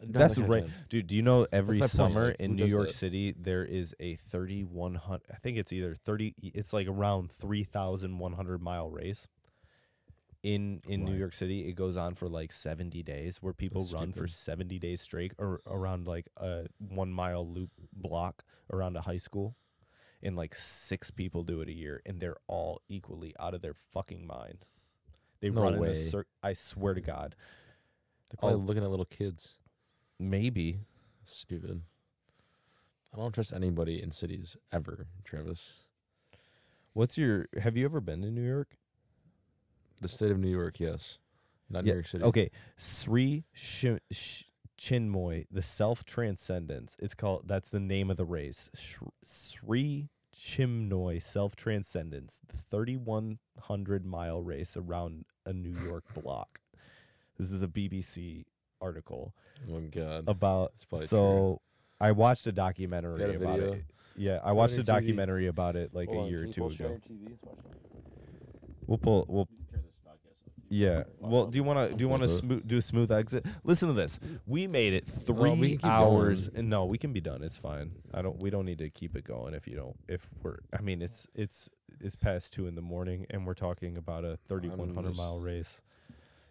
D: I don't have
A: That's
D: that kind of
A: right.
D: time.
A: Dude, do you know every
D: my point,
A: summer
D: like,
A: in
D: who
A: New
D: does
A: York
D: that?
A: City there is a 3100 I think it's either 30 it's like around 3100 mile race. In in New
D: Right.
A: York City, it goes on for like 70 days where people
D: That's
A: run for
D: stupid.
A: 70 days straight or around like a 1 mile loop block around a high school. And like six people do it a year and they're all equally out of their fucking mind. They
D: No
A: run in
D: way.
A: a cir- I swear to god.
D: They're probably
A: I'll-
D: looking at little kids.
A: Maybe
D: Stupid. I don't trust anybody in cities ever, Travis.
A: What's your? Have you ever been to New York?
D: The state of New York, yes. Not
A: Yeah,
D: New York City.
A: Okay, Sri Shi- Sh- Chinmoy, the self transcendence. It's called. That's the name of the race. Sh- Sri Chimnoy self transcendence, the thirty one hundred mile race around a New York block. This is a BBC article
D: Oh my god.
A: about.
D: It's probably true.
A: So I watched a documentary
D: Got a
A: about
D: video?
A: it. Yeah, I
D: on
A: watched a
D: your TV.
A: documentary about it like a year or two ago. We'll pull. We'll. Yeah. Well, do you want to do you want to
D: Okay.
A: smo- do a smooth exit? Listen to this. We made it three
D: Uh-huh. Oh, we can keep
A: hours,
D: going.
A: and no, we can be done. It's fine. I don't. We don't need to keep it going if you don't. If we're. I mean, it's it's it's past two in the morning, and we're talking about a thirty-one hundred
D: just-
A: mile race,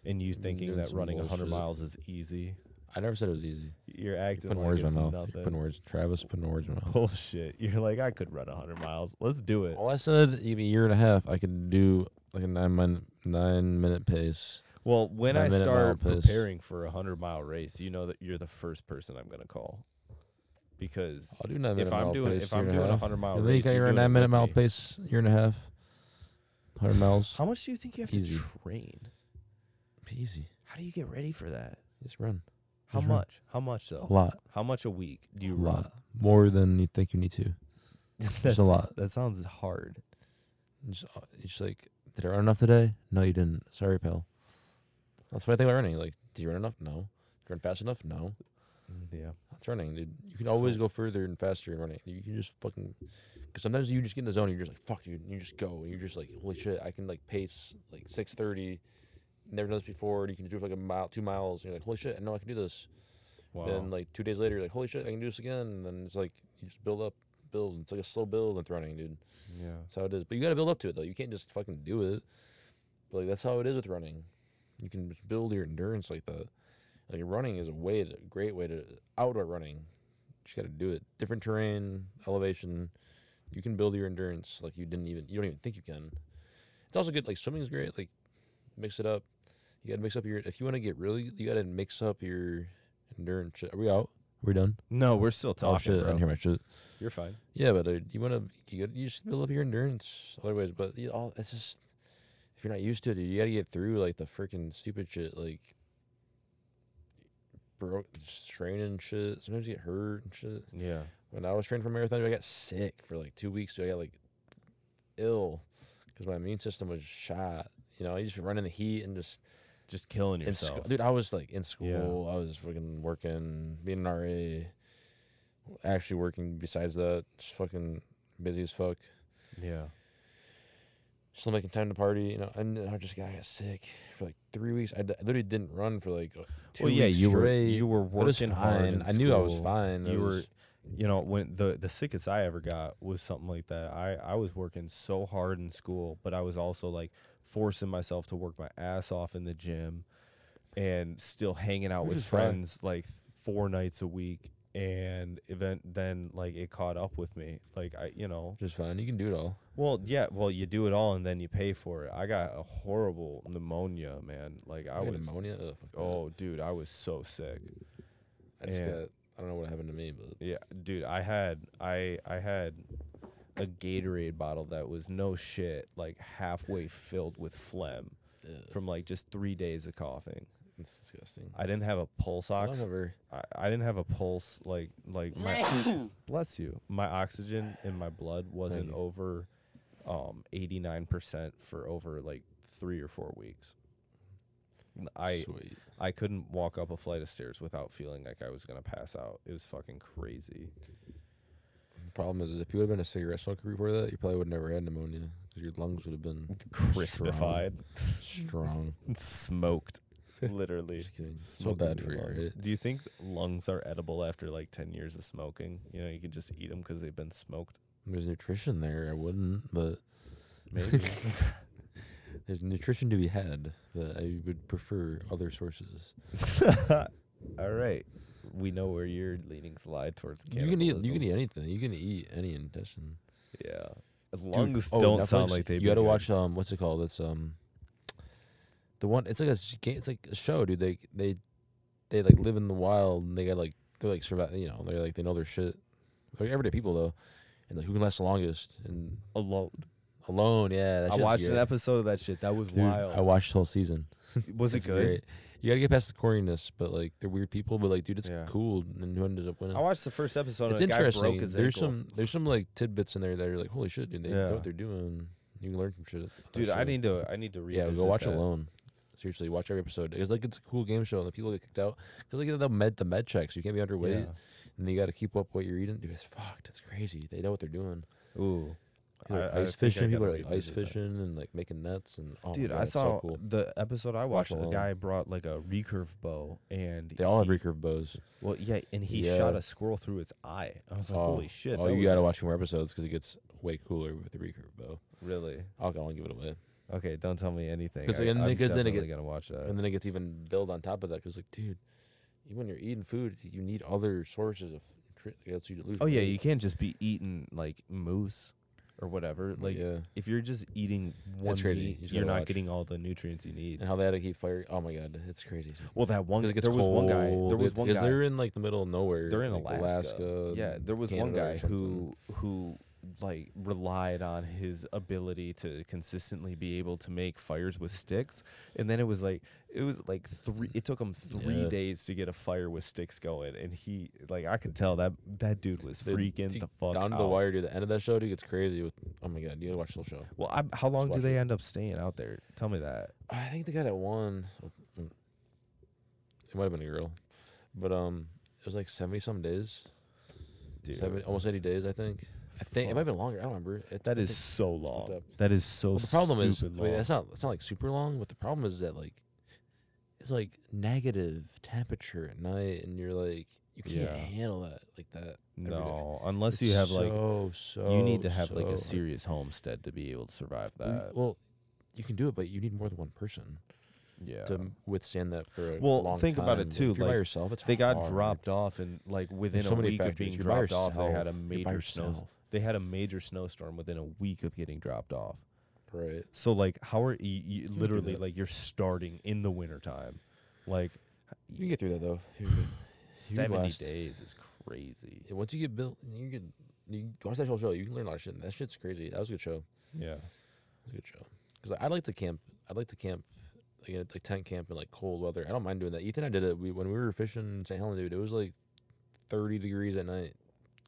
A: and you thinking
D: doing
A: that
D: some
A: running hundred
D: bullshit.
A: miles is easy.
D: I never said it was easy.
A: You're
D: You're
A: acting
D: putting
A: like
D: words in
A: it's
D: my mouth. You're
A: nothing.
D: putting words. Travis putting words in my mouth.
A: Bullshit. [laughs] You're like I could run hundred miles. Let's do it.
D: All I said even a year and a half I could do like a nine minute nine minute pace.
A: Well, when I
D: Nine minute mile
A: start
D: pace.
A: preparing for a hundred mile race, you know that you're the first person I'm gonna call, because
D: I'll do nine minute
A: if I'm
D: mile
A: doing
D: pace.
A: if
D: year
A: I'm
D: and
A: doing a
D: half.
A: hundred mile
D: You
A: race,
D: think I
A: you're
D: ran a
A: doing it
D: nine minute
A: with
D: mile
A: me.
D: pace, year and a half. Hundred miles.
A: How much do you think you have
D: Easy.
A: to train?
D: Easy.
A: How do you get ready for that?
D: Just run.
A: How
D: Just run.
A: much? How much though?
D: A lot.
A: How much a week do you
D: A
A: run? [laughs]
D: lot. More than you think you need to.
A: That's-
D: lot.
A: That sounds hard.
D: Just, uh, just like, did I run enough today? No, you didn't. Sorry, pal. That's what I think about running. Like, did you run enough? No. Did you run fast enough? No.
A: Mm, Yeah.
D: That's running, dude. You can always go further and faster in running. You can just fucking, because sometimes you just get in the zone and you're just like, fuck, dude. And you just go and you're just like, holy shit, I can like pace like 6:30. Never done this before. And you can do it for like a mile, two miles. And you're like, holy shit, I know I can do this.
A: Wow.
D: Then like two days later, you're like, holy shit, I can do this again. And then it's like you just build up, build. It's like a slow build with running, dude.
A: yeah.
D: That's how it is. But you got to build up to it though. You can't just fucking do it. But like that's how it is with running. You can just build your endurance like that. Like running is a way, to, great way to outdoor running. You just got to do it. Different terrain, elevation. You can build your endurance like you didn't even. You don't even think you can. It's also good. Like swimming is great. Like mix it up. You got to mix up your. If you want to get really, you got to mix up your endurance. shit. Are we out? Are we done?
A: No, we're still
D: Oh
A: talking.
D: shit! I
A: bro.
D: didn't hear my shit.
A: You're fine.
D: Yeah, but uh, you want to you, gotta- you just build up your endurance otherwise. But you all it's just if you're not used to it, dude, you got to get through like the freaking stupid shit, like broke straining shit. Sometimes you get hurt and shit.
A: Yeah.
D: When I was training for marathon, dude, I got sick for like two weeks. Dude, I got like ill because my immune system was shot. You know, I just run in the heat and just
A: Just killing
D: in school,
A: yourself.
D: dude. I was like in school. I was fucking working, being an RA, actually working. Besides that, just fucking busy as fuck.
A: yeah.
D: still making time to party. You know, and I just got, I got sick for like three weeks. I, d- I literally didn't run for like uh, two
K: well, yeah,
D: weeks
K: you
D: straight.
K: were you were
D: I was
K: working hard.
D: fine.
K: in
D: I knew I was
K: school.
D: fine. I
K: You
D: was-
K: were
A: you know when the the sickest i ever got was something like that i i was working so hard in school but i was also like forcing myself to work my ass off in the gym and still hanging out
D: Which
A: with
D: is fine.
A: friends like four nights a week and event then like it caught up with me like i you know
D: just fine. You can do it all.
A: well yeah well you do it all and then you pay for it i got a horrible pneumonia man like i
D: I got
A: was
D: pneumonia. Ugh, fuck that.
A: oh dude i was so sick
D: I just
A: yeah.
D: got. I don't know what happened to me, but
A: Yeah, dude, I had I I had a Gatorade bottle that was no shit, like halfway filled with phlegm from like just three days of coughing.
D: it's disgusting.
A: I didn't have a pulse
D: I
A: ox.
D: don't ever.
A: I, I didn't have a pulse like like my bless you. My oxygen in my blood wasn't
D: you.
A: over um 89% for over like 3 or 4 weeks. I
D: sweet.
A: I couldn't walk up a flight of stairs without feeling like I was going to pass out. It was fucking crazy.
D: The problem is, is if you would have been a cigarette smoker before that, you probably would never had pneumonia because your lungs would have been
A: crispified,
D: [laughs] strong. [laughs]
A: smoked, literally.
D: Just kidding. So
A: Smoking
D: bad for your
A: lungs.
D: right?
A: Do you think lungs are edible after like ten years of smoking? You know, you could just eat them because they've been smoked.
D: There's nutrition there. I wouldn't, but [laughs]
A: Maybe. [laughs]
D: there's nutrition to be had. But I would prefer other sources.
A: All right, we know where your leanings lie towards
D: You can
A: cannibalism.
D: eat. You can eat anything. You can eat any intestine.
A: Yeah,
D: Dude,
A: lungs
D: oh,
A: don't sound
D: Netflix,
A: like they.
D: You got to watch um, what's it called? It's um, the one. It's like a s- game. It's like a show, dude. They they they like live in the wild and they got like they're like survive. You know, they're like they know their shit. Like everyday people though, and like who can last the longest and
A: alone.
D: alone. Yeah, that
A: I
D: shit's
A: watched an
D: great.
A: episode of that shit. That was
D: Dude,
A: wild.
D: I watched the whole season.
A: was it
D: It's
A: good?
D: great. You gotta get past the corniness, but like they're weird people. But like, dude, it's
A: Yeah.
D: cool. And who ends up winning?
A: I watched the first episode.
D: it's
A: and a
D: interesting.
A: Guy broke his
D: there's
A: ankle.
D: some there's some like tidbits in there that are like, holy shit, dude, they know
A: Yeah.
D: what they're doing. You can learn from shit. on that
A: dude. I
D: show.
A: need to. I need to
D: yeah,
A: revisit.
D: go watch
A: that.
D: alone. Seriously, watch every episode. It's like it's a cool game show, and the people get kicked out because like the med the med checks. You can't be underweight,
A: Yeah.
D: and you got to keep up what you're eating. Dude, it's fucked. It's crazy. They know what they're doing.
A: Ooh.
D: People are
A: I- I think
D: ice
A: I
D: fishing. People
A: gotta
D: are like ice
A: revisit that.
D: fishing and like making nets and oh my
A: Dude,
D: God,
A: I
D: it's so
A: saw [laughs]
D: cool.
A: the episode I
D: Watch
A: watched. The
D: alone.
A: guy brought like a recurve bow, and
D: They all have
A: he-
D: recurve bows.
A: well, yeah, and he shot
D: Yeah.
A: a squirrel through its eye. I was like,
D: oh,
A: holy shit!
D: Oh,
A: that
D: you
A: was
D: got to watch more episodes because it gets way cooler with the recurve bow.
A: really
D: I'll, I'll give it away.
A: okay. Don't tell me anything.
D: 'Cause
A: I,
D: then-
A: am
D: because then it
A: definitely
D: get-
A: gonna watch that.
D: And then it gets even built on top of that because, like, dude, even when you're eating food, you need other sources of nutrition. Like, you lose
A: oh yeah,
D: weight.
A: you can't just be eating like moose or whatever. Like
D: yeah.
A: if you're just eating one
D: crazy.
A: meat,
D: You just
A: you're
D: gotta
A: not
D: watch.
A: getting all the nutrients you need.
D: And how they had to keep fire. Oh my god, it's crazy. dude.
A: Well, that one
D: Because it gets
A: there was one guy.
D: cold,
A: There was
D: it-
A: one
D: because
A: guy.
D: they're in like the middle of nowhere.
A: They're in
D: like,
A: Alaska. Yeah, there was one
D: Canada or
A: guy who who like relied on his ability to consistently be able to make fires with sticks, and then it was like it was like three. It took him three
D: Yeah.
A: days to get a fire with sticks going, and he like I could tell that that dude was
D: Dude,
A: freaking
D: dude,
A: the fuck
D: down to
A: out.
D: the wire. Dude, the end of that show, dude, gets crazy. With oh my god, you gotta watch the whole show.
A: Well, I, how long do
D: watch
A: they
D: it.
A: end up staying out there? Tell me that.
D: I think the guy that won, it might have been a girl, but um, it was like seventy some days,
A: Dude,
D: 70, almost eighty days, I think. I think it might have been longer. I don't remember. It,
A: that
D: I
A: is
D: think-
A: so long.
D: up.
A: That is so.
D: well, the problem is, I
A: stupid
D: mean,
A: long.
D: that's not it's not like super long, but the problem is that like it's like negative temperature at night, and you're like you can't
A: Yeah.
D: handle that like that. every day.
A: no, unless
D: It's
A: you have like
D: so, so
A: you need to have like
D: so-
A: a serious homestead to be able to survive
D: Well, you-
A: that.
D: Well, you can do it, but you need more than one person
A: Yeah.
D: to m- withstand that for. A
A: Well,
D: long
A: think about it
D: time. Like,
A: too,
D: if you're by
A: like,
D: yourself, it's
A: they got
D: hard.
A: dropped off and like within
D: There's
A: a
D: so many
A: week
D: factors.
A: of being
D: You're by
A: dropped off, they had a
D: yourself. You're by
A: major snow.
D: yourself.
A: They had a major snowstorm within a week of getting dropped off.
D: Right.
A: So like, how are you, you
D: do
A: literally
D: that.
A: like you're starting in the wintertime. Like
D: You can get through that though. You're good.
A: seventy
D: last-
A: days is crazy.
D: Yeah, Once you get built, you can you watch that whole show. You can learn a lot of shit. and That shit's crazy. That was a good show.
A: Yeah.
D: It's a good show. Because I'd like to camp. I'd like to camp, like, in a- like tent camp in like cold weather. I don't mind doing that. Ethan, and I did it. We when we were fishing in St. Helens, dude. It was like thirty degrees at night,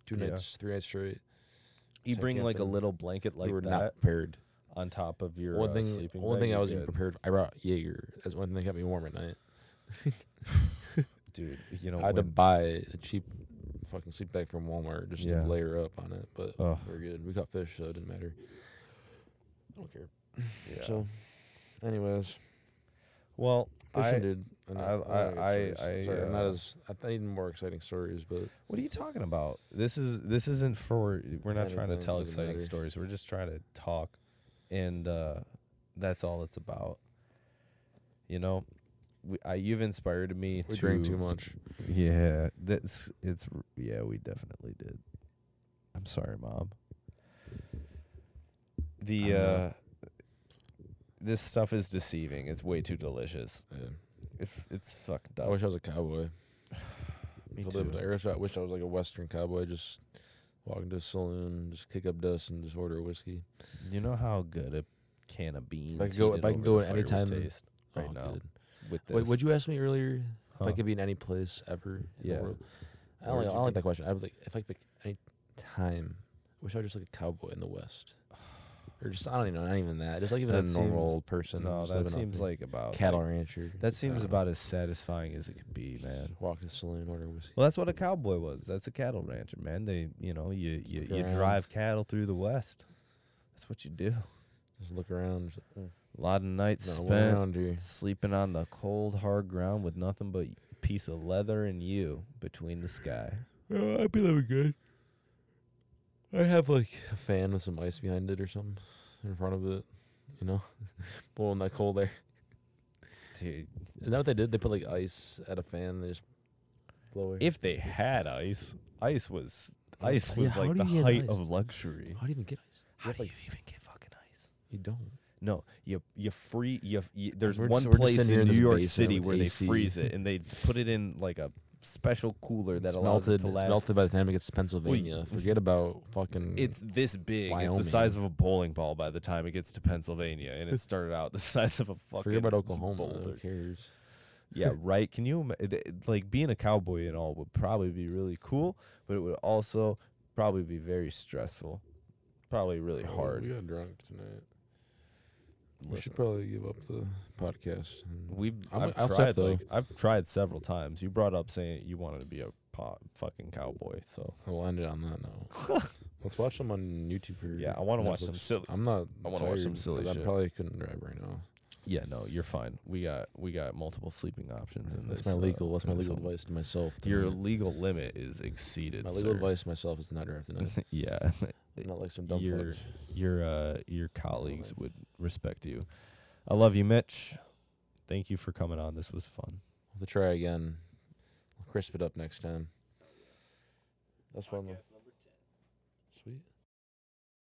D: two
A: Yeah.
D: nights, three nights straight.
A: You
D: Check
A: bring
D: in
A: like a
D: for-
A: little blanket like
D: we were
A: that
D: not prepared.
A: on top of your
D: one
A: uh,
D: thing,
A: sleeping
D: one
A: bag,
D: thing I
A: you're
D: was even
A: good.
D: prepared. For, I brought Jaeger. That's one thing that kept me warm at night.
A: dude. You know,
D: I had to
A: when-
D: buy a cheap fucking sleep bag from Walmart just
A: Yeah.
D: to layer up on it, but
A: Ugh.
D: we're good. We caught fish, so it didn't matter. I don't care. So, anyways,
A: Well,
D: fishing,
A: I-
D: dude. I, know,
A: I-
D: I, know
A: I-
D: I, got stories.
A: I-
D: Sorry,
A: I,
D: not
A: uh,
D: as I need more exciting stories, but
A: What are you talking about? This is this isn't for. We're not
D: I
A: trying
D: don't
A: to
D: know,
A: tell
D: doesn't
A: exciting
D: matter.
A: stories. We're just trying to talk, and uh, that's all it's about. You know, we, I, you've inspired me
D: we
A: to.
D: drank too much.
A: Yeah, that's it's. r- Yeah, we definitely did. I'm sorry, mom.
D: I
A: The
D: know.
A: uh, this stuff is deceiving. It's way too delicious.
D: Yeah.
A: If it's fucked
D: I
A: up.
D: wish I was a cowboy.
A: Me
D: I lived
A: too.
D: in Arizona. I wish I was like a Western cowboy. Just walk into a saloon, just kick up dust, and just order a whiskey.
A: You know how good a can of beans.
D: could go-
A: heated
D: if I could
A: over
D: go
A: the
D: at any
A: fire would
D: time
A: taste right
D: Oh,
A: now
D: dude.
A: with this.
D: Wait, would you ask me earlier if I
A: Huh.
D: could be in any place ever in
A: Yeah.
D: the world? I
A: Where
D: don't, like,
A: would
D: I
A: you
D: don't like
A: be?
D: that question. I would like if I could pick any time. I wish I was just like a cowboy in
A: [sighs]
D: the West, or just I don't even know, not even that. Just like even
A: That
D: a
A: seems-
D: normal person.
A: No,
D: just
A: that
D: living off
A: seems
D: the
A: like about
D: cattle
A: like-
D: rancher.
A: that seems
D: Uh,
A: about as satisfying as it could be, man.
D: Walk to the saloon, order whiskey.
A: Well, that's what a cowboy was. That's a cattle rancher, man. They, you know, you you,
D: look
A: you
D: around.
A: drive cattle through the west. That's what you do.
D: Just look around. Just, like,
A: A lot of nights
D: no one
A: spent
D: around here.
A: sleeping on the cold, hard ground with nothing but piece of leather and you between the sky.
D: I'd be living good. I have like a fan with some ice behind it or something in front of it, you know, [laughs] blowing that cold air.
A: Dude,
D: Is that what they did? They put like ice at a fan. They just blow air.
A: if they had ice, ice was
D: Yeah,
A: ice
D: yeah,
A: was
D: how
A: like
D: do
A: the
D: you get
A: height
D: ice?
A: of luxury.
D: how do you even get ice? You have, like,
A: even get fucking ice?
D: you don't.
A: No, you you free you, you there's
D: We're
A: one
D: just- we're
A: place
D: just sitting here
A: in New
D: in this
A: York
D: basement
A: City
D: with
A: where
D: AC.
A: they freeze
D: [laughs]
A: it and they d- put it in like a special cooler that
D: it's
A: allows
D: melted.
A: it to
D: it's
A: last.
D: melted by the time it gets to Pennsylvania. Forget about fucking.
A: It's this big. It's
D: Wyoming.
A: the size of a bowling ball by the time it gets to Pennsylvania, and it started out [laughs] the size of a fucking.
D: forget about Oklahoma. Who
A: boulder.
D: cares? [laughs]
A: Yeah, right. Can you ima- it- it- like being a cowboy and all would probably be really cool, but it would also probably be very stressful, probably really
D: Oh,
A: hard.
D: We got drunk tonight. We
A: Listen.
D: should probably give up the podcast. and-
A: We've
D: I'm-
A: I've
D: I'll
A: tried
D: accept, though.
A: like I've tried several times. You brought up saying you wanted to be a po- fucking cowboy, so
D: We'll end it on that note. [laughs] Let's watch them on YouTube. Or
A: yeah, I want to watch some
D: Netflix.
A: silly.
D: I'm not.
A: I wanna watch some
D: tired,
A: silly
D: but I
A: shit.
D: probably couldn't drive right now.
A: Yeah, no, you're fine. We got we got multiple sleeping options in
D: That's
A: this.
D: my legal.
A: uh,
D: That's my
A: in this
D: legal
A: whole-
D: advice to myself.
A: Your
D: tonight.
A: legal limit is exceeded.
D: my legal
A: sir.
D: advice to myself is to not drive tonight.
A: [laughs] yeah,
D: I'm not like some dumb
A: Your-
D: fucks.
A: your uh your colleagues would respect you. I love you, Mitch. Thank you for coming on. This was fun.
D: We'll have to try again. We'll crisp it up next time. That's one. Sweet.